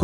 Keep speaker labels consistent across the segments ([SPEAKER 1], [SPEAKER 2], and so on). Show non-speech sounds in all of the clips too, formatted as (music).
[SPEAKER 1] ค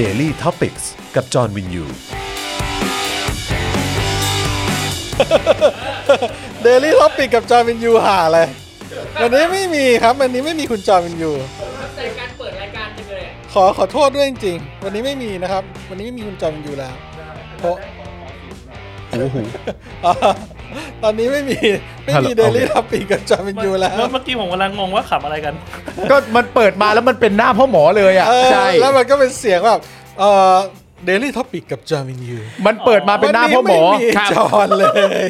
[SPEAKER 1] Daily Topics กับจอห์นวินยู
[SPEAKER 2] เดลี่ท็อปิกกับจอห์นวินยูหาอะไรวันนี้ไม่มีครับวันนี้ไม่มีคุณจอห์นวินยู
[SPEAKER 3] ใส่การเปิดรายการจังเลยอะ
[SPEAKER 2] ขอขอโทษด้วยจริงๆวันนี้ไม่มีนะครับ วันนี้ไม่มีคุณจอห์นวินยูแล้วเพราะโอ้โห (laughs) ตอนนี้ไม่มีไม่มีเดลี่ท็อปิกกับจอห์นวินยูแล้ว
[SPEAKER 4] เมื่อกี้ผมกำลังงงว่าขับอะไรกัน
[SPEAKER 5] ก็มันเปิดมาแล้วมันเป็นหน้าพ่อหมอเลยอ่ะ
[SPEAKER 2] เออ
[SPEAKER 5] ใช่
[SPEAKER 2] แล้วมันก็เป็นเสียงแบบเอ่อดลี่ท็อปิกกับจอห์นวินยู
[SPEAKER 5] มันเปิดมาเป็นหน้าพ่อหมอ
[SPEAKER 2] วันนี้
[SPEAKER 5] ครับ
[SPEAKER 2] ไจอห์นเลย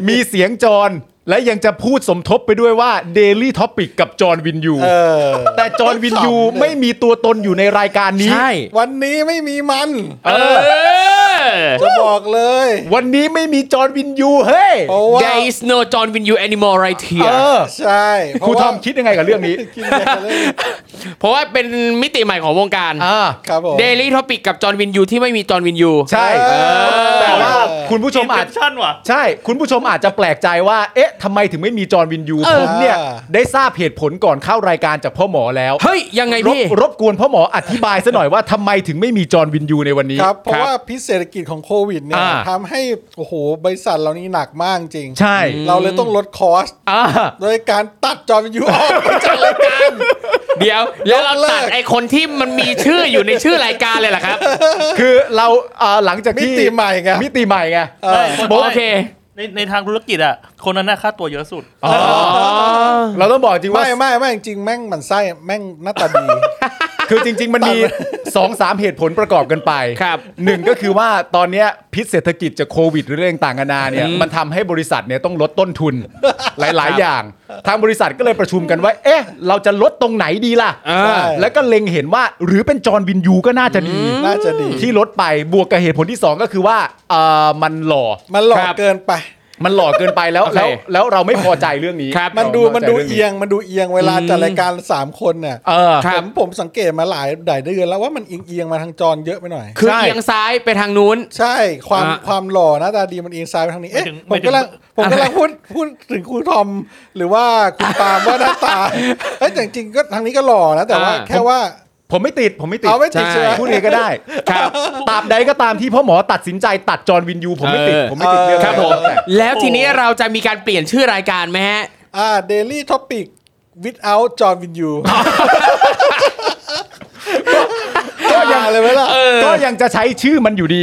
[SPEAKER 5] มีเสียงจอนและยังจะพูดสมทบไปด้วยว่า Daily Topic กับจอห์นวินยู
[SPEAKER 2] เออ
[SPEAKER 5] แต่จอห์นวินยูไม่มีตัวตนอยู่ในรายการนี้
[SPEAKER 4] ใช่
[SPEAKER 2] วันนี้ไม่มีมัน
[SPEAKER 5] เออ
[SPEAKER 2] จะบอกเลย
[SPEAKER 5] วันนี้ไม่มีจอห์นวินยูเฮ้ย
[SPEAKER 2] เพราะว่า
[SPEAKER 4] There is no John Win You anymore right
[SPEAKER 5] เอ
[SPEAKER 4] here
[SPEAKER 5] อ
[SPEAKER 2] ใช่เพ
[SPEAKER 5] ครู
[SPEAKER 2] ราะว่า
[SPEAKER 5] ทอมคิดยังไงกับเรื่องนี้
[SPEAKER 2] กินยาเลย
[SPEAKER 4] เพราะว่าเป็นมิติใหม่ของวงการ
[SPEAKER 5] อ่า
[SPEAKER 2] ครับผม
[SPEAKER 4] Daily Topic กับ John Win You ที่ไม่มี John Win You
[SPEAKER 5] ใช่แต่ว่าคุณผู้ชมอาจ
[SPEAKER 6] ชั่นว่ะ
[SPEAKER 5] ใช่ คุณผู้ชมอาจจะแปลกใจว่า เอ๊ะทำไมถึงไม่มีจอร์นวินยู ผมเนี่ย
[SPEAKER 2] อ่า
[SPEAKER 5] ได้ทราบเหตุผลก่อนเข้ารายการจากพ่อหมอแล้ว
[SPEAKER 4] เฮ้ย ยังไง
[SPEAKER 5] รบ
[SPEAKER 4] พี่
[SPEAKER 5] รบกวนพ่อหมออธิบายซะหน่อยว่าท (laughs) ำไมถึงไม่มีจอร์นวินยูในวันนี้
[SPEAKER 2] ครับ เพราะว่าพิษเศรษฐกิจของโควิดเนี่ย
[SPEAKER 5] อ่า
[SPEAKER 2] ทำให้ โอ้โห บริษัทเหล่านี้หนักมากจริง
[SPEAKER 5] ใช่
[SPEAKER 2] เราเลยต้องลดคอส
[SPEAKER 5] อ่า
[SPEAKER 2] โดยการตัดจอมยูออกไปจากรายการ
[SPEAKER 4] เดี๋ยว แล้วเราตัด
[SPEAKER 2] ยกเลิก
[SPEAKER 4] ไอคนที่มันมีชื่ออยู่ในชื่อรายการเลยเหรอครับ
[SPEAKER 5] คือเราอ่าหลังจาก
[SPEAKER 2] มิ
[SPEAKER 5] ที่
[SPEAKER 2] ติใหม่ไง
[SPEAKER 5] มิติใหม่ไง
[SPEAKER 2] เออ
[SPEAKER 4] โอเค
[SPEAKER 6] ในในทางธุรกิจอ่ะ คนนั้นน่าค่าตัวเยอะสุด
[SPEAKER 5] เราต้องบอกจริงว่า
[SPEAKER 2] ไม่ไม่ไม่จริงๆแม่งหมันไส้แม่งหน้าตาดี
[SPEAKER 5] คือจริง ๆ มันมี 2อสามเหตุผลประกอบกันไป
[SPEAKER 4] ครับ
[SPEAKER 5] หนึ่งก็คือว่าตอนเนี้ยพิษเศรษฐกิจจากโควิดหรือเรื่องต่างกันานาเนี่ย
[SPEAKER 4] อืม
[SPEAKER 5] มันทำให้บริษัทเนี่ยต้องลดต้น
[SPEAKER 4] (laughs)
[SPEAKER 5] ทุน หลาย
[SPEAKER 4] ครับ
[SPEAKER 5] ๆ อย่าง ทางบริษัทก็เลยประชุมกันว่า เอ๊ะ เราจะลดตรงไหนดีล่ะ
[SPEAKER 4] อ่า
[SPEAKER 5] แล้วก็เล็งเห็นว่าหรือเป็นจอร์นวินยูก็น่าจะดี
[SPEAKER 2] น่าจะดี
[SPEAKER 5] ที่ลดไปบวกกับเหตุผลที่ 2 ก็คือว่าเอ่อมันหล่อ
[SPEAKER 2] มันหลอ
[SPEAKER 4] ค
[SPEAKER 2] ก
[SPEAKER 4] รับ
[SPEAKER 2] เกินไป
[SPEAKER 5] มันหล่อเกินไปแล้ว
[SPEAKER 4] โอเค
[SPEAKER 5] แล้วแล้วเราไม่พอใจเรื่องนี้
[SPEAKER 4] ครับ
[SPEAKER 2] มันดูมันดู
[SPEAKER 5] ราไพใจรื่
[SPEAKER 2] เอียงมันดูเอียงเวลาจัดรายการ 3 คนเนี่ย
[SPEAKER 5] เออ
[SPEAKER 4] ครั
[SPEAKER 2] ผ
[SPEAKER 4] บ
[SPEAKER 2] มผมสังเกตมาหลายหลายเดือนแล้วว่ามันเอียงเอียงมาทางจอนเยอะไปหน่อย
[SPEAKER 4] คือ
[SPEAKER 5] ใช่
[SPEAKER 4] เอียงซ้ายไปทางนู้น
[SPEAKER 2] ใช่ความ
[SPEAKER 4] อ่ะ
[SPEAKER 2] ความหล่อหน้าตาดีมันเอียงซ้ายไปทางนี้เอ๊ะ
[SPEAKER 6] ไม่ถึง
[SPEAKER 2] ผ
[SPEAKER 6] ไม่
[SPEAKER 2] ม
[SPEAKER 6] ถึง
[SPEAKER 2] กำลังผมกำลังพูดพูดถึงครูทอม หรือว่าคุณปาล์มว่าหน้าตาเอ้ยแต่จริงๆก็ทางนี้ก็หล่อนะแต่ว่า
[SPEAKER 4] อ่า
[SPEAKER 2] แค่ว่า
[SPEAKER 5] ผมไม่ติดผมไม่ติด
[SPEAKER 2] เอาไม่ติดใช่ไหม
[SPEAKER 5] พูดเองก็ได้ครับตราบใดก็ตามที่พ่อหมอตัดสินใจตัดจอร์นวินยู ผมไม่ติด
[SPEAKER 4] เออ
[SPEAKER 5] ผมไม่ติดเรื่อง
[SPEAKER 4] ครับผม
[SPEAKER 5] แต่
[SPEAKER 4] แล้วทีนี้เราจะมีการเปลี่ยนชื่อรายการไหมฮะ
[SPEAKER 2] อ่า daily topic without จอห์นวินยูก็อย่างเลยไหมล่ะ
[SPEAKER 5] ก็ยังจะใช้ชื่อมันอยู่ดี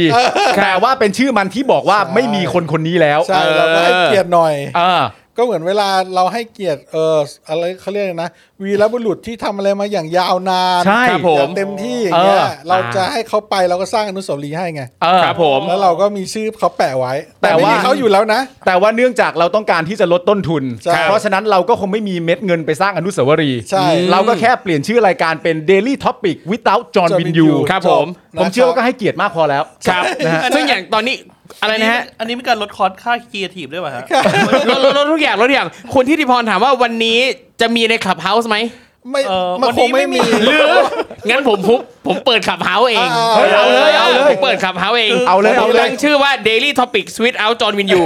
[SPEAKER 5] แต่ว่าเป็นชื่อมันที่บอกว่าไม่มีคนคนนี้แล้ว
[SPEAKER 2] ใช่เราก็ให้เกียรติหน่อย
[SPEAKER 5] เออ
[SPEAKER 2] ก็เหมือนเวลาเราให้เกียรติเอออะไรเขาเรียกอะไรนะ วีรบุรุษที่ทำอะไรมาอย่างยาวนาน
[SPEAKER 5] ใช่
[SPEAKER 4] ครับผม
[SPEAKER 2] อย่างเต็มที่อย่างเงี้ย
[SPEAKER 5] เออ
[SPEAKER 2] เราจะให้เขาไปเราก็สร้างอนุสาวรีย์ให้ไง
[SPEAKER 5] เออ
[SPEAKER 4] ครับผม
[SPEAKER 2] แล้วเราก็มีชื่อเขาแปะไว้ แต่
[SPEAKER 5] แต่
[SPEAKER 2] ไม่
[SPEAKER 5] ว่า
[SPEAKER 2] มีเขาอยู่แล้วนะ
[SPEAKER 5] แต่ว่าเนื่องจากเราต้องการที่จะลดต้นทุน
[SPEAKER 2] ใช่
[SPEAKER 5] เพราะฉะนั้นเราก็คงไม่มีเม็ดเงินไปสร้างอนุสาวรีย์
[SPEAKER 2] ใช่
[SPEAKER 5] เราก็แค่เปลี่ยนชื่อรายการเป็น Daily Topic without John Win You
[SPEAKER 4] ครับ
[SPEAKER 2] จ
[SPEAKER 4] ผม
[SPEAKER 2] นะ
[SPEAKER 5] ผมเชื่อว่าก็ให้เกียรติมากพอแล้ว
[SPEAKER 4] ครับซึ่งอย่างตอนนี้อะไรนะฮะ
[SPEAKER 6] อันนี้มีการลดคอสค่าครีเอทีฟด้วยป่ะฮะ
[SPEAKER 4] ลดลดลดทุกอย่างลดทุกอย่างคุณทิติพรถามว่าวันนี้จะมีในคลับเฮาส์ไหม
[SPEAKER 2] ไม่
[SPEAKER 6] เอ่อ
[SPEAKER 2] มัน
[SPEAKER 6] วัน
[SPEAKER 2] ค
[SPEAKER 6] นี้
[SPEAKER 2] งไม่
[SPEAKER 6] ไม่มี
[SPEAKER 2] มี
[SPEAKER 4] หรือ งั้นผมฮุบ ผมเปิดขับเฮาเอง
[SPEAKER 2] เออ
[SPEAKER 4] เอาเลยเอาเลย
[SPEAKER 5] เอาเลย
[SPEAKER 4] ผมเปิดขับเฮาเอง
[SPEAKER 5] เอาเลยเอาเลย
[SPEAKER 4] ผมตั้งชื่อว่า Daily Topic Switch Out John Win You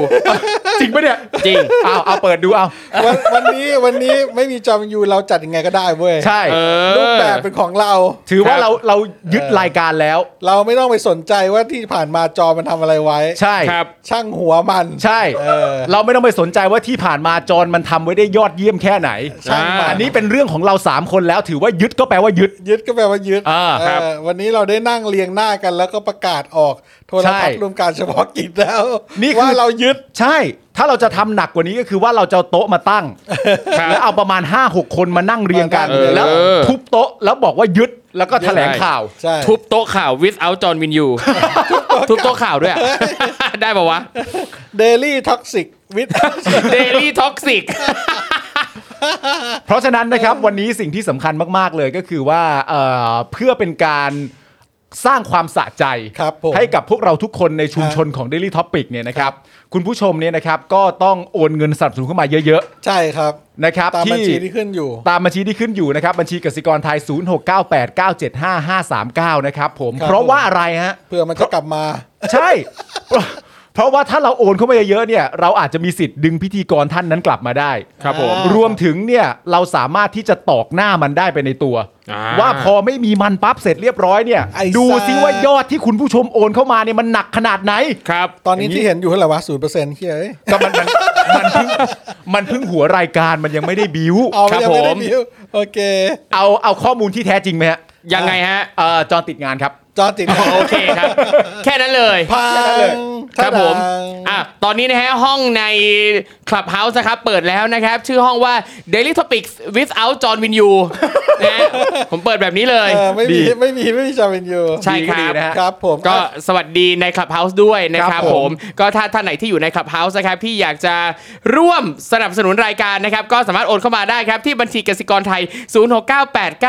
[SPEAKER 5] จริงปะเนี่ย
[SPEAKER 4] จริง
[SPEAKER 5] เอาเอาเปิดดูเอา
[SPEAKER 2] วันวันนี้วันนี้ไม่มีจอมยูเราจัดยังไงก็ได้เว้ย
[SPEAKER 5] ใช่
[SPEAKER 4] เออ
[SPEAKER 2] รูปแบบเป็นของเรา
[SPEAKER 5] ถือว่า
[SPEAKER 4] ครับ
[SPEAKER 5] เราเรายึดรายการแล้ว
[SPEAKER 2] เราไม่ต้องไปสนใจว่าที่ผ่านมาจอมันทำอะไรไว้
[SPEAKER 5] ใช่
[SPEAKER 4] ครับ
[SPEAKER 2] ช่างหัวมัน
[SPEAKER 5] ใช่
[SPEAKER 2] เออ
[SPEAKER 5] เราไม่ต้องไปสนใจว่าที่ผ่านมาจอนมันทำไว้ได้ยอดเยี่ยมแค่ไหน
[SPEAKER 2] ใช่ครับ
[SPEAKER 5] อันนี้เป็นเรื่องของเราสามคนแล้ว ถือว่ายึดก็แปลว่ายึด
[SPEAKER 2] ยึดก็แปลว่ายึด
[SPEAKER 5] อ่าครับ
[SPEAKER 2] เออวันนี้เราได้นั่งเรียงหน้ากันแล้วก็ประกาศออกโทรทัศน์
[SPEAKER 5] ใช่
[SPEAKER 2] รวมการเฉพาะกิจแล้ว
[SPEAKER 5] นี่คือ
[SPEAKER 2] ว่าเรายึด
[SPEAKER 5] ใช่ ถ้าเราจะทำหนักกว่านี้ก็คือว่าเราจะเอาโต๊ะมาตั้ง แล้วเอาประมาณ 5 6 คนมานั่งเรียงกัน
[SPEAKER 2] เออ
[SPEAKER 5] แล้วทุบโต๊ะแล้วบอกว่ายึดแล้วก็แถลงข่าว
[SPEAKER 2] ใช่
[SPEAKER 4] ทุบโต๊ะข่าว without John Win You ทุบโต๊ะข่าวด้วยอะได้ป่าวะ
[SPEAKER 2] เดลี่ท็อกซิกวิท
[SPEAKER 4] Daily Toxic
[SPEAKER 5] เพราะฉะนั้นนะครับวันนี้สิ่งที่สำคัญมาก ๆ เลยก็คือว่าเอ่อเพื่อเป็นการสร้างความสะใจ
[SPEAKER 2] ครับผม
[SPEAKER 5] ให้กับพวกเราทุกคนในชุมชนของ Daily Topic เนี่ยนะครับ คุณผู้ชมเนี่ยนะครับก็ต้องโอนเงินสนับสนุนเข้ามาเยอะ
[SPEAKER 2] ใช่ครับ
[SPEAKER 5] ๆ นะครับ
[SPEAKER 2] ตามบัญชีที่ขึ้นอยู่
[SPEAKER 5] ตามบัญชีที่ขึ้นอยู่นะครับ บัญชีกสิกรไทย 0698975539 นะครับผม
[SPEAKER 2] ครับ
[SPEAKER 5] เพราะว่าอะไรฮะ
[SPEAKER 2] เพื่อมันจะกลับมา
[SPEAKER 5] ใช่ (laughs) เพราะว่าถ้าเราโอนเข้ามาเยอะๆเนี่ย เราอาจจะมีสิทธิ์ดึงพิธีกรท่านนั้นกลับมาได้
[SPEAKER 4] ครับผม
[SPEAKER 5] รวมถึงเนี่ยเราสามารถที่จะตอกหน้ามันได้ไปในตัว
[SPEAKER 4] อ่า
[SPEAKER 5] ว่าพอไม่มีมันปั๊บเสร็จเรียบร้อยเนี่ย
[SPEAKER 2] ไอ้
[SPEAKER 5] ดู
[SPEAKER 2] ซ่า
[SPEAKER 5] ซิว่ายอดที่คุณผู้ชมโอนเข้ามาเนี่ยมันหนักขนาดไหน
[SPEAKER 4] ครับ
[SPEAKER 2] ตอนนี้
[SPEAKER 5] อย่างนี้
[SPEAKER 2] ที่เห็นอยู่เท่าไหร่วะศูนย์เปอร์เซ็นต์เฮ้ย
[SPEAKER 5] ก็มัน (laughs) มันมันเพิ่งมันเพิ่งหัวรายการมันยังไม่ได้บิว
[SPEAKER 2] เอา
[SPEAKER 5] ครับ
[SPEAKER 2] ยัง
[SPEAKER 5] ผ
[SPEAKER 2] ไม่ได้
[SPEAKER 5] ม
[SPEAKER 2] บิว (laughs) โอเค
[SPEAKER 5] เอาเอาข้อมูลที่แท้จริงไหมฮะ
[SPEAKER 4] ยังไงฮะ
[SPEAKER 5] เอ่อจอนติดงานครับ
[SPEAKER 2] จอติด
[SPEAKER 4] โอเคครับ แค่นั้นเลย
[SPEAKER 2] พั
[SPEAKER 5] แค่นั้นเลย
[SPEAKER 2] ง
[SPEAKER 4] ครับผม
[SPEAKER 2] ทะดัง
[SPEAKER 4] อ่ะ ตอนนี้นะฮะ ห้องใน Clubhouse นะครับ เปิดแล้วนะครับ ชื่อห้องว่า Daily Topics without John Win You นะฮะผมเปิดแบบนี้เลย
[SPEAKER 2] เออไม่มี
[SPEAKER 5] ดี
[SPEAKER 2] ไม่มีไม่มีจาเวนยู
[SPEAKER 4] ใช่ค
[SPEAKER 5] ดี
[SPEAKER 4] รับ
[SPEAKER 5] นะฮะ
[SPEAKER 2] ครับผม
[SPEAKER 4] ก็
[SPEAKER 2] อ่ะ
[SPEAKER 4] สวัสดีใน Clubhouse ด้วยนะค
[SPEAKER 5] ครั
[SPEAKER 4] รับบ ผ
[SPEAKER 5] ผม ม
[SPEAKER 4] ก็ถ้าท่านไหนที่อยู่ใน Clubhouse นะครับที่อยากจะร่วมสนับสนุนรายการนะครับ ก็สามารถโอนเข้ามาได้ครับ ที่บัญชีกสิกรไทย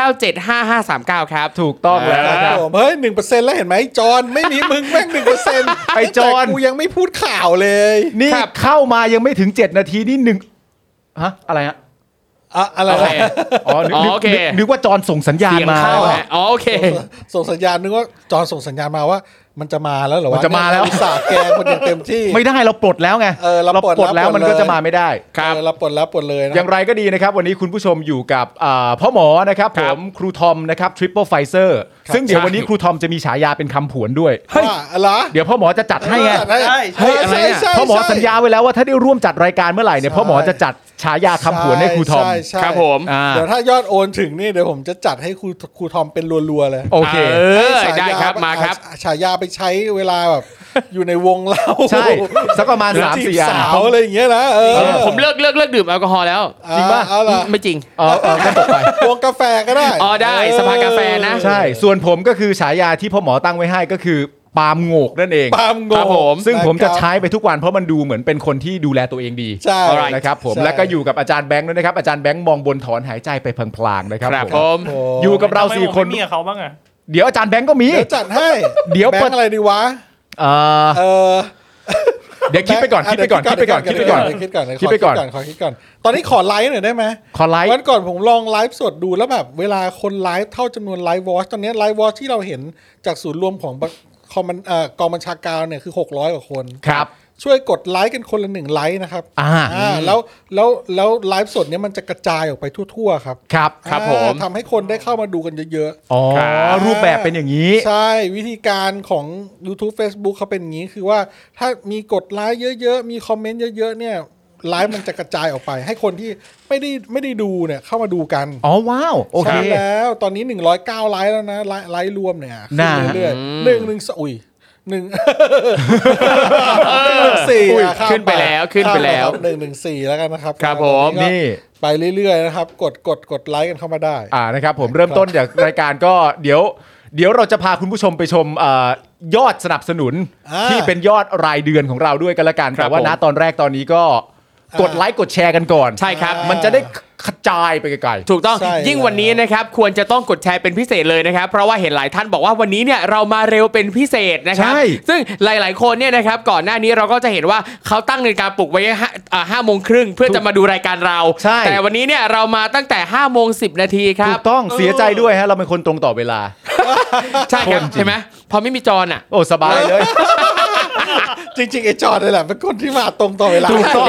[SPEAKER 4] 0698975539 ครับ
[SPEAKER 5] ถูกต้องแล้ว
[SPEAKER 2] ค
[SPEAKER 5] นะ
[SPEAKER 2] รับ
[SPEAKER 5] ครับ
[SPEAKER 2] ผมเฮ้ยหนึ่งเปอร์เซ็นต์แล้วเห็นไหมจอนไม่มีมึงแม่งหนึ่งเปอร์เซ็นต์
[SPEAKER 5] ไอ้จอน
[SPEAKER 2] กูยังไม่พูดข่าวเลย
[SPEAKER 5] นี่
[SPEAKER 4] ครับ
[SPEAKER 5] เข้ามายังไม่ถึง 7 นาทีนี่หนึ่งฮะอะไรฮะ
[SPEAKER 2] อะอะไร
[SPEAKER 4] โอ
[SPEAKER 2] นะ
[SPEAKER 4] เค
[SPEAKER 5] อ๋อนึก
[SPEAKER 4] อ๋อโอเค
[SPEAKER 5] นึกนึกว่าจอนส่งสัญญาณ
[SPEAKER 4] เสียง
[SPEAKER 5] มา
[SPEAKER 4] เข้าฮะอ๋อโอเค
[SPEAKER 2] ส่งสัญญาณนึกว่าจอนส่งสัญญาณมาว่า มันจะมาแล้วเหรอวะ
[SPEAKER 5] มันจะมาแล้ว
[SPEAKER 2] เยเรอุตสาห์แกงคนอย่างเต็มที่
[SPEAKER 5] ไม่ได้เราปลดแล้วไง
[SPEAKER 2] เออเราปลด
[SPEAKER 5] แล้ว
[SPEAKER 2] เราปลด
[SPEAKER 5] มัน
[SPEAKER 2] เล
[SPEAKER 5] ก็
[SPEAKER 2] ย
[SPEAKER 5] จะมาไม่ได้
[SPEAKER 4] ครับ
[SPEAKER 2] เออเราปลดแล้วปลดเลยนะ
[SPEAKER 5] อย่างไรก็ดีนะครับ วันนี้คุณผู้ชมอยู่กับอ่าพ่อหมอนะครับ
[SPEAKER 4] ค
[SPEAKER 5] ผ
[SPEAKER 4] รับ
[SPEAKER 5] มครูทอมนะครับทริปเปิลไฟเซอร์
[SPEAKER 2] ครับ
[SPEAKER 5] ซึ่งเดี๋ยววันนี้ครูทอมจะมีฉายาเป็นคำผวนด้วย
[SPEAKER 2] ว่าอะไร
[SPEAKER 5] เดี๋ยวพ่อหมอจะจัดให้ไง
[SPEAKER 2] จัดให้
[SPEAKER 6] ใช่
[SPEAKER 2] เฮ้ยอะไร
[SPEAKER 4] เนี่ย
[SPEAKER 2] ใช่
[SPEAKER 5] พ่อหมอ
[SPEAKER 2] ใช่
[SPEAKER 5] สัญญาไว้แล้วว่าถ้าได้ร่วมจัดรายการเมื่อไหร่เนี่ย
[SPEAKER 2] ใช่
[SPEAKER 5] พ่อหมอจะจัดฉายาคำผวนให้ครูทอม
[SPEAKER 2] ใช่ใช่
[SPEAKER 4] ครับผม
[SPEAKER 5] อ่า
[SPEAKER 2] เดี๋ยวถ้ายอดโอนถึงนี่เดี๋ยวผมจะจัดให้ครูครูทอมเป็นรัวๆเลย
[SPEAKER 5] โอเค
[SPEAKER 4] เออ
[SPEAKER 2] ให้ฉายา
[SPEAKER 4] ได้ครับ มาครับ
[SPEAKER 2] ฉายาไปใช้เวลาแบบ (laughs) อยู่ในวงเล่า
[SPEAKER 5] ใช่สักประมาณสามสี่อัน
[SPEAKER 2] สาวอะไรอย่างเงี้ยนะเออ
[SPEAKER 5] เออ
[SPEAKER 4] ผมเลิกเลิกเลิกดื่มแอลกอฮอล์แล้ว
[SPEAKER 2] อ่า
[SPEAKER 5] จริงปะ
[SPEAKER 2] เอาล่ะ
[SPEAKER 4] ไม่จริง
[SPEAKER 5] เออเออก็ตกไป
[SPEAKER 2] วงกาแฟก็ได้
[SPEAKER 4] อ๋อได้
[SPEAKER 2] เออ
[SPEAKER 4] สภากาแฟนะ
[SPEAKER 5] ใช่ ส่วนผมก็คือฉายาที่พ่อหมอตั้งไว้ให้ก็คือปาล์มโงกนั่นเอง
[SPEAKER 2] ปาล์มโง
[SPEAKER 4] ครับผม
[SPEAKER 5] ซึ่งผมจะ
[SPEAKER 2] นครับ
[SPEAKER 5] ใช้ไปทุกวันเพราะมันดูเหมือนเป็นคนที่ดูแลตัวเองดี
[SPEAKER 2] ใช่ Alright
[SPEAKER 5] นะครับผม
[SPEAKER 2] ใช่
[SPEAKER 5] แล้วก็อยู่กับอาจารย์แบงค์ด้วยนะครับ อาจารย์แบงค์มองบนถอนหายใจไปพลางๆนะครับ
[SPEAKER 4] ครับ
[SPEAKER 5] ผ
[SPEAKER 4] ผม ม
[SPEAKER 2] โ
[SPEAKER 5] อยู่กับเรา
[SPEAKER 6] ทำไม
[SPEAKER 5] สี่
[SPEAKER 6] ผม
[SPEAKER 5] คน
[SPEAKER 6] ไม่มีกับเขาบ้างอะ
[SPEAKER 5] เดี๋ยวอาจารย์แบงค์ก็มี
[SPEAKER 2] เดี๋ยวจัดให้
[SPEAKER 5] เดี๋ยว
[SPEAKER 2] แบ
[SPEAKER 5] เปิ
[SPEAKER 2] ง
[SPEAKER 5] ด
[SPEAKER 2] ค์อะไรดีวะ
[SPEAKER 5] เอ่อ
[SPEAKER 2] เออ
[SPEAKER 5] เดี๋ยวคิดไปก่อน
[SPEAKER 2] แบง
[SPEAKER 5] คิดไปก่อน คิดไปก่อน คิดไปก่อน
[SPEAKER 2] เดี๋ยวคิดก่อน
[SPEAKER 5] คิดไปก่อน
[SPEAKER 2] ขอคิดก่อน ตอนนี้ขอไลฟ์หน่อยได้ไหม
[SPEAKER 5] ขอไลค์
[SPEAKER 2] วันก่อนผมลองไลฟ์สดดูแล้วแบบเวลาคนไลฟ์เท่าจำนวนไลฟ์วอชตอนนี้ไลฟ์วอชที่เราเห็นจากศูนย์รวมของบักคอมมันเอ่อกองบัญชาการเนี่ยคือ 600กว่าคน
[SPEAKER 5] ครับ
[SPEAKER 2] ช่วยกดไลค์กันคนละหนึ่งไลค์นะครับ
[SPEAKER 5] อ่า
[SPEAKER 2] แล้วแล้วแล้วไลฟ์สดเนี้ยมันจะกระจายออกไปทั่ว ๆ ครับ
[SPEAKER 5] ครับ
[SPEAKER 4] ครับผม
[SPEAKER 2] อ่าทำให้คนได้เข้ามาดูกันเยอะ
[SPEAKER 5] อ๋อ
[SPEAKER 4] ครับ
[SPEAKER 5] รูปแบบเป็นอย่างนี้
[SPEAKER 2] ๆ ใช่วิธีการของ YouTube Facebook เขาเป็นอย่างนี้คือว่าถ้ามีกดไลค์เยอะๆ มีคอมเมนต์เยอะ ๆ เนี่ยไลฟ์มันจะกระจายออกไป ให้คนที่ไม่ได้ไม่ได้ดูเนี่ยเข้ามาดูกัน
[SPEAKER 5] อ๋อ ว้าว โอเค
[SPEAKER 2] ใช่แล้วตอนนี้ 109ไลค์แล้วนะไลค์ไลค์รวมเนี่ยขึ้
[SPEAKER 5] น่า
[SPEAKER 2] เรื่อยๆหนึ่งหนึ่งสอุ้ยหนึ่ง หนึ่งสี่
[SPEAKER 4] อุ้ย
[SPEAKER 2] อ่ะข้าม
[SPEAKER 4] ขึ้นไปแล้วขึ้นไปแล้ว
[SPEAKER 2] ข้ามครับหนึ่งหนึ่งสี่แล้วกันนะครับ
[SPEAKER 4] ครับผม
[SPEAKER 2] ตอ
[SPEAKER 5] นี่
[SPEAKER 2] ก็ไปเรื่อยๆนะครับ กดกดกดไลค์กันเข้ามาได้
[SPEAKER 5] อ่านะครับผมเริ่มต้นจากรายการก็เดี๋ยว เดี๋ยวเราจะพาคุณผู้ชมไปชมเอ่อยอดสนับสนุน
[SPEAKER 2] อ่า
[SPEAKER 5] ที่เป็นยอดรายเดือนของเราด้วยกันละกัน
[SPEAKER 4] ครับ
[SPEAKER 5] แต่ว่า
[SPEAKER 4] ผม
[SPEAKER 5] ณตอนแรกตอนนี้ก็ กดไลค์กดแชร์กันก่อน
[SPEAKER 4] ใช่ครับ
[SPEAKER 5] มันจะได้กระจายไปไกลๆ
[SPEAKER 4] ถูกต้อง
[SPEAKER 2] ใช่
[SPEAKER 4] ยิ่งวันนี้นะครับควรจะต้องกดแชร์เป็นพิเศษเลยนะครับ เพราะว่าเห็นหลายท่านบอกว่าวันนี้เนี่ยเรามาเร็วเป็นพิเศษนะครั
[SPEAKER 5] ใช่
[SPEAKER 4] ซึ่งหลาย ๆ คนเนี่ยนะครับก่อนหน้านี้เราก็จะเห็นว่าเขาตั้งนาฬิกาปลุกไว้ห้าอ่าห้าโมงครึ่งเพื่อจะมาดูรายการเรา
[SPEAKER 5] ใช่
[SPEAKER 4] แต่วันนี้เนี่ยเรามาตั้งแต่5้าโมงสินาทีครั
[SPEAKER 5] ถู
[SPEAKER 4] บ
[SPEAKER 5] กต้องเสียใจด้วยฮะเราเป็นคนตรงต่อเวลา
[SPEAKER 4] ใช่ครับ
[SPEAKER 5] คนจริง
[SPEAKER 4] ใช่ไหมพอไม่มีจอนอ่ะ
[SPEAKER 5] โอ้สบายเลย
[SPEAKER 2] จริงๆไอ้จอร์ดนี่แหละเป็นคนที่มาตรงต่อเวลา
[SPEAKER 5] ถูกต้อง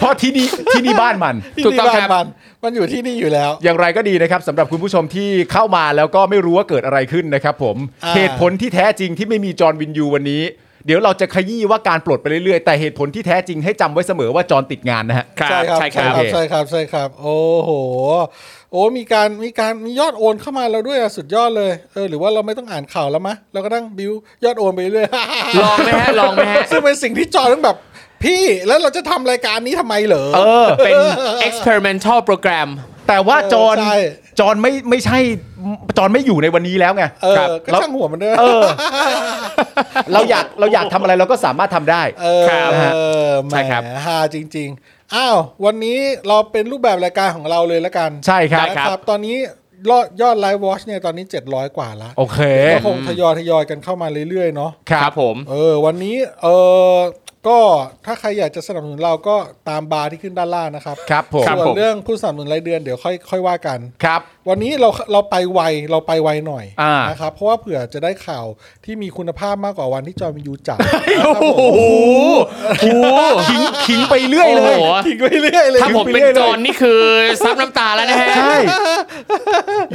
[SPEAKER 5] เพราะที่นี่ที่นี่บ้านมัน
[SPEAKER 2] ที่
[SPEAKER 4] ถูก
[SPEAKER 2] นี่
[SPEAKER 4] ต้อง
[SPEAKER 2] บ้าน
[SPEAKER 4] ครับ
[SPEAKER 2] มันมันอยู่ที่นี่อยู่แล้ว
[SPEAKER 5] อย่างไรก็ดีนะครับสำหรับคุณผู้ชมที่เข้ามาแล้วก็ไม่รู้ว่าเกิดอะไรขึ้นนะครับผม
[SPEAKER 2] อ่า
[SPEAKER 5] เหตุผลที่แท้จริงที่ไม่มีจอห์นวินยูวันนี้ เดี๋ยวเราจะขยี้ว่าการปลดไปเรื่อยๆแต่เหตุผลที่แท้จริงให้จำไว้เสมอว่าจอห์นติดงานนะฮะ
[SPEAKER 4] ครับ
[SPEAKER 2] ใช่ครับใช่ครั
[SPEAKER 4] ใช่ครั
[SPEAKER 2] บ บ
[SPEAKER 5] โอเค
[SPEAKER 2] ใช่ครับใช่ครับ โอ้โห โอ้มีการมีการมียอดโอนเข้ามาแล้วด้วยอะสุดยอดเลยเออหรือว่าเราไม่ต้องอ่านข่าวแล้วมะเราก็นั่งบิวยอดโอนไปเรื่อย (laughs)
[SPEAKER 4] ลองไหมฮะลองไหมฮะ
[SPEAKER 2] ซึ่งเป็นสิ่งที่จอร์ดต้องแบบ พี่แล้วเราจะทำรายการนี้ทำไมเหรอ
[SPEAKER 5] เออ
[SPEAKER 4] เป็น experimental program
[SPEAKER 5] แต่ว่าจอห์น
[SPEAKER 2] เออใช่
[SPEAKER 5] จอห์นไม่ไม่ใช่จอห์นไม่อยู่ในวันนี้แล้วไง
[SPEAKER 2] เอ
[SPEAKER 5] ครั
[SPEAKER 2] อบ ก็
[SPEAKER 5] เรา
[SPEAKER 2] ช่างหัวมันเด้อ
[SPEAKER 5] เออ เราอยากเราอยากทำอะไรเราก็สามารถทำได้
[SPEAKER 2] เออ
[SPEAKER 4] ครับ
[SPEAKER 2] เออแหม
[SPEAKER 4] ใช่ครับ
[SPEAKER 2] ฮาจริง ๆ อ้าววันนี้เราเป็นรูปแบบรายการของเราเลยละกัน
[SPEAKER 5] ใช่ครับ
[SPEAKER 2] นะตอนนี้ยอดยอดไลฟ์วอชเนี่ยตอนนี้ 700 กว่าละ
[SPEAKER 5] โอเค
[SPEAKER 2] ก็คงทยอยทยอยกันเข้ามาเรื่อยๆเนาะ
[SPEAKER 4] ครับผม
[SPEAKER 2] เออวันนี้เออก็ถ้าใครอยากจะสนับสนุนเราก็ตามบาร์ที่ขึ้นด้านล่างนะครับ
[SPEAKER 5] ครับผม
[SPEAKER 4] ค รั บ
[SPEAKER 2] ส่ว
[SPEAKER 4] ผ
[SPEAKER 2] น
[SPEAKER 4] ม
[SPEAKER 2] เรื่องผู้สนับสนุนรายเดือนเดี๋ยวค่อยค่อยว่ากัน
[SPEAKER 5] ครับ
[SPEAKER 2] วันนี้เราเราไปไวเราไปไวหน่อย
[SPEAKER 5] อ่าน
[SPEAKER 2] นะครับเพราะว่าเผื่อจะได้ข่าวที่มีคุณภาพมากกว่าวันที่จอห์นวินยูจับ
[SPEAKER 4] โอ้โหโอ้โห
[SPEAKER 5] ขิงขิงไปเรื่อยเลย
[SPEAKER 4] โอ้โห
[SPEAKER 2] ทิ้งไว้เรื่อยเลย
[SPEAKER 4] ถ้าผมเป็นจอนนี่คือซับน้ำตาแล้วนะฮะ
[SPEAKER 5] ใช่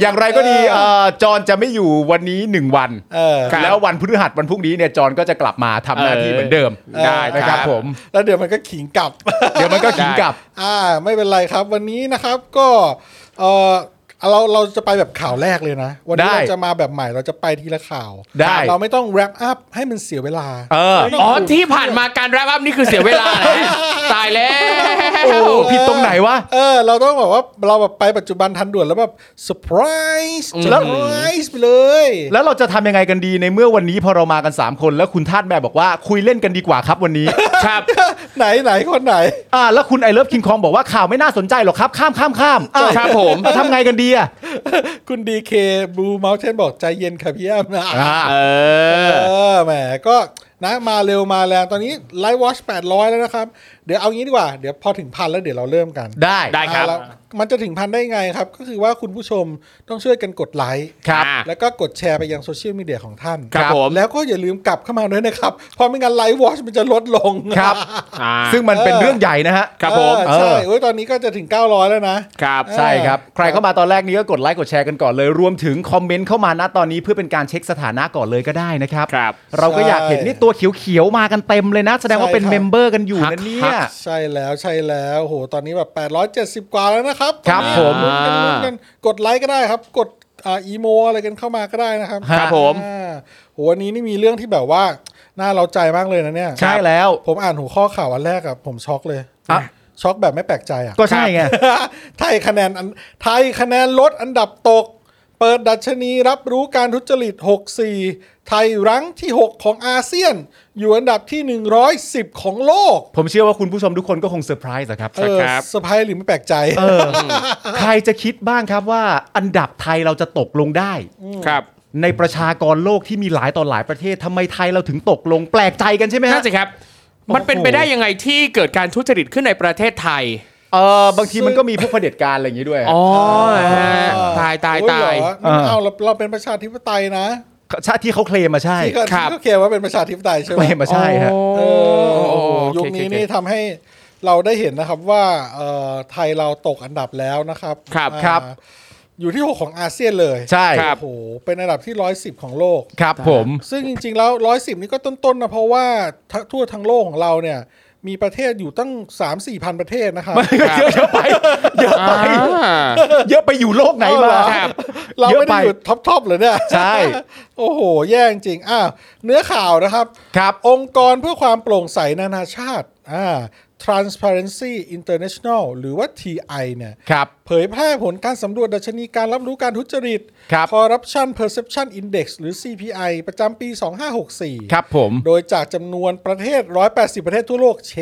[SPEAKER 5] อย่างไรก็ดีเอ่อจอนจะไม่อยู่วันนี้ 1 วัน
[SPEAKER 2] เออ
[SPEAKER 4] ครับ
[SPEAKER 5] แล้ววันพฤหัสวันพรุ่งนี้เนี่ยจอนก็จะกลับมาทำหน้าที่เหมือนเดิม
[SPEAKER 4] เออได้
[SPEAKER 5] นะ
[SPEAKER 4] ค
[SPEAKER 5] ค
[SPEAKER 4] รั
[SPEAKER 5] รับ บผม
[SPEAKER 2] แล้วเดี๋ยวมันก็ขิงกลับ
[SPEAKER 5] เดี๋ยวมันก็ขิงกลับ
[SPEAKER 2] อ่าไม่เป็นไรครับวันนี้นะครับก็เออเราเราจะไปแบบข่าวแรกเลยนะ วันนี้
[SPEAKER 5] ได้
[SPEAKER 2] เราจะมาแบบใหม่เราจะไปทีละข่าว
[SPEAKER 5] ได้
[SPEAKER 2] เราไม่ต้องแรปอัพให้มันเสียเวลา
[SPEAKER 5] เออ
[SPEAKER 2] ไม่ต้ง
[SPEAKER 4] อ๋อที่ผ่านมาการแรปอัพนี่คือเสียเว
[SPEAKER 5] (laughs)
[SPEAKER 4] ลาแล้วตายแล้ว
[SPEAKER 5] โอ้โหผิดตรงไหนวะ
[SPEAKER 2] เออเราต้องแบบว่าเราแบบไปปัจจุบันทันด่วนแล้วแบบเซอร์ไพรส์เซ
[SPEAKER 5] แล้
[SPEAKER 2] อ
[SPEAKER 5] ว
[SPEAKER 2] ร์ไพรส์ไปเลย
[SPEAKER 5] แล้วเราจะทำยังไงกันดีในเมื่อวันนี้พอเรามากัน 3 คนแล้วคุณทาดแม่บอกว่าคุยเล่นกันดีกว่าครับวันนี้
[SPEAKER 4] ครับ
[SPEAKER 2] ไหนไหนคนไหน
[SPEAKER 5] อ่าแล้วคุณไอเลิฟคิงคองบอกว่าข่าวไม่น่าสนใจหรอกครับ ข้ามข้ามข้ามอ่ะ
[SPEAKER 4] ครับผม
[SPEAKER 5] แล้วทำไงกันดีอ่ะ
[SPEAKER 2] คุณดีเคบลูเมาเทนบอกใจเย็นค่ะพี่แอมนะ
[SPEAKER 5] อ่า
[SPEAKER 4] เออ
[SPEAKER 2] เออแหมก็นะมาเร็วมาแรงตอนนี้ไลฟ์วอช800 แล้วนะครับ เดี๋ยวเอางี้ดีกว่า เดี๋ยวพอถึงพันแล้วเดี๋ยวเราเริ่มกัน
[SPEAKER 5] ได้
[SPEAKER 4] ได้ ครับ
[SPEAKER 2] อ่าแล้วมันจะถึงพันได้ไงครับ ก็คือว่าคุณผู้ชมต้องช่วยกันกดไลค์
[SPEAKER 5] ครับ
[SPEAKER 4] อ่า
[SPEAKER 2] แล้วก็กดแชร์ไปยังโซเชียลมีเดียของท่าน
[SPEAKER 4] ครับผม
[SPEAKER 2] แล้วก็อย่าลืมกลับเข้ามาด้วยนะครับ เพราะไม่งั้นไลฟ์วอชมันจะลดลง
[SPEAKER 5] ครับ
[SPEAKER 4] อ่า
[SPEAKER 5] ซึ่งมันเป็นเรื่องใหญ่นะฮะ
[SPEAKER 4] ครับผม
[SPEAKER 2] เออใช่
[SPEAKER 5] เออ
[SPEAKER 2] เว้ยตอนนี้ก็จะถึง 900 แล้วนะ
[SPEAKER 4] ครับ
[SPEAKER 5] ใช่ครับ
[SPEAKER 2] เออ
[SPEAKER 5] ใครเข้ามาตอนแรกนี้ก็กดไลค์กดแชร์กันก่อนเลย รวมถึงคอมเมนต์เข้ามาณตอนนี้เพื่อเป็นการเช็คสถานะก่อนเลยก็ได้นะครับ
[SPEAKER 4] ครับ
[SPEAKER 5] เราก็อยากเห็นนี่ตัวเขียวๆมากันเต็มเลยนะ แสดงว่าเป็นเมมเบอร์กันอยู่
[SPEAKER 4] ฮัก
[SPEAKER 5] นะเนี่
[SPEAKER 4] ฮั
[SPEAKER 5] ย
[SPEAKER 4] ก
[SPEAKER 2] ใช่แล้วใช่แล้วโหตอนนี้แบบ 870 กว่าแล้วนะครับ
[SPEAKER 5] ครับ
[SPEAKER 2] ตอนนี้
[SPEAKER 5] ผ
[SPEAKER 2] ลุ้นกัน
[SPEAKER 5] ม
[SPEAKER 2] ลุ้นกันกดไลค์ก็ได้ครับ กดอ่าอีโมอะไรกันเข้ามาก็ได้นะครับ
[SPEAKER 4] ครับผม
[SPEAKER 2] อ่าโหวันนี้นี่มีเรื่องที่แบบว่าน่าเราใจมากเลยนะเนี่ย
[SPEAKER 5] ใช่แล้ว
[SPEAKER 2] ผมอ่านหัวข้อข่าววันแรกอะผมช็อกเลย
[SPEAKER 5] อ่ะ
[SPEAKER 2] ช็อกแบบไม่แปลกใจอะ
[SPEAKER 5] ก็ใช่ไง
[SPEAKER 2] ไทยคะแนนอันไทยคะแนนลดอันดับตก เปิดดัชนีรับรู้การทุจริต 64 ไทยรั้งที่ 6 ของอาเซียน อยู่อันดับที่ 110 ของโลก
[SPEAKER 5] ผมเชื่อว่าคุณผู้ชมทุกคนก็คงเซอร์ไพรส์อะครับ
[SPEAKER 2] เออเซอร์ไพรส์หรือไม่แปลกใจ
[SPEAKER 5] เออใครจะคิดบ้างครับว่าอันดับไทยเราจะตกลงได้
[SPEAKER 4] ครับ
[SPEAKER 5] ในประชากรโลกที่มีหลายต่อหลายประเทศทำไมไทยเราถึงตกลงแปลกใจกันใช่ไหม
[SPEAKER 4] น่า
[SPEAKER 5] ฮะ
[SPEAKER 4] จะครับ มันเป็นไปได้ยังไงที่เกิดการทุจริตขึ้นในประเทศไทย
[SPEAKER 5] เออบางทีมันก็มีพวกเผด็จการอะไรอย่างนี้ด้วยฮะ
[SPEAKER 4] อ๋อฮะตายตาย
[SPEAKER 2] โอ้
[SPEAKER 4] ตาย
[SPEAKER 2] เหรอ
[SPEAKER 5] อ่า
[SPEAKER 2] เอาเราเราเป็นประชาธิปไตยนะ
[SPEAKER 5] ชาติที่เขาเคลมมาใช่
[SPEAKER 2] ที่ก็
[SPEAKER 4] ครับ
[SPEAKER 2] ที่ก็เคลมว่าเป็นประชาธิปไตยใช่ไห
[SPEAKER 5] เค
[SPEAKER 2] ม
[SPEAKER 5] ลมมาใช่ฮะ
[SPEAKER 2] เออโอ้โหยุคนี้นี่ทำให้เราได้เห็นนะครับว่าเอ่อไทยเราตกอันดับแล้วนะครับ
[SPEAKER 4] ครับ
[SPEAKER 2] อ่า
[SPEAKER 5] ครับ
[SPEAKER 2] อยู่ที่ 6 ของอาเซียนเลย
[SPEAKER 5] ใช่
[SPEAKER 4] ครับ
[SPEAKER 2] โอ้โหเป็นอันดับที่ 110 ของโลก
[SPEAKER 5] ครับผม
[SPEAKER 2] ซึ่งจริงๆแล้ว 110 นี่ก็ต้นๆนะเพราะว่าทั้งทั่วทั้งโลกของเราเนี่ยมีประเทศอยู่ตั้ง 3-4พันประเทศนะครับ
[SPEAKER 5] เยอะเยอะไปเยอะไปเยอะไปอยู่โลกไหนมา
[SPEAKER 2] เอาเหรอ
[SPEAKER 4] ครับ
[SPEAKER 2] เรา
[SPEAKER 5] เยอะ
[SPEAKER 2] ไม่
[SPEAKER 5] ไป
[SPEAKER 2] ได้อยู่ท็อปทอปเลยเนี่ย
[SPEAKER 5] ใช่
[SPEAKER 2] โอ้โห แย่จริงอ้าวเนื้อข่าวนะครับ
[SPEAKER 5] ครับ
[SPEAKER 2] องค์กรเพื่อความโปร่งใสนานาชาติอ่า Transparency International หรือว่า TI เนี่ย
[SPEAKER 5] ครับ
[SPEAKER 2] เผยแพร่ผลการสำรวจดัชนีการรับรู้การทุจริต
[SPEAKER 5] ครับ
[SPEAKER 2] Corruption Perception Index หรือ CPI ประจำปี 2564
[SPEAKER 5] ครับผม
[SPEAKER 2] โดยจากจำนวนประเทศ 180 ประเทศทั่วโลกเช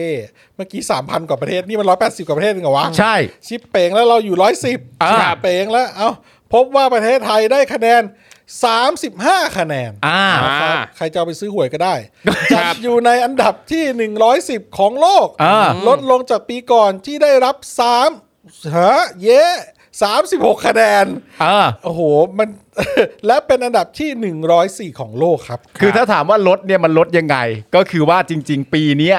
[SPEAKER 2] เมื่อกี้ 3,000 กว่าประเทศ นี่มัน 180 กว่าประเทศเองเหรอวะ
[SPEAKER 5] ใช่
[SPEAKER 2] ชิปเป่งแล้วเราอยู่ 110
[SPEAKER 5] อ่า
[SPEAKER 2] ชิปเป่งแล้ว เอ้า พบว่าประเทศไทยได้คะแนน 35 คะแนน
[SPEAKER 5] อ่า
[SPEAKER 4] อ่า
[SPEAKER 2] ใครจะเอาไปซื้อหวยก็ได้
[SPEAKER 5] (laughs) ครั
[SPEAKER 2] จั
[SPEAKER 5] บ
[SPEAKER 2] ดอยู่ในอันดับที่ 110 ของโลก
[SPEAKER 5] อ่า
[SPEAKER 2] ลดลงจากปีก่อนที่ได้รับ3ฮะเย้36 คะแนน
[SPEAKER 5] เออ
[SPEAKER 2] โอ้โห มัน (laughs) และเป็นอันดับที่ 104 ของโลกครับ
[SPEAKER 5] คือถ้าถามว่าลดเนี่ยมันลดยังไง ก็คือว่าจริง ๆ ปีเนี้ย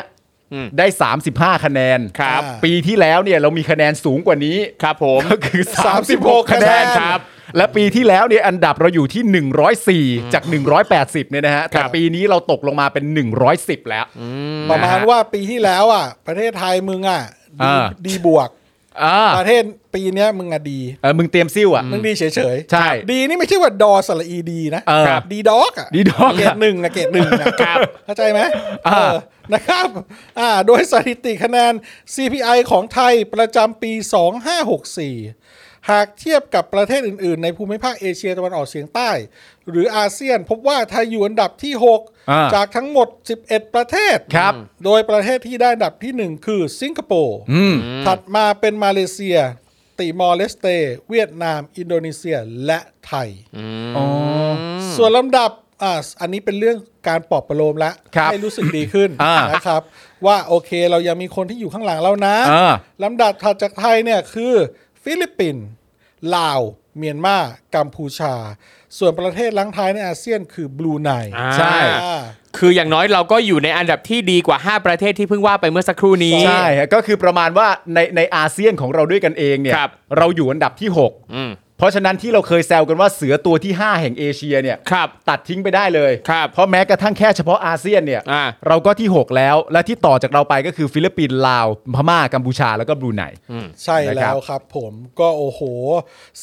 [SPEAKER 4] อืม
[SPEAKER 5] ได้ 35 คะแนน
[SPEAKER 4] ครับ
[SPEAKER 5] ปีที่แล้วเนี่ยเรามีคะแนนสูงกว่านี้
[SPEAKER 4] ครับผม
[SPEAKER 5] ก็คือ
[SPEAKER 2] 36
[SPEAKER 5] 36 คะแนน
[SPEAKER 4] คะแนนครับ
[SPEAKER 5] และปีที่แล้วเนี่ยอันดับเราอยู่ที่ 104 จาก 180เนี่ยนะฮะแต่ปีนี้เราตกลงมาเป็น 110 แล้ว
[SPEAKER 2] ประมาณว่าปีที่แล้วอ่ะ ประเทศไทยมึงอ่ะดี
[SPEAKER 5] อ่า
[SPEAKER 2] ดีบวก
[SPEAKER 5] อ่า
[SPEAKER 2] ประเทศปีเนี้ยมึงอ่ะดี
[SPEAKER 5] เออมึงเตรียมซิ่วอ่ะ
[SPEAKER 2] มึงดีเฉยๆ
[SPEAKER 5] ใช่
[SPEAKER 2] ดีนี่ไม่ใช่ว่าดอสระอีดีนะครับ ดีด็อกอ่ะ
[SPEAKER 5] D-Dog
[SPEAKER 2] เกรดหนึ่งนะเกรดหนึ่งนะครับ เข้าใจไหม
[SPEAKER 5] อ่า
[SPEAKER 2] เออนะครับอ่าโดยสถิติคะแนน CPI ของไทยประจำปี 2564 หากเทียบกับประเทศอื่น ๆ ในภูมิภาคเอเชียตะวันออกเฉียงใต้ หรืออาเซียนพบว่าไทยอยู่อันดับที่
[SPEAKER 5] อ่า
[SPEAKER 2] 6 จากทั้งหมด 11 ประเทศ
[SPEAKER 5] ครับ
[SPEAKER 2] โดยประเทศที่ได้อันดับทีหนึ่1 คือสิงคโปร์
[SPEAKER 5] อืม
[SPEAKER 2] ถัดมาเป็นมาเลเซีย ติมอร์เลสเต เวียดนาม อินโดนีเซียและไทย ส่วนลำดับอ่าอันนี้เป็นเรื่องการปลอบประโลมแล้ว
[SPEAKER 5] ครับ
[SPEAKER 2] ให้รู้สึกดีขึ้น
[SPEAKER 5] อ่าน
[SPEAKER 2] นะครับ ว่าโอเคเรายังมีคนที่อยู่ข้างหลังเรานะ
[SPEAKER 5] อ่า
[SPEAKER 2] ลำดับถัดจากไทยเนี่ยคือ ฟิลิปปินส์ลาว เมียนมากัมพูชา ส่วนประเทศลังท้ายในอาเซียนคือบลูไน
[SPEAKER 5] ใช่
[SPEAKER 2] อ่า
[SPEAKER 4] คืออย่างน้อยเราก็อยู่ในอันดับที่ดีกว่า 5 ประเทศที่เพิ่งว่าไปเมื่อสักครู่นี้
[SPEAKER 5] ใช่ฮะก็คือประมาณว่าในในอาเซียนของเราด้วยกันเองเนี่ย
[SPEAKER 4] ครับ
[SPEAKER 5] เราอยู่อันดับที่
[SPEAKER 4] อืม
[SPEAKER 5] 6 เพราะฉะนั้นที่เราเคยแซวกันว่าเสือตัวที่ 5 แห่งเอเชียเนี่ย
[SPEAKER 4] ครับ
[SPEAKER 5] ตัดทิ้งไปได้เลย
[SPEAKER 4] ครับ
[SPEAKER 5] เพราะแม้กระทั่งแค่เฉพาะอาเซียนเนี่ย
[SPEAKER 4] อ่า
[SPEAKER 5] เราก็ที่ 6 แล้ว และที่ต่อจากเราไปก็คือฟิลิปปินส์ลาว พม่า กัมพูชา แล้วก็บรูไน
[SPEAKER 2] ใช่
[SPEAKER 5] นะครั
[SPEAKER 2] แล้
[SPEAKER 5] บ
[SPEAKER 2] วครับผมก็โอ้โห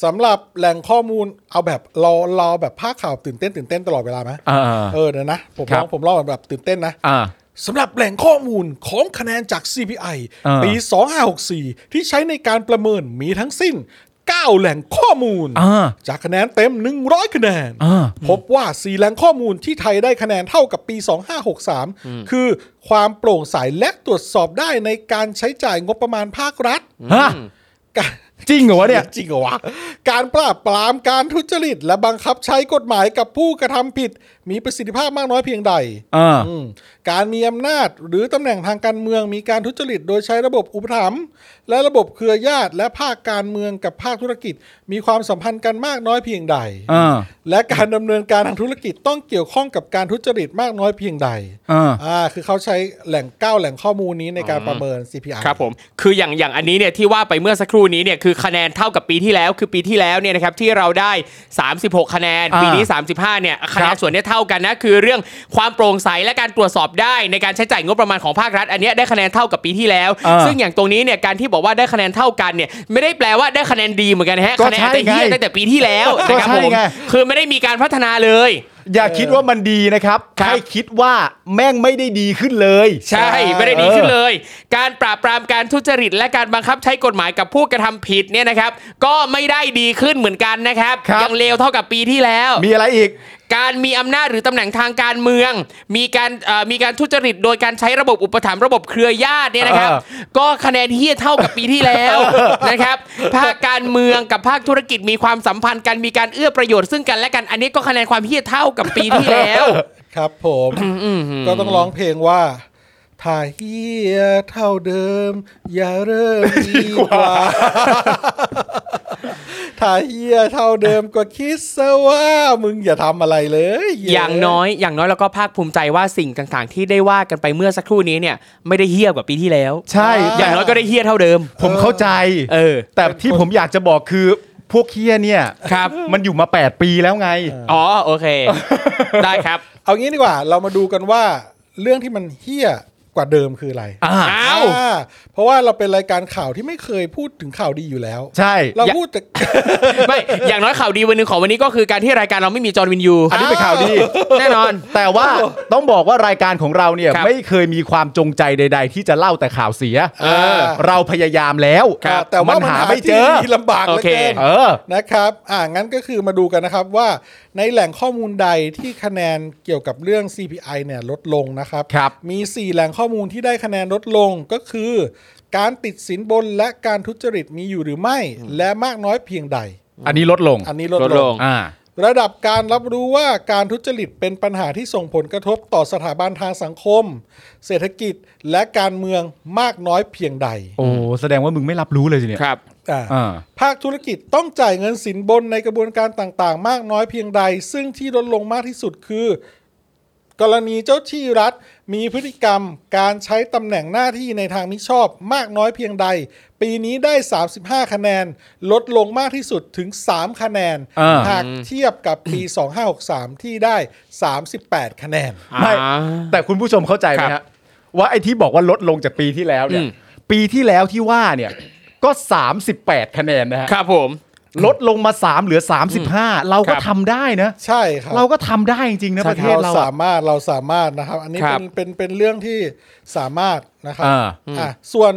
[SPEAKER 2] สำหรับแหล่งข้อมูลเอาแบบเราเราแบบภาคข่าวตื่นเต้นตื่นเต้นตลอดเวลาไหม
[SPEAKER 5] อ่า
[SPEAKER 2] เออเดี๋ยวนะ ผม
[SPEAKER 5] ครั
[SPEAKER 2] ล
[SPEAKER 5] บ
[SPEAKER 2] องผมลองแบบตื่นเต้นนะ
[SPEAKER 5] อ่า
[SPEAKER 2] สำหรับแหล่งข้อมูลของคะแนนจาก CPI
[SPEAKER 5] อ่า
[SPEAKER 2] ปี 2564 ที่ใช้ในการประเมินมีทั้งสิ้น 9 แหล่งข้อมูล
[SPEAKER 5] อ่า
[SPEAKER 2] จากคะแนนเต็ม 100 คะแนน
[SPEAKER 5] อ่า
[SPEAKER 2] พบว่าสีแหล่งข้อมูลที่ไทยได้คะแนนเท่ากับปี 2563 คือความโปร่งใสและตรวจสอบได้ในการใช้จ่ายงบประมาณภาครัฐ
[SPEAKER 5] ฮะ
[SPEAKER 2] การ
[SPEAKER 5] จริงเหรอวะเนี่ย
[SPEAKER 2] จริงเหรอวะ การปราบปรามการทุจริต และบังคับใช้กฎหมายกับผู้กระทำผิด มีประสิทธิภาพมากน้อยเพียงใด
[SPEAKER 5] อ่า
[SPEAKER 2] อืมการมีอำนาจหรือตำแหน่งทางการเมืองมีการทุจริต โดยใช้ระบบอุปถัมภ์และระบบเครือญาติ และภาคการเมืองกับภาคธุรกิจ มีความสัมพันธ์กันมากน้อยเพียงใด
[SPEAKER 5] อ่า
[SPEAKER 2] และการดำเนินการทางธุรกิจต้องเกี่ยวข้องกับการทุจริตมากน้อยเพียงใด
[SPEAKER 5] อ่า
[SPEAKER 2] อ่าคือเขาใช้แหล่งเก้าแหล่งข้อมูลนี้ในการประเมิน CPI
[SPEAKER 4] ครับผม คืออย่างอย่างอันนี้เนี่ยที่ว่าไปเมื่อสักครู่นี้เนี่ยคือคะแนนเท่ากับปีที่แล้ว คือปีที่แล้วเนี่ยนะครับที่เราได้ 36 คะแนน
[SPEAKER 5] อ่า
[SPEAKER 4] ปีนี้ 35 เนี่ยคะแน
[SPEAKER 5] ครั
[SPEAKER 4] น
[SPEAKER 5] บ
[SPEAKER 4] ส่วนเนี้ยเท่ากันนะคือเรื่องความโปร่งใสและการตรวจสอบได้ในการใช้จ่ายงบประมาณของภาครัฐ อันเนี้ยได้คะแนนเท่ากับปีที่แล้ว ซึ่งอย่างตรงนี้เนี่ยการที่บอกว่าได้คะแนนเท่ากันเนี่ยไม่ได้แปลว่าได้คะแนนดีเหมือนกันนะฮะคะแนนอาจจะเฮี้ยตั้งแต่ปีที่แล้วนะครับผมคือไม่ได้มีการพัฒนาเลย
[SPEAKER 5] อย่าคิดว่ามันดีนะครับ
[SPEAKER 4] ครับ
[SPEAKER 5] ให้คิดว่าแม่งไม่ได้ดีขึ้นเลย
[SPEAKER 4] ใช่ ไม่ได้ดีขึ้นเลย การปราบปรามการทุจริต และการบังคับใช้กฎหมายกับผู้กระทำผิดเนี่ยนะครับ ก็ไม่ได้ดีขึ้นเหมือนกันนะครับ
[SPEAKER 5] ครับ
[SPEAKER 4] ยังเลวเท่ากับปีที่แล้ว
[SPEAKER 5] มีอะไรอีก
[SPEAKER 4] การมีอำนาจหรือตำแหน่งทางการเมือง มีการเอ่อมีการทุจริต โดยการใช้ระบบอุปถัมภ์ระบบเครือญาติเนี่ยนะครับ
[SPEAKER 5] เออ
[SPEAKER 4] ก็คะแนนเฮียเท่ากับปีที่แล้ว (laughs) นะครับ ภาคการเมืองกับภาคธุรกิจมีความสัมพันธ์กันมีการเอื้อประโยชน์ซึ่งกันและกัน อันนี้ก็คะแนนความเฮียเท่ากับปีที่แล้ว
[SPEAKER 2] ครับผม ก็ต้องร้องเพลงว่าถ่ายเฮียเท่าเดิม อย่าเริ่มดีกว่าถ่ายเฮียเท่าเดิมก็คิดซะว่ามึงอย่าทำอะไรเลยเหี้
[SPEAKER 4] อย่างน้อยอย่างน้อยแล้วก็ภาคภูมิใจว่าสิ่งต่างๆ ที่ได้ว่ากันไปเมื่อสักครู่นี้เนี่ยไม่ได้เฮี้ยกว่าปีที่แล้ว
[SPEAKER 5] ใช่
[SPEAKER 4] อ
[SPEAKER 5] แต่
[SPEAKER 4] ย่างน้อยก็ได้เฮี้ยเท่าเดิม
[SPEAKER 5] ผมเข้าใจ
[SPEAKER 4] เออ
[SPEAKER 5] แต่ที่ผมอยากจะบอกคือพวกเคียเนี่ย
[SPEAKER 4] ครับ
[SPEAKER 5] มันอยู่มา 8 ปีแล้วไง
[SPEAKER 4] อ๋อโอเค ได้ครับ
[SPEAKER 2] เอางี้ดีกว่า เรามาดูกันว่า เรื่องที่มันเฮี้ย กว่าเดิมคืออะไร
[SPEAKER 5] อ่า
[SPEAKER 4] อ้าว
[SPEAKER 2] อ่เพราะว่าเราเป็นรายการข่าวที่ไม่เคยพูดถึงข่าวดีอยู่แล้ว
[SPEAKER 5] ใช่
[SPEAKER 2] เราพูดแต่
[SPEAKER 4] ไม่ อย่างน้อยข่าวดีวันหนึ่งของวันนี้ก็คือการที่รายการเราไม่มีจอร์นวินยู
[SPEAKER 5] อันนี้เป็นข่าวดี
[SPEAKER 4] แน่นอน
[SPEAKER 5] แต่ว่าต้องบอกว่ารายการของเราเนี่ย
[SPEAKER 4] ครับ
[SPEAKER 5] ไม่เคยมีความจงใจใด ๆ ที่จะเล่าแต่ข่าวเสีย
[SPEAKER 2] เออ
[SPEAKER 5] เราพยายามแล้ว
[SPEAKER 4] ครับ
[SPEAKER 2] แต่ว่า
[SPEAKER 5] มัน
[SPEAKER 2] มัน
[SPEAKER 5] หา
[SPEAKER 2] หา
[SPEAKER 5] ไม่เจ
[SPEAKER 2] ที่
[SPEAKER 5] อ
[SPEAKER 2] ดีลำบากเหลือเกิน
[SPEAKER 4] โอเค
[SPEAKER 5] เออ
[SPEAKER 2] นะครับ อ่า งั้นก็คือมาดูกันนะครับว่าในแหล่งข้อมูลใดที่คะแนนเกี่ยวกับเรื่อง CPI เนี่ยลดลงนะครับ
[SPEAKER 5] ครับ
[SPEAKER 2] มี 4 แหล่งข้อมูลที่ได้คะแนนลดลงก็คือ การติดสินบนและการทุจริตมีอยู่หรือไม่ และมากน้อยเพียงใด
[SPEAKER 5] อันนี้ลดลง
[SPEAKER 2] อันนี้ลด
[SPEAKER 4] ลด
[SPEAKER 2] ล
[SPEAKER 4] ล
[SPEAKER 2] ง
[SPEAKER 4] ง
[SPEAKER 5] อ่า
[SPEAKER 2] ระดับการรับรู้ว่าการทุจริตเป็นปัญหาที่ส่งผลกระทบต่อสถาบันทางสังคม เศรษฐกิจและการเมืองมากน้อยเพียงใด
[SPEAKER 5] โอ้แสดงว่ามึงไม่รับรู้เลยสิเนี่ย
[SPEAKER 4] ครับ
[SPEAKER 2] อ่า
[SPEAKER 5] อ่า
[SPEAKER 2] ภาคธุรกิจต้องจ่ายเงินสินบนในกระบวนการต่างๆ มากน้อยเพียงใด ซึ่งที่ลดลงมากที่สุดคือ กรณีเจ้าที่รัฐ มีพฤติกรรมการใช้ตำแหน่งหน้าที่ในทางมิชอบมากน้อยเพียงใด ปีนี้ได้ 35 คะแนน ลดลงมากที่สุดถึง 3 คะแนน
[SPEAKER 5] อ่า
[SPEAKER 2] หากเทียบกับปี 2563 ที่ได้ 38 คะแนน
[SPEAKER 5] ไม่ แต่คุณผู้ชมเข้าใจไหม
[SPEAKER 4] ครั
[SPEAKER 5] ฮะ
[SPEAKER 4] บ
[SPEAKER 5] ว่าไอ้ที่บอกว่าลดลงจากปีที่แล้วเนี่ย
[SPEAKER 4] อืม
[SPEAKER 5] ปีที่แล้วที่ว่าเนี่ยก็ 38 คะแนนนะฮะ
[SPEAKER 4] ครับผม
[SPEAKER 5] ลดลงมา 3 เหลือ 35 เราก็
[SPEAKER 4] ครับ
[SPEAKER 5] ทำได้นะ
[SPEAKER 2] ใช่ครับ
[SPEAKER 5] เราก็ทำได้จริงๆนะประเทศเรา
[SPEAKER 2] เรา
[SPEAKER 5] อะ
[SPEAKER 2] สามารถเราสามารถนะครับ อันนี้
[SPEAKER 4] ครั
[SPEAKER 2] เป็
[SPEAKER 4] บ
[SPEAKER 2] นเป็นเป็นเรื่องที่สามารถนะครับ
[SPEAKER 5] อ่า
[SPEAKER 2] อ่ะส่วน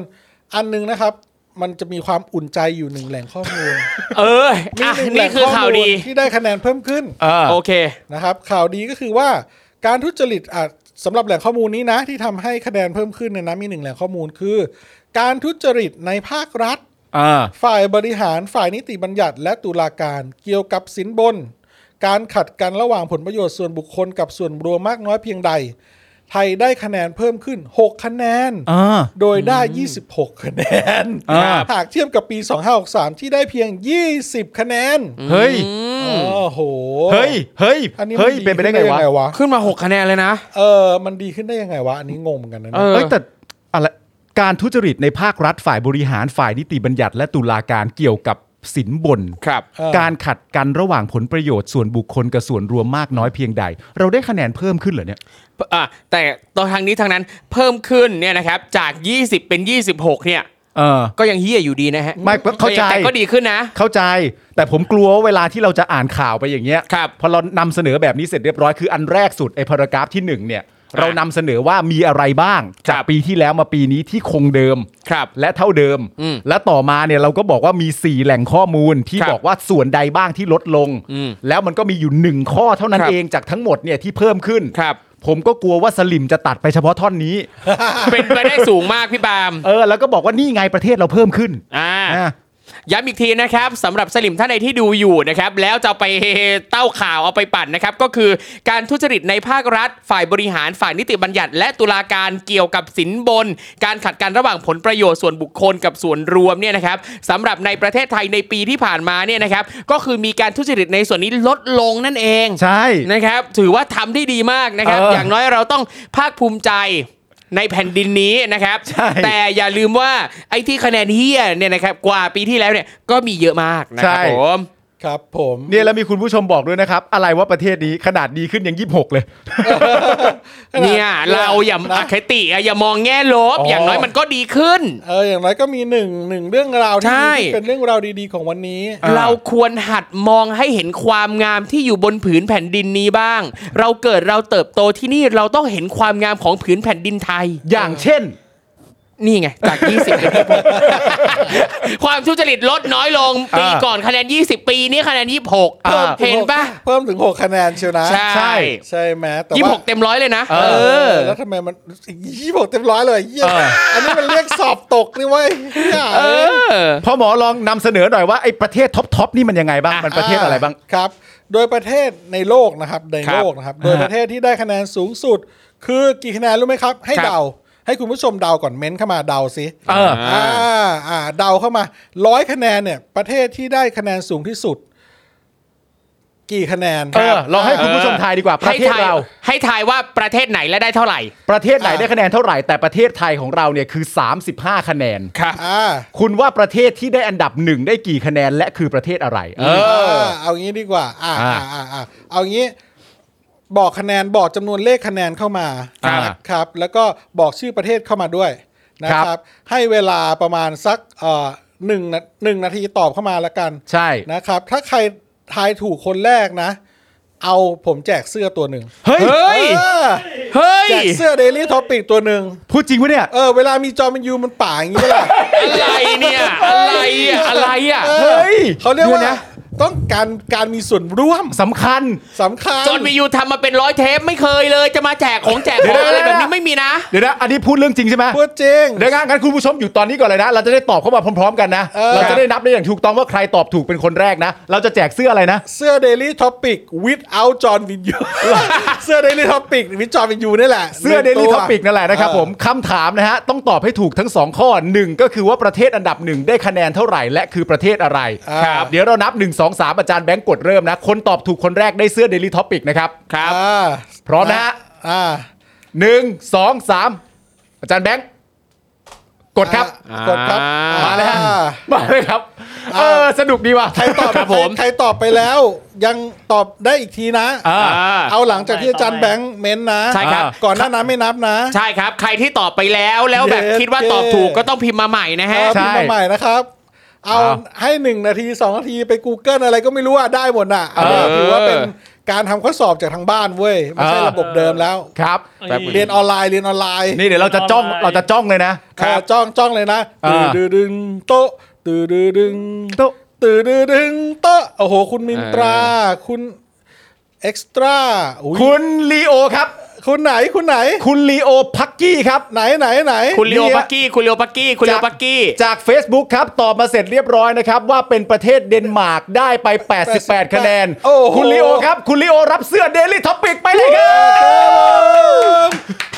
[SPEAKER 2] อันหนึงนะครับ มันจะมีความอุ่นใจอยู่หนึ่งแหล่งข้อมูล
[SPEAKER 4] เออ
[SPEAKER 2] มี
[SPEAKER 4] อ่ะ
[SPEAKER 2] หนึ่งแหล่
[SPEAKER 4] นี่
[SPEAKER 2] ง
[SPEAKER 4] คือ
[SPEAKER 2] ข้อ
[SPEAKER 4] ข่าว
[SPEAKER 2] มูล
[SPEAKER 4] ดี
[SPEAKER 2] ที่ได้คะแนนเพิ่มขึ้น
[SPEAKER 5] เออ
[SPEAKER 4] โอเค
[SPEAKER 2] นะครับ ข่าวดีก็คือว่าการทุจริตอ่ะสำหรับแหล่งข้อมูลนี้นะ ที่ทำให้คะแนนเพิ่มขึ้นเนี่ยนะมีหนึ่งแหล่งข้อมูลคือ การทุจริตในภาครัฐ
[SPEAKER 5] อ่า
[SPEAKER 2] ฝ่ายบริหารฝ่ายนิติบัญญัติและตุลาการเกี่ยวกับสินบน การขัดกันระหว่างผลประโยชน์ส่วนบุคคลกับส่วนรวมมากน้อยเพียงใด ไทยได้คะแนนเพิ่มขึ้น 6 คะแนน
[SPEAKER 5] อ่า
[SPEAKER 2] โดยได้ 26 คะแนน
[SPEAKER 5] ครับ
[SPEAKER 2] หากเทียบกับปี 2563 ที่ได้เพียง 20 คะแนน
[SPEAKER 5] เฮ้ย
[SPEAKER 2] โอ้โห
[SPEAKER 5] เฮ้ย เฮ้ย
[SPEAKER 2] อันนี้มั
[SPEAKER 5] เฮ้ย เป็นไปได้ไงวะ
[SPEAKER 2] วะ
[SPEAKER 4] ขึ้นมา 6 คะแนนเลยนะ
[SPEAKER 2] เออมันดีขึ้นได้ยังไงวะ อันนี้งงเหมือนกันนะ
[SPEAKER 4] เอ
[SPEAKER 2] เนี่ย
[SPEAKER 4] อ
[SPEAKER 5] เอ้ยแต่อะไรการทุจริตในภาครัฐฝ่ายบริหารฝ่ายนิติบัญญัติ และตุลาการเกี่ยวกับสินบน
[SPEAKER 4] ครับ
[SPEAKER 5] การขัดกันระหว่างผลประโยชน์ส่วนบุคคลกับส่วนรวมมากน้อยเพียงใด เราได้คะแนนเพิ่มขึ้นเหรอเนี่ย
[SPEAKER 4] อ่ะแต่ตอนทางนี้ทางนั้นเพิ่มขึ้นเนี่ยนะครับจาก 20 เป็น 26 เนี่ย
[SPEAKER 5] เออ
[SPEAKER 4] ก็ยังเฮี้ยอยู่ดีนะฮะ
[SPEAKER 5] ไม่เข้าใจ
[SPEAKER 4] แต่ก็ดีขึ้นนะ
[SPEAKER 5] เข้าใจ แต่ผมกลัวว่าเวลาที่เราจะอ่านข่าวไปอย่างเงี้ย
[SPEAKER 4] ครับ
[SPEAKER 5] พอเรานำเสนอแบบนี้เสร็จเรียบร้อยคืออันแรกสุดไอ้พารากราฟที่หนึ่งเนี่ย
[SPEAKER 4] ะ
[SPEAKER 5] เรานำเสนอว่ามีอะไรบ้าง จาก
[SPEAKER 4] ครับ
[SPEAKER 5] ปีที่แล้วมาปีนี้ที่คงเดิม
[SPEAKER 4] ครับ
[SPEAKER 5] และเท่าเดิม
[SPEAKER 4] อืม
[SPEAKER 5] และต่อมาเนี่ยเราก็บอกว่ามี 4 แหล่งข้อมูลที่
[SPEAKER 4] ครับ
[SPEAKER 5] บอกว่าส่วนใดบ้างที่ลดลง
[SPEAKER 4] อืม
[SPEAKER 5] แล้วมันก็มีอยู่หนึ่งข้อเท่านั้น
[SPEAKER 4] ครับ
[SPEAKER 5] เองจากทั้งหมดเนี่ยที่เพิ่มขึ้น
[SPEAKER 4] ครับ
[SPEAKER 5] ผมก็กลัวว่าสลิมจะตัดไปเฉพาะท่อนนี้
[SPEAKER 4] เป็นไปได้สูงมากพี่ปาล์ม
[SPEAKER 5] เออ แล้วก็บอกว่านี่ไงประเทศเราเพิ่มขึ้น
[SPEAKER 4] อ่า
[SPEAKER 5] อ่ะ
[SPEAKER 4] ย้ำอีกทีนะครับสำหรับสลิมท่านใดที่ดูอยู่นะครับแล้วจะเอาไปเต้าข่าวเอาไปปั่นนะครับ ก็คือการทุจริตในภาครัฐ ฝ่ายบริหารฝ่ายนิติบัญญัติ และตุลาการเกี่ยวกับสินบน การขัดกันระหว่างผลประโยชน์ส่วนบุคคลกับส่วนรวมเนี่ยนะครับสำหรับในประเทศไทยในปีที่ผ่านมาเนี่ยนะครับก็คือมีการทุจริตในส่วนนี้ลดลงนั่นเอง
[SPEAKER 5] ใช่ (laughs)
[SPEAKER 4] นะครับถือว่าทำได้ดีมากนะครับ
[SPEAKER 5] เออ
[SPEAKER 4] อ
[SPEAKER 5] อย่าง
[SPEAKER 4] น้อยเราต้องภาคภูมิใจในแผ่นดินนี้นะครับ
[SPEAKER 5] ใช่
[SPEAKER 4] แต่ แต่อย่าลืมว่าไอ้ที่คะแนนเฮียเนี่ยนะครับกว่าปีที่แล้วเนี่ยก็มีเยอะมากนะครับ
[SPEAKER 5] ใช่
[SPEAKER 4] ผม
[SPEAKER 2] ครับผม
[SPEAKER 5] เนี่ยแล้วมีคุณผู้ชมบอกด้วยนะครับ อะไรว่าประเทศนี้ขนาดดีขึ้นยัง26 เลย
[SPEAKER 4] เนี่ยเราอย่าอ
[SPEAKER 2] นะ
[SPEAKER 4] คติอะอย่ามองแง่ลบ
[SPEAKER 5] อ๋อ
[SPEAKER 4] อ
[SPEAKER 5] อ
[SPEAKER 4] ย่างน้อยมันก็ดีขึ้น
[SPEAKER 2] เอออย่างไรก็มีหนึ่งหนึ่งเรื่องราวที่
[SPEAKER 4] ใช่
[SPEAKER 2] ดีที่เป็นเรื่องราวดีๆของวันนี้
[SPEAKER 5] อ่า
[SPEAKER 4] เราควรหัดมองให้เห็นความงามที่อยู่บนผืนแผ่นดินนี้บ้าง เราเกิดเราเติบโตที่นี่เราต้องเห็นความงามของผืนแผ่นดินไทย
[SPEAKER 5] อย่างเช่น
[SPEAKER 4] นี่ไงจาก 20เป็น26ความทุจริตลดน้อยลงปี
[SPEAKER 5] อ่า
[SPEAKER 4] ก่อนคะแนน 20 ปีนี้คะแนน26
[SPEAKER 5] อ่า
[SPEAKER 4] เห็นปะ
[SPEAKER 2] เพิ่มถึง 6 คะแนนเชียวนะ
[SPEAKER 4] ใช่
[SPEAKER 5] ใช่
[SPEAKER 2] ใช่ไหมแต่
[SPEAKER 4] ยี่
[SPEAKER 2] ว่า
[SPEAKER 4] หกเต็มร้อยเลยนะ
[SPEAKER 5] เอ
[SPEAKER 2] เออ แล้วทำไมมันยี่หกเต็มร้อยเลยเหี้ย
[SPEAKER 5] เออ
[SPEAKER 2] อันนี้มันเรียกสอบตกนี่เว้ยเหี้ย
[SPEAKER 4] เออ
[SPEAKER 5] พอหมอลองนำเสนอหน่อยว่าไอ้ประเทศท็อปทอปนี่มันยังไงบ้าง มันประเทศอะไรบ้าง
[SPEAKER 2] ครับ โดยประเทศในโลกนะครับในโลกนะครับ โดยประเทศที่ได้คะแนนสูงสุด คือกี่คะแนนรู้ไหมครับ ให้
[SPEAKER 4] ครับ
[SPEAKER 2] เดา ให้คุณผู้ชมเดาก่อนเม้นเข้ามาเดาสิ
[SPEAKER 5] เออ
[SPEAKER 2] อ่าอ่าเดาเข้ามาร้อยคะแนนเนี่ย ประเทศที่ได้คะแนนสูงที่สุด กี่คะแนน
[SPEAKER 5] เออลองให้คุณผู้ชมทายดีกว่า ประ
[SPEAKER 4] ให้
[SPEAKER 5] เทศ
[SPEAKER 4] ทาย
[SPEAKER 5] เรา
[SPEAKER 4] ให้ทายว่าประเทศไหนและได้เท่าไหร่
[SPEAKER 5] ประเทศไหน
[SPEAKER 2] อ่า
[SPEAKER 5] ได้คะแนนเท่าไหร่แต่ประเทศไทยของเราเนี่ยคือ 35 คะแนน
[SPEAKER 4] ครับ
[SPEAKER 2] อ่า
[SPEAKER 5] คุณว่าประเทศที่ได้อันดับหนึ่งได้กี่คะแนนและคือประเทศอะไร เออ
[SPEAKER 2] เอางี้ดีกว่า อ่า
[SPEAKER 5] อ่า
[SPEAKER 2] อ่าอ่าเอางี้ บอกคะแนนบอกจำนวนเลขคะแนนเข้ามา
[SPEAKER 4] อ่าน
[SPEAKER 2] นะครับ แล้วก็บอกชื่อประเทศเข้ามาด้วยนะค
[SPEAKER 5] ครั
[SPEAKER 2] รับ
[SPEAKER 5] บ
[SPEAKER 2] ให้เวลาประมาณสักเอ่อหนึ่งนาหนึ่งนาทีตอบเข้ามาแล้วกัน
[SPEAKER 5] ใช่
[SPEAKER 2] นะครับ ถ้าใครทายถูกคนแรกนะ เอาผมแจกเสื้อตัวหนึ่ง
[SPEAKER 5] เฮ้ย
[SPEAKER 4] เฮ้ย
[SPEAKER 2] เออ
[SPEAKER 4] เฮ้ย
[SPEAKER 2] แจกเสื้อ Daily Topic ตัวหนึ่ง
[SPEAKER 5] พูดจริงวะเนี่ย
[SPEAKER 2] เออเวลามีจอมันยูมันป่าอย่างนี้ปะล่ะ
[SPEAKER 4] อะไรเนี่ย อะไรอ่ะ อะไรอ่ะ
[SPEAKER 2] เออ
[SPEAKER 5] เฮ้ย
[SPEAKER 2] เขาเรียกว่า
[SPEAKER 5] เดี๋ยวนะ
[SPEAKER 2] ต้องการการมีส่วนร่วม
[SPEAKER 5] สำคัญ
[SPEAKER 2] สำคัญ
[SPEAKER 4] จนมียูทำมาเป็นร้อยเทปไม่เคยเลย จะมาแจกของแจกของอะไรแบบนี้ไม่มีนะ
[SPEAKER 5] เดี๋ยวนะ อันนี้พูดเรื่องจริงใช่ไหม
[SPEAKER 2] (laughs) พูดจริง
[SPEAKER 5] เดี๋ยวงั้นงั้นคุณผู้ชมอยู่ตอนนี้ก่อนเลยนะ เราจะได้ตอบเข้ามาพร้อม ๆ กันนะ
[SPEAKER 2] เออ
[SPEAKER 5] เราจะได้นับได้อย่างถูกต้องว่าใครตอบถูกเป็นคนแรกนะ เราจะแจกเสื้ออะไรนะ
[SPEAKER 2] เสื้อ Daily Topic without John w i n y u (laughs) เสื้อ Daily Topic with John w i n y u นี่แหละ
[SPEAKER 5] เสื้อ
[SPEAKER 2] หง
[SPEAKER 5] Daily
[SPEAKER 2] ตัว
[SPEAKER 5] Topic นั่นแหละนะครับผมคำถามนะฮะ ต้องตอบให้ถูกทั้ง 2 ข้อ 1 ก็คือว่าประเทศอันดับหนึ่งได้คะแนนเท่าไหร่และคือประเทศอะไร
[SPEAKER 2] ครับ
[SPEAKER 5] เดี๋ยวเรานับ 1 2 3 อาจารย์แบงค์กดเริ่มนะ คนตอบถูกคนแรกได้เสื้อ Daily Topic นะครับ
[SPEAKER 4] ครับ
[SPEAKER 2] อ่า
[SPEAKER 5] พร้อมนะฮะ
[SPEAKER 2] อ่า
[SPEAKER 5] หนึ่งสองสามอาจารย์แบงค์กดครับ
[SPEAKER 2] อ่ากดครับ
[SPEAKER 5] มาแล้ว
[SPEAKER 2] อ่า
[SPEAKER 5] มาเลยครับ เออสนุกดีว่ะ
[SPEAKER 2] ใครตอบ
[SPEAKER 4] ครับผม
[SPEAKER 2] ใครตอบไปแล้ว ยังตอบได้อีกทีนะ
[SPEAKER 5] อ่า
[SPEAKER 2] เอาหลังจากที่อาจารย์แบงค์เม้นนะ
[SPEAKER 4] ใช่ครับ
[SPEAKER 2] ก่อนหน้านั้นไม่นับนะ
[SPEAKER 4] ใช่ครับ ใครที่ตอบไปแล้วแล้วแบบ
[SPEAKER 2] เย้
[SPEAKER 4] คิดว่าตอบถูกก็ต้องพิมพ์มาใหม่นะฮะ
[SPEAKER 2] เอา
[SPEAKER 5] ใช่
[SPEAKER 2] พิมพ์มาใหม่นะครับ เอา
[SPEAKER 5] เอา
[SPEAKER 2] ให้หนึ่งนาทีสองนาทีไป Google อะไรก็ไม่รู้อ่ะได้หมดอ่ะอันนี้
[SPEAKER 5] เออ
[SPEAKER 2] ถือว่าเป็นการทำข้อสอบจากทางบ้านเว้ย ไม่ใช่
[SPEAKER 5] เออ
[SPEAKER 2] ระบบเดิมแล้ว
[SPEAKER 5] ครับ
[SPEAKER 6] อ้
[SPEAKER 4] แบบ
[SPEAKER 2] เรียนออนไลน์เรียนออนไลน์
[SPEAKER 5] นี่เดี๋ยวเราจะจ้อง
[SPEAKER 6] ออนไลน์
[SPEAKER 5] เราจะจ้องเลยนะ
[SPEAKER 2] เออจ้องจ้องเลยนะ
[SPEAKER 5] อ่า
[SPEAKER 2] ดื้อดึงโต๊ะดื้อดึง
[SPEAKER 5] โต๊ะ
[SPEAKER 2] ตื่นดึงโต๊ะโอ้โห คุณมินตรา คุณเอ็กซ์ตร้า
[SPEAKER 5] คุณลีโอครับ
[SPEAKER 2] คุณไหนคุณไหน
[SPEAKER 5] คุณลีโอพักกี้ครับ
[SPEAKER 2] ไหนไหนไหน
[SPEAKER 4] คุณเลโอปักกี้ คุณเลโอปักกี้ คุณเลโอปักกี้
[SPEAKER 5] จาก Facebook ครับ ตอบมาเสร็จเรียบร้อยนะครับ ว่าเป็นประเทศเดนมาร์กได้ไป 88 คะแนน
[SPEAKER 2] โอ้โห
[SPEAKER 5] คุณลีโอครับ คุณลีโอรับเสื้อ Daily Topic ไปเลยครับ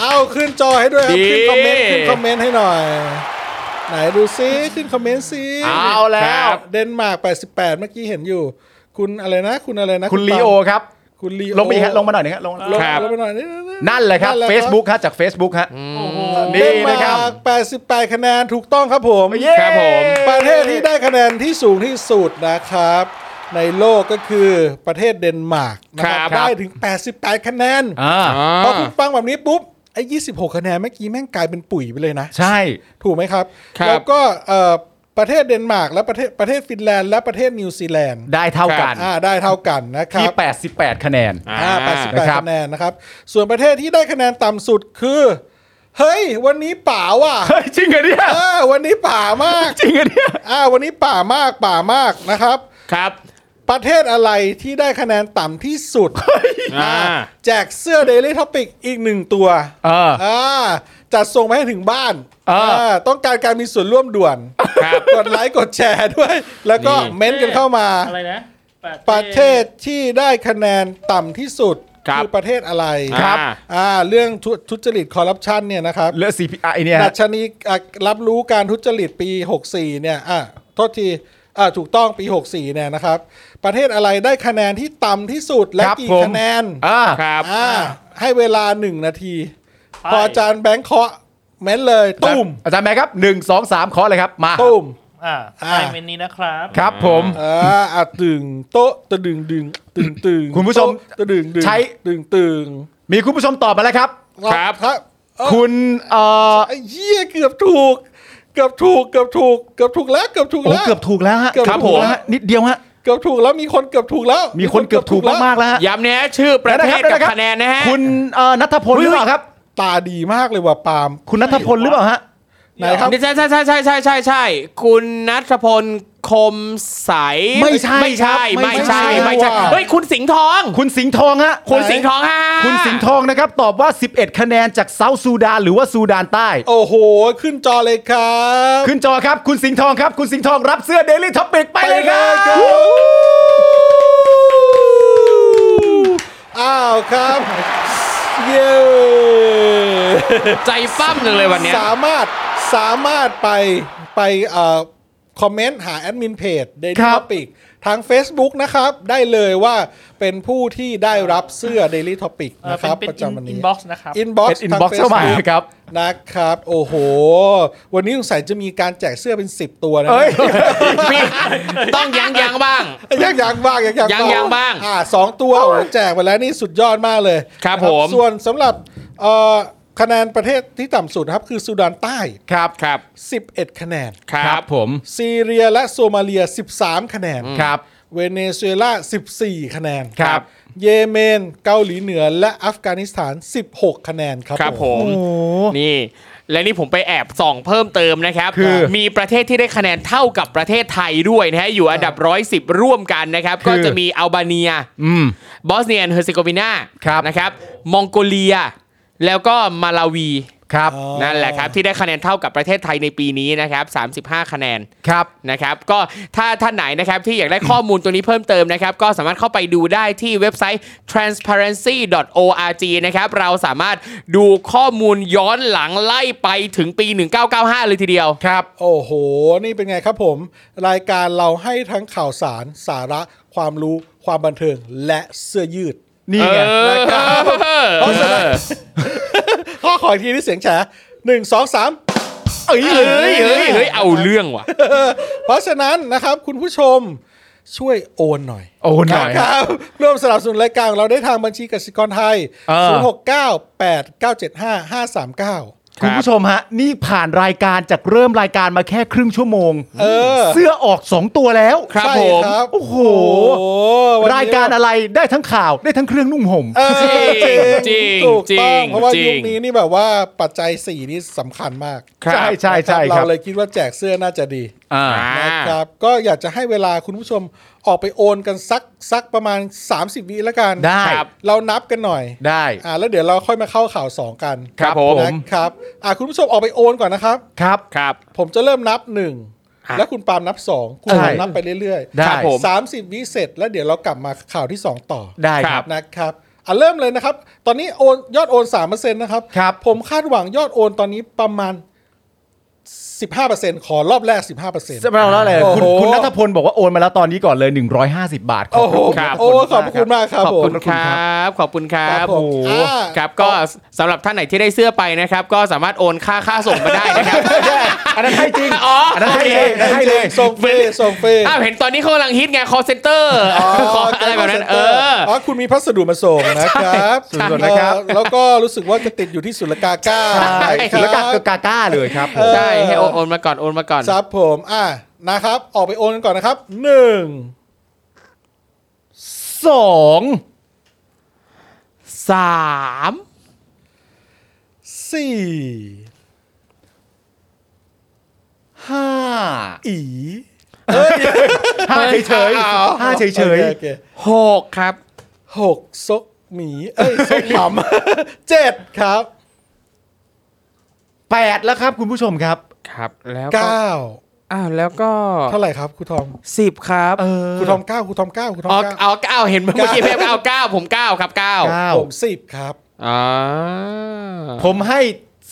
[SPEAKER 2] เอาขึ้นจอให้ด้วยครับ
[SPEAKER 4] ดี
[SPEAKER 2] ขึ้นคอมเมนต์ขึ้นคอมเมนต์ให้หน่อย ไหนดูซิขึ้นคอมเมนต์ซิ
[SPEAKER 5] เอาแล้ว
[SPEAKER 2] ครับเดนมาร์ก 88 เมื่อกี้เห็นอยู่ คุณอะไรนะ คุณอะไรนะ
[SPEAKER 5] คุณ
[SPEAKER 2] ตาม
[SPEAKER 5] ลีโอครับ
[SPEAKER 2] คุณลีโอ
[SPEAKER 5] ลงไปอีกฮะลงมาหน่อยหนึงฮะลง
[SPEAKER 2] ลง
[SPEAKER 4] ครับ
[SPEAKER 2] ลงไปหน่อยนี่
[SPEAKER 5] นั่นแหละครับ Facebook ฮะจาก Facebook ฮะ
[SPEAKER 6] โอ้โห
[SPEAKER 5] นี่
[SPEAKER 2] เดนมา
[SPEAKER 5] นะครับ
[SPEAKER 2] ร์ก 88 คะแนนถูกต้องครับผม
[SPEAKER 4] ครับผม
[SPEAKER 2] ประเทศที่ได้คะแนนที่สูงที่สุดนะครับ ในโลกก็คือประเทศเดนมาร์กนะค
[SPEAKER 4] ครั
[SPEAKER 2] รับบ ได้ถึง 88 คะแนน
[SPEAKER 5] อ่า
[SPEAKER 2] พอคุณฟังแบบนี้ปุ๊บไอ้26 คะแนนเมื่อกี้แม่งกลายเป็นปุ๋ยไปเลยนะ
[SPEAKER 5] ใช่
[SPEAKER 2] ถูกไหมครับ
[SPEAKER 4] ครับ
[SPEAKER 2] แล้วก็เอ่อประเทศเดนมาร์กและประเทศประเทศฟินแลนด์และประเทศนิวซีแลนด์
[SPEAKER 5] ได้เท่ากัน
[SPEAKER 2] อ่าได้เท่ากันนะครั
[SPEAKER 5] ที่
[SPEAKER 2] บ
[SPEAKER 5] 88 คะแนน
[SPEAKER 2] อ่า
[SPEAKER 5] นะค
[SPEAKER 2] 88
[SPEAKER 5] รับ
[SPEAKER 2] คะแนนนะครับ ส่วนประเทศที่ได้คะแนนต่ำสุดคือ เฮ้ย วันนี้ป่าว่ะ
[SPEAKER 5] เฮ้ยจริงเหรอเนี่ย
[SPEAKER 2] เออวันนี้ป่ามาก
[SPEAKER 5] จริงเหรอเนี่ย
[SPEAKER 2] อ่าวันนี้ป่ามากป่ามากนะครับ
[SPEAKER 4] ครับ
[SPEAKER 2] ประเทศอะไรที่ได้คะแนนต่ำที่สุดอ่า
[SPEAKER 4] อ่า
[SPEAKER 2] แจกเสื้อ Daily Topic อีกหนึ่งตัว
[SPEAKER 5] เออ
[SPEAKER 2] อ่าจัดส่งมาให้ถึงบ้าน
[SPEAKER 5] อ่า
[SPEAKER 2] อ่าต้องการการมีส่วนร่วมด่วน
[SPEAKER 4] ครับ
[SPEAKER 2] กดไลค์กดแชร์ด้วย แล้วก็
[SPEAKER 4] นี่
[SPEAKER 2] เม้นต์กันเข้ามา
[SPEAKER 6] อะไรนะ
[SPEAKER 2] ประเทศที่ได้คะแนนต่ำที่สุด
[SPEAKER 4] ครับ
[SPEAKER 2] ประเทศอะไร
[SPEAKER 4] ครับ
[SPEAKER 2] อ่าเรื่องทุทุจริตคอร์รัปชันเนี่ยนะครับ
[SPEAKER 5] เลือก CPI เนี่ย
[SPEAKER 2] ดัชนีอ่ะรับรู้การทุจริตปี 64 เนี่ยอ่ะโทษทีอ่ะถูกต้องปี 64 เนี่ยนะครับ ประเทศอะไรได้คะแนนที่ต่ำที่สุดและ
[SPEAKER 5] รับ
[SPEAKER 2] กี่
[SPEAKER 5] ผม
[SPEAKER 2] คะแนน
[SPEAKER 5] อ่า
[SPEAKER 4] ครับ
[SPEAKER 2] อ่าให้เวลาหนึ่งนาที พออาจารย์แบงค์เคาะเม้นเลยตุ้ม
[SPEAKER 5] อาจารย์แม่ครับ 1 2 3 ขอเลยครับ มา
[SPEAKER 2] ตุ้ม
[SPEAKER 6] อ่า
[SPEAKER 2] อ่า
[SPEAKER 6] ไอเมนนี้นะครับ
[SPEAKER 5] ครับผม
[SPEAKER 2] เอออ่ะตึงโต๊ะตะดึงดึงตึงตึง
[SPEAKER 5] คุณผู้ชม
[SPEAKER 2] โต๊ะตะดึงดึง
[SPEAKER 5] ใช้
[SPEAKER 2] ตึงตึง
[SPEAKER 5] มีคุณผู้ชมตอบมาแล้วครับ
[SPEAKER 4] ครับ
[SPEAKER 2] ครับเอ้า
[SPEAKER 5] คุณเอ่อ
[SPEAKER 2] ไอ้เหี้ยเกือบถูก เกือบถูกเกือบถูกเกือบถูกแล้วเกือบถูก
[SPEAKER 5] โอ้
[SPEAKER 2] แล้ว
[SPEAKER 5] เกือบถูกแล้วฮะ
[SPEAKER 2] เกือบ
[SPEAKER 5] ครับ
[SPEAKER 2] ถู
[SPEAKER 5] ผ
[SPEAKER 2] ก
[SPEAKER 5] ม
[SPEAKER 2] แล้ว
[SPEAKER 5] ฮะนิดเดียวฮะ
[SPEAKER 2] เกือบถูกแล้วมีคนเกือบถูกแล้ว
[SPEAKER 5] มีคนเกือบถูกมากๆแล้วฮะ
[SPEAKER 4] ย้ำนะฮะชื่อประเทศกับคะแนนนะฮะ
[SPEAKER 5] คุณเอ่อนัทพลหรือเปล่าครับ
[SPEAKER 2] ตาดีมากเลยว่ะปาล์ม
[SPEAKER 5] คุณนัทพลหรือเปล่าฮะ
[SPEAKER 2] ไหนครับ
[SPEAKER 4] ใช่ใช่ใช่ใช่ใช่ใช่ใช่คุณนัทพลคมใส
[SPEAKER 5] ไม่ใช่
[SPEAKER 4] ไม่
[SPEAKER 5] ค
[SPEAKER 4] ใช่
[SPEAKER 5] รับ
[SPEAKER 4] ไม่ใช่
[SPEAKER 5] ไม่
[SPEAKER 4] ไม่
[SPEAKER 5] ใช่
[SPEAKER 4] ใช่
[SPEAKER 2] ว่า
[SPEAKER 4] เฮ้ยคุณสิงห์ทอง
[SPEAKER 5] คุณสิงห์ทองฮะ
[SPEAKER 4] คุณสิงห์ทองฮะ
[SPEAKER 5] คุณสิงห์ทองนะครับ ตอบว่า 11 คะแนนจากเซาท์ซูดานหรือว่าซูดานใต้
[SPEAKER 2] โอ้โห ขึ้นจอเลยครับ
[SPEAKER 5] ขึ้นจอครับ คุณสิงห์ทองครับ คุณสิงห์ทองรับเสื้อ Daily Topic ไปเลยครั
[SPEAKER 2] ไปเลยครับ
[SPEAKER 5] บ
[SPEAKER 2] อ้าวครับเย้
[SPEAKER 4] ใจปั้มหนึ่งเลยวันเนี้ย
[SPEAKER 2] สามารถสามารถไปไปเอ่อคอมเมนต์หาแอดมินเพจ Daily
[SPEAKER 5] ครับ
[SPEAKER 2] Topic ทาง Facebook นะครับ ได้เลยว่าเป็นผู้ที่ได้รับเสื้อ Daily Topic
[SPEAKER 6] เอ่อ
[SPEAKER 2] นะครับ
[SPEAKER 6] เป็น
[SPEAKER 2] ประจำวันนี้
[SPEAKER 6] inbox นะครับ
[SPEAKER 2] อินบ็อก
[SPEAKER 5] เป็
[SPEAKER 2] ซ์
[SPEAKER 5] น inbox เข้ามาครับ
[SPEAKER 2] นะครับ โอ้โห วันนี้สงสัยจะมีการแจกเสื้อเป็น 10 ตัวนะ
[SPEAKER 5] เอ้ย
[SPEAKER 4] มีต้องยังยังบ้าง
[SPEAKER 2] (laughs) ยังยังบ้างยังยัง
[SPEAKER 4] ยังยังบ้าง
[SPEAKER 2] อ่าสองตัวโอ้โหแจกไปแล้วนี่สุดยอดมากเลย
[SPEAKER 4] ครับ
[SPEAKER 2] นะ
[SPEAKER 4] ผม
[SPEAKER 2] ส่วนสำหรับเอ่อคะแนนประเทศที่ต่ำสุดนะครับคือสุดานใต้
[SPEAKER 5] ครับ
[SPEAKER 4] ครับ
[SPEAKER 2] 11 คะแนน
[SPEAKER 4] ครับ
[SPEAKER 5] ผม
[SPEAKER 2] ซีเรียและโซมาเลีย 13 คะแนน
[SPEAKER 5] ครับ
[SPEAKER 2] เวเนซุเอลา 14 คะแนน
[SPEAKER 5] ครับ
[SPEAKER 2] เยเมน เกาหลีเหนือ และอัฟกานิสถาน 16 คะแนนครับ
[SPEAKER 4] ครับผมนี่ และนี่ผมไปแอบส่องเพิ่มเติมนะครับ
[SPEAKER 5] คือ
[SPEAKER 4] มีประเทศที่ได้คะแนนเท่ากับประเทศไทยด้วยนะฮะอยู่อันดับ 110 ร่วมกันนะครับ ก็จะมีอัลบาเนีย
[SPEAKER 5] อืม
[SPEAKER 4] บอสเนียนเฮอร์เซโกวินา
[SPEAKER 5] ครับ
[SPEAKER 4] นะครับ มองโกเลีย แล้วก็มาลาวี
[SPEAKER 5] ครับ
[SPEAKER 2] อ๋อ
[SPEAKER 4] นั่นแหละครับ ที่ได้คะแนนเท่ากับประเทศไทยในปีนี้นะครับ 35 คะแนน
[SPEAKER 5] ครับ
[SPEAKER 4] นะครับ ก็ถ้าท่านไหนนะครับที่อยากได้ข้อมูลตัวนี้เพิ่มเติมนะครับ ก็สามารถเข้าไปดูได้ที่เว็บไซต์ transparency.org นะครับ เราสามารถดูข้อมูลย้อนหลังไล่ไปถึงปี 1995 เลยทีเดียว
[SPEAKER 5] ครับ
[SPEAKER 2] โอ้โห นี่เป็นไงครับผม รายการเราให้ทั้งข่าวสารสาระความรู้ความบันเทิงและเสื้อยืด
[SPEAKER 5] นี่ไง
[SPEAKER 2] นะครับเพราะฉะนั้นข้อขออีกทีที่เสียงแฉหนึ่งสองสาม
[SPEAKER 4] เอ้ยเอ้ยเอ้ยเอ้ยเอาเรื่องว่ะ
[SPEAKER 2] เพราะฉะนั้นนะครับ คุณผู้ชมช่วยโอนหน่อย
[SPEAKER 5] โอนหน่อย
[SPEAKER 2] ครับร่วมสนับสนุนรายการของเราได้ทางบัญชีกสิกรไทย
[SPEAKER 5] เออ
[SPEAKER 2] 0 6 9 8 9 7 5 5 3 9
[SPEAKER 5] คุณผู้ชมฮะ นี่ผ่านรายการจากเริ่มรายการมาแค่ครึ่งชั่วโมง
[SPEAKER 2] เออ
[SPEAKER 5] เสื้อออก 2 ตัวแล้ว
[SPEAKER 4] ครับ
[SPEAKER 2] ใช่
[SPEAKER 4] ผม
[SPEAKER 2] ครับ
[SPEAKER 5] โอ้โห
[SPEAKER 2] วันนี้
[SPEAKER 5] รายการอะไรได้ทั้งข่าวได้ทั้งเครื่องนุ่งห่ม
[SPEAKER 2] เออ
[SPEAKER 4] จริง
[SPEAKER 2] ถูกต้อง
[SPEAKER 4] จริง
[SPEAKER 2] เพราะว่า
[SPEAKER 4] จริง
[SPEAKER 2] ยุคนี้นี่แบบว่าปัจจัย 4 นี่สำคัญมาก
[SPEAKER 5] ครับใช่ใช่ใช่
[SPEAKER 2] นะ
[SPEAKER 5] ครั
[SPEAKER 2] เรา
[SPEAKER 5] บ
[SPEAKER 2] เลยคิดว่าแจกเสื้อน่าจะดี
[SPEAKER 5] อ่า
[SPEAKER 2] นะครับก็อยากจะให้เวลาคุณผู้ชมออกไปโอนกันสักสักประมาณ 30 วิแล้วกัน
[SPEAKER 5] ได้
[SPEAKER 2] ครับเรานับกันหน่อย
[SPEAKER 5] ได้
[SPEAKER 2] อ่าแล้วเดี๋ยวเราค่อยมาเข้าข่าว 2 กัน
[SPEAKER 5] ครับผม
[SPEAKER 2] นะครับอ่าคุณผู้ชมออกไปโอนก่อนนะครับ
[SPEAKER 5] ครับ
[SPEAKER 4] ครับ
[SPEAKER 2] ผมจะเริ่มนับ
[SPEAKER 4] อ่ะ
[SPEAKER 2] 1 แล้วคุณปาล์มนับ 2 คุณ
[SPEAKER 5] ใช่
[SPEAKER 2] ปาล์มนับไปเรื่อย
[SPEAKER 5] ได้
[SPEAKER 4] ครับผม
[SPEAKER 2] สามสิบวิเสร็จ แล้วเดี๋ยวเรากลับมาข่าวที่ 2 ต่อ
[SPEAKER 5] ได้
[SPEAKER 4] ค
[SPEAKER 5] ค
[SPEAKER 4] รั
[SPEAKER 5] รับ บ
[SPEAKER 2] นะครับอ่ะเริ่มเลยนะครับ ตอนนี้โอนยอดโอน3%นะครับ
[SPEAKER 5] ครับ
[SPEAKER 2] ผมคาดหวังยอดโอนตอนนี้ประมาณ 15%ขอรอบแรก 15%
[SPEAKER 5] จะเราแล้วอะไร
[SPEAKER 2] โอ้โห
[SPEAKER 5] คุณคุณนัทพลบอกว่าโอนมาแล้วตอนนี้ก่อนเลย 150 บาทขอ
[SPEAKER 2] โอ้
[SPEAKER 5] บ
[SPEAKER 2] โห
[SPEAKER 5] คุณ
[SPEAKER 2] โอ้ขอบพระคุณมากครับ
[SPEAKER 4] ขอบคุณ
[SPEAKER 2] ผม
[SPEAKER 4] ครับ ขอบคุณครั
[SPEAKER 2] ครับ บผม
[SPEAKER 4] โอ้โห
[SPEAKER 2] อ่า
[SPEAKER 4] ครับก็สำหรับท่านไหนที่ได้เสื้อไปนะครับ ก็สามารถโอนค่าค่าส่งมาได้นะครับ
[SPEAKER 5] อันนั้นให้จริง
[SPEAKER 4] อ๋ออั
[SPEAKER 5] นนั้นให้เลยอันนั้นให้เลย
[SPEAKER 2] ส่ง
[SPEAKER 5] (laughs)
[SPEAKER 2] ฟรีส่งฟรี
[SPEAKER 4] อ้ (laughs) าวเห็นตอนนี้เขากำลังฮิตไง call center อะไรแบบนั้น เออ
[SPEAKER 2] อ๋อคุณมีพัสดุมาส่งนะครับ
[SPEAKER 5] ใช่ส่วนนะครับ
[SPEAKER 2] เอ่อแล้วก็รู้สึกว่าจะติดอยู่ที่ศุลกากา
[SPEAKER 5] ใช่
[SPEAKER 2] ค
[SPEAKER 5] ศิล
[SPEAKER 2] รับ
[SPEAKER 5] กากาก้าเลยครับผม
[SPEAKER 2] เออ
[SPEAKER 4] ใช่ ให้โอนโอนมาก่อน โอนมาก่อน
[SPEAKER 2] ครับผมอ่ะนะครับ ออกไปโอนกันก่อนนะครับหนึ่ง
[SPEAKER 5] สอง
[SPEAKER 4] สาม
[SPEAKER 2] สี่
[SPEAKER 5] ห้า
[SPEAKER 2] อี
[SPEAKER 5] ห้าเฉยเฉยๆห้าเฉยเฉย
[SPEAKER 2] โอคโอค
[SPEAKER 4] หกครับ
[SPEAKER 2] หกซกหมีเอ้ยซกหำ เจ็ดครับ
[SPEAKER 5] ๆแปดแล้วครับคุณผู้ชมครับ
[SPEAKER 4] ครับ แล้วก็
[SPEAKER 2] เก้า
[SPEAKER 4] อ้าว แล้วก็
[SPEAKER 2] เท่าไหร่ครับครูทอม
[SPEAKER 4] สิบครับ
[SPEAKER 5] เออ
[SPEAKER 2] ครูทอมเก้าครูทอมเก้าครูทอม
[SPEAKER 4] อ๋อ
[SPEAKER 2] เก้า
[SPEAKER 4] เอาเก้าเห็นเมื่อกี้เพียบเก้าเก้าผมเก้าครับเก้า
[SPEAKER 5] เก้า
[SPEAKER 2] ผมสิบครับ
[SPEAKER 4] อ๋อ
[SPEAKER 5] ผมให้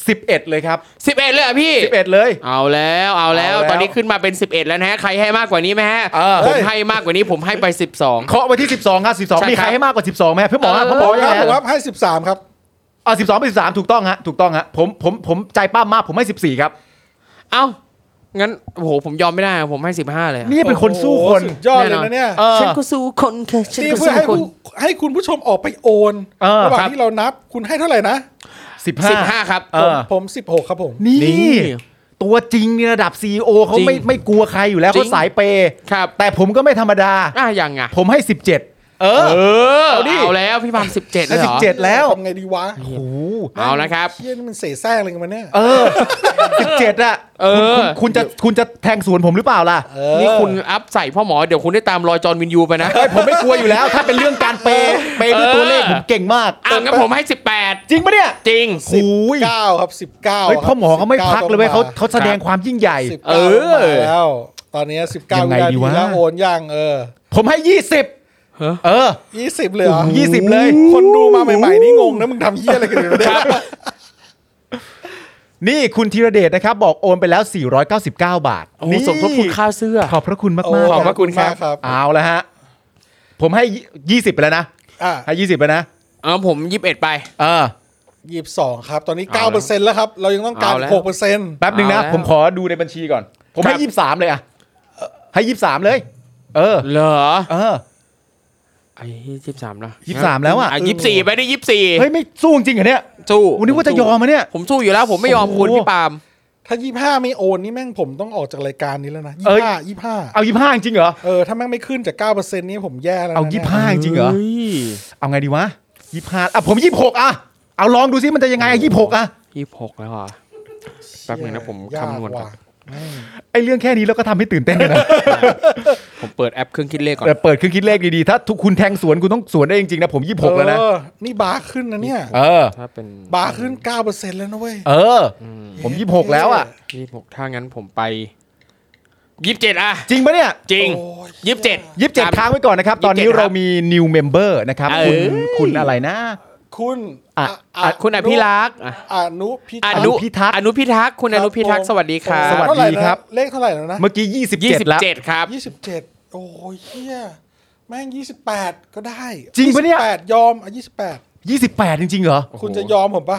[SPEAKER 5] สิบเอ็ดเลยครับ
[SPEAKER 4] สิบเอ็ดเลยเหรอพี่
[SPEAKER 5] สิบเอ็ดเลย
[SPEAKER 4] เอาแล้วเอาแล้ว
[SPEAKER 5] เอาแล้ว
[SPEAKER 4] ตอนนี้ขึ้นมาเป็น 11 แล้วนะฮะใครให้มากกว่านี้ไหมฮะ
[SPEAKER 5] เออ
[SPEAKER 4] ผมให้มากกว่านี้ผมให้ไป 12
[SPEAKER 5] เคาะวันที่สิบสองครับสิบสอง
[SPEAKER 4] ใช่ครับ
[SPEAKER 5] มีใครให้มากกว่าสิบสองไหมเพื่อนบอกว่า
[SPEAKER 4] เออ
[SPEAKER 5] เพื่อน
[SPEAKER 2] ผ
[SPEAKER 5] บอก
[SPEAKER 2] ม
[SPEAKER 5] ว่า
[SPEAKER 2] ครับผมครับ
[SPEAKER 5] ยังไงฮะ
[SPEAKER 2] ให้สิบสามครับ
[SPEAKER 5] อ๋อสิบสองเป็นสิบสามถูกต้องฮะถูกต้องฮะผมผมผมใจป้ามากผมให้สิบสี่ครับ
[SPEAKER 4] เอ้า งั้นโอ้โหผมยอมไม่ได้อะผมให้ 15 เลยอะ
[SPEAKER 5] นี่เป็นคนสู้คน
[SPEAKER 2] โอ้โหสุดยอดเลยนะเนี่ย
[SPEAKER 5] เออ
[SPEAKER 4] ฉันก็สู้คนค่ะฉัน
[SPEAKER 2] นี่
[SPEAKER 4] ก็
[SPEAKER 2] เพื่อ
[SPEAKER 4] สู้
[SPEAKER 2] ให้
[SPEAKER 4] ค
[SPEAKER 2] ผู้
[SPEAKER 4] น
[SPEAKER 2] ให้คุณผู้ชมออกไปโอน
[SPEAKER 5] เออ
[SPEAKER 2] ระหว่า
[SPEAKER 5] ครั
[SPEAKER 2] ง
[SPEAKER 5] บ
[SPEAKER 2] ที่เรานับคุณให้เท่าไหร่นะ
[SPEAKER 5] สิบห้า
[SPEAKER 4] 15 ครับ
[SPEAKER 5] เอ
[SPEAKER 2] ผม
[SPEAKER 5] อ
[SPEAKER 2] ผมสิบหกครับผม
[SPEAKER 5] นี่
[SPEAKER 4] นี่
[SPEAKER 5] ตัวจริงในระดับซีอเขา
[SPEAKER 4] จริง
[SPEAKER 5] ไม่ไม่กลัวใครอยู่แล้ว
[SPEAKER 4] จริ
[SPEAKER 5] เขา
[SPEAKER 4] ง
[SPEAKER 5] สายเปย์
[SPEAKER 4] ครับ
[SPEAKER 5] แต่ผมก็ไม่ธรรมดา
[SPEAKER 4] อ่ะยังไง
[SPEAKER 5] ผมให้สิบเจ็ดเออ
[SPEAKER 4] เออ
[SPEAKER 5] เอาดิ
[SPEAKER 4] เอาแล้วพี่บาม17เล
[SPEAKER 5] แล้ว
[SPEAKER 4] ยเห
[SPEAKER 5] สิ
[SPEAKER 4] ร
[SPEAKER 5] บ
[SPEAKER 4] อ
[SPEAKER 5] เจ็ดแล้ว
[SPEAKER 2] ทำไงดีวะ
[SPEAKER 5] โอ้โห
[SPEAKER 4] เอานะครับ
[SPEAKER 2] เชี่ยนี่มันเสแสร้งอะไรกันมาเนี่ย
[SPEAKER 5] เออสิบเจ็ดอะ
[SPEAKER 4] เออ
[SPEAKER 5] คุณคุณคุณจะคุณจะแทงสวนผมหรือเปล่าล่ะ
[SPEAKER 2] เออ
[SPEAKER 4] นี่คุณอัพใส่พ่อหมอเดี๋ยวคุณได้ตามรอยจอห์นวินยูไปนะ
[SPEAKER 5] เอ้ยผมไม่กลัวอยู่แล้ว ถ้าเป็นเรื่องการเปย์เปย์ด้วยตัวเลขผมเก่งมาก
[SPEAKER 4] อ่ะงั้นผมให้ 18
[SPEAKER 5] จริงปะเนี่ย
[SPEAKER 4] จริง
[SPEAKER 5] โอ้ย
[SPEAKER 2] เก้าครับสิบเก้า
[SPEAKER 5] เฮ้ยพ่อหมอเขาไม่พักเลยเว้ยเขาเขาแสดงความยิ่งใหญ่
[SPEAKER 2] สิบ
[SPEAKER 4] เอ
[SPEAKER 2] เก้า
[SPEAKER 4] อ
[SPEAKER 2] มาแล้ว ตอนนี้สิบเก้า
[SPEAKER 5] ยังไงดีวะ
[SPEAKER 2] แล้วโอนยังเออ
[SPEAKER 5] ผมให้ยี่สิบ
[SPEAKER 4] ฮะ
[SPEAKER 5] เออ
[SPEAKER 2] ยี่สิบเลยเหรอ
[SPEAKER 5] โอ้โห20เลย
[SPEAKER 2] คนดูมาใหม่ๆนี่งงนะมึงทำเยี่ยอะไรกันอยู่เนี่ย
[SPEAKER 5] นี่คุณธีรเดชนะครับ บอกโอนไปแล้ว 499 บาท
[SPEAKER 4] โอ้โห
[SPEAKER 5] นี่
[SPEAKER 4] สมทบคุณค่าเสื้อ
[SPEAKER 5] ขอบพระคุณมาก
[SPEAKER 2] โ
[SPEAKER 5] มาก
[SPEAKER 4] ขอบพระคุณครับ
[SPEAKER 2] มากครับ
[SPEAKER 5] เอาละฮะ ผมให้ 20 ไปแล้วนะ
[SPEAKER 2] อ่ะ
[SPEAKER 5] ให้ 20 ไปนะ
[SPEAKER 4] เอาผม 21 ไป
[SPEAKER 5] เออ
[SPEAKER 2] ยี่สิบสองครับ ตอนนี้เก้าเปอร์เซ็นต์แล้วครับ เรายังต้องการ
[SPEAKER 4] เอาแล้ว
[SPEAKER 2] หกเปอร์เซ็นต์
[SPEAKER 5] แป๊บหนึ่งนะ
[SPEAKER 4] เอาแล้ว
[SPEAKER 5] ผมขอดูในบัญชีก่อน ผมให้
[SPEAKER 4] ครับ
[SPEAKER 5] ยี่สิบสามเลยอะให้ยี่สิบสามเลย เออ
[SPEAKER 4] เหรอ
[SPEAKER 5] เออ
[SPEAKER 4] ไอ้ยี่สิบสามแล้ว
[SPEAKER 5] 23แล้วอะ
[SPEAKER 4] ยี่สิบสี่ไปได้ยี่สิบสี่
[SPEAKER 5] เฮ้ย ไม่สู้จริงเหรอเนี่ย
[SPEAKER 4] สู้
[SPEAKER 5] วันนี้ว่าจะยอมมะเนี่ย
[SPEAKER 4] ผมสู้อยู่แล้ว ผมไม่ยอมคุณ
[SPEAKER 5] โอ้โห
[SPEAKER 4] พี่ปาล์ม
[SPEAKER 2] ถ้ายี่ห้าไม่โอนนี่แม่งผมต้องออกจากรายการนี้แล้วนะ
[SPEAKER 5] เอ้
[SPEAKER 2] ยี่
[SPEAKER 5] ย
[SPEAKER 2] ห้ายี่ห้า
[SPEAKER 5] เอายี่ห้าจริงเหรอ
[SPEAKER 2] เออถ้าแม่งไม่ขึ้นจากเก้าเปอร์เซ็นต์นี่ผมแย่แล้วนะ
[SPEAKER 5] เอายี่ห้าจริงเหรอ
[SPEAKER 4] ฮ้ย
[SPEAKER 5] เอาไงดีวะยี่ห้าอ่ะผมยี่หกอ่ะ เอาลองดูซิมันจะยังไงยี่หกอ่ะ
[SPEAKER 4] ยี่สิบหกแล้วอ่ะแป๊บหนึ่งนะผม
[SPEAKER 2] ยาก
[SPEAKER 4] คำนวณก่อ
[SPEAKER 2] ว่ะ
[SPEAKER 4] น
[SPEAKER 5] ไอ้เรื่องแค่นี้เราก็ทำให้ตื่นเต้นกันนะ
[SPEAKER 4] ผมเปิดแอปเครื่องคิดเลขก่อน
[SPEAKER 5] แต่เปิดเครื่องคิดเลขดีๆ ถ้าทุกคุณแทงสวนคุณต้องสวนได้จริงๆนะผมยี่หกแล้วนะ
[SPEAKER 2] เออนี่บาร์ขึ้นนะเนี่ย
[SPEAKER 5] เออ
[SPEAKER 4] ถ้าเป็น
[SPEAKER 2] บาร์ขึ้นเก้าเปอร์เซ็นต์แล้วนะเว้ย
[SPEAKER 5] เออ ผมยี่หกแล้วอ่ะ
[SPEAKER 4] ยี่สิบหกถ้างั้นผมไปยี่สิบเจ็ดอะ
[SPEAKER 5] จริงปะเนี่ย
[SPEAKER 4] จริง
[SPEAKER 2] โอ้ย
[SPEAKER 4] ยี่สิบเจ็ด
[SPEAKER 5] ยี่สิบเจ็ดค้างไว้ก่อนนะครับ ตอนนี้
[SPEAKER 4] 27
[SPEAKER 5] เรามี new member นะครับ
[SPEAKER 4] เอ้
[SPEAKER 5] คุ
[SPEAKER 4] ย
[SPEAKER 5] ณคุณอะไรนะ
[SPEAKER 2] คุณ
[SPEAKER 5] อ่ะ
[SPEAKER 2] ะ
[SPEAKER 4] คุณอภิรักษ์อะ
[SPEAKER 2] อนุพิ
[SPEAKER 4] อ
[SPEAKER 2] ทักษ์
[SPEAKER 5] อ
[SPEAKER 4] นุ
[SPEAKER 5] นุพิทักษ์
[SPEAKER 4] อนุพิทักษ์คุณอนุพิทักษ์สวัสดีครั
[SPEAKER 5] สวั
[SPEAKER 4] บ
[SPEAKER 5] สดี
[SPEAKER 2] เท่าไหนะ
[SPEAKER 5] ครับ
[SPEAKER 2] เลขเท่าไหร่แล้วนะ
[SPEAKER 5] เมื่อกี้
[SPEAKER 4] ยี่สิบ
[SPEAKER 5] 27 แล้ว
[SPEAKER 4] เจ็ดครับ
[SPEAKER 2] ยี่สิบเจ็ดโอ้ยเฮียแม่งยี่สิบแปดก็ได้
[SPEAKER 5] จริงปะเนี่ย
[SPEAKER 2] แปดยอมอ่ะยี่สิบแปด
[SPEAKER 5] 28 จริงๆ เหรอ
[SPEAKER 2] คุณจะยอมผมปะ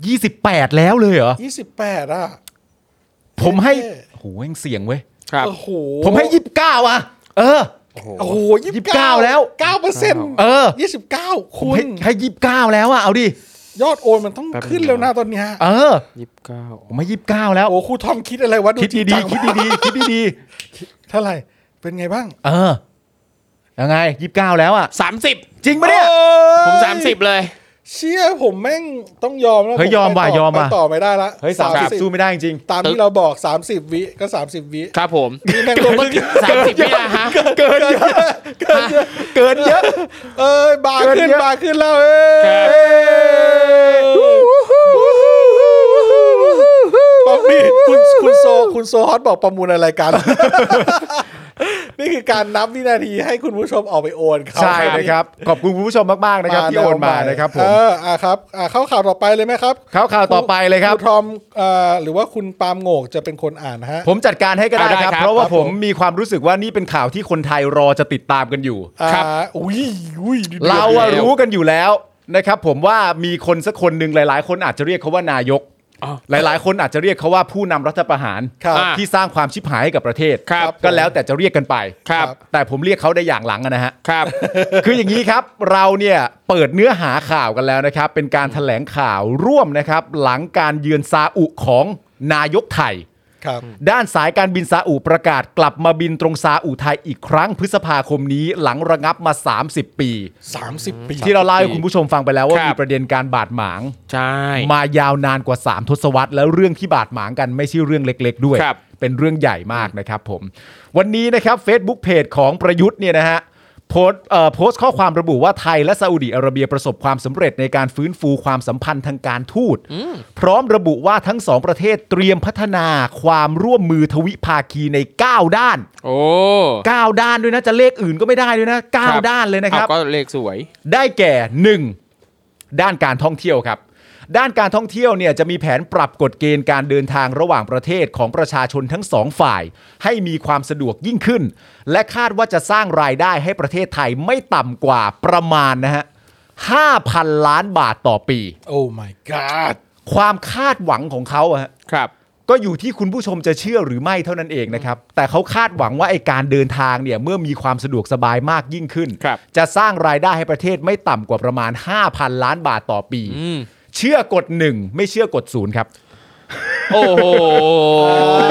[SPEAKER 5] 28 แล้วเลยเหรอ
[SPEAKER 2] ยี่สิบแปดอ่ะ
[SPEAKER 5] ผมให้
[SPEAKER 2] เท่
[SPEAKER 5] โหแม่งเสี่ยงเว้ย
[SPEAKER 4] ครับ
[SPEAKER 2] โอ้โห
[SPEAKER 5] ผมให้ 29 อ่ะ เออ
[SPEAKER 2] โอ้โห
[SPEAKER 5] ยี่
[SPEAKER 2] ยี่
[SPEAKER 5] สิบเก้าแล้ว
[SPEAKER 2] เก้าเปอร์เซ็นต์
[SPEAKER 5] เออ
[SPEAKER 2] ยี่สิบเก้า
[SPEAKER 5] ผม
[SPEAKER 2] คุณ
[SPEAKER 5] ให้ให้29 แล้วอ่ะ เอาดิ
[SPEAKER 2] ยอดโอนมันต้องขึ้นแล้วนะตอนเนี้ย
[SPEAKER 5] เออ
[SPEAKER 4] ยี่สิบเก้า
[SPEAKER 5] ผมให้29 แล้ว
[SPEAKER 2] โอ้ครูทอมคิดอะไรวะ
[SPEAKER 5] คิด
[SPEAKER 2] จริง
[SPEAKER 5] ดี
[SPEAKER 2] จัง
[SPEAKER 5] ๆ คิดดีๆ คิดดี
[SPEAKER 2] เท่าไหร่เป็นไงบ้าง
[SPEAKER 5] ๆ เออ ยังไง 29 แล้วอ่ะ
[SPEAKER 4] สามสิบ
[SPEAKER 5] จริงปะเนี่ย
[SPEAKER 2] โอ้ย
[SPEAKER 4] ผมสามสิบเลย
[SPEAKER 2] เชี่ยผมแม่งต้องยอมแล้ว
[SPEAKER 5] เฮ้ย
[SPEAKER 2] ผ
[SPEAKER 5] ยอมว่ะ
[SPEAKER 2] ไปต่
[SPEAKER 5] ยอมว่ะ
[SPEAKER 2] ไปต่อไม่ได้ละ
[SPEAKER 5] เฮ้ย30สู้ไม่ได้จริง
[SPEAKER 2] ตามที่เราบอก 30 วิก็ 30 วิ
[SPEAKER 4] ครับผม
[SPEAKER 2] นี่แม่งลงมา
[SPEAKER 4] สามสิบวินะฮะ
[SPEAKER 5] ๆ เกินเยอะ
[SPEAKER 2] เกินเยอะ
[SPEAKER 5] เกินเยอะ
[SPEAKER 2] เอ้ยบาร์
[SPEAKER 5] เกิน
[SPEAKER 2] ขึ้น
[SPEAKER 5] เยอะ
[SPEAKER 2] บาร์ขึ้นแล้วเอ้
[SPEAKER 4] ค
[SPEAKER 2] ยป
[SPEAKER 4] รับ
[SPEAKER 2] อมมี่คุณคุณโซคุณโซฮอตบอกประมูลอะไรกัน นี่คือการนับวินาทีให้คุณผู้ชมออกไปโอนเขา
[SPEAKER 5] ใช่นะครับ ขอบคุณคุณผู้ชมมากๆนะครับที่โอนมานะครับผ
[SPEAKER 2] เอ
[SPEAKER 5] ม
[SPEAKER 2] ออ่ะครับอ่ะเข้าข่าวต่อไปเลยไหมครับ
[SPEAKER 5] ข่าวข่าวต่อไปเลยครับ
[SPEAKER 2] ณทอมเอ่อหรือว่าคุณปาล์มโงกจะเป็นคนอ่านนะฮะ
[SPEAKER 5] ผมจัดการให้ก็ได้
[SPEAKER 4] เอาได้
[SPEAKER 5] ครับ
[SPEAKER 4] ครับ
[SPEAKER 5] เพราะว่า
[SPEAKER 2] ครับ
[SPEAKER 5] ผ
[SPEAKER 2] ผม ม
[SPEAKER 5] มีความรู้สึกว่านี่เป็นข่าวที่คนไทยรอจะติดตามกันอยู่
[SPEAKER 2] ครับ อุ้ยอุ้ยดือดดือด
[SPEAKER 5] เราอะ
[SPEAKER 4] แล้ว
[SPEAKER 5] รู้กันอยู่แล้วนะครับ ผมว่ามีคนสักคนหนึ่งหลาย ๆ คนอาจจะเรียกเขาว่านายก
[SPEAKER 4] อ๋อ
[SPEAKER 5] หลาย ๆ คนอาจจะเรียกเขาว่าผู้นำรัฐประหาร
[SPEAKER 2] ครับ
[SPEAKER 4] อ่ะ
[SPEAKER 5] ที่สร้างความชิบหายให้กับประเทศ
[SPEAKER 4] ครับ
[SPEAKER 5] ก็แล้วแต่จะเรียกกันไป
[SPEAKER 4] ครับ
[SPEAKER 5] แต่ผมเรียกเขาได้อย่างหลังอะนะฮะ
[SPEAKER 4] ครับ
[SPEAKER 5] คืออย่างนี้ครับ เราเนี่ยเปิดเนื้อหาข่าวกันแล้วนะครับ เป็นการแถลงข่าวร่วมนะครับ หลังการเยือนซาอุของนายกไทย
[SPEAKER 2] ครับ
[SPEAKER 5] ด้านสายการบินซาอุประกาศกลับมาบินตรงซาอุไทยอีกครั้งพฤษภาคมนี้หลังระงับมา 30 ปี
[SPEAKER 2] 30 ปี
[SPEAKER 5] ที่เราเล่าให้คุณผู้ชมฟังไปแล้วว่า
[SPEAKER 4] ครับ
[SPEAKER 5] มีประเด็นการบาดหมาง
[SPEAKER 4] ใช่
[SPEAKER 5] มายาวนานกว่า 3 ทศวรรษแล้วเรื่องที่บาดหมางกันไม่ใช่เรื่องเล็ก ๆ ด้วย
[SPEAKER 4] ครับ
[SPEAKER 5] เป็นเรื่องใหญ่มากนะครับผม วันนี้นะครับ Facebook เพจของประยุทธ์เนี่ยนะฮะโพสต์เอ่อโพสต์ข้อความระบุว่าไทยและซาอุดิอาระเบียประสบความสำเร็จในการฟื้นฟูความสัมพันธ์ทางการทูต พร้อมระบุว่าทั้งสองประเทศเตรียมพัฒนาความร่วมมือทวิภาคีใน 9 ด้าน
[SPEAKER 4] โอ้
[SPEAKER 5] 9 ด้านด้วยนะจะเลขอื่นก็ไม่ได้ด้วยนะ 9 ด้านเลยนะครับ
[SPEAKER 4] อาก็เลขสวย
[SPEAKER 5] ได้แก่ 1. ด้านการท่องเที่ยวครับ ด้านการท่องเที่ยวเนี่ยจะมีแผนปรับกฎเกณฑ์การเดินทางระหว่างประเทศของประชาชนทั้งสองฝ่าย ให้มีความสะดวกยิ่งขึ้น และคาดว่าจะสร้างรายได้ให้ประเทศไทยไม่ต่ำกว่าประมาณนะฮะ 5,000 ล้านบาทต่อปี
[SPEAKER 2] โอ้ my god
[SPEAKER 5] ความคาดหวังของเขาอะฮะ
[SPEAKER 4] ครับ
[SPEAKER 5] ก็อยู่ที่คุณผู้ชมจะเชื่อหรือไม่เท่านั้นเองนะครับ แต่เขาคาดหวังว่าไอการเดินทางเนี่ยเมื่อมีความสะดวกสบายมากยิ่งขึ้น
[SPEAKER 4] ครับ
[SPEAKER 5] จะสร้างรายได้ให้ประเทศไม่ต่ำกว่าประมาณ 5,000 ล้านบาทต่อปี
[SPEAKER 4] อืม
[SPEAKER 5] เชื่อกด 1 ไม่เชื่อกดศูนย์ครับ
[SPEAKER 4] โอ้โห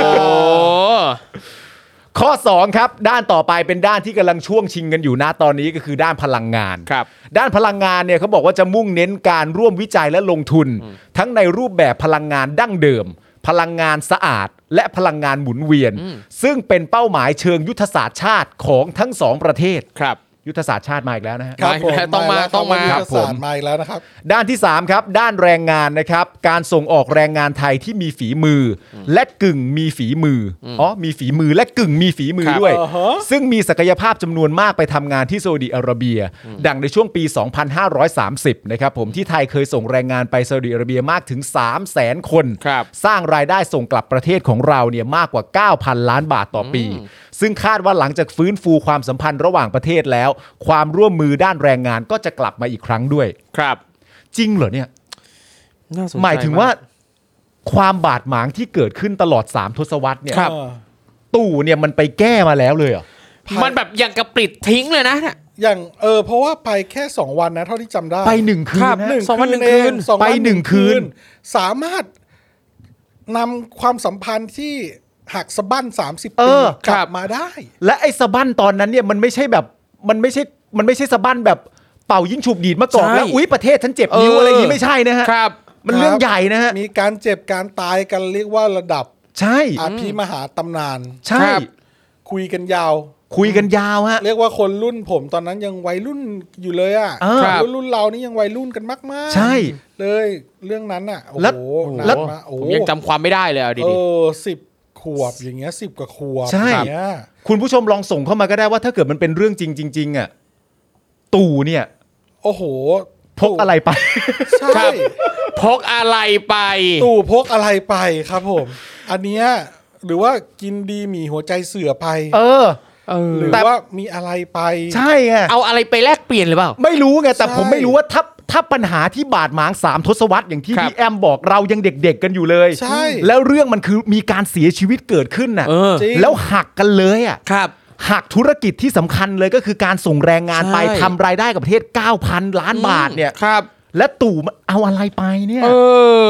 [SPEAKER 5] ข้อ 2 ครับ ด้านต่อไปเป็นด้านที่กำลังช่วงชิงกันอยู่นะตอนนี้ก็คือด้านพลังงาน
[SPEAKER 4] ครับ
[SPEAKER 5] ด้านพลังงานเนี่ยเขาบอกว่าจะมุ่งเน้นการร่วมวิจัยและลงทุน ทั้งในรูปแบบพลังงานดั้งเดิม พลังงานสะอาด และพลังงานหมุนเวียน ซึ่งเป็นเป้าหมายเชิงยุทธศาสตร์ชาติของทั้งสองประเทศ
[SPEAKER 4] ครับ
[SPEAKER 5] ยุทธศาสตร์ชาติมาอีกแล้วนะฮะ
[SPEAKER 2] ครับผม
[SPEAKER 4] ต้องมา
[SPEAKER 2] แล้ว
[SPEAKER 4] ต้องมา
[SPEAKER 2] ครับ
[SPEAKER 5] ผม
[SPEAKER 2] มาอีกแล้วนะครับ
[SPEAKER 5] ด้านที่ 3 ครับ ด้านแรงงานนะครับ การส่งออกแรงงานไทยที่มีฝีมืออและกึ่งมีฝีมือออ๋อมีฝีมือและกึ่งมีฝีมือ
[SPEAKER 4] ครับ
[SPEAKER 5] ด้วย
[SPEAKER 2] อ่าฮะ
[SPEAKER 5] ซึ่งมีศักยภาพจำนวนมากไปทำงานที่ซาอุดิอาระเบีย ดังในช่วงปี 2530 นะครับผมที่ไทยเคยส่งแรงงานไปซาอุดิอาระเบียมากถึง 3 0 0 0 0 0 คน
[SPEAKER 4] ครับ
[SPEAKER 5] สร้างรายได้ส่งกลับประเทศของเราเนี่ยมากกว่า 9,000 ล้านบาทต่อปี ซึ่งคาดว่าหลังจากฟื้นฟูความสัมพันธ์ระหว่างประเทศแล้ว ความร่วมมือด้านแรงงานก็จะกลับมาอีกครั้งด้วย
[SPEAKER 4] ครับ
[SPEAKER 5] จริงเหรอเนี่ย
[SPEAKER 4] น่สนใจ
[SPEAKER 5] หมายถึงว่าความบาดหมางที่เกิดขึ้นตลอด 3 ทศวรรษเนี่ย
[SPEAKER 2] เออ
[SPEAKER 5] ตู่เนี่ยมันไปแก้มาแล้วเลยเหรอ
[SPEAKER 4] มันแบบอย่างกระปริดทิ้งเลยนะน่ะ
[SPEAKER 2] อย่างเออเพราะว่าไปแค่ 2 วันนะเท่าที่จำได้
[SPEAKER 5] ไปหนึ่งคืน
[SPEAKER 2] ครับ
[SPEAKER 5] นะ
[SPEAKER 2] หนึ่ง
[SPEAKER 4] สองวันหนึ่ง
[SPEAKER 2] เ
[SPEAKER 4] คืน
[SPEAKER 2] สอง
[SPEAKER 5] ไป
[SPEAKER 2] วัน
[SPEAKER 5] หนึ่งคืน
[SPEAKER 2] สามารถนำความสัมพันธ์ที่หักสะบั้น 30
[SPEAKER 5] เอ
[SPEAKER 2] ปี
[SPEAKER 5] อ
[SPEAKER 2] กลับมาได้
[SPEAKER 5] และไอ้สะบั้นตอนนั้นเนี่ยมันไม่ใช่แบบมันไม่ใช่มันไม่ใช่สะบั้นแบบเป่ายิ่งฉุบดีดมาก่อน
[SPEAKER 4] ใช่
[SPEAKER 5] แล้วอุ้ยประเทศฉันเจ็บนิ้ว
[SPEAKER 4] เอออ
[SPEAKER 5] อะไรอย่างนี้ไม่ใช่นะฮะ
[SPEAKER 4] ครับ
[SPEAKER 5] มันเรื่องใหญ่นะฮะ
[SPEAKER 2] มีการเจ็บการตายกันเรียกว่าระดับ
[SPEAKER 5] ใช่
[SPEAKER 2] อภิมหาตำนาน
[SPEAKER 5] ใช่
[SPEAKER 4] ครับ
[SPEAKER 2] คุยกันยาว
[SPEAKER 5] คุยกันยาวฮะ
[SPEAKER 2] เรียกว่าคนรุ่นผมตอนนั้นยังวัยรุ่นอยู่เลยอ่ะ
[SPEAKER 5] เออ
[SPEAKER 2] คนรุ่นรุ่นเรานี่ยังวัยรุ่นกันมากๆ
[SPEAKER 5] ใช่
[SPEAKER 2] เลยเรื่องนั้นอ่ะโอ้
[SPEAKER 5] แล้ว
[SPEAKER 2] โหนาน
[SPEAKER 4] แล้ว
[SPEAKER 2] มากโอ้
[SPEAKER 4] ผมยังจำความไม่ได้เลยเอา
[SPEAKER 2] เอ
[SPEAKER 4] ดี
[SPEAKER 2] อสิบขวบอย่างเงี้ยสิบกว่าขวบ
[SPEAKER 5] ใช่
[SPEAKER 2] อย่างเงี้ย
[SPEAKER 5] คุณผู้ชมลองส่งเข้ามาก็ได้ว่าถ้าเกิดมันเป็นเรื่องจริง ๆจริงๆอ่ะตู่เนี่ย
[SPEAKER 2] โอ้โห
[SPEAKER 5] พกอะไรไป
[SPEAKER 2] ใช่
[SPEAKER 4] ๆพกอะไรไป
[SPEAKER 2] ตู่พกอะไรไปครับผม อันเนี้ยหรือว่ากินดีหมีหัวใจเสือไป
[SPEAKER 5] เออ
[SPEAKER 2] หรือ
[SPEAKER 5] แต่
[SPEAKER 2] ว่ามีอะไรไป
[SPEAKER 5] ใช่ไง
[SPEAKER 4] เอาอะไรไปแลกเปลี่ยนหรือเปล่า
[SPEAKER 5] ไม่รู้ไงแต่ผม
[SPEAKER 2] ใช่
[SPEAKER 5] ไม่รู้ว่าถ้าถ้าปัญหาที่บาดหมางสามทศวรรษอย่างที่
[SPEAKER 4] ครับ
[SPEAKER 5] พี่แอมบอกเรายังเด็ก ๆ กันอยู่เลย
[SPEAKER 2] ใช่
[SPEAKER 5] แล้วเรื่องมันคือมีการเสียชีวิตเกิดขึ้นน่ะ
[SPEAKER 4] เออ
[SPEAKER 2] จริง
[SPEAKER 5] แล้วหักกันเลยอ่ะ
[SPEAKER 4] ครับ
[SPEAKER 5] หักธุรกิจที่สำคัญเลยก็คือการส่งแรงงานไป
[SPEAKER 4] ใช่
[SPEAKER 5] ทำรายได้กับประเทศ 9,000 ล้านบาทเนี่ย
[SPEAKER 4] ครับ
[SPEAKER 5] และตู่มันเอาอะไรไปเนี่ย
[SPEAKER 4] เอ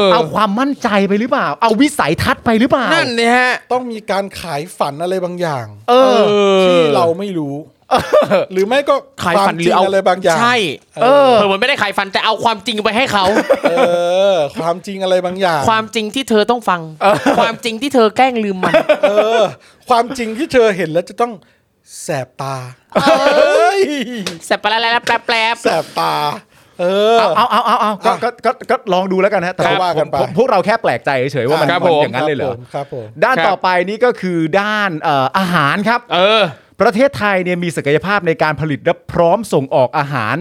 [SPEAKER 4] อ
[SPEAKER 5] เอาความมั่นใจไปหรือเปล่า เอาวิสัยทัศน์ไปหรือเปล่า
[SPEAKER 4] นั่นเนี่ยฮะ
[SPEAKER 2] ต้องมีการขายฝันอะไรบางอย่าง
[SPEAKER 5] เออ
[SPEAKER 2] ที่เราไม่รู้ หรือไม่ก็
[SPEAKER 4] ขาย
[SPEAKER 2] คว
[SPEAKER 4] ฝั
[SPEAKER 2] มจ
[SPEAKER 4] นห
[SPEAKER 2] ริ
[SPEAKER 4] รือเอา
[SPEAKER 2] อะไรบางอย่าง
[SPEAKER 4] ใช่
[SPEAKER 5] เออ
[SPEAKER 4] เผื่อมันไม่ได้ขายฝันแต่เอาความจริงไปให้เขา
[SPEAKER 2] เออ ความจริงอะไรบางอย่าง
[SPEAKER 4] ความจริงที่เธอต้องฟัง ความจริงที่เธอแกล้งลืมมัน
[SPEAKER 2] เออ ความจริงที่เธอเห็นแล้วจะต้องแสบตาเอ้ย
[SPEAKER 4] แสบปะละละละแปลบแปลบ
[SPEAKER 2] แสบตา เออ
[SPEAKER 5] เอาเอาเอาเอาเอาก็ก็ก็ก็ลองดูแล้วกันนะแต่
[SPEAKER 2] ครับว่ากันไป
[SPEAKER 5] ผมพวกเราแค่แปลกใจเฉยๆว่ามัน
[SPEAKER 4] ครับ
[SPEAKER 5] มัน
[SPEAKER 4] ผม
[SPEAKER 5] อย่างนั้นเลยเหรอ
[SPEAKER 2] ครับผม
[SPEAKER 5] ด้าน
[SPEAKER 4] ครับ
[SPEAKER 5] ต่อไปนี่ก็คือด้านเอ่ออาหารครับ
[SPEAKER 4] เออ
[SPEAKER 5] ประเทศไทยเนี่ยมีศักยภาพในการผลิตและพร้อมส่งออกอาหาร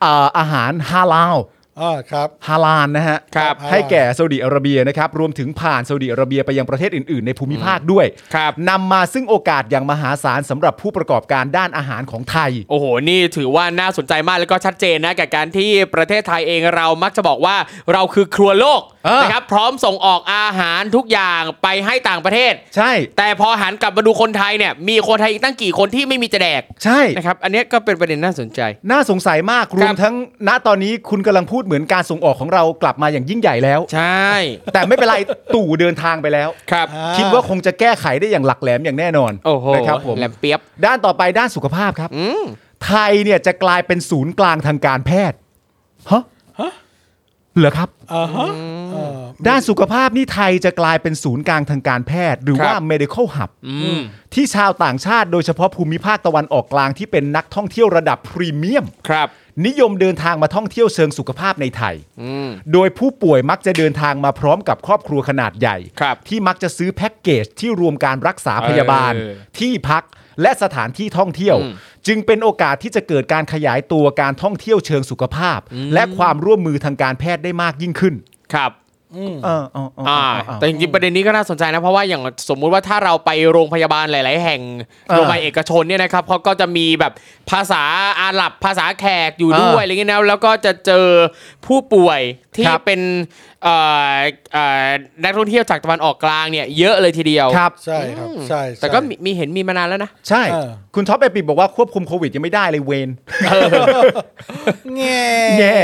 [SPEAKER 5] เอ่ออาหารฮาลาล
[SPEAKER 2] อ่าครับ
[SPEAKER 5] ฮาลานนะฮะ
[SPEAKER 4] ครับ
[SPEAKER 5] ให้แก่ซาอุดิอาระเบียนะครับ รวมถึงผ่านซาอุดิอาระเบียไปยังประเทศอื่น ๆ ในภูมิภาคด้วย
[SPEAKER 4] ครับ
[SPEAKER 5] นำมาซึ่งโอกาสอย่างมหาศาลสำหรับผู้ประกอบการด้านอาหารของไทย
[SPEAKER 4] โอ้โห นี่ถือว่าน่าสนใจมากแล้วก็ชัดเจนนะกับการที่ประเทศไทยเองเรามักจะบอกว่าเราคือครัวโลก
[SPEAKER 5] เออ
[SPEAKER 4] นะครับ พร้อมส่งออกอาหารทุกอย่างไปให้ต่างประเทศ
[SPEAKER 5] ใช่
[SPEAKER 4] แต่พอหันกลับมาดูคนไทยเนี่ย มีคนไทยอีกตั้งกี่คนที่ไม่มีจะแดก
[SPEAKER 5] ใช่
[SPEAKER 4] นะครับ อันเนี้ยก็เป็นประเด็นน่าสนใจ
[SPEAKER 5] น่าสงสัยมากรวมทั้งณตอนนี้คุณกำลังพูดเหมือนการส่งออกของเรากลับมาอย่างยิ่งใหญ่แล้ว
[SPEAKER 4] ใช่
[SPEAKER 5] แต่ไม่เป็นไร ตู่เดินทางไปแล้ว
[SPEAKER 4] ครับ
[SPEAKER 2] อ่า
[SPEAKER 5] คิดว่าคงจะแก้ไขได้อย่างหลักแหลมอย่างแน่นอน
[SPEAKER 4] โอ้โห
[SPEAKER 5] นะครับผม
[SPEAKER 4] แหลมเปียบ
[SPEAKER 5] ด้านต่อไปด้านสุขภาพครับ
[SPEAKER 4] อืม
[SPEAKER 5] ไทยเนี่ยจะกลายเป็นศูนย์กลางทางการแพทย์ฮะ
[SPEAKER 2] ฮะ
[SPEAKER 5] เหรอครับ
[SPEAKER 2] อ่าฮะเออ
[SPEAKER 5] ด้านสุขภาพนี่ไทยจะกลายเป็นศูนย์กลางทางการแพทย์ หรือ
[SPEAKER 4] ครับ
[SPEAKER 5] ว่า medical hub
[SPEAKER 4] อืม
[SPEAKER 5] ที่ชาวต่างชาติโดยเฉพาะภูมิภาคตะวันออกกลางที่เป็นนักท่องเที่ยวระดับพรีเมียม
[SPEAKER 4] ครับ
[SPEAKER 5] นิยมเดินทางมาท่องเที่ยวเชิงสุขภาพในไทย
[SPEAKER 4] อืม
[SPEAKER 5] โดยผู้ป่วยมักจะเดินทางมาพร้อมกับครอบครัวขนาดใหญ่
[SPEAKER 4] ครับ
[SPEAKER 5] ที่มักจะซื้อแพ็กเกจที่รวมการรักษาพยาบาล
[SPEAKER 4] เออ
[SPEAKER 5] ที่พักและสถานที่ท่องเที่ยว
[SPEAKER 4] อืม
[SPEAKER 5] จึงเป็นโอกาสที่จะเกิดการขยายตัวการท่องเที่ยวเชิงสุขภาพ และความร่วมมือทางการแพทย์ได้มากยิ่งขึ้น
[SPEAKER 4] ครับ
[SPEAKER 2] อืม
[SPEAKER 5] เออเออเออ
[SPEAKER 4] อ่า
[SPEAKER 5] เออ
[SPEAKER 4] แต่จริงๆประเด็นนี้ก็น่าสนใจนะ เพราะว่าอย่างสมมุติว่าถ้าเราไปโรงพยาบาลหลาย ๆ แห่ง
[SPEAKER 5] เออ
[SPEAKER 4] โรงพยาบาลเอกชนเนี่ยนะครับเขาก็จะมีแบบภาษาอาหรับภาษาแขกอยู่ด้ว
[SPEAKER 5] เออ
[SPEAKER 4] ย
[SPEAKER 5] อ
[SPEAKER 4] อะไรเงี้ยนะแล้วก็จะเจอผู้ป่วยที่
[SPEAKER 5] ครับ
[SPEAKER 4] เป็นเอ่อเอ่อนักท่องเที่ยวจากตะวันออกกลางเนี่ยเยอะเลยทีเดียว
[SPEAKER 5] ครับ
[SPEAKER 2] ใช่ครับ ใช่ใช่
[SPEAKER 4] แต่ก็มีมีเห็นมีมานานแล้วนะ
[SPEAKER 5] ใช่
[SPEAKER 2] เออ
[SPEAKER 5] คุณท็อปเอปิบอกว่าควบคุมโควิดยังไม่ได้เลยเวน
[SPEAKER 2] แง่
[SPEAKER 5] แย่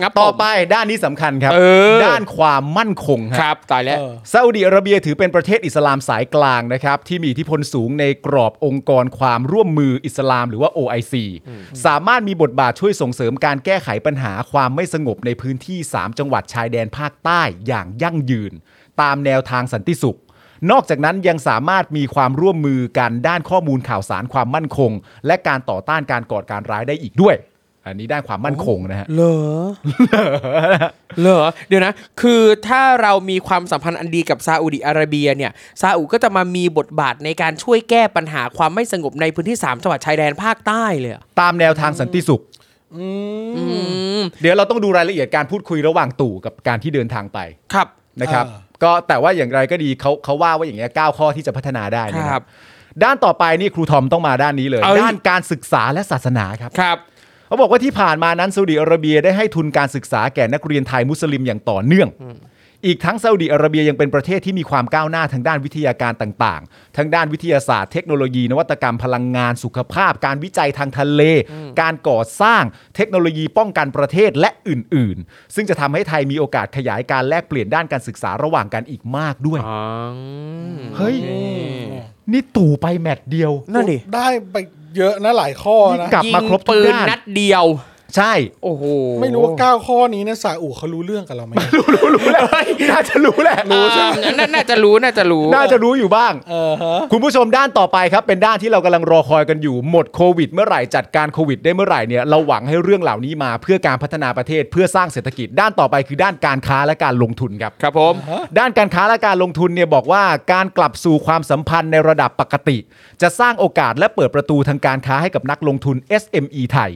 [SPEAKER 4] ครับ
[SPEAKER 5] ต่อ
[SPEAKER 4] ผม
[SPEAKER 5] ไปด้านนี้สำคัญครับ
[SPEAKER 4] เออ
[SPEAKER 5] ด้านความมั่นคง
[SPEAKER 4] ค
[SPEAKER 5] ฮะ
[SPEAKER 4] รับ ตาย
[SPEAKER 2] เอ
[SPEAKER 4] แล้ว
[SPEAKER 2] อ
[SPEAKER 5] ซาอุดิอาระเบียถือเป็นประเทศอิสลามสายกลางนะครับที่มีอิทธิพลสูงในกรอบองค์กรความร่วมมืออิสลามหรือว่า OIC สามารถมีบทบาทช่วยส่งเสริมการแก้ไขปัญหาความไม่สงบในพื้นที่ 3 จังหวัดชายแดนภาคใต้อย่างยั่งยืน ตามแนวทางสันติสุข นอกจากนั้นยังสามารถมีความร่วมมือกันด้านข้อมูลข่าวสารความมั่นคง และการต่อต้านการก่อการร้ายได้อีกด้วย อันนี้ด้านความมั่นคงนะฮะ
[SPEAKER 4] เหรอเหรอเดี๋ยวนะ คือถ้าเรามีความสัมพันธ์อันดีกับซาอุดิอาระเบียเนี่ยซาอุก็จะมามีบทบาทในการช่วยแก้ปัญหาความไม่สงบในพื้นที่สามจังหวัดชายแดนภาคใต้เลยเหรอ
[SPEAKER 5] ตามแนวทางสันติสุข
[SPEAKER 4] อืม
[SPEAKER 5] เดี๋ยวเราต้องดูรายละเอียดการพูดคุยระหว่างตู่กับการที่เดินทางไป
[SPEAKER 4] ครับ
[SPEAKER 5] นะครับ
[SPEAKER 2] อ่า
[SPEAKER 5] ก็แต่ว่าอย่างไรก็ดีเขาเขาว่าว่าอย่างเงี้ยเก้าข้อที่จะพัฒนาได้นะค
[SPEAKER 4] ครั
[SPEAKER 5] รั
[SPEAKER 4] บบ
[SPEAKER 5] ด้านต่อไปนี่ครูทอมต้องมาด้านนี้เลย
[SPEAKER 4] เอ้ย
[SPEAKER 5] ด้านการศึกษาและศาสนาครับ
[SPEAKER 4] ครับ
[SPEAKER 5] เขาบอกว่าที่ผ่านมานั้นซาอุดิอาระเบียได้ให้ทุนการศึกษาแก่นักเรียนไทยมุสลิมอย่างต่อเนื่อง อีกทั้งซาอุดิอาระเบียยังเป็นประเทศที่มีความก้าวหน้าทางด้านวิทยาการต่างๆ ทั้งด้านวิทยาศาสตร์เทคโนโลยี นวัตกรรมพลังงานสุขภาพ การวิจัยทางทะเล การก่อสร้างเทคโนโลยีป้องกันประเทศและอื่นๆ ซึ่งจะทำให้ไทยมีโอกาสขยายการแลกเปลี่ยนด้านการศึกษาระหว่างกันอีกมากด้วย
[SPEAKER 4] อ๋อ
[SPEAKER 5] เฮ้ย นี่ตู่ไปแมตช์เดียว
[SPEAKER 4] นั่นดิ
[SPEAKER 2] ได้ไปเยอะนะหลายข้อนะ
[SPEAKER 5] นี่กลับมาครบทุ
[SPEAKER 4] ปื
[SPEAKER 5] ก
[SPEAKER 4] น
[SPEAKER 5] ด้าน
[SPEAKER 4] นัดเดียว
[SPEAKER 5] ใช่ (laughs)
[SPEAKER 4] โอ้โห
[SPEAKER 2] ไม่รู้ว่าเก้า9ข้อนี้เนี่ยซาอุเขารู้เรื่องกับเราไหม
[SPEAKER 5] รู้รู้แหละน่าจะรู้แหละ
[SPEAKER 4] รู้ใช่ไหมน่าจะรู้น่าจะรู้
[SPEAKER 5] น่าจะรู้อยู่บ้าง
[SPEAKER 2] เออฮะ
[SPEAKER 5] คุณผู้ชมด้านต่อไปครับ เป็นด้านที่เรากำลังรอคอยกันอยู่หมดโควิดเมื่อไหร่จัดการโควิดได้เมื่อไหร่เนี่ยเราหวังให้เรื่องเหล่านี้มาเพื่อการพัฒนาประเทศเพื่อสร้างเศรษฐกิจ ด้านต่อไปคือด้านการค้าและการลงทุนครับ
[SPEAKER 4] ครับผม
[SPEAKER 5] ด้านการค้าและการลงทุนเนี่ยบอกว่าการกลับสู่ความสัมพันธ์ในระดับปกติ จะสร้างโอกาสและเปิดประตูทางการค้าให้กับนักลงทุน SME ไทย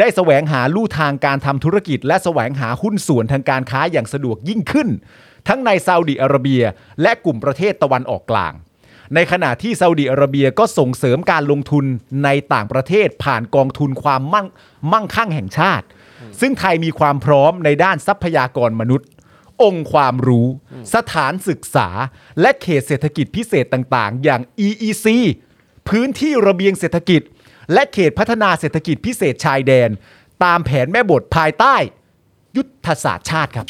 [SPEAKER 5] ได้แสวงหาลู่ทางการทำธุรกิจ และแสวงหาหุ้นส่วนทางการค้าอย่างสะดวกยิ่งขึ้น ทั้งในซาอุดิอาระเบีย และกลุ่มประเทศตะวันออกกลาง ในขณะที่ซาอุดิอาระเบียก็ส่งเสริมการลงทุนในต่างประเทศผ่านกองทุนความมั่งมั่งคั่งแห่งชาติ ซึ่งไทยมีความพร้อมในด้านทรัพยากรมนุษย์ องค์ความรู้ สถานศึกษา และเขตเศรษฐกิจพิเศษต่างๆ อย่าง EEC พื้นที่ระเบียงเศรษฐกิจ และเขตพัฒนาเศรษฐกิจพิเศษชายแดน ตามแผนแม่บทภายใต้ ยุทธศาสตร์ชาติครับ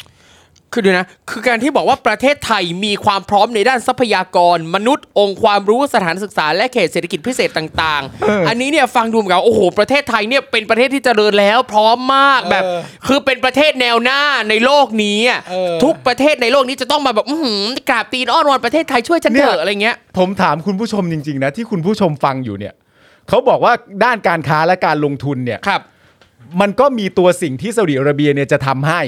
[SPEAKER 4] คือเดูนะ คือการที่บอกว่าประเทศไทยมีความพร้อมในด้านทรัพยากร มนุษย์ องค์ความรู้สถานศึกษา และเขตเศรษฐกิจพิเศษต่างๆ อันนี้เนี่ยฟังดูเหมือนกับโอ้โห ประเทศไทยเนี่ยเป็นประเทศที่เจริญแล้ว พร้อมมากแบบ
[SPEAKER 2] เออ
[SPEAKER 4] คือเป็นประเทศแนวหน้าในโลกนี้อะ
[SPEAKER 2] เออ
[SPEAKER 4] ทุกประเทศในโลกนี้จะต้องมาแบบอื้อหือกราบตีนอ้อนวอนประเทศไทยช่วยฉันเถ
[SPEAKER 5] เนี่ย
[SPEAKER 4] อะอะไรเงี้ย
[SPEAKER 5] ผมถามคุณผู้ชมจริง ๆ นะ ที่คุณผู้ชมฟังอยู่เนี่ยเขาบอกว่าด้านการค้าและการลงทุนเนี่ย
[SPEAKER 4] ครับ
[SPEAKER 5] มันก็มีตัวสิ่งที่ซาอุดิอาระเบียเนี่ยจะทำให้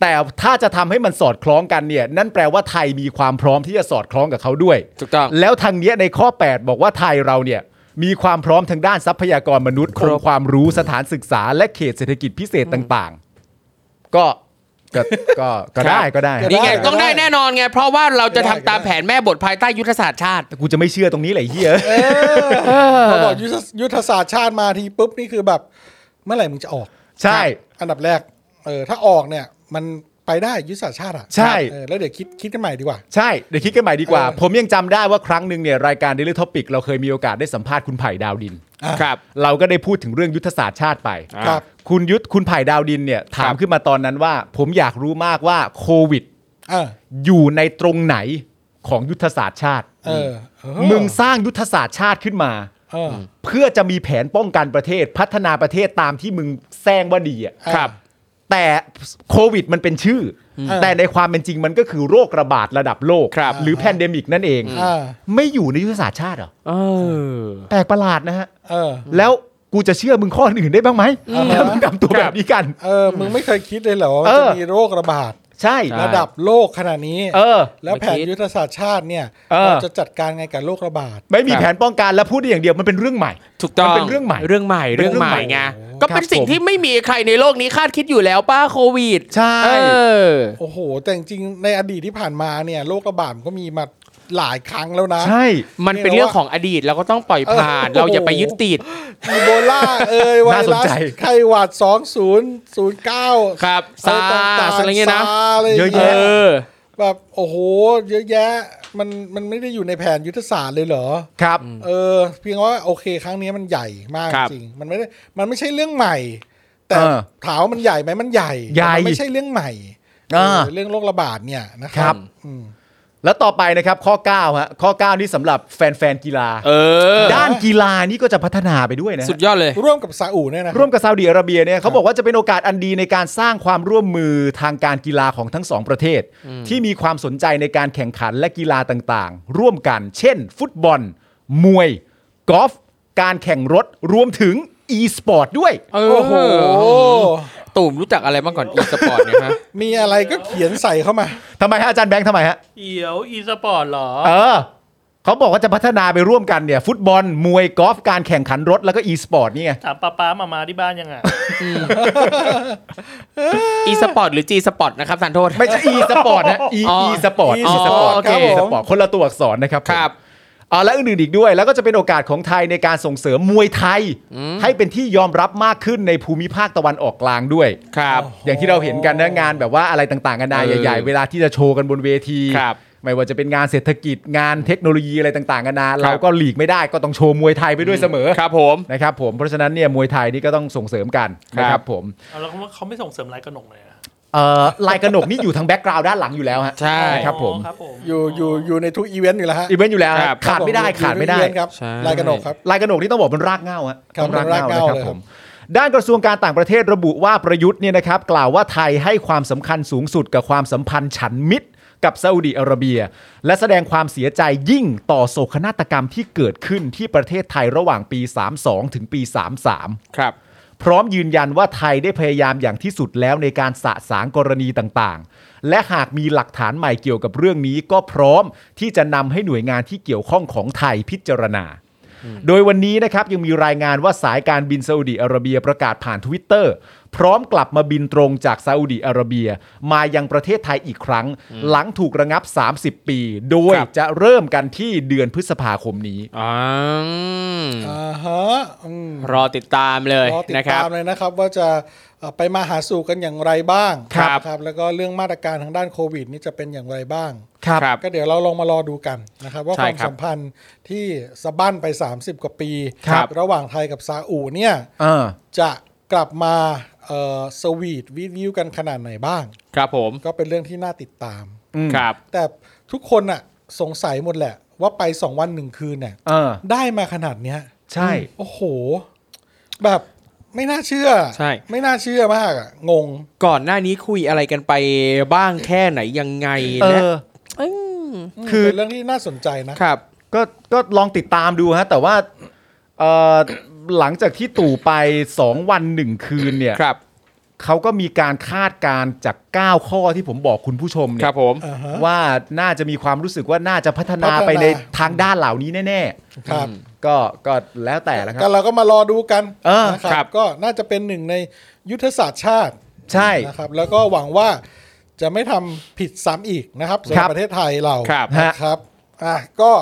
[SPEAKER 5] แต่ถ้าจะทำให้มันสอดคล้องกันเนี่ย นั่นแปลว่าไทยมีความพร้อมที่จะสอดคล้องกับเขาด้วย
[SPEAKER 4] ถูกต้อง
[SPEAKER 5] แล้วทางเนี้ยในข้อ 8 บอกว่าไทยเราเนี่ยมีความพร้อมทางด้านทรัพยากรมนุษย์
[SPEAKER 4] ค
[SPEAKER 5] ค
[SPEAKER 4] รบ
[SPEAKER 5] งความรู้สถานศึกษาและเขตเศรษฐกิจพิเศษต่างๆ ก็ก็ก็ก็ได้ก็ได้
[SPEAKER 2] ครับ
[SPEAKER 4] นี่ไง
[SPEAKER 2] ได้
[SPEAKER 4] ต้องได้
[SPEAKER 2] ได้
[SPEAKER 4] แน่นอนไง เพราะว่าเราจะ
[SPEAKER 2] ได้
[SPEAKER 4] ทำตาม
[SPEAKER 2] ได้
[SPEAKER 4] แผนแม่บทภายใต้ยุทธศาสตร์ชาติ
[SPEAKER 5] แต่กูจะไม่เชื่อตรงนี้แหละไอ้เฮีย
[SPEAKER 2] พอบอกยุทธยุทธศาสตร์ชาติมาทีปุ๊บนี่คือแบบ เมื่อไหร่มึงจะออก
[SPEAKER 5] ใช่
[SPEAKER 2] อันดับแรกเออถ้าออกเนี่ย มันไปได้ยุทธศาสตร์ชาติอะ
[SPEAKER 5] ใช่
[SPEAKER 2] เออแล้วเดี๋ยวคิดคิดกันใหม่ดีกว่า
[SPEAKER 5] ใช่เดี๋ยวคิดกันใหม่ดีกว่า
[SPEAKER 2] เออ
[SPEAKER 5] ผมยังจำได้ว่าครั้งหนึ่งเนี่ยรายการ Daily Topic เราเคยมีโอกาสได้สัมภาษณ์คุณไผ่ดาวดิน
[SPEAKER 4] ครับ
[SPEAKER 5] เราก็ได้พูดถึงเรื่องยุทธศาสตร์ชาติไป
[SPEAKER 2] ครับ
[SPEAKER 5] คุณยุทธคุณไผ่ดาวดินเนี่ยถามขึ้นมาตอนนั้นว่า ผมอยากรู้มากว่าโควิด
[SPEAKER 2] เออ
[SPEAKER 5] อยู่ในตรงไหนของยุทธศาสตร์ชาติ
[SPEAKER 2] เออเออ
[SPEAKER 5] มึงสร้างยุทธศาสตร์ชาติขึ้นมา
[SPEAKER 2] เออ
[SPEAKER 5] เพื่อจะมีแผนป้องกันประเทศ พัฒนาประเทศตามที่มึงแซงว่าดีอ่ะ
[SPEAKER 2] ครับ
[SPEAKER 5] แต่โควิดมันเป็นชื่ออแต่ในความเป็นจริงมันก็คือโรคระบาดระดับโลก
[SPEAKER 4] ครับ
[SPEAKER 5] หรือแพนเดมิกนั่นเอง
[SPEAKER 2] อ่า
[SPEAKER 5] ไม่อยู่ในยุทธศาสตร์ชาติเหรอ
[SPEAKER 4] เออ
[SPEAKER 5] แปลกประหลาดนะฮะ
[SPEAKER 2] เออ
[SPEAKER 5] แล้วกูจะเชื่อมึงข้ออื่นได้บ้างไหมถ้ามึงทำตัวแบบนี้กัน
[SPEAKER 2] เออ มึงไม่เคยคิดเลยเหรอว่า
[SPEAKER 5] เอ
[SPEAKER 2] มัน
[SPEAKER 5] อ
[SPEAKER 2] จะมีโรคระบาด
[SPEAKER 5] ใช่
[SPEAKER 4] ใช่
[SPEAKER 2] ระดับโลกขนาดนี้
[SPEAKER 5] เออ
[SPEAKER 2] แล้วแผนยุทธศาสตร์ชาติเนี่ย
[SPEAKER 5] เออ
[SPEAKER 2] เราจะจัดการไงกับโรคระบาด
[SPEAKER 5] ไม่มีแผนป้องกันแล้วพูดได้อย่างเดียวมันเป็นเรื่องใหม่
[SPEAKER 4] ถูกต้อง
[SPEAKER 5] มันเป็นเรื่องใหม่
[SPEAKER 4] เรื่องใหม่
[SPEAKER 5] เป็น
[SPEAKER 4] เรื่องใหม่
[SPEAKER 5] เรื่องใหม่
[SPEAKER 4] ไง
[SPEAKER 5] โอ้
[SPEAKER 4] ก็เป็น
[SPEAKER 5] ครับ
[SPEAKER 4] สิ่ง
[SPEAKER 5] ผม
[SPEAKER 4] ที่ไม่มีใครในโลกนี้คาดคิดอยู่แล้วป้าโควิด
[SPEAKER 5] ใช่
[SPEAKER 4] เออ
[SPEAKER 2] โอ้โห แต่จริงๆในอดีตที่ผ่านมาเนี่ยโรคระบาดมันก็มีมาหลายครั้งแล้วนะ
[SPEAKER 5] ใช่
[SPEAKER 4] มันเป็นเรื่องของอดีตเราก็ต้องปล่อยผ่าน
[SPEAKER 2] เออ
[SPEAKER 4] เราอย่าไปยึดติด
[SPEAKER 2] อีโบลาเอ่ยไว
[SPEAKER 5] (laughs) น่าสน
[SPEAKER 2] รัส
[SPEAKER 5] ใจ
[SPEAKER 2] ไข้หวัด 2009
[SPEAKER 4] ครับ
[SPEAKER 2] เอ่ยต่งๆ
[SPEAKER 4] ซาร์สอะไรเงี้ยนะ
[SPEAKER 2] ซาร์ไร
[SPEAKER 5] เยอะ
[SPEAKER 4] เอ
[SPEAKER 5] แยะ
[SPEAKER 4] อ
[SPEAKER 2] แบบโอ้โห เยอะแยะมันมันไม่ได้อยู่ในแผนยุทธศาสตร์เลยเหรอ
[SPEAKER 5] ครับ
[SPEAKER 2] เออเพียงว่าโอเคครั้งนี้มันใหญ่มาก
[SPEAKER 4] ครับ
[SPEAKER 2] จริงมันไม่ได้มันไม่ใช่เรื่องใหม่ แต่
[SPEAKER 5] เออ
[SPEAKER 2] ถามว่ามันใหญ่ไหมมันใหญ่
[SPEAKER 5] ใหญ่
[SPEAKER 2] แต่มันไม่ใช่เรื่องใหม่
[SPEAKER 5] อ่า
[SPEAKER 2] เออเรื่องโรคระบาดเนี่ยนะค
[SPEAKER 5] ค
[SPEAKER 2] รั
[SPEAKER 5] รับ บ แล้วต่อไปนะครับข้อ9ฮะข้อ 9 นี่สำหรับแฟนๆกีฬา
[SPEAKER 4] เออ
[SPEAKER 5] ด้านกีฬานี่ก็จะพัฒนาไปด้วยนะฮะ
[SPEAKER 4] สุดยอดเลย
[SPEAKER 2] ร่วมกับซาอุเนี่ยนะ
[SPEAKER 5] ร่วมกับซาอุดิอาระเบียเนี่ยเขาบอกว่าจะเป็นโอกาสอันดีในการสร้างความร่วมมือทางการกีฬาของทั้งสองประเทศ ที่มีความสนใจในการแข่งขันและกีฬาต่างๆ ร่วมกัน เช่น ฟุตบอล มวยกอล์ฟการแข่งรถรวมถึง e-sport ด้วย
[SPEAKER 4] โอ้
[SPEAKER 2] โอ้โห
[SPEAKER 4] ตูมรู้จักอะไรมาก่อนอีสปอร์ตเนี่ยฮะ
[SPEAKER 2] มีอะไรก็เขียนใส่เข้ามา
[SPEAKER 5] ทำไมฮะอาจารย์แบงค์ทำไมฮะ
[SPEAKER 6] เอียวอีสปอร์ตเหรอ
[SPEAKER 5] เออ เขาบอกว่าจะพัฒนาไปร่วมกันเนี่ย ฟุตบอล มวย กอล์ฟ การแข่งขันรถ แล้วก็อีสปอร์ตนี่ไง
[SPEAKER 6] ถามป้าป้ามามาที่บ้านยังไง
[SPEAKER 4] อีสปอร์ตหรือจีสปอร์ตนะครับทานโทษ
[SPEAKER 5] ไม่ใช่อีสปอร์ตนะอี
[SPEAKER 4] อ๋อ
[SPEAKER 5] อีสปอร์ต
[SPEAKER 2] อ๋อ
[SPEAKER 5] อีสปอร์ต
[SPEAKER 2] ครับผม
[SPEAKER 5] คนละตัวอักษรนะครับผม
[SPEAKER 4] ครับ
[SPEAKER 5] อ่าและอื่นๆอีกด้วย แล้วก็จะเป็นโอกาสของไทยในการส่งเสริมมวยไทย ให้เป็นที่ยอมรับมากขึ้นในภูมิภาคตะวันออกกลางด้วย
[SPEAKER 4] ครับ
[SPEAKER 5] อย่างที่เราเห็นกันนะงานแบบว่าอะไรต่างๆกันานา
[SPEAKER 4] เออ
[SPEAKER 5] ใหญ่ๆ เวลาที่จะโชว์กันบนเวที
[SPEAKER 4] ครับ
[SPEAKER 5] ไม่ว่าจะเป็นงานเศรษฐกิจงานเทคโนโลยีอะไรต่างๆกันานาเราก็หลีกไม่ได้ก็ต้องโชว์มวยไทยไปด้วยเสมอ
[SPEAKER 4] ครับผม
[SPEAKER 5] นะครับผมเพราะฉะนั้นเนี่ยมวยไทยนี่ก็ต้องส่งเสริมกัน
[SPEAKER 4] ครับ
[SPEAKER 5] นะครับผม
[SPEAKER 6] เอาแล้วเขาว่าเขาไม่ส่งเสริมลายกระหนกเลยอะ
[SPEAKER 5] เอ่อลายกระหนกนี่อยู่ทางแบ็กกราวด์ด้านหลังอยู่แล้วฮะ
[SPEAKER 4] ใช่
[SPEAKER 5] ใช่ครับผม
[SPEAKER 6] อ๋อครับผม
[SPEAKER 2] อยู่อยู่อยู่ในทุกอีเวนต์อยู่แล้วฮะ
[SPEAKER 5] อีเวนต์อยู่แล้วฮะ
[SPEAKER 4] ครับ
[SPEAKER 5] ขาดไม่ได้
[SPEAKER 2] ครับผ
[SPEAKER 5] ขาดไม่ได้
[SPEAKER 2] อยู่ในอีเวนต์ครับ
[SPEAKER 4] ใช่
[SPEAKER 2] ลายกระหนกครับ
[SPEAKER 5] ลายกระหนกที่ต้องบอกเป็นรากเหง้าฮะ
[SPEAKER 2] ครับ
[SPEAKER 5] ต้องรากเหง้า
[SPEAKER 2] เป็นรากเหง้า
[SPEAKER 5] นะครับ
[SPEAKER 2] เลย
[SPEAKER 5] ผมด้านกระทรวงการต่างประเทศระบุว่าประยุทธ์เนี่ยนะครับกล่าวว่าไทยให้ความสำคัญสูงสุดกับความสัมพันธ์ฉันมิตร กับซาอุดีอาระเบีย และแสดงความเสียใจยิ่งต่อโศกนาฏกรรมที่เกิดขึ้นที่ประเทศไทยระหว่างปี 32 ถึงปี 33
[SPEAKER 4] ครับ
[SPEAKER 5] พร้อมยืนยันว่าไทยได้พยายามอย่างที่สุดแล้วในการสะสางกรณีต่างๆ และหากมีหลักฐานใหม่เกี่ยวกับเรื่องนี้ก็พร้อมที่จะนำให้หน่วยงานที่เกี่ยวข้องของไทยพิจารณา โดยวันนี้นะครับยังมีรายงานว่าสายการบินซาอุดีอาระเบียประกาศผ่านทวิตเตอร์พร้อมกลับมาบินตรงจากซาอุดีอาระเบีย มายังประเทศไทยอีกครั้ง หลังถูกระงับ 30 ปี โดย
[SPEAKER 4] ครับ
[SPEAKER 5] จะเริ่มกันที่เดือนพฤษภาคมนี้
[SPEAKER 4] อ่า
[SPEAKER 2] อ่าฮะอืม
[SPEAKER 4] รอติดตามเลย
[SPEAKER 2] รอติด
[SPEAKER 4] นะครับ
[SPEAKER 2] ตามเลยนะครับ ว่าจะเอ่อไปมาหาสู่กันอย่างไรบ้าง
[SPEAKER 4] ครับ
[SPEAKER 2] ครับ แล้วก็เรื่องมาตรการทางด้านโควิด นี่จะเป็นอย่างไรบ้าง
[SPEAKER 4] ครับครับ
[SPEAKER 2] ก็เดี๋ยวเราลองมารอดูกันนะครับ ว่า
[SPEAKER 4] ใช่
[SPEAKER 2] ความ
[SPEAKER 4] ครับ
[SPEAKER 2] สัมพันธ์ที่สะบั้นไป 30 กว่าปี
[SPEAKER 4] ครับ
[SPEAKER 2] หว่างไทยกับซาอุเนี่ย
[SPEAKER 5] เออ
[SPEAKER 2] จะกลับมาเอ่อสวีทวิวิวกันขนาดไหนบ้าง
[SPEAKER 4] ครับผม
[SPEAKER 2] ก็เป็นเรื่องที่น่าติดตาม
[SPEAKER 4] ครับ
[SPEAKER 2] แต่ทุกคนอะสงสัยหมดแหละ ว่าไปสองวันหนึ่งคืนเนี่ย
[SPEAKER 5] เออ
[SPEAKER 2] ได้มาขนาดเนี้ย
[SPEAKER 5] ใช่
[SPEAKER 2] โอ้โห แบบไม่น่าเชื่อ
[SPEAKER 4] ใช่
[SPEAKER 2] ไม่น่าเชื่อมากอะงง
[SPEAKER 4] ก่อนหน้านี้คุยอะไรกันไปบ้างแค่ไหนยังไง
[SPEAKER 5] เอ
[SPEAKER 4] นะ
[SPEAKER 5] อ คื
[SPEAKER 2] คือ อเป็นเรื่องที่น่าสนใจนะครับ
[SPEAKER 5] ก็ก็ลองติดตามดูฮะแต่ว่าเอ่อหลังจากที่ตู่ไป 2 วัน 1 คืนเนี่ย
[SPEAKER 4] ครับ
[SPEAKER 5] เขาก็มีการคาดการณ์จาก 9 ข้อที่ผมบอกคุณผู้ชม
[SPEAKER 4] ค
[SPEAKER 5] เนี่ย
[SPEAKER 4] รับผม
[SPEAKER 2] อ่าฮะ
[SPEAKER 5] ว่าน่าจะมีความรู้สึกว่าน่าจะพัฒนา
[SPEAKER 2] พัฒนา
[SPEAKER 5] ไปในทางด้านเหล่านี้แน่
[SPEAKER 2] ครับ
[SPEAKER 5] ๆ ก็ก็แล้วแต่ละค
[SPEAKER 2] ก็
[SPEAKER 5] รับ
[SPEAKER 2] เราก็มารอดูกัน
[SPEAKER 5] เออ
[SPEAKER 2] นะค
[SPEAKER 4] ครั
[SPEAKER 2] รับ บ ก็น่าจะเป็นหนึ่งในยุทธศาสตร์ชาติ
[SPEAKER 5] ใช่
[SPEAKER 2] นะครับแล้วก็หวังว่าจะไม่ทำผิดซ้ำอีกนะครับสำห
[SPEAKER 5] ครั
[SPEAKER 2] รับบ ประเทศไทยเรา
[SPEAKER 4] ครับ
[SPEAKER 2] นะครับอ่ะก็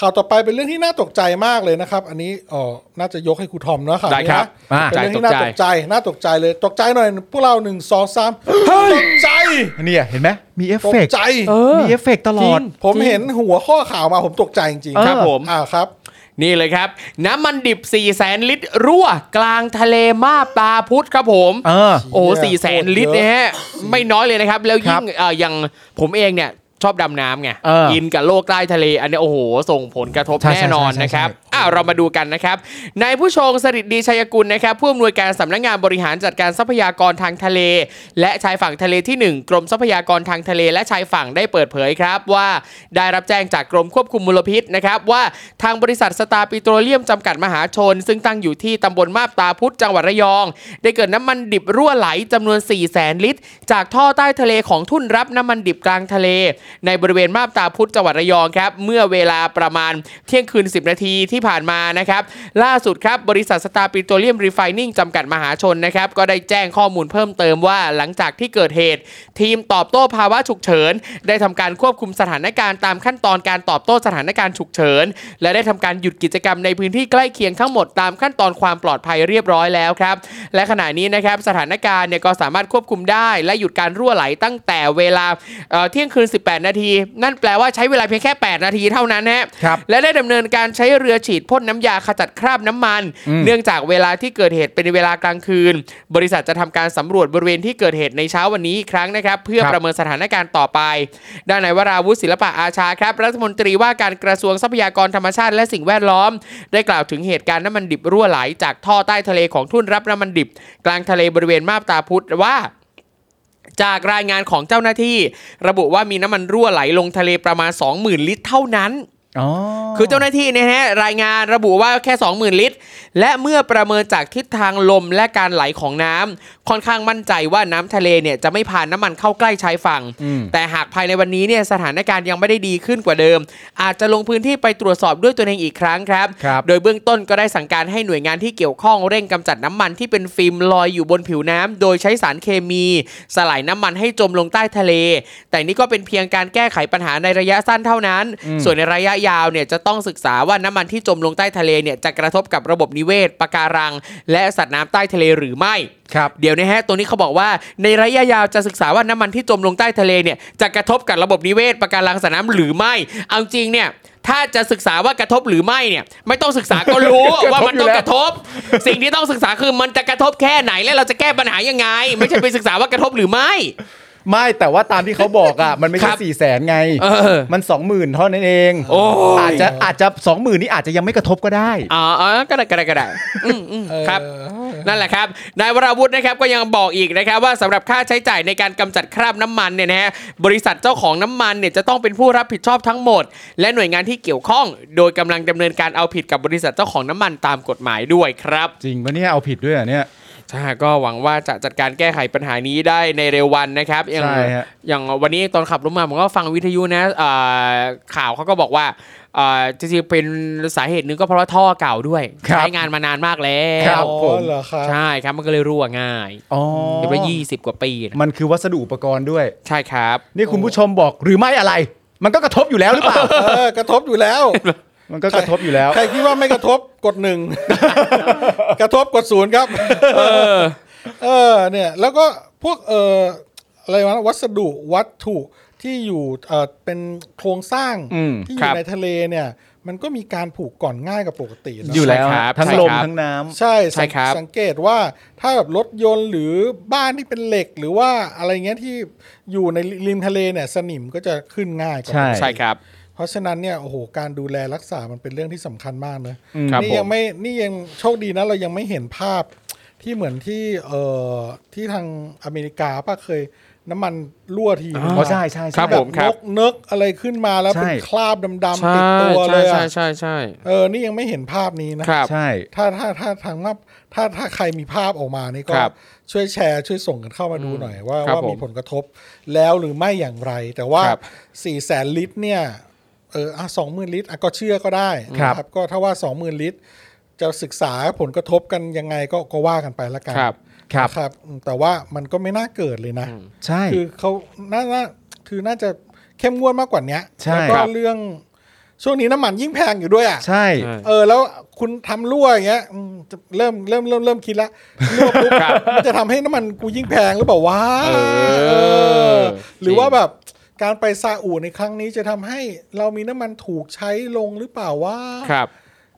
[SPEAKER 2] ข่าวต่อไปเป็นเรื่องที่น่าตกใจมากเลยนะครับ อันนี้อ๋อน่าจะยกให้ครูทอมเนาะข่าว
[SPEAKER 4] ได้
[SPEAKER 2] นี้
[SPEAKER 4] ครับ
[SPEAKER 2] นะ
[SPEAKER 5] อ่า
[SPEAKER 2] เป็นเรื่องที่น่าตกใจน่าตกใจเลยตกใจหน่อยพวกเราหนึ่งสองสามตกใจ
[SPEAKER 5] เนี่ยเห็นไหมมีเอฟ
[SPEAKER 2] ต
[SPEAKER 5] เฟ
[SPEAKER 2] ก
[SPEAKER 5] กต์
[SPEAKER 2] ใจ
[SPEAKER 4] เออ
[SPEAKER 5] มีเอฟเฟกต์ตลอด
[SPEAKER 4] จริง
[SPEAKER 2] ผมเห็นหัวข้อข่าวมาผมตกใจจริงๆ
[SPEAKER 4] ครับผม
[SPEAKER 2] อ่าครับ
[SPEAKER 4] นี่เลยครับ น้ำมันดิบ 4 0 0แสนลิตรรั่ว กลางทะเลมาบตาพุธครับผม
[SPEAKER 5] เออ
[SPEAKER 4] โอ้
[SPEAKER 2] เชี่
[SPEAKER 4] สี่
[SPEAKER 2] ย
[SPEAKER 4] แสน
[SPEAKER 2] โคตรเยอะ
[SPEAKER 4] ลิตรนะฮะไม่น้อยเลยนะครับ แล้วยิ่งเอ่ออย่างผมเองเนี่ยชอบดำน้ำไง
[SPEAKER 5] เอออิ
[SPEAKER 4] นกับโลกใต้ทะเล อันเนี้ยโอ้โห ส่งผลกระทบ
[SPEAKER 5] ใช่ใช่
[SPEAKER 4] แน่นอน
[SPEAKER 5] ใช่ใช่
[SPEAKER 4] นะครับ
[SPEAKER 5] ใช่
[SPEAKER 4] อ้าวเรามาดูกันนะครับนายผู้ชงสริดดีชัยกุลนะครับผู้อำนวยการสำนักงานบริหารจัดการทรัพยากรทางทะเล และชายฝั่งทะเลที่หนึ่งกรมทรัพยากรทางทะเล และชายฝั่งได้เปิดเผยครับว่าได้รับแจ้งจากกรมควบคุมมลพิษนะครับว่าทางบริษัทสตาร์ปิโตรเลียมจำกัดมหาชน ซึ่งตั้งอยู่ที่ตำบลมาบตาพุธจังหวัดระยอง ได้เกิดน้ำมันดิบรั่วไหลจำนวน 4 0 0แสนลิตร จากท่อใต้ทะเลของทุ่นรับน้ำมันดิบกลางทะเล ในบริเวณมาบตาพุธจังหวัดระยองครับเมื่อเวลาประมาณเที่ยงคืน 10 นาทีที่ผ่านมานะครับล่าสุดครับบริษัทสตาร์ปิโตรเลียมรีไฟนิ่งจำกัดมหาชนนะครับก็ได้แจ้งข้อมูลเพิ่มเติมว่าหลังจากที่เกิดเหตุ ทีมตอบโต้ภาวะฉุกเฉิน ได้ทำการควบคุมสถานการณ์ตามขั้นตอนการตอบโต้สถานการณ์ฉุกเฉิน และได้ทำการหยุดกิจกรรมในพื้นที่ใกล้เคียงทั้งหมดตามขั้นตอนความปลอดภัยเรียบร้อยแล้วครับ และขณะนี้นะครับสถานการณ์เนี่ยก็สามารถควบคุมได้ และหยุดการรั่วไหลตั้งแต่เวลาเอ่อเที่ยงคืน 18 นาที นั่นแปลว่าใช้เวลาเพียงแค่ 8 นาทีเท่านั้นฮะ
[SPEAKER 5] ครับ
[SPEAKER 4] และได้ดำเนินการใช้เรือฉีดพ่นน้ำยาขจัดคราบน้ำมัน เนื่องจากเวลาที่เกิดเหตุเป็นเวลากลางคืน บริษัทจะทำการสำรวจบริเวณที่เกิดเหตุในเช้าวันนี้อีกครั้งนะครับ เพื่อ
[SPEAKER 5] ครับ
[SPEAKER 4] ประเมินสถานการณ์ต่อไป ด้านนายวราวุฒิศิลปะอาชาครับ รัฐมนตรีว่าการกระทรวงทรัพยากรธรรมชาติและสิ่งแวดล้อม ได้กล่าวถึงเหตุการณ์น้ำมันดิบรั่วไหลจากท่อใต้ทะเลของทุ่นรับน้ำมันดิบ กลางทะเลบริเวณมาบตาพุธว่า จากรายงานของเจ้าหน้าที่ ระบุว่ามีน้ำมันรั่วไหลลงทะเลประมาณ 20,000 ลิตรเท่านั้น
[SPEAKER 5] อ๋อ
[SPEAKER 4] คือเจ้าหน้าที่เนี่ยนะฮะรายงานระบุว่าแค่ 20,000 ลิตร และเมื่อประเมินจากทิศทางลมและการไหลของน้ำค่อนข้างมั่นใจว่าน้ำทะเลเนี่ยจะไม่ผ่านน้ำมันเข้าใกล้ชายฝั่ง
[SPEAKER 5] อืม
[SPEAKER 4] แต่หากภายในวันนี้เนี่ยสถานการณ์ยังไม่ได้ดีขึ้นกว่าเดิม อาจจะลงพื้นที่ไปตรวจสอบด้วยตัวเองอีกครั้งครับ
[SPEAKER 5] ครับ
[SPEAKER 4] โดยเบื้องต้นก็ได้สั่งการให้หน่วยงานที่เกี่ยวข้องเร่งกำจัดน้ำมันที่เป็นฟิล์มลอยอยู่บนผิวน้ำโดยใช้สารเคมี สลายน้ำมันให้จมลงใต้ทะเล แต่นี่ก็เป็นเพียงการแก้ไขปัญหาในระยะสั้นเท่านั้น ส่วนในระยะ ยาวเนี่ยจะต้องศึกษาว่าน้ำมันที่จมลงใต้ทะเลเนี่ยจะกระทบกับระบบนิเวศปะการัง และสัตว์น้ำใต้ทะเลหรือไม่
[SPEAKER 5] ครับ
[SPEAKER 4] เดี๋ยวนะฮะ ตัวนี้เขาบอกว่าในระยะยาวจะศึกษาว่าน้ำมันที่จมลงใต้ทะเลเนี่ยจะกระทบกับระบบนิเวศปะการังสระน้ำหรือไม่ เอาจริงเนี่ยถ้าจะศึกษาว่ากระทบหรือไม่เนี่ยไม่ต้องศึกษาก็รู้ (laughs) ว่ามันต้องกระทบ สิ่งที่ต้องศึกษาคือมันจะกระทบแค่ไหนและเราจะแก้ปัญหายังไง ไม่ใช่ไปศึกษาว่ากระทบหรือไม่
[SPEAKER 5] ไม่แต่ว่าตามที่เขาบอกอ่ะ มันไม่
[SPEAKER 4] ค
[SPEAKER 5] ใช่
[SPEAKER 4] รับ
[SPEAKER 5] สี่แสนไง
[SPEAKER 4] เออ
[SPEAKER 5] มันสองหมื่นเท่านั้นเอง
[SPEAKER 4] โอ้ย
[SPEAKER 5] อาจจะอาจจะสองหมื่นนี่อาจจะยังไม่กระทบก็ได้
[SPEAKER 4] อ๋ออ๋อก็ได้ก็ได้ก็ได้อืมอืมครับ นั่นแหละครับ นายวราวุฒินะครับก็ยังบอกอีกนะครับว่าสำหรับค่าใช้จ่ายในการกำจัดคราบน้ำมันเนี่ยนะฮะบริษัทเจ้าของน้ำมันเนี่ยจะต้องเป็นผู้รับผิดชอบทั้งหมด และหน่วยงานที่เกี่ยวข้อง โดยกำลังดำเนินการเอาผิดกับบริษัทเจ้าของน้ำมันตามกฎหมายด้วยครับ
[SPEAKER 5] จริงปะเนี่ยเอาผิดด้วยเหรอเนี่ย
[SPEAKER 4] ใช่ก็หวังว่าจะจัดการแก้ไขปัญหานี้ได้ในเร็ววันนะครับอย่าง
[SPEAKER 5] ใช่ฮะ
[SPEAKER 4] อย่างวันนี้ตอนขับรถมาผมก็ฟังวิทยุนะเอ่อข่าวเขาก็บอกว่าเอ่อจริงๆเป็นสาเหตุหนึงก็เพราะว่าท่อเก่าด้วย ใช้งานมานานมากแล้
[SPEAKER 5] ครั
[SPEAKER 4] ว
[SPEAKER 5] บ ผม
[SPEAKER 2] เหรอครับ
[SPEAKER 4] ใช่ครับมันก็เลยรั่วง่าย
[SPEAKER 5] อ๋อ
[SPEAKER 4] เรียกว่ายี่สิบกว่าปีนะ
[SPEAKER 5] มันคือวัสดุอุปกรณ์ด้วย
[SPEAKER 4] ใช่ครับ
[SPEAKER 5] นี่คุณผู้ชมบอกหรือไม่อะไร มันก็กระทบอยู่แล้วหรือเปล่า
[SPEAKER 2] เออกระทบอยู่แล้ว
[SPEAKER 5] มันก็กระทบอยู่แล้ว
[SPEAKER 2] ใครคิดว่าไม่กระทบกดหนึ่ง (laughs) กระทบกดศูนย์ครับ เออ เออ เนี่ย แล้วก็พวกเอออะไรวะวัสดุวัตถุที่อยู่เออเป็นโครงสร้าง
[SPEAKER 5] อืม
[SPEAKER 2] ที่อ
[SPEAKER 4] ครั
[SPEAKER 2] ยู่
[SPEAKER 4] บ
[SPEAKER 2] ในทะเลเนี่ย มันก็มีการผูกก่อนง่ายกับปกตินะ
[SPEAKER 5] อยู่แล้ว
[SPEAKER 4] ใช่ครับ
[SPEAKER 5] ทั้ง
[SPEAKER 4] ใช่
[SPEAKER 5] ลม
[SPEAKER 4] ครับ
[SPEAKER 5] ทั้งน้ำ
[SPEAKER 2] ใช่
[SPEAKER 4] ใช่ครับ
[SPEAKER 2] สังเกตว่าถ้าแบบรถยนต์หรือบ้านที่เป็นเหล็กหรือว่าอะไรเงี้ยที่อยู่ในริมทะเลเนี่ยสนิมก็จะขึ้นง่ายกว่าปก
[SPEAKER 5] ใช่
[SPEAKER 2] ติ
[SPEAKER 4] ใช่ครับ
[SPEAKER 2] เพราะฉะนั้นเนี่ยโอ้โหการดูแลรักษามันเป็นเรื่องที่สำคัญมากนะครับ นี่
[SPEAKER 4] ผม
[SPEAKER 2] ยังไม่นี่ยังโชคดีนะเรายังไม่เห็นภาพที่เหมือนที่เอ่อที่ทางอเมริกาป่ะเคยน้ำมันรั่วทีนึง
[SPEAKER 5] อ๋อใช่ใช่
[SPEAKER 4] ครั
[SPEAKER 5] ใช่
[SPEAKER 4] บ
[SPEAKER 2] แบ
[SPEAKER 4] ผ
[SPEAKER 2] บ
[SPEAKER 4] ม
[SPEAKER 2] นกเนกอะไรขึ้นมาแล้ว
[SPEAKER 5] ใช่
[SPEAKER 2] เป็นคราบดำ
[SPEAKER 4] ใช่
[SPEAKER 2] ๆติดตัวเลย
[SPEAKER 4] ใช่
[SPEAKER 2] อะ
[SPEAKER 4] ใช่ใช่
[SPEAKER 2] เออนี่ยังไม่เห็นภาพนี้นะ
[SPEAKER 4] ครับ
[SPEAKER 5] ใช่
[SPEAKER 2] ถ้าถ้าถ้าทางมาถ้าถ้าใครมีภาพออกมานี่ก็
[SPEAKER 4] ครับ
[SPEAKER 2] ช่วยแชร์ช่วยส่งกันเข้ามาดูหน่อยว่า
[SPEAKER 4] ครับ
[SPEAKER 2] ว่ามี
[SPEAKER 4] ผม
[SPEAKER 2] ผลกระทบแล้วหรือไม่อย่างไร แต่ว่า
[SPEAKER 4] ครับ
[SPEAKER 2] 4ี่แสนลิตรเนี่ยเออสองหมื่นลิตรอ่ะก็เชื่อก็ได้
[SPEAKER 5] ครับ
[SPEAKER 2] นะก็ถ้าว่า 2 0,000 ลิตร จะศึกษาผลกระทบกันยังไงก็ก็ว่ากันไปละกัน
[SPEAKER 4] ครับ
[SPEAKER 5] ครับ
[SPEAKER 2] นะครับอืมแต่ว่ามันก็ไม่น่าเกิดเลยนะ
[SPEAKER 5] ใช่
[SPEAKER 2] คือเขาน่าน่าคือน่าจะเข้มงวดมากกว่านี้
[SPEAKER 5] ใช่
[SPEAKER 2] แล้วก็
[SPEAKER 5] ครับ
[SPEAKER 2] เรื่องช่วงนี้น้ำมันยิ่งแพงอยู่ด้วยอ่ะ
[SPEAKER 5] ใช่
[SPEAKER 2] เออแล้วคุณทำรั่วอย่างเงี้ยอืมจะเริ่มเริ่มเริ่มเริ่มคิดละรั่วปุ๊บมันจะทำให้น้ำมันกูยิ่งแพงหรือเปล่าวะ
[SPEAKER 4] อ
[SPEAKER 2] เออ หรือว่า
[SPEAKER 4] จริง
[SPEAKER 2] แบบการไปซาอุในครั้งนี้จะทำให้เรามีน้ำมันถูกใช้ลงหรือเปล่าวะ
[SPEAKER 4] ครับ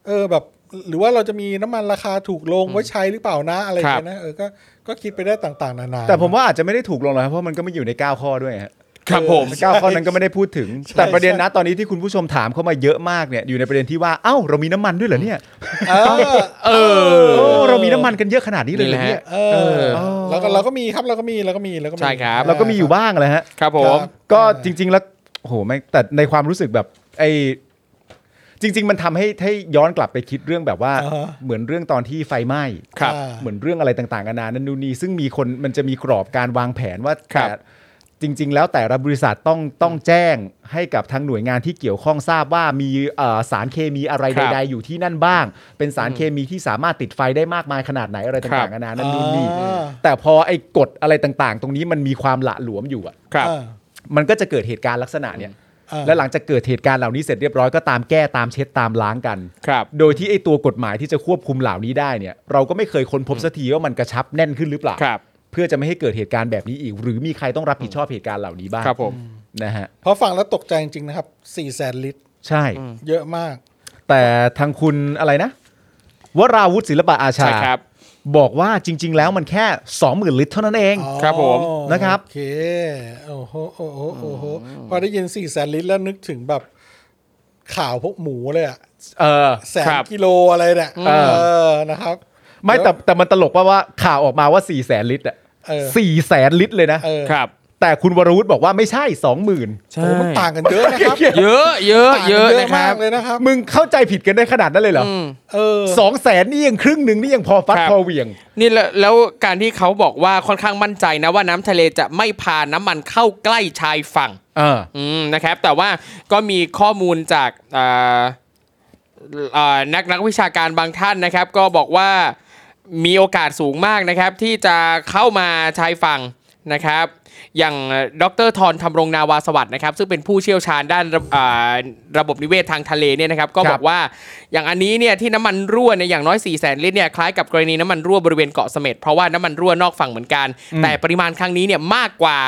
[SPEAKER 2] เออแบบ หรือว่าเราจะมีน้ำมันราคาถูกลงไว้ใช้หรือเปล่านะอะไรอย่างเงี้ยนะเออก็ก็คิดไปได้ต่างๆนานา
[SPEAKER 5] แต่ผมว่าอาจจะไม่ได้ถูกลงหรอกครับเพราะมันก็ไม่อยู่ใน 9 ข้อด้วยฮะ
[SPEAKER 4] ครับผม
[SPEAKER 5] เก้าข้อนั้นก็ไม่ได้พูดถึง
[SPEAKER 2] ใช่
[SPEAKER 5] แต่ประเด็นนะตอนนี้ที่คุณผู้ชมถามเข้ามาเยอะมากเนี่ยอยู่ในประเด็นที่ว่าเอ้าเรามีน้ำมันด้วยเหรอเนี่ย
[SPEAKER 2] เออ
[SPEAKER 4] เออ
[SPEAKER 5] โอ้เรามีน้ำมันกันเยอะขนาดนี้เลยเหรอเนี่ย
[SPEAKER 2] เออแล้วก็เราก็มีครับเราก็มีเราก็มีเราก็มี
[SPEAKER 4] ใช่ครับ
[SPEAKER 5] เราก็มีอยู่บ้างแหละฮะ
[SPEAKER 4] ครับผม
[SPEAKER 5] ก็จริง ๆ แล้วโอ้โหแม่งแต่ในความรู้สึกแบบไอจริง ๆ มันทำให้ให้ย้อนกลับไปคิดเรื่องแบบว่า
[SPEAKER 2] อ่าฮะ
[SPEAKER 5] เหมือนเรื่องตอนที่ไฟไหม้
[SPEAKER 4] ครับ
[SPEAKER 2] อ่า
[SPEAKER 5] เหมือนเรื่องอะไรต่างๆกันานานั่นนู่นนี่ซึ่งมีคนมันจะมีกรอบการวางแผนว่า
[SPEAKER 4] ครับ
[SPEAKER 5] แต่จริง ๆ แล้วแต่ละบริษัทต้องต้องแจ้งให้กับทางหน่วยงานที่เกี่ยวข้องทราบว่ามีเอ่อสารเคมีอะไรใดๆอยู่ที่นั่นบ้าง เป็นสารเคมีที่สามารถติดไฟได้มากมายขนาดไหนอะไรต่างๆกันานานั่นนู่นนี่
[SPEAKER 2] อ่า
[SPEAKER 5] แต่พอไอ้กฎอะไรต่างๆ ตรงนี้มันมีความหละหลวมอยู่อะ
[SPEAKER 4] ครับ
[SPEAKER 2] อ่า
[SPEAKER 5] มันก็จะเกิดเหตุการณ์ลักษณะเนี่ย
[SPEAKER 2] อ่า
[SPEAKER 5] แล้วหลังจากเกิดเหตุการณ์เหล่านี้เสร็จเรียบร้อยก็ตามแก้ตามเช็ดตามล้างกัน
[SPEAKER 4] ครับ
[SPEAKER 5] โดยที่ไอตัวกฎหมายที่จะควบคุมเหล่านี้ได้เนี่ย เราก็ไม่เคยค้นพบสักทีว่ามันกระชับแน่นขึ้นหรือเปล่า
[SPEAKER 4] ครับ
[SPEAKER 5] เพื่อจะไม่ให้เกิดเหตุการณ์แบบนี้อีก หรือมีใครต้องรับผิดชอบเหตุการณ์เหล่านี้บ้าง
[SPEAKER 4] ครับผม
[SPEAKER 5] นะฮะ
[SPEAKER 2] เพราะฟังแล้วตกใจจริงๆนะครับ 4 แสนลิตร
[SPEAKER 5] ใช่
[SPEAKER 2] เยอะมาก
[SPEAKER 5] แต่ทางคุณอะไรนะ วราวุฒิศิลปะอาชา
[SPEAKER 4] ใช่ครับ
[SPEAKER 5] บอกว่าจริง ๆ แล้วมันแค่ 20,000 ลิตรเท่านั้นเอง
[SPEAKER 4] ครับผม
[SPEAKER 5] นะครับ
[SPEAKER 2] โอเค โอ้โห โอ้โห โอ้โห พอได้ยิน 4 แสนลิตรแล้วนึกถึงแบบข่าวพวกหมูเลยอะ
[SPEAKER 5] เออ
[SPEAKER 2] แสน
[SPEAKER 4] ครับ
[SPEAKER 2] กิโลอะไรเนี่ย
[SPEAKER 5] เอ
[SPEAKER 2] เอ
[SPEAKER 5] อ
[SPEAKER 2] อ นะครับ
[SPEAKER 5] ไม่แต่แต่มันตลกว่าว่าข่าวออกมาว่า4 0 0 0 0ลิตรอะ
[SPEAKER 2] เออ
[SPEAKER 5] สี่แสนลิตรเลยนะ
[SPEAKER 2] เออ
[SPEAKER 4] ครับ
[SPEAKER 5] แต่คุณวรวุฒิบอกว่าไม่ใช่สองหมื่น
[SPEAKER 4] ใช่
[SPEAKER 2] โอ้มันต่างกันเยอะนะครับ
[SPEAKER 4] เยอะเยอะ
[SPEAKER 2] ต่างกัน
[SPEAKER 4] เยอะนะครับ
[SPEAKER 2] มากเลยนะครับ
[SPEAKER 5] มึงเข้าใจผิดกันได้ขนาดนั้นเลยเหรอ
[SPEAKER 2] เออ
[SPEAKER 5] สองแสนนี่ยังครึ่งหนึ่งนี่ยังพอฟัด
[SPEAKER 4] ครับ
[SPEAKER 5] พอเหวี่ยง
[SPEAKER 4] นี่แหละแล้วการที่เขาบอกว่าค่อนข้างมั่นใจนะว่าน้ำทะเลจะไม่พาน้ำมันเข้าใกล้ชายฝั่ง
[SPEAKER 5] เออ
[SPEAKER 4] อืมนะครับ แต่ว่าก็มีข้อมูลจากเอ่อเอ่อนักนักวิชาการบางท่านนะครับ ก็บอกว่ามีโอกาสสูงมากนะครับ ที่จะเข้ามาชายฝั่งนะครับ อย่างดรทรทำรงนาวาสวัสด์นะครับซึ่งเป็นผู้เชี่ยวชาญด้านระอ่าระบบนิเวศทางทะเลเนี่ยนะครับก็
[SPEAKER 5] ครับ
[SPEAKER 4] บอกว่าอย่างอันนี้เนี่ยที่น้ำมันรั่วในยอย่างน้อย4ี่แสนลิตรเนี่ยคล้ายกับกรณีน้ำมันรั่วบริเวณเกาะเสม็ดเพราะว่าน้ำมันรั่วนอกฝั่งเหมือนกัน แต่ปริมาณครั้งนี้เนี่ยมากกว่า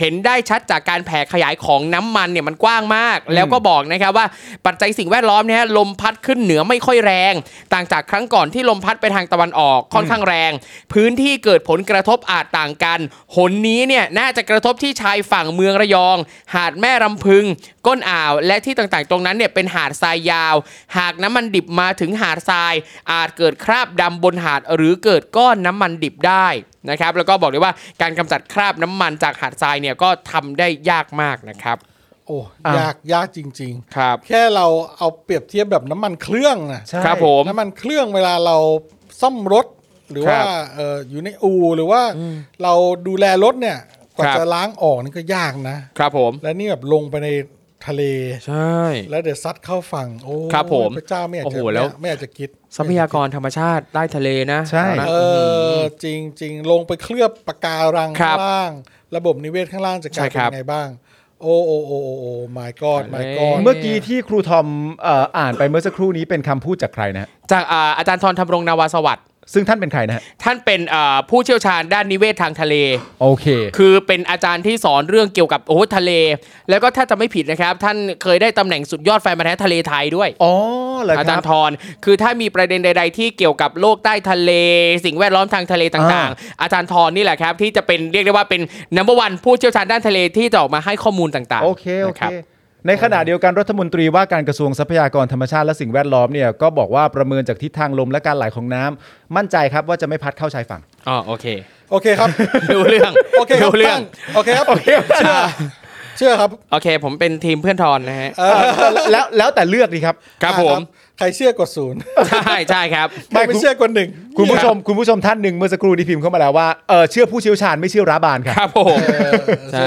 [SPEAKER 4] เห็นได้ชัดจากการแผ่ขยายของน้ำมันเนี่ยมันกว้างมาก แล้วก็บอกนะครับว่าปัจจัยสิ่งแวดล้อมเนี่ยลมพัดขึ้นเหนือไม่ค่อยแรง ต่างจากครั้งก่อนที่ลมพัดไปทางตะวันออกค่อนข้างแรง พื้นที่เกิดผลกระทบอาจต่างกัน หนนี้เนี่ยน่าจะกระทบที่ชายฝั่งเมืองระยอง หาดแม่รำพึง ก้นอ่าว และที่ต่างๆตรงนั้นเนี่ยเป็นหาดทรายยาว หากน้ำมันดิบมาถึงหาดทราย อาจเกิดคราบดำบนหาดหรือเกิดก้อนน้ำมันดิบได้นะครับ แล้วก็บอกเลยว่าการกำจัดคราบน้ำมันจากหาดทรายเนี่ยก็ทำได้ยากมากนะครับ
[SPEAKER 2] โอ้
[SPEAKER 5] อ่ะ
[SPEAKER 2] ยากยากจริง
[SPEAKER 4] ครับ
[SPEAKER 2] ๆ แค่เราเอาเปรียบเทียบแบบน้ำมันเครื่องนะ
[SPEAKER 5] ใช่
[SPEAKER 4] ครับผม
[SPEAKER 2] น้ำมันเครื่องเวลาเราซ่อมรถ หรือว่า
[SPEAKER 4] ครับ
[SPEAKER 2] เอ่ออยู่ในอู่หรือว่าเราดูแลรถเนี่ยกว่า
[SPEAKER 4] ครับ
[SPEAKER 2] จะล้างออกนี่ก็ยากนะ
[SPEAKER 4] ครับผม
[SPEAKER 2] และนี่แบบลงไปในทะเล
[SPEAKER 4] ใช่
[SPEAKER 2] แล้วเดี๋ยวซัดเข้าฝั่งโอ้ย
[SPEAKER 4] ครับผม
[SPEAKER 2] พระเจ้าไม่อยาก
[SPEAKER 4] โอ้โห
[SPEAKER 2] จะ
[SPEAKER 4] แล้ว
[SPEAKER 2] ไม่อยากจะคิด
[SPEAKER 4] ทรัพยากรธรรมชาติใต้ทะเลนะ
[SPEAKER 5] ใช่
[SPEAKER 4] นะ
[SPEAKER 2] เออจริงจริงๆ ลงไปเคลือบปะการัง
[SPEAKER 4] ครั
[SPEAKER 2] ข้า
[SPEAKER 4] บ
[SPEAKER 2] งล่าง ระบบนิเวศข้างล่างจะกลาย
[SPEAKER 4] ใช่ค
[SPEAKER 2] เป็
[SPEAKER 4] รั
[SPEAKER 2] น
[SPEAKER 4] บ
[SPEAKER 2] ยังไงบ้าง โอ้โอ้โอ้โอ้โอ้ my god my
[SPEAKER 4] อั
[SPEAKER 2] god
[SPEAKER 4] นนี้
[SPEAKER 5] เมื่อกี้ที่ครูทอมเอ่ออ่านไปเมื่อสักครู่นี้เป็นคำพูดจากใครนะฮะ
[SPEAKER 4] จากอ่าอาจารย์ทรทำรงนาวาสวัสด
[SPEAKER 5] ซึ่งท่านเป็นใครนะฮะ
[SPEAKER 4] ท่านเป็นเอ่อผู้เชี่ยวชาญด้านนิเวศทางทะเล
[SPEAKER 5] โอเค
[SPEAKER 4] คือเป็นอาจารย์ที่สอนเรื่องเกี่ยวกับโอ้โหทะเล แล้วก็ถ้าจะไม่ผิดนะครับ ท่านเคยได้ตำแหน่งสุดยอดแฟนพันธุ์แท้ทะเลไทยด้วย
[SPEAKER 5] อ๋อเหรอ
[SPEAKER 4] อา
[SPEAKER 5] ค
[SPEAKER 4] จา
[SPEAKER 5] รั
[SPEAKER 4] ร
[SPEAKER 5] บ
[SPEAKER 4] ย์ทรคือถ้ามีประเด็นใด ๆ ที่เกี่ยวกับโลกใต้ทะเล สิ่งแวดล้อมทางทะเลต่าง ๆ อาจารย์ทรนี่แหละครับ ที่จะเป็นเรียกได้ว่าเป็นนัมเบอร์วันผู้เชี่ยวชาญด้านทะเลที่จะออกมาให้ข้อมูลต่างๆ
[SPEAKER 5] โอเคโอ
[SPEAKER 4] นะ
[SPEAKER 5] เค
[SPEAKER 4] ครับ
[SPEAKER 5] ในขณะเดียวกันรัฐมนตรีว่าการกระทรวงทรัพยากรธรรมชาติและสิ่งแวดล้อมเนี่ยก็บอกว่าประเมินจากทิศทางลมและการไหลของน้ำมั่นใจครับว่าจะไม่พัดเข้าชายฝั่ง
[SPEAKER 4] อ๋อโอเค (laughs)
[SPEAKER 2] โอเคครับ
[SPEAKER 4] รู้เรื่อง
[SPEAKER 2] โอเคครับ
[SPEAKER 4] รู้เรื่อง
[SPEAKER 2] ท่านโอเคครับ เชื่อ เชื่อครับ
[SPEAKER 4] โอเค ผมเป็นทีมเพื่อนทรนะฮะ
[SPEAKER 2] เออ
[SPEAKER 5] แล้วแล้วแต่เลือกดีครับ
[SPEAKER 4] ครับ
[SPEAKER 2] อ่ะ
[SPEAKER 4] ผม
[SPEAKER 2] ใครเชื่อกดศูนย์
[SPEAKER 4] ใช่ (laughs) ใช่ครับ
[SPEAKER 5] ไม่
[SPEAKER 2] ไม่เชื่อกดหนึ่ง
[SPEAKER 5] คุณผู้ชมคุณผู้ชมท่านหนึ่งเมื่อสักครู่นี้พิมพ์เข้ามาแล้วว่าเออเชื่อผู้เชี่ยวชาญไม่เชื่อร้าบานค
[SPEAKER 4] ครั
[SPEAKER 5] รับ
[SPEAKER 4] บผม
[SPEAKER 2] เออ
[SPEAKER 4] ใช่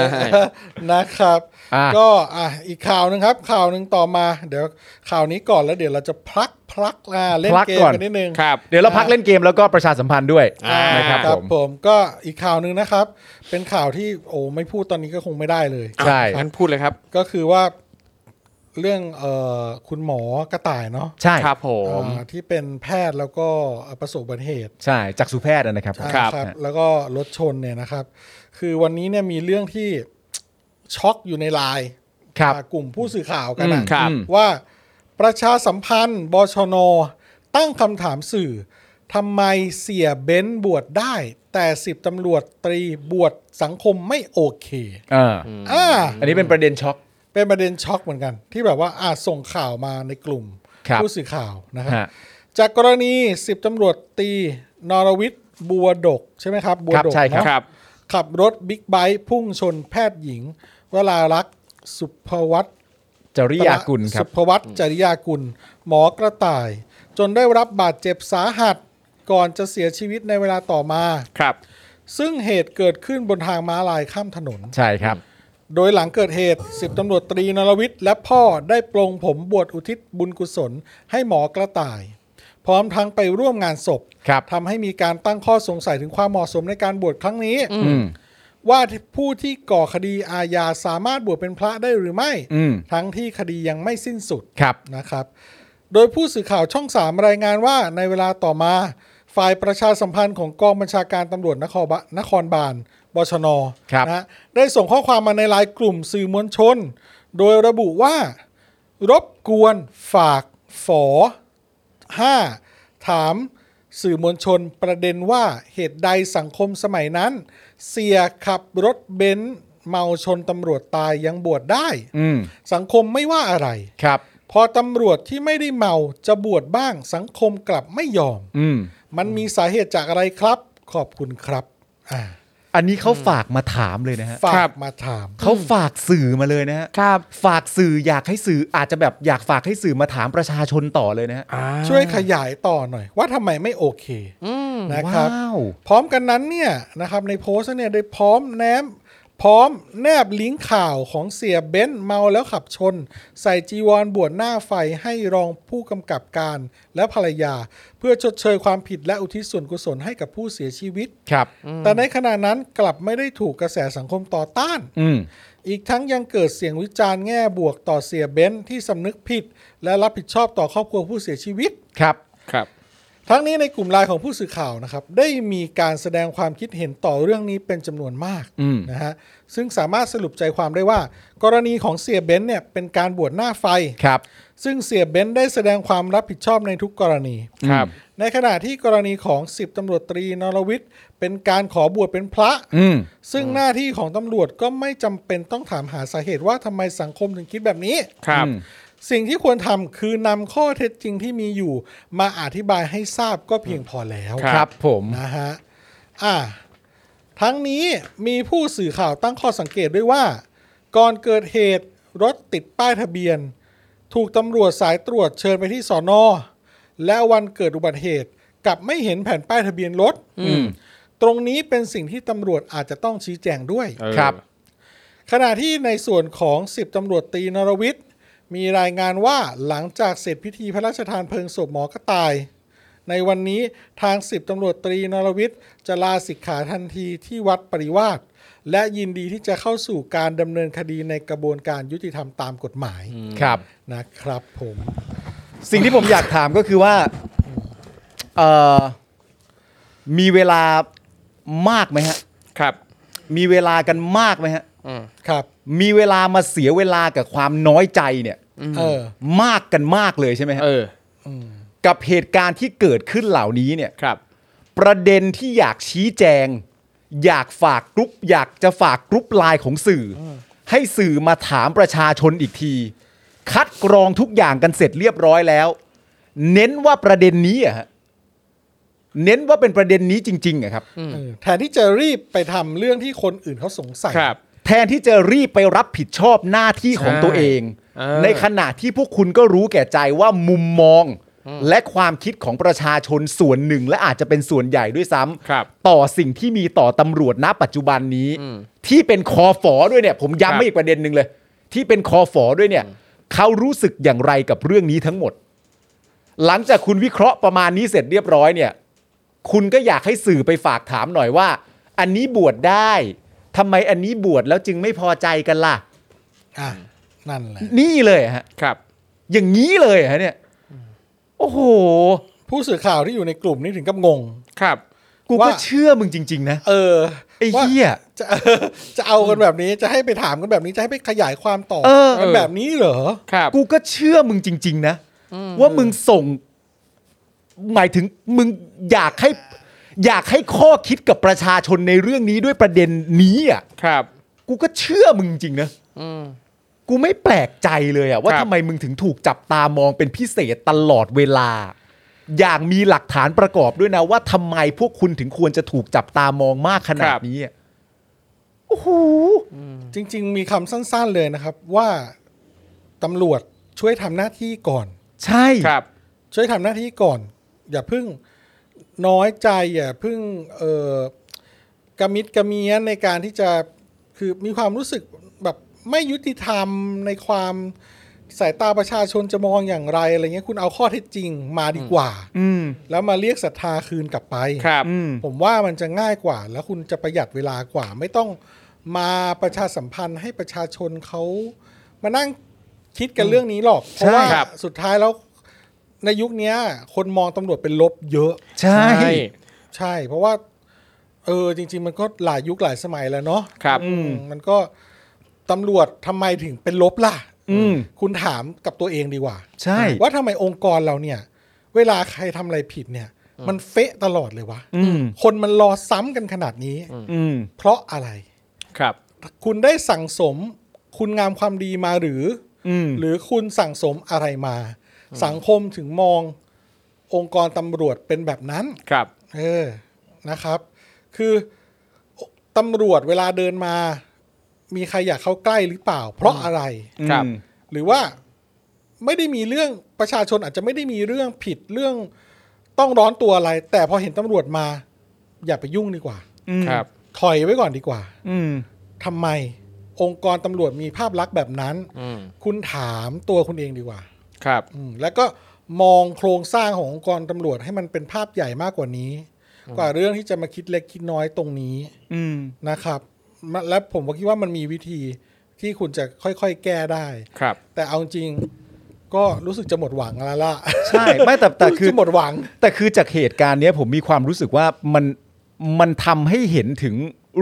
[SPEAKER 2] นะครับ
[SPEAKER 5] อ่ะ
[SPEAKER 2] ก็อ่ะอีกข่าวหนึงครับ ข่าวหนึ่งต่อมา เดี๋ยวข่าวนี้ก่อนแล้วเดี๋ยวเราจะพลักพลักอ่ะเล่นเกมกันนิดนึง
[SPEAKER 4] ครับ
[SPEAKER 5] เดี๋ยวเราพักเล่นเกมแล้วก็ประชาสัมพันธ์ด้วยนะครับ
[SPEAKER 2] ค
[SPEAKER 5] ผ
[SPEAKER 2] รับ
[SPEAKER 5] ม
[SPEAKER 2] ผมก็อีกข่าวหนึ่งนะครับ เป็นข่าวที่โอ้ไม่พูดตอนนี้ก็คงไม่ได้เลย
[SPEAKER 5] ใช่
[SPEAKER 4] งั้นพูดเลยครับ
[SPEAKER 2] ก็คือว่าเรื่องเอ่อคุณหมอกระต่ายเนาะ
[SPEAKER 5] ใช่
[SPEAKER 4] ครับผม
[SPEAKER 2] อ่าที่เป็นแพทย์แล้วก็ประสบอุบัติเหตุ
[SPEAKER 5] ใช่จากสุแพทย์นะครับ
[SPEAKER 4] ครับ
[SPEAKER 2] แล้วก็รถชนเนี่ยนะครับ คือวันนี้เนี่ยมีเรื่องที่ช็อกอยู่ในไลน์
[SPEAKER 5] ครับ
[SPEAKER 2] อ่ากลุ่มผู้สื่อข่าวกันอะ
[SPEAKER 4] อืมครับ
[SPEAKER 2] ว่าประชาสัมพันธ์บชน ตั้งคำถามสื่อทำไมเสียเบ้นซ์บวชได้ แต่สิบตำรวจตรีบวชสังคมไม่โอเค
[SPEAKER 5] เอออ
[SPEAKER 2] อ่า
[SPEAKER 5] อันนี้เป็นประเด็นช็อก
[SPEAKER 2] เป็นประเด็นช็อกเหมือนกัน ที่แบบว่าอาจส่งข่าวมาในกลุ่ม
[SPEAKER 5] ครับ
[SPEAKER 2] ผู้สื่อข่าวนะครับ
[SPEAKER 5] ฮะ
[SPEAKER 2] จากกรณีสิบตำรวจตีนรวิทย์บัวดก ใช่ไหมครับ บัว
[SPEAKER 5] ครับ
[SPEAKER 2] ดก
[SPEAKER 5] ใช่ครับ
[SPEAKER 2] เนอะ
[SPEAKER 4] ครับ
[SPEAKER 2] ขับรถบิ๊กไบค์พุ่งชนแพทย์หญิง วรารักษ์สุภวัต
[SPEAKER 5] จริยากุลครั
[SPEAKER 2] สุ
[SPEAKER 5] บ
[SPEAKER 2] ภวัตจริยากุล หมอกระต่าย จนได้รับบาดเจ็บสาหัส ก่อนจะเสียชีวิตในเวลาต่อมา
[SPEAKER 4] ครับ
[SPEAKER 2] ซึ่งเหตุเกิดขึ้นบนทางม้าลายข้ามถนน
[SPEAKER 5] ใช่ครับ
[SPEAKER 2] โดยหลังเกิดเหตุ 10 ตำรวจตรีนรวิทย์และพ่อได้ปลงผมบวชอุทิศบุญกุศล ให้หมอกระต่าย พร้อมทั้งไปร่วมงานศพ
[SPEAKER 5] ครับ
[SPEAKER 2] ทำให้มีการตั้งข้อสงสัยถึงความเหมาะสมในการบวชครั้งนี้
[SPEAKER 5] อืม
[SPEAKER 2] ว่าผู้ที่ก่อคดีอาญาสามารถบวชเป็นพระได้หรือไม่
[SPEAKER 5] อืม
[SPEAKER 2] ทั้งที่คดียังไม่สิ้นสุด
[SPEAKER 5] ครับ
[SPEAKER 2] นะครับ โดยผู้สื่อข่าวช่อง 3 รายงานว่าในเวลาต่อมา ฝ่ายประชาสัมพันธ์ของกองบัญชาการตำรวจนครบะนครบาลบชน
[SPEAKER 5] ครับ
[SPEAKER 2] นะฮะได้ส่งข้อความมาในไลน์กลุ่มสื่อมวลชน โดยระบุว่า รบกวนฝากฝอ 5 ถามสื่อมวลชนประเด็นว่าเหตุใดสังคมสมัยนั้น เสียขับรถเบนซ์เมาชนตำรวจตายยังบวชได้
[SPEAKER 5] อืม
[SPEAKER 2] สังคมไม่ว่าอะไร
[SPEAKER 5] ครับ
[SPEAKER 2] พอตำรวจที่ไม่ได้เมาจะบวชบ้างสังคมกลับไม่ยอม
[SPEAKER 5] อืม
[SPEAKER 2] มันมีสาเหตุจากอะไรครับ ขอบคุณครับอ่า
[SPEAKER 5] อันนี้เขาฝากมาถามเลยนะฮะ
[SPEAKER 2] ฝา
[SPEAKER 4] ครั
[SPEAKER 2] ก
[SPEAKER 4] บ
[SPEAKER 2] มาถาม
[SPEAKER 5] เขาฝากสื่อมาเลยนะฮะ
[SPEAKER 4] ครับ
[SPEAKER 5] ฝากสื่ออยากให้สื่ออาจจะแบบอยากฝากให้สื่อมาถามประชาชนต่อเลยนะฮะ
[SPEAKER 2] ช่วยขยายต่อหน่อย ว่าทำไมไม่โอเคนะครับ
[SPEAKER 5] ว้าว
[SPEAKER 2] พร้อมกันนั้นเนี่ยนะครับในโพสต์เนี่ยได้พร้อมแนม พร้อมแนบลิงก์ข่าวของเสียเบ้นซ์เมาแล้วขับชน ใส่จีวรบวชหน้าไฟให้รองผู้กำกับการและภรรยา เพื่อชดเชยความผิดและอุทิศส่วนกุศลให้กับผู้เสียชีวิต
[SPEAKER 5] ครับ
[SPEAKER 2] แต่ในขณะนั้นกลับไม่ได้ถูกกระแสสังคมต่อต้าน
[SPEAKER 5] อืม
[SPEAKER 2] อีกทั้งยังเกิดเสียงวิจารณ์แง่บวกต่อเสียเบ้นซ์ที่สำนึกผิด และรับผิดชอบต่อครอบครัวผู้เสียชีวิต
[SPEAKER 5] ครับ
[SPEAKER 4] ครับ
[SPEAKER 2] ทั้งนี้ในกลุ่มไลน์ของผู้สื่อข่าวนะครับ ได้มีการแสดงความคิดเห็นต่อเรื่องนี้เป็นจำนวนมาก
[SPEAKER 5] อืม
[SPEAKER 2] นะฮะซึ่งสามารถสรุปใจความได้ว่า กรณีของเสียเบนซ์เนี่ยเป็นการบวชหน้าไฟ
[SPEAKER 5] ครับ
[SPEAKER 2] ซึ่งเสียเบนซ์ได้แสดงความรับผิดชอบในทุกกรณี
[SPEAKER 5] ครับ
[SPEAKER 2] ในขณะที่กรณีของ 10ตำรวจตรีนรวิทย์เป็นการขอบวชเป็นพระ
[SPEAKER 5] อืม
[SPEAKER 2] ซึ่งหน้าที่ของตำรวจก็ไม่จำเป็นต้องถามหาสาเหตุว่าทำไมสังคมถึงคิดแบบนี้
[SPEAKER 4] ครับ
[SPEAKER 5] อืม
[SPEAKER 2] สิ่งที่ควรทำคือนำข้อเท็จจริงที่มีอยู่ มาอธิบายให้ทราบก็เพียงพอแล้ว
[SPEAKER 5] ครับผม
[SPEAKER 2] นะฮะอ่าทั้งนี้มีผู้สื่อข่าวตั้งข้อสังเกตด้วยว่า ก่อนเกิดเหตุรถติดป้ายทะเบียน ถูกตำรวจสายตรวจเชิญไปที่สอนอและวันเกิดอุบัติเหตุกลับไม่เห็นแผ่นป้ายทะเบียนรถตรงนี้เป็นสิ่งที่ตำรวจอาจจะต้องชี้แจงด้วย
[SPEAKER 5] ครับ
[SPEAKER 2] ขณะที่ในส่วนของ 10ตำรวจตรีนรวิทย์มีรายงานว่าหลังจากเสร็จพิธีพระราชทานเพลิงศพหมอกระต่าย ในวันนี้ทาง 10ตำรวจตรีนรวิทย์จะลาสิกขาทันทีที่วัดปริวาสและยินดีที่จะเข้าสู่การดำเนินคดีในกระบวนการยุติธรรมตามกฎหมาย
[SPEAKER 5] ครับ
[SPEAKER 2] นะครับผม
[SPEAKER 5] สิ่งที่ผมอยากถามก็คือว่าเอ่อมีเวลามากไหมฮะ
[SPEAKER 4] ครับ
[SPEAKER 5] มีเวลากันมากไหมฮะ
[SPEAKER 2] ครับ
[SPEAKER 5] มีเวลามาเสียเวลากับความน้อยใจเนี่ย
[SPEAKER 2] เออ
[SPEAKER 5] มากกันมากเลยใช่ไหมฮะ
[SPEAKER 4] เออ
[SPEAKER 5] กับเหตุการณ์ที่เกิดขึ้นเหล่านี้เนี่ย
[SPEAKER 4] ครับ
[SPEAKER 5] ประเด็นที่อยากชี้แจง อยากฝากกรุ๊ป อยากจะฝากกรุ๊ปไลน์ของสื่ออให้สื่อมาถามประชาชนอีกที คัดกรองทุกอย่างกันเสร็จเรียบร้อยแล้ว เน้นว่าประเด็นนี้อะฮะเน้นว่าเป็นประเด็นนี้จริงๆอะครับ
[SPEAKER 2] เออแทนที่จะรีบไปทำเรื่องที่คนอื่นเขาสงสัย
[SPEAKER 4] ครับ
[SPEAKER 5] แทนที่จะรีบไปรับผิดชอบหน้าที่ของ
[SPEAKER 4] ใช่
[SPEAKER 5] ตัวเอง
[SPEAKER 4] เออ
[SPEAKER 5] ในขณะที่พวกคุณก็รู้แก่ใจว่ามุมมอง และความคิดของประชาชนส่วนหนึ่ง และอาจจะเป็นส่วนใหญ่ด้วยซ้ำ
[SPEAKER 4] ครับ
[SPEAKER 5] ต่อสิ่งที่มีต่อตำรวจณปัจจุบันนี้ ที่เป็นคอฝอด้วยเนี่ย ผม
[SPEAKER 4] ครั
[SPEAKER 5] ย้ำ
[SPEAKER 4] บ
[SPEAKER 5] ไม่อีกประเด็นหนึ่งเลย ที่เป็นคอฝอด้วยเนี่ย เขารู้สึกอย่างไรกับเรื่องนี้ทั้งหมด หลังจากคุณวิเคราะห์ประมาณนี้เสร็จเรียบร้อยเนี่ย คุณก็อยากให้สื่อไปฝากถามหน่อยว่า อันนี้บวชได้ทำไมอันนี้บวชแล้วจึงไม่พอใจกันล่ะ
[SPEAKER 2] อ่ะนั่นแหละ
[SPEAKER 5] นี่เลยฮะ
[SPEAKER 4] ครับ
[SPEAKER 5] อย่างนี้เลยฮะเนี่ย โอ้โห
[SPEAKER 2] ผู้สื่อข่าวที่อยู่ในกลุ่มนี้ถึงกับงง
[SPEAKER 4] ครับ
[SPEAKER 5] กูก็
[SPEAKER 2] ว่า
[SPEAKER 5] เชื่อมึงจริง ๆ นะ
[SPEAKER 2] เออ
[SPEAKER 5] ไอ้
[SPEAKER 2] ว่า
[SPEAKER 5] เหี้ย
[SPEAKER 2] จะ (laughs) จะเอากันแบบนี้จะให้ไปถามกันแบบนี้จะให้ไปขยายความต่อ
[SPEAKER 5] เออ
[SPEAKER 2] กันแบบนี้เหรอ
[SPEAKER 4] ครับ
[SPEAKER 5] กูก็เชื่อมึงจริง ๆ นะ ว่ามึงส่ง หมายถึงมึงอยากให้ อยากให้ข้อคิดกับประชาชนในเรื่องนี้ด้วยประเด็นนี้อ่ะ
[SPEAKER 4] ครับ
[SPEAKER 5] กูก็เชื่อมึงจริงๆนะกูไม่แปลกใจเลยอ่ะว่า
[SPEAKER 4] ครับ
[SPEAKER 5] ทำไมมึงถึงถูกจับตามองเป็นพิเศษตลอดเวลา อย่างมีหลักฐานประกอบด้วยนะ ว่าทำไมพวกคุณถึงควรจะถูกจับตามองมากขนาดนี้อะโอ้โห
[SPEAKER 2] จริง ๆ มีคำสั้น ๆเลยนะครับ ว่าตำรวจช่วยทำหน้าที่ก่อน
[SPEAKER 5] ใช่
[SPEAKER 4] ครับ
[SPEAKER 2] ช่วยทำหน้าที่ก่อน อย่าเพิ่งน้อยใจอย่าเพิ่งเออกระมิดกระเมียนในการที่จะคือมีความรู้สึกแบบไม่ยุติธรรมในความสายตาประชาชนจะมองอย่างไรอะไรเงี้ยคุณเอาข้อเท็จจริงมาดีกว่า
[SPEAKER 5] อืม
[SPEAKER 2] แล้วมาเรียกศรัทธาคืนกลับไป
[SPEAKER 4] ครับ
[SPEAKER 5] อืม
[SPEAKER 2] (laughs) ผมว่ามันจะง่ายกว่า แล้วคุณจะประหยัดเวลากว่า ไม่ต้องมาประชาสัมพันธ์ให้ประชาชนเขามานั่งคิดกันเรื่องนี้หรอก เพราะว่า
[SPEAKER 4] ครับ
[SPEAKER 2] สุดท้ายแล้วในยุคเนี้ย คนมองตำรวจเป็นลบเยอะ
[SPEAKER 5] ใช่
[SPEAKER 2] ใช่ เพราะว่า เออจริง ๆ มันก็หลายยุคหลายสมัยแล้วเนาะ
[SPEAKER 4] ครับ
[SPEAKER 2] อืมมันก็ตำรวจทำไมถึงเป็นลบล่ะ
[SPEAKER 5] อืม
[SPEAKER 2] คุณถามกับตัวเองดีกว่า
[SPEAKER 5] ใช่
[SPEAKER 2] ว่าทำไมองค์กรเราเนี่ย เวลาใครทำอะไรผิดเนี่ย มันเฟะตลอดเลยวะ
[SPEAKER 5] อืม
[SPEAKER 2] คนมันรอซ้ำกันขนาดนี้
[SPEAKER 5] อืม
[SPEAKER 2] เพราะอะไร
[SPEAKER 4] ครับ
[SPEAKER 2] คุณได้สั่งสมคุณงามความดีมาหรือ
[SPEAKER 5] อืม
[SPEAKER 2] หรือคุณสั่งสมอะไรมา สังคมถึงมององค์กรตำรวจเป็นแบบนั้น
[SPEAKER 4] ครับ
[SPEAKER 2] เออนะครับ คือตำรวจเวลาเดินมา มีใครอยากเข้าใกล้หรือเปล่า เพราะอะไร
[SPEAKER 4] ครับ
[SPEAKER 2] หรือว่าไม่ได้มีเรื่องประชาชนอาจจะไม่ได้มีเรื่องผิดเรื่องต้องร้อนตัวอะไร แต่พอเห็นตำรวจมา อย่าไปยุ่งดีกว่า
[SPEAKER 5] อืม
[SPEAKER 4] ครับ
[SPEAKER 2] ถอยไว้ก่อนดีกว่า
[SPEAKER 5] อืม
[SPEAKER 2] ทำไมองค์กรตำรวจมีภาพลักษณ์แบบนั้น
[SPEAKER 4] อืม
[SPEAKER 2] คุณถามตัวคุณเองดีกว่า
[SPEAKER 4] ครับ
[SPEAKER 2] อืมแล้วก็มองโครงสร้างขององค์กรตำรวจให้มันเป็นภาพใหญ่มากกว่านี้ กว่าเรื่องที่จะมาคิดเล็กคิดน้อยตรงนี้
[SPEAKER 5] อืม
[SPEAKER 2] นะครับมาและผมก็คิดว่ามันมีวิธีที่คุณจะค่อยๆแก้ได้
[SPEAKER 4] ครับ
[SPEAKER 2] แต่เอาจริงก็รู้สึกจะหมดหวังแล้วล่ะ
[SPEAKER 5] ใช่ไม่แต่แต่คือ
[SPEAKER 2] รู้สึกจะหมดหวัง
[SPEAKER 5] แต่คือจากเหตุการณ์เนี้ยผมมีความรู้สึกว่ามันมันทำให้เห็นถึง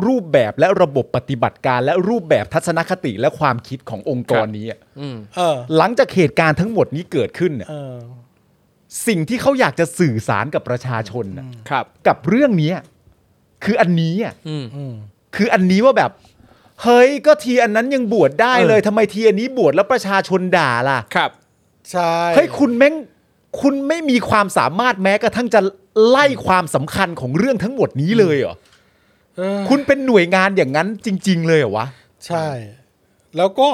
[SPEAKER 5] รูปแบบและระบบปฏิบัติการและรูปแบบทัศนคติและความคิดขององค์กรนี้อะ
[SPEAKER 4] อืม
[SPEAKER 2] เออ
[SPEAKER 5] หลังจากเหตุการณ์ทั้งหมดนี้เกิดขึ้นเนี่ย
[SPEAKER 2] เออ
[SPEAKER 5] สิ่งที่เขาอยากจะสื่อสารกับประชาชนน่ะ
[SPEAKER 4] ครับ
[SPEAKER 5] กับเรื่องเนี้ยคืออันนี้อะ
[SPEAKER 4] อืม
[SPEAKER 2] อืม
[SPEAKER 5] คืออันนี้ว่าแบบ เฮ้ยก็ทีอันนั้นยังบวชได้
[SPEAKER 2] เออ
[SPEAKER 5] เลยทำไมทีอันนี้บวชแล้วประชาชนด่าล่ะ
[SPEAKER 4] ครับ
[SPEAKER 2] ใช่
[SPEAKER 5] เฮ้ยคุณแม่งคุณไม่มีความสามารถแม้กระทั่งจะไล่ความสำคัญของเรื่องทั้งหมดนี้เลยเหรอ
[SPEAKER 2] เออ
[SPEAKER 5] คุณเป็นหน่วยงานอย่างนั้นจริง ๆ เลยเหรอวะ
[SPEAKER 2] ใช่ แล้วก็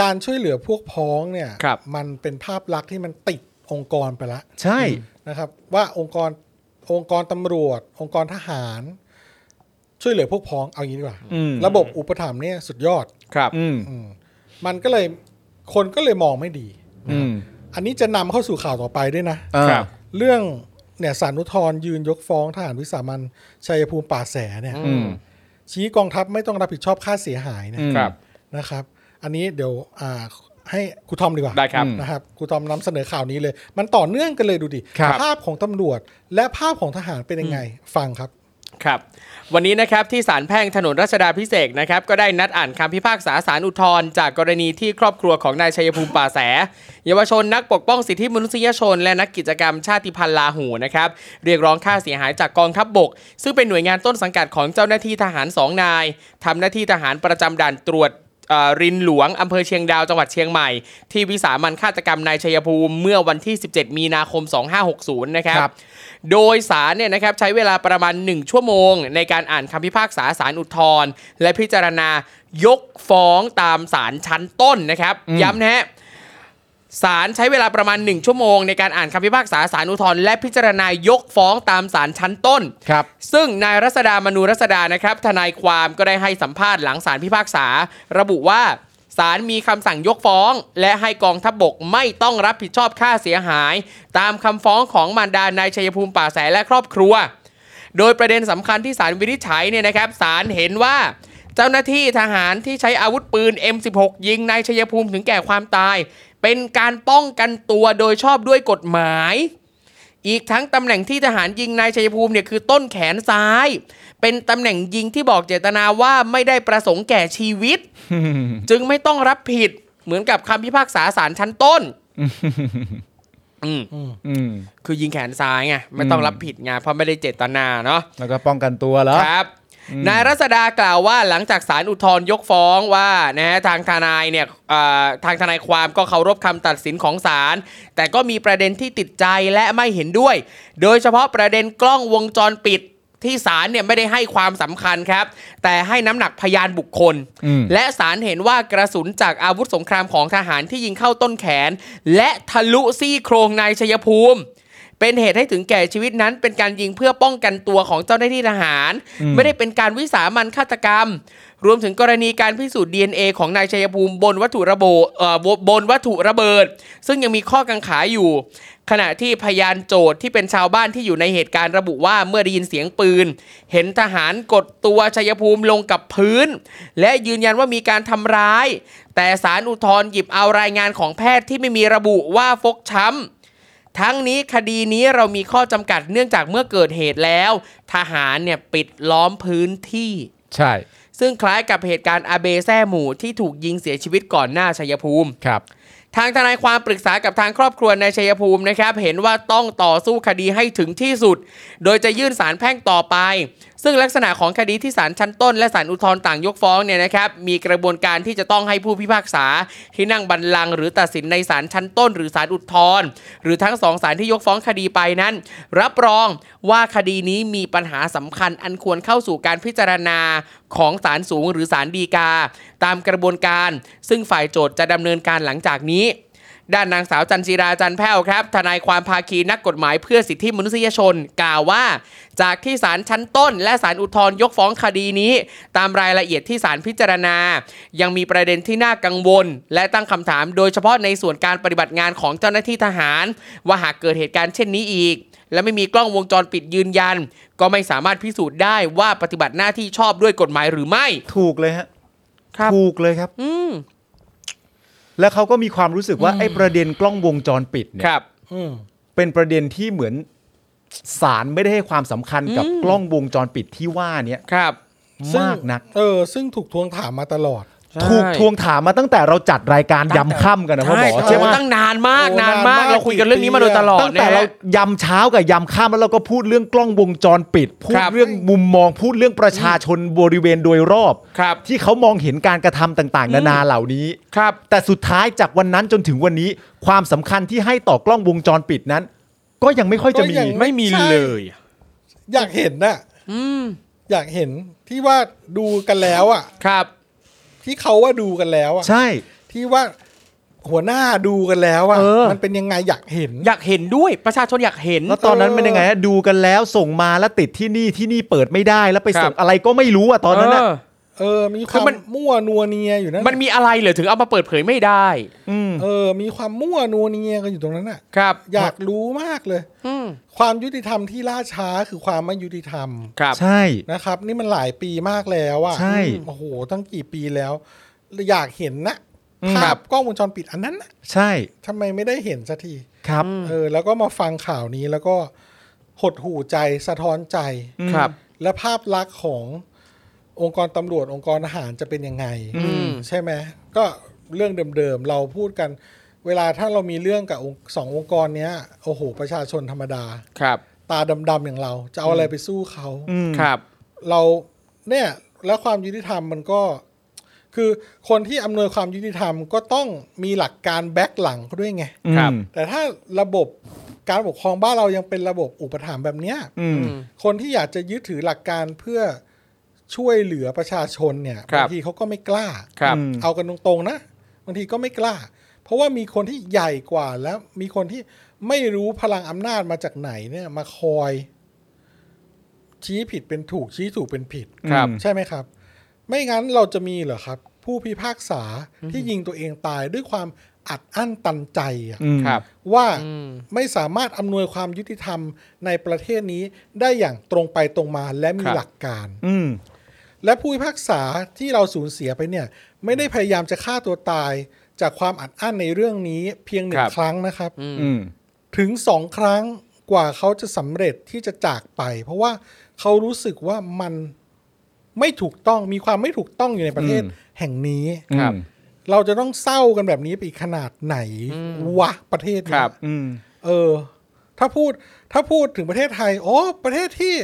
[SPEAKER 2] การช่วยเหลือพวกพ้องเนี่ย
[SPEAKER 4] ครับ
[SPEAKER 2] มันเป็นภาพลักษณ์ที่มันติดองค์กรไปละ
[SPEAKER 5] ใช่
[SPEAKER 2] นะครับว่าองค์กรองค์กรตำรวจ องค์กรทหาร ช่วยเหลือพวกพ้องเอางี้ดีกว่า
[SPEAKER 5] อืม
[SPEAKER 2] ระบบอุปถัมภ์เนี่ยสุดยอด
[SPEAKER 4] ครับ
[SPEAKER 5] อืม
[SPEAKER 2] อืมมันก็เลยคนก็เลยมองไม่ดี
[SPEAKER 5] อืม
[SPEAKER 2] อันนี้จะนำเข้าสู่ข่าวต่อไปด้วยนะ
[SPEAKER 5] อ่า
[SPEAKER 4] ครับ
[SPEAKER 2] เรื่องเนี่ยสารุทธรยืนยกฟ้องทหารวิสามันชัยภูมิป่าแสเนี่ย
[SPEAKER 5] อืม
[SPEAKER 2] ชี้กองทัพไม่ต้องรับผิดชอบค่าเสียหายเนย
[SPEAKER 5] อืม
[SPEAKER 4] ครับ
[SPEAKER 2] นะครับ อันนี้เดี๋ยวอ่าให้ครูทอมดีกว่า
[SPEAKER 4] ได้ครับ
[SPEAKER 2] นะครับครูตอมนำเสนอข่าวนี้เลย มันต่อเนื่องกันเลยดูดิ
[SPEAKER 5] ครับ
[SPEAKER 2] ภาพของตำรวจและภาพของทหารเป็นยังไง ฟังครับ
[SPEAKER 4] ครับ วันนี้นะครับที่ศาลแพ่งถนนรัชดาพิเศษกนะครับก็ได้นัดอ่านคำพิพากษาศาลอุทธรณ์จากกรณีที่ครอบครัวของนายชัยภูมิป่าแส เยาวชนนักปกป้องสิทธิมนุษยชน และนักกิจกรรมชาติพันธุ์ลาหูนะครับเรียกร้องค่าเสียหายจากกองทัพบบก ซึ่งเป็นหน่วยงานต้นสังกัดของเจ้าหน้าที่ทหารสองนายทำหน้าที่ทหารประจำด่านตรวจ เอ่อรินหลวง อำเภอเชียงดาว จังหวัดเชียงใหม่ ที่วิสามันฆาตกรรมนายชัยภูมิ เมื่อวันที่ 17 มีนาคม 2560 นะครับ
[SPEAKER 5] ครับ
[SPEAKER 4] โดยสารเนี่ยนะครับใช้เวลาประมาณ 1 ชั่วโมง ในการอ่านคำพิพากษาสารอุทธรณ์และพิจารณายกฟ้องตามสารชั้นต้นนะครับ ย้ำนะฮะ ศาลใช้เวลาประมาณ 1 ชั่วโมง ในการอ่านคำพิพากษาสารอุทธรณ์และพิจารณายกฟ้องตามสารชั้นต้น
[SPEAKER 5] ครับ
[SPEAKER 4] ซึ่งนายรัศดามนูรัศดานะครับทนายความก็ได้ให้สัมภาษณ์หลังศาลพิพากษา ระบุว่าศาลมีคำสั่งยกฟ้อง และให้กองทัพบบกไม่ต้องรับผิดชอบค่าเสียหาย ตามคำฟ้องของมารดานายชัยภูมิป่าแสและครอบครัว โดยประเด็นสำคัญที่ศาลวินิจฉัยเนี่ยนะครับศาลเห็นว่า เจ้าหน้าที่ทหารที่ใช้อาวุธปืน M16 ยิงนายชัยภูมิถึงแก่ความตาย เป็นการป้องกันตัวโดยชอบด้วยกฎหมาย อีกทั้งตำแหน่งที่ทหารยิงนายชัยภูมิเนี่ยคือต้นแขนซ้าย เป็นตำแหน่งยิงที่บอกเจตนาว่าไม่ได้ประสงค์แก่ชีวิต จึงไม่ต้องรับผิดเหมือนกับคำพิพากษาศาลชั้นต้ (laughs) น อืม
[SPEAKER 5] อืม
[SPEAKER 4] คือยิงแขนซ้ายไงไม่ต้องรับผิดไงเพราะไม่ได้เจตนาเนาะ
[SPEAKER 5] แล้วก็ป้องกันตัวแล้ว
[SPEAKER 4] ครับนายรัศดากล่าวว่าหลังจากศาลอุทธรณ์ยกฟ้องว่านะฮะทางทนายเนี่ยเอ่อทางทนายความก็เคารพคำตัดสินของศาลแต่ก็มีประเด็นที่ติดใจและไม่เห็นด้วย โดยเฉพาะประเด็นกล้องวงจรปิดที่ศาลเนี่ยไม่ได้ให้ความสำคัญครับ แต่ให้น้ำหนักพยานบุคคล
[SPEAKER 5] อืม
[SPEAKER 4] และศาลเห็นว่ากระสุนจากอาวุธสงครามของทหารที่ยิงเข้าต้นแขน และทะลุซี่โครงนายชัยภูมิ เป็นเหตุให้ถึงแก่ชีวิตนั้น เป็นการยิงเพื่อป้องกันตัวของเจ้าหน้าที่ทหาร ไม่ได้เป็นการวิสามันฆาตกรรม รวมถึงกรณีการพิสูจน์ DNA ของนายชัยภูมิบนวัตถุระเบิดเอ่อบนวัตถุระเบิด ซึ่งยังมีข้อกังขาอยู่ ขณะที่พยานโจทย์ที่เป็นชาวบ้านที่อยู่ในเหตุการณ์ระบุว่าเมื่อได้ยินเสียงปืน เห็นทหารกดตัวชัยภูมิลงกับพื้น และยืนยันว่ามีการทำร้าย แต่สารอุทธรณ์หยิบเอารายงานของแพทย์ที่ไม่มีระบุว่าฟกช้ำ ทั้งนี้คดีนี้เรามีข้อจำกัดเนื่องจากเมื่อเกิดเหตุแล้ว ทหารเนี่ยปิดล้อมพื้นที่
[SPEAKER 5] ใช่
[SPEAKER 4] ซึ่งคล้ายกับเหตุการณ์อาเบแซ่หมู่ที่ถูกยิงเสียชีวิตก่อนหน้าชัยภูมิ
[SPEAKER 5] ครับ
[SPEAKER 4] ทางทนายความปรึกษากับทางครอบครัวนายชัยภูมินะครับ เห็นว่าต้องต่อสู้คดีให้ถึงที่สุด โดยจะยื่นสารแพ่งต่อไป ซึ่งลักษณะของคดีที่ศาลชั้นต้นและศาลอุทธรณ์ต่างยกฟ้องเนี่ยนะครับ มีกระบวนการที่จะต้องให้ผู้พิพากษา ที่นั่งบัลลังก์หรือตัดสินในศาลชั้นต้น หรือศาลอุทธรณ์หรือทั้งสองศาลที่ยกฟ้องคดีไปนั้น รับรองว่าคดีนี้มีปัญหาสำคัญอันควรเข้าสู่การพิจารณาของศาลสูงหรือศาลฎีกา ตามกระบวนการ ซึ่งฝ่ายโจทย์จะดำเนินการหลังจากนี้ ด้านนางสาวจันจิราจันแพ้วครับ ทนายความภาคีนักกฎหมายเพื่อสิทธิมนุษยชน กล่าวว่า จากที่ศาลชั้นต้น และศาลอุทธรณ์ยกฟ้องคดีนี้ ตามรายละเอียดที่ศาลพิจารณา ยังมีประเด็นที่น่ากังวล และตั้งคำถามโดยเฉพาะในส่วนการปฏิบัติงานของเจ้าหน้าที่ทหาร ว่าหากเกิดเหตุการณ์เช่นนี้อีก และไม่มีกล้องวงจรปิดยืนยัน ก็ไม่สามารถพิสูจน์ได้ว่าปฏิบัติหน้าที่ชอบด้วยกฎหมายหรือไม่
[SPEAKER 5] ถูกเลยฮะ
[SPEAKER 4] ครับ
[SPEAKER 5] ถูกเลยครับ
[SPEAKER 4] อืม
[SPEAKER 5] แล้วเขาก็มีความรู้สึกว่าไอ้ประเด็นกล้องวงจรปิดเนี่ย
[SPEAKER 4] ครับ
[SPEAKER 2] อืม
[SPEAKER 5] เป็นประเด็นที่เหมือนศาลไม่ได้ให้ความสำคัญกับ
[SPEAKER 4] อืม
[SPEAKER 5] กล้องวงจรปิดที่ว่าเนี้ย
[SPEAKER 4] ครับ
[SPEAKER 2] ซึ่ง
[SPEAKER 5] มากนัก
[SPEAKER 2] เออ ซึ่งถูกทวงถามมาตลอด
[SPEAKER 5] ถูกทวงถามมาตั้งแต่เราจัดรายการยำค่ำกันนะพ่อหมอ
[SPEAKER 2] ใช่
[SPEAKER 5] ใช่ไหม
[SPEAKER 2] ใช่
[SPEAKER 4] ตั้งนานมาก
[SPEAKER 2] โอ้
[SPEAKER 4] นานมาก
[SPEAKER 2] นานมาก
[SPEAKER 4] เราคุยกันเรื่องนี้มาโดยตลอด
[SPEAKER 5] ตั้งแต่
[SPEAKER 4] นะ
[SPEAKER 5] เรา
[SPEAKER 4] ฮะ
[SPEAKER 5] ยำเช้ากับยำค่ำแล้วเราก็พูดเรื่องกล้องวงจรปิด พู
[SPEAKER 4] ค
[SPEAKER 5] ด
[SPEAKER 4] รับ
[SPEAKER 5] เรื่องมุมมองพูดเรื่องประชาชนบริเวณโดยรอบ
[SPEAKER 4] ครับ
[SPEAKER 5] ที่เขามองเห็นการกระทำต่าง ๆ นานาเหล่านี้
[SPEAKER 4] ครับ
[SPEAKER 5] แต่สุดท้ายจากวันนั้นจนถึงวันนี้ ความสำคัญที่ให้ต่อกล้องวงจรปิดนั้น ก็ยังไม่ค่อยจะมี
[SPEAKER 2] ก็ยัง
[SPEAKER 4] ไม่มี
[SPEAKER 2] ใช่
[SPEAKER 4] เลย
[SPEAKER 2] อยากเห็นน่ะ
[SPEAKER 4] อืม
[SPEAKER 2] อยากเห็นที่ว่าดูกันแล้วอ่ะ
[SPEAKER 4] ครับ
[SPEAKER 2] ที่เขาว่าดูกันแล้วอ่ะ
[SPEAKER 5] ใช่
[SPEAKER 2] ที่ว่าหัวหน้าดูกันแล้วอ่ะ
[SPEAKER 5] เออ
[SPEAKER 2] มันเป็นยังไงอยากเห็น
[SPEAKER 4] อยากเห็นด้วยประชาชนอยากเห็น
[SPEAKER 5] แล้วตอนนั้นเป็นยังไงฮะดูกันแล้วส่งมาแล้วติดที่นี่ที่นี่เปิดไม่ได้แล้วไปส่ง
[SPEAKER 4] ครับ
[SPEAKER 5] อะไรก็ไม่รู้อ่ะตอนนั้นอ่ะ
[SPEAKER 4] เออ
[SPEAKER 2] เออ มีค
[SPEAKER 4] คือ
[SPEAKER 2] วาม
[SPEAKER 4] มัน
[SPEAKER 2] มั่วนัวเนียอยู่นั่น
[SPEAKER 4] มันมีอะไรเหรอถึงเอามาเปิดเผยไม่ได้
[SPEAKER 5] ม
[SPEAKER 2] เออ มีความมั่วนัวเนียกันอยู่ตรงนั้นอ่ะ
[SPEAKER 4] ครับ
[SPEAKER 2] อยากรู้มากเลย
[SPEAKER 4] อืม
[SPEAKER 2] ความยุติธรรมที่ล่าช้าคือความไม่ยุติธรรม
[SPEAKER 4] ครับ
[SPEAKER 5] ใช่
[SPEAKER 2] นะครับนี่มันหลายปีมากแล้วอะ
[SPEAKER 5] ใช่
[SPEAKER 2] โอ้โหตั้งกี่ปีแล้ว อยากเห็นนะ
[SPEAKER 5] อืม
[SPEAKER 2] ภาพกล้องวงจรปิดอันนั้นนะ
[SPEAKER 5] ใช่
[SPEAKER 2] ทำไมไม่ได้เห็นสักที
[SPEAKER 5] ครับ
[SPEAKER 2] เออ แล้วก็มาฟังข่าวนี้แล้วก็หดหูใจสะท้อนใจ
[SPEAKER 4] ครับ
[SPEAKER 2] และภาพลักษณ์ขององค์กรตำรวจองค์กรทหารจะเป็นยังไง
[SPEAKER 4] ม
[SPEAKER 2] ใช่ไหมก็เรื่องเดิมๆ เราพูดกัน เวลาถ้าเรามีเรื่องกับองค์สององค์กรเนี้ยโอ้โห ประชาชนธรรมดา
[SPEAKER 4] ครับ
[SPEAKER 2] ตาดำๆอย่างเรา จะเอาอะไรไปสู้เขา
[SPEAKER 5] อืม
[SPEAKER 4] ครับ
[SPEAKER 2] เราเนี่ยและความยุติธรรมมันก็ คือคนที่อำนวยความยุติธรรมก็ต้องมีหลักการแบ็กหลังเขาด้วยไง
[SPEAKER 4] ครับ
[SPEAKER 2] แต่ถ้าระบบการปกครองบ้านเรายังเป็นระบบอุปถัมภ์แบบเนี้ย
[SPEAKER 5] อืม
[SPEAKER 2] คนที่อยากจะยึดถือหลักการเพื่อช่วยเหลือประชาชนเนี่ย
[SPEAKER 4] ครับ
[SPEAKER 2] บางทีเขาก็ไม่กล้า
[SPEAKER 4] ครับ
[SPEAKER 5] อืม
[SPEAKER 2] เอากันตรงๆนะบางทีก็ไม่กล้า เพราะว่ามีคนที่ใหญ่กว่าแล้วมีคนที่ไม่รู้พลังอำนาจมาจากไหนเนี่ย มาคอย ชี้ผิดเป็นถูกชี้ถูกเป็นผิด
[SPEAKER 4] ครับ
[SPEAKER 2] ใช่ไหมครับ ไม่งั้นเราจะมีเหรอครับ ผู้พิพากษาที่ยิงตัวเองตายด้วยความอัดอั้นตันใจอะ
[SPEAKER 5] อืม
[SPEAKER 4] ครับ
[SPEAKER 2] ว่า
[SPEAKER 4] อืม
[SPEAKER 2] ไม่สามารถอำนวยความยุติธรรมในประเทศนี้ได้อย่างตรงไปตรงมาและมี
[SPEAKER 4] ครับ
[SPEAKER 2] หลักการ
[SPEAKER 5] อืม
[SPEAKER 2] และผู้พิพากษาที่เราสูญเสียไปเนี่ย ไม่ได้พยายามจะฆ่าตัวตาย จากความอัดอั้นในเรื่องนี้เพียงหนึ่
[SPEAKER 4] ครั
[SPEAKER 2] ง
[SPEAKER 4] บ
[SPEAKER 2] ครั้งนะครับ
[SPEAKER 5] อืม
[SPEAKER 2] ถึงสองครั้งกว่าเขาจะสำเร็จที่จะจากไป เพราะว่าเขารู้สึกว่ามันไม่ถูกต้องมีความไม่ถูกต้องอยู่ในประเทศแห่งนี้
[SPEAKER 4] ครับ
[SPEAKER 2] เราจะต้องเศร้ากันแบบนี้ไปอีกขนาดไหนวะประเทศ
[SPEAKER 4] ค
[SPEAKER 2] เนี้
[SPEAKER 4] รั
[SPEAKER 2] ย
[SPEAKER 4] บ
[SPEAKER 5] อืม
[SPEAKER 2] เออ ถ้าพูดถ้าพูดถึงประเทศไทย โอ้ประเทศที่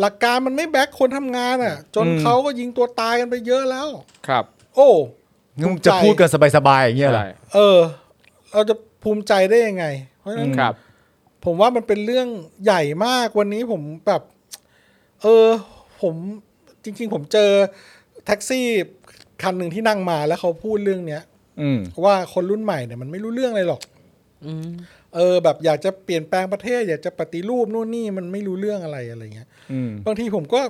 [SPEAKER 2] หลักการมันไม่แบ็คคนทำงานอ่ะ จนเขาก็ยิงตัวตายกันไปเยอะแล้ว
[SPEAKER 4] ครับ
[SPEAKER 2] โอ้
[SPEAKER 5] งั้นมึงจะพูดกันสบายๆอย่างเงี้ยเหรอ
[SPEAKER 4] ใช่
[SPEAKER 2] เออ เราจะภูมิใจได้ยังไง เพราะฉะนั้น
[SPEAKER 4] ครับ
[SPEAKER 2] ผมว่ามันเป็นเรื่องใหญ่มากวันนี้ผมแบบ เออ ผมจริง ๆ ผมเจอแท็กซี่คันหนึ่งที่นั่งมาแล้วเขาพูดเรื่องเนี้ย
[SPEAKER 5] อืม
[SPEAKER 2] ว่าคนรุ่นใหม่เนี่ยมันไม่รู้เรื่องอะไรหรอกเออ แบบอยากจะเปลี่ยนแปลงประเทศ อยากจะปฏิรูปนู่นนี่มันไม่รู้เรื่องอะไรอะไรเงี้ย
[SPEAKER 5] อืม
[SPEAKER 2] บางทีผมก็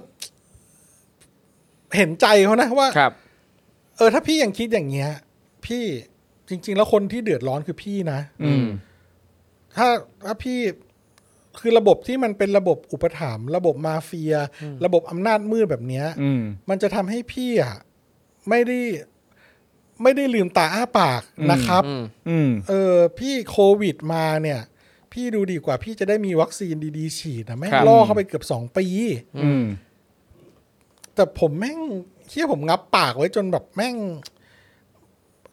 [SPEAKER 2] เห็นใจเขานะว่า
[SPEAKER 4] ครับ
[SPEAKER 2] เออถ้าพี่ยังคิดอย่างเงี้ย พี่จริง ๆ แล้วคนที่เดือดร้อนคือพี่นะ
[SPEAKER 5] อืม
[SPEAKER 2] ถ้าถ้าพี่คือระบบที่มันเป็นระบบอุปถัมภ์ระบบมาเฟีย ระบบอำนาจมืดแบบเนี้ย
[SPEAKER 5] อืม
[SPEAKER 2] มันจะทำให้พี่อ่ะไม่ได้ไม่ได้ลืมตาอ้าปากนะครับ
[SPEAKER 4] อืม
[SPEAKER 5] อืม
[SPEAKER 2] เออพี่โควิดมาเนี่ย พี่ดูดีกว่าพี่จะได้มีวัคซีนดีๆ ฉีดนะแม่ง
[SPEAKER 4] ครับ
[SPEAKER 2] ล่อเข้าไปเกือบสองปี
[SPEAKER 5] อืม
[SPEAKER 2] แต่ผมแม่งเชี่ยผมงับปากไว้จนแบบแม่ง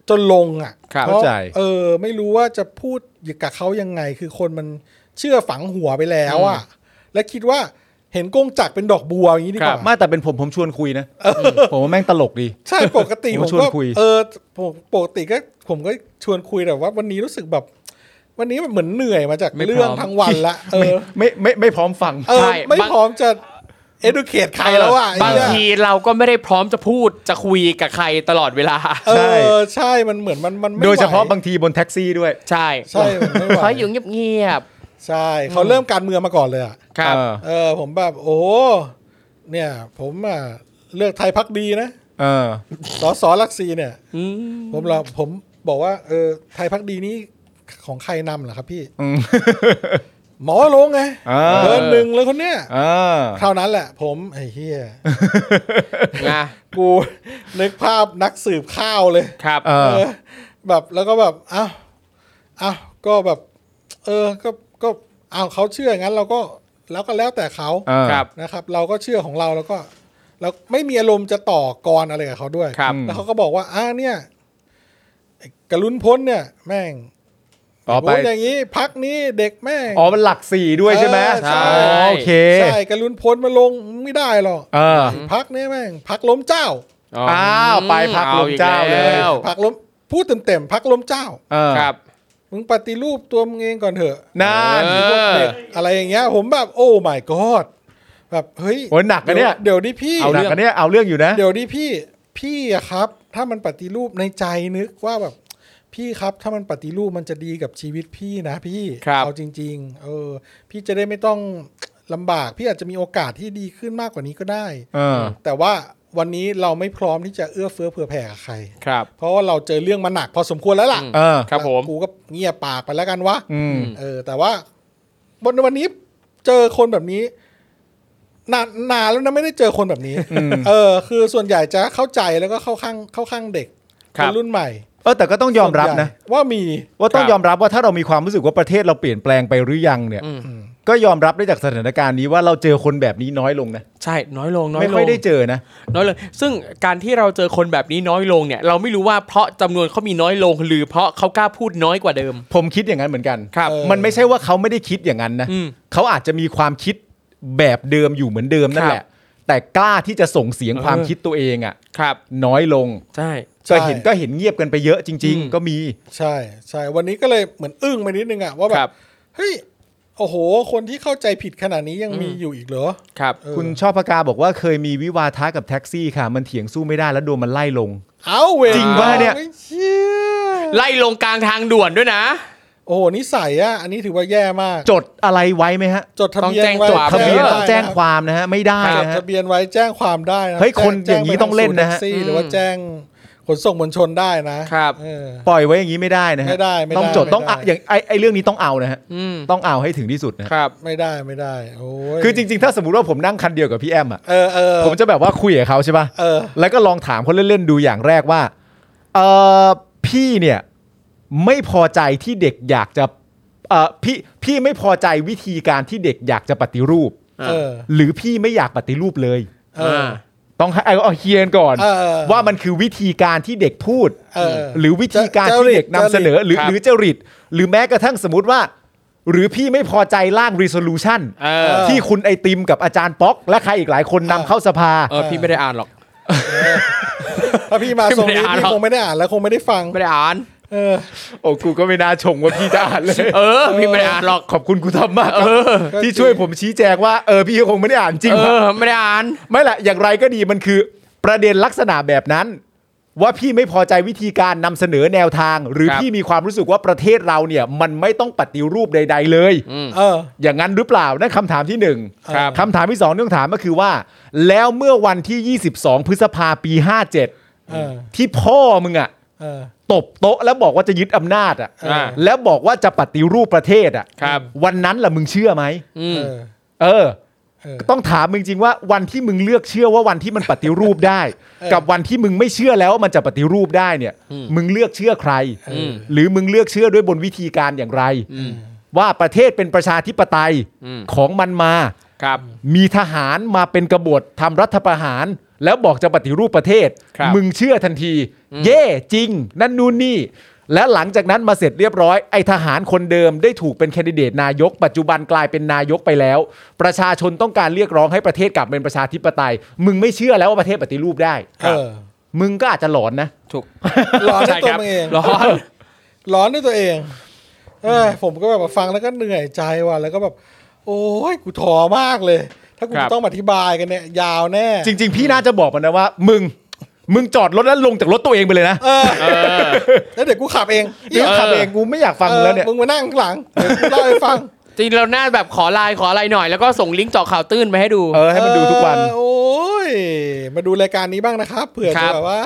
[SPEAKER 2] จนลงอ่ะ
[SPEAKER 4] ครับ
[SPEAKER 2] พะเออ ไม่รู้ว่าจะพูดกับเขายังไง คือคนมันเชื่อฝังหัวไปแล้วอ่ะ และคิดว่าเห็นกงจักรเป็นดอกบัวอย่างนี้ดีก
[SPEAKER 4] ครั
[SPEAKER 2] ว่า
[SPEAKER 4] บ
[SPEAKER 5] ไมาแต่เป็นผมผมชวนคุยนะผมว่าแม่งตลกดี
[SPEAKER 2] ใช่ปกติ
[SPEAKER 5] ผ
[SPEAKER 2] ผม ม
[SPEAKER 5] ชวน
[SPEAKER 2] ก็
[SPEAKER 5] คุย
[SPEAKER 2] เออผมปกติก็ผมก็ชวนคุยแต่ว่า วันนี้รู้สึกแบบ วันนี้เหมือนเหนื่อยมาจาก
[SPEAKER 4] ไม่พร้อม
[SPEAKER 2] เรื่องทั้งวันละเอ
[SPEAKER 5] ไม่
[SPEAKER 2] อ
[SPEAKER 5] ไม่ไม่ไม่พร้อมฟัง
[SPEAKER 2] เออไม่พร้อมจะ educate ใครแล้วอ่ะ
[SPEAKER 4] บาง
[SPEAKER 2] ไอ้เหี้ย
[SPEAKER 4] ทีเราก็ไม่ได้พร้อมจะพูดจะคุยกับใครตลอดเวลา
[SPEAKER 2] เอ
[SPEAKER 5] ใช่
[SPEAKER 2] อใช่มันเหมือนมันมันไม่ไหว
[SPEAKER 5] โดยเฉพาะบางทีบนแท็กซี่ด้วย
[SPEAKER 4] ใช่
[SPEAKER 2] ใช่มันไม่ไหว
[SPEAKER 4] ขออยู่เงียบ
[SPEAKER 2] ใช่เขาเริ่มการเมืองมาก่อนเลยอ่ะ
[SPEAKER 4] ๆครับ
[SPEAKER 5] เออ
[SPEAKER 2] เออผมแบบโอ้โหเนี่ย ผมอ่ะเลือกไทยพักดีนะ
[SPEAKER 5] เออ
[SPEAKER 2] สอสอลักซีเนี่ยผมเหรอผมบอกว่าเออไทยพักดีนี่ของใครนำเหรอครับพี่หมอลงไง
[SPEAKER 5] อ่า
[SPEAKER 2] เบอร์หนึ่งเลยคนเนี้ย
[SPEAKER 5] เออ
[SPEAKER 2] เท่านั้นแหละ ผมไอ้เฮีย
[SPEAKER 4] นะ
[SPEAKER 2] กูนึกภาพนักสืบข้าวเลย
[SPEAKER 4] ครับ
[SPEAKER 5] เออ
[SPEAKER 2] เออแบบแล้วก็แบบอ้าวอ้าวก็แบบ เออก็ก็อ้าวเขาเชื่ออย่างนั้นเราก็แล้วก็แล้วแต่เขา
[SPEAKER 5] เออ
[SPEAKER 4] ครับ
[SPEAKER 2] นะครับเราก็เชื่อของเราแล้วก็เราไม่มีอารมณ์จะต่อกรอะไรกับเขาด้วย
[SPEAKER 4] ครับ
[SPEAKER 2] แล้วเขาก็บอกว่าอ่าเนี่ยไอ้กระลุนพ้นเนี่ย แม่ง
[SPEAKER 5] ต่อไป
[SPEAKER 2] โยอย่างนี้พักนี้เด็กแม่ง
[SPEAKER 5] อ๋อ มันหลักสี่ด้วยใช่ไหม
[SPEAKER 2] เออใช่
[SPEAKER 5] อ๋อโอเค
[SPEAKER 2] ใช่กระลุนพ้นมาลงไม่ได้หรอก
[SPEAKER 5] เออ
[SPEAKER 2] พักนี้แม่งพักล้มเจ้า
[SPEAKER 5] อ้าวไปพักลมเจ้าเลย
[SPEAKER 4] ออีกแว
[SPEAKER 2] พักล้มพูดเต็มๆพักล้มเจ้า
[SPEAKER 5] เออ
[SPEAKER 4] ครับ
[SPEAKER 2] มึงปฏิรูปตัวมึงเองก่อนเถอะ
[SPEAKER 5] นั่น
[SPEAKER 4] เอ
[SPEAKER 2] พวก
[SPEAKER 4] อ
[SPEAKER 2] เด็กอะไรอย่างเงี้ย ผมแบบโอ้ my god แบบเฮ้ย
[SPEAKER 5] โอ้ยหนักนะเนี่ย
[SPEAKER 2] เดี๋ยวดิพี่
[SPEAKER 5] เอาหนักกันเนี่ยเอาเรื่องอยู่นะ
[SPEAKER 2] เดี๋ยวดิพี่พี่อะครับ ถ้ามันปฏิรูปในใจนึกว่าแบบ พี่ครับถ้ามันปฏิรูปมันจะดีกับชีวิตพี่นะ พี่
[SPEAKER 4] ครับ
[SPEAKER 2] เอาจริง ๆ เออ พี่จะได้ไม่ต้องลำบาก พี่อาจจะมีโอกาสที่ดีขึ้นมากกว่านี้ก็ได้
[SPEAKER 5] เออ
[SPEAKER 2] แต่ว่าวันนี้เราไม่พร้อมที่จะเอื้อเฟื้อเผื่อแผ่กับใคร
[SPEAKER 4] ครับ
[SPEAKER 2] เพราะว่าเราเจอเรื่องมาหนักพอสมควรแล้วล่ะ
[SPEAKER 5] เออ
[SPEAKER 4] ครับผม
[SPEAKER 2] กูก็เงียบปากไปแล้วกันวะ
[SPEAKER 5] อืม
[SPEAKER 2] เออ แต่ว่าบนวันนี้เจอคนแบบนี้ นานนานแล้วนะไม่ได้เจอคนแบบนี้ เออ คือส่วนใหญ่จะเข้าใจแล้วก็เข้าข้างเข้าข้างเด็ก
[SPEAKER 4] ครับ
[SPEAKER 2] นรุ่นใหม่
[SPEAKER 5] เออแต่ก็ต้องยอมรับ
[SPEAKER 2] ส่วน
[SPEAKER 5] นะ
[SPEAKER 2] ใหญ่ว่ามี
[SPEAKER 5] ว่าต้อง
[SPEAKER 4] ครับ
[SPEAKER 5] ยอมรับว่าถ้าเรามีความรู้สึกว่าประเทศเราเปลี่ยนแปลงไปหรือยังเนี่ย ก็ยอมรับได้จากสถานการณ์นี้ว่าเราเจอคนแบบนี้น้อยลงนะ
[SPEAKER 4] ใช่น้อยลงน้อยลง
[SPEAKER 5] ไม่ค่อยได้เจอนะ
[SPEAKER 4] น้อยลงซึ่งการที่เราเจอคนแบบนี้น้อยลงเนี่ย เราไม่รู้ว่าเพราะจำนวนเขามีน้อยลง หรือเพราะเขากล้าพูดน้อยกว่าเดิม
[SPEAKER 5] ผมคิดอย่างนั้นเหมือนกัน
[SPEAKER 4] ครับ
[SPEAKER 2] เออ
[SPEAKER 5] มันไม่ใช่ว่าเขาไม่ได้คิดอย่างนั้นนะ
[SPEAKER 4] อืม
[SPEAKER 5] เขาอาจจะมีความคิดแบบเดิมอยู่เหมือนเดิมนั่นแหละ แต่กล้าที่จะส่งเสียงความ
[SPEAKER 4] เออ
[SPEAKER 5] คิดตัวเองอ่ะ
[SPEAKER 4] ครับ
[SPEAKER 5] น้อยลง
[SPEAKER 4] ใช่
[SPEAKER 5] ก็
[SPEAKER 2] ใช่
[SPEAKER 5] เห็นก็เห็นเงียบกันไปเยอะจริง
[SPEAKER 4] อืม
[SPEAKER 5] ๆ ก็มี
[SPEAKER 2] ใช่ใช่วันนี้ก็เลยเหมือนอึ้งไปนิดนึงอะว่าแบ
[SPEAKER 4] ครับ
[SPEAKER 2] บเฮ้ยโอ้โห คนที่เข้าใจผิดขนาดนี้ยังมีอยู่อีกเหรอ
[SPEAKER 4] ครับ
[SPEAKER 2] เออ
[SPEAKER 5] คุณชอบพกาบอกว่าเคยมีวิวาทะกับแท็กซี่ค่ะ มันเถียงสู้ไม่ได้แล้วโดนมันไล่ลง
[SPEAKER 2] เอาเว
[SPEAKER 5] จริงปะเนี่ย
[SPEAKER 2] ไอ้เชี่ย
[SPEAKER 4] ไล่ลงกลางทางด่วนด้วยนะ
[SPEAKER 2] โอ้โหนิสัยอ่ะ อันนี้ถือว่าแย่มาก
[SPEAKER 5] จดอะไรไว้ไหมฮะ
[SPEAKER 2] จดทะเบียน
[SPEAKER 4] ต้องแจ้ง
[SPEAKER 2] ไว้
[SPEAKER 4] จด
[SPEAKER 5] ทะเบียน
[SPEAKER 2] ได้
[SPEAKER 5] ต้องแจ้งความนะฮะไม่ได้
[SPEAKER 2] จด
[SPEAKER 5] นะฮะ
[SPEAKER 2] ทะเบียนไว้แจ้งความได้ะ
[SPEAKER 5] เฮ้ยคน
[SPEAKER 2] แจ้
[SPEAKER 5] อย่างนี้ต้องเล่นนะฮะ
[SPEAKER 2] แจ้ไปทางศูย์แท็กซี่หรือว่าแจ้งขนส่งมวลชนได้นะครับ เออ
[SPEAKER 5] ปล่อยไว้อย่างนี้ไม่ได้นะฮะ
[SPEAKER 2] ไม่ได้ไม่ได้
[SPEAKER 5] ต้องจดต้อง
[SPEAKER 2] ไม่ได้
[SPEAKER 5] อะอย่างไอไอเรื่องนี้ต้องเอานะฮะ
[SPEAKER 4] อืม
[SPEAKER 5] ต้องเอาให้ถึงที่สุดนะฮะ
[SPEAKER 4] ครับ
[SPEAKER 2] ไม่ได้ไม่ได้โอ้ย
[SPEAKER 5] คือจริง ๆ ถ้าสมมติว่าผมนั่งคันเดียวกับพี่แอมอ่ะ
[SPEAKER 2] เออเออ
[SPEAKER 5] ผมจะแบบว่าคุยกับเขาใช่ป่ะ
[SPEAKER 2] เออ
[SPEAKER 5] แล้วก็ลองถามเขาเล่นๆดูอย่างแรกว่าเออพี่เนี่ยไม่พอใจที่เด็กอยากจะเออพี่พี่ไม่พอใจวิธีการที่เด็กอยากจะปฏิรูป
[SPEAKER 2] เออ
[SPEAKER 5] หรือพี่ไม่อยากปฏิรูปเลย
[SPEAKER 2] เออ
[SPEAKER 5] ต้องให้เอาเอาเฮียนก่อน
[SPEAKER 2] เออ
[SPEAKER 5] ว่ามันคือวิธีการที่เด็กพูด
[SPEAKER 2] เออ
[SPEAKER 5] หรือวิธีการที่เด็กนำเสนอหรือ
[SPEAKER 4] ครับ
[SPEAKER 5] หรือเจริต หรือแม้กระทั่งสมมติว่า หรือพี่ไม่พอใจร่าง resolution
[SPEAKER 4] เออ
[SPEAKER 2] เออ
[SPEAKER 5] ที่คุณไอติมกับอาจารย์ป๊อก และใครอีกหลายคนนำเข้าสภา
[SPEAKER 4] เออ พี่ไม่ได้อ่านหรอก
[SPEAKER 2] ถ้าพี่มาทรงนี้
[SPEAKER 4] ไม่ได้อ่านหร
[SPEAKER 2] พี่
[SPEAKER 4] อก
[SPEAKER 2] คงไม่ได้อ่านแล้วคงไม่ได้ฟัง
[SPEAKER 4] ไม่ได้อ่าน
[SPEAKER 2] เออ
[SPEAKER 5] โอ้กูก็ไม่น่าชงว่าพี่จะอ่านเลย
[SPEAKER 4] เออ พี่ไม่ได้อ่านหรอก
[SPEAKER 5] ขอบคุณกูทำมากครับที่ช่วยผมชี้แจงว่าเออพี่ก็คงไม่ได้อ่านจริง
[SPEAKER 4] เอ
[SPEAKER 5] ครับ
[SPEAKER 4] อ ไม่ได้อ่าน
[SPEAKER 5] ไม่ละอย่างไรก็ดีมันคือประเด็นลักษณะแบบนั้น ว่าพี่ไม่พอใจวิธีการนำเสนอแนวทาง หรือ
[SPEAKER 4] ครับ
[SPEAKER 5] พี่มีความรู้สึกว่าประเทศเราเนี่ย มันไม่ต้องปฏิรูปใด ๆ เลย
[SPEAKER 2] เออ
[SPEAKER 5] อย่างนั้นหรือเปล่านั่นคำถามที่หนึ่ง
[SPEAKER 2] ครับ
[SPEAKER 5] คำถามที่สองที่ต้องถามก็คือว่า แล้วเมื่อวันที่ 22 พฤษภาปี
[SPEAKER 2] เออ
[SPEAKER 5] 57 ที่พ่อมึงอะ
[SPEAKER 2] เออ
[SPEAKER 5] ตบโต๊ะแล้วบอกว่าจะยึดอำนาจอะ
[SPEAKER 2] อ่า
[SPEAKER 5] แล้วบอกว่าจะปฏิรูปประเทศอะ
[SPEAKER 4] ครับ
[SPEAKER 5] วันนั้นล่ะมึงเชื่อไหม
[SPEAKER 4] อื
[SPEAKER 2] เอ
[SPEAKER 4] ม
[SPEAKER 2] อ
[SPEAKER 5] เออ
[SPEAKER 2] เออ
[SPEAKER 5] ต้องถามมึงจริงว่าวันที่มึงเลือกเชื่อว่าวันที่มันปฏิรูปได้ กับวันที่มึงไม่เชื่อแล้วว่ามันจะปฏิรูปได้เนี่ย มึงเลือกเชื่อใคร
[SPEAKER 4] อืม
[SPEAKER 5] หรือมึงเลือกเชื่อด้วยบนวิธีการอย่างไร ว่าประเทศเป็นประชาธิปไตยของมันมา
[SPEAKER 4] ครับ
[SPEAKER 5] มีทหารมาเป็นกบฏทำรัฐประหาร แล้วบอกจะปฏิรูปประเทศ
[SPEAKER 4] ครับ
[SPEAKER 5] มึงเชื่อทันที เย่จริง นั่นนู่นนี่ และหลังจากนั้นมาเสร็จเรียบร้อยไอทหารคนเดิมได้ถูกเป็นแคนดิเดตนายก ปัจจุบันกลายเป็นนายกไปแล้ว ประชาชนต้องการเรียกร้องให้ประเทศกลับเป็นประชาธิปไตย มึงไม่เชื่อแล้วว่าประเทศปฏิรูปได้
[SPEAKER 2] เออ
[SPEAKER 5] มึงก็อาจจะหลอนนะ
[SPEAKER 4] ถูก
[SPEAKER 2] ร้อนด้
[SPEAKER 4] ใช่
[SPEAKER 2] วยตั
[SPEAKER 4] คว รับ
[SPEAKER 2] มันเอง
[SPEAKER 4] ร้อน
[SPEAKER 2] ร้อนด้วยตัวเอง เออผมก็แบบว่าฟังแล้วก็เหนื่อยใจว่ะแล้วก็แบบ โอ้ยกูท้อมากเลย ถ้ากู
[SPEAKER 5] ครับ
[SPEAKER 2] ต้องอธิบายกันเนี่ยยาวแน่
[SPEAKER 5] จริง ๆ พี่น่าจะบอกมันนะว่า มึง มึงจอดรถแล้วลงจากรถตัวเองไปเลยนะ
[SPEAKER 2] เออแล้วเดี๋ยวกูขับเอง
[SPEAKER 5] เดี๋ยวขับเองกูไม่อยากฟังมึงแล้วเนี่ย
[SPEAKER 2] มึงมานั่งข้างหลังเดี๋ยวกูเล่าให้ฟัง
[SPEAKER 4] จริงเราหน้าแบบขอไลน์ขออะไรหน่อยแล้วก็ส่งลิงก์เจาะข่าวตื้นมาให้ดู
[SPEAKER 5] เออให้มันดูทุกวัน
[SPEAKER 2] เออโอ้ยมาดูรายการนี้บ้างนะครับเผื่อ
[SPEAKER 4] ค
[SPEAKER 2] จะ
[SPEAKER 4] รับ
[SPEAKER 2] แบบว่า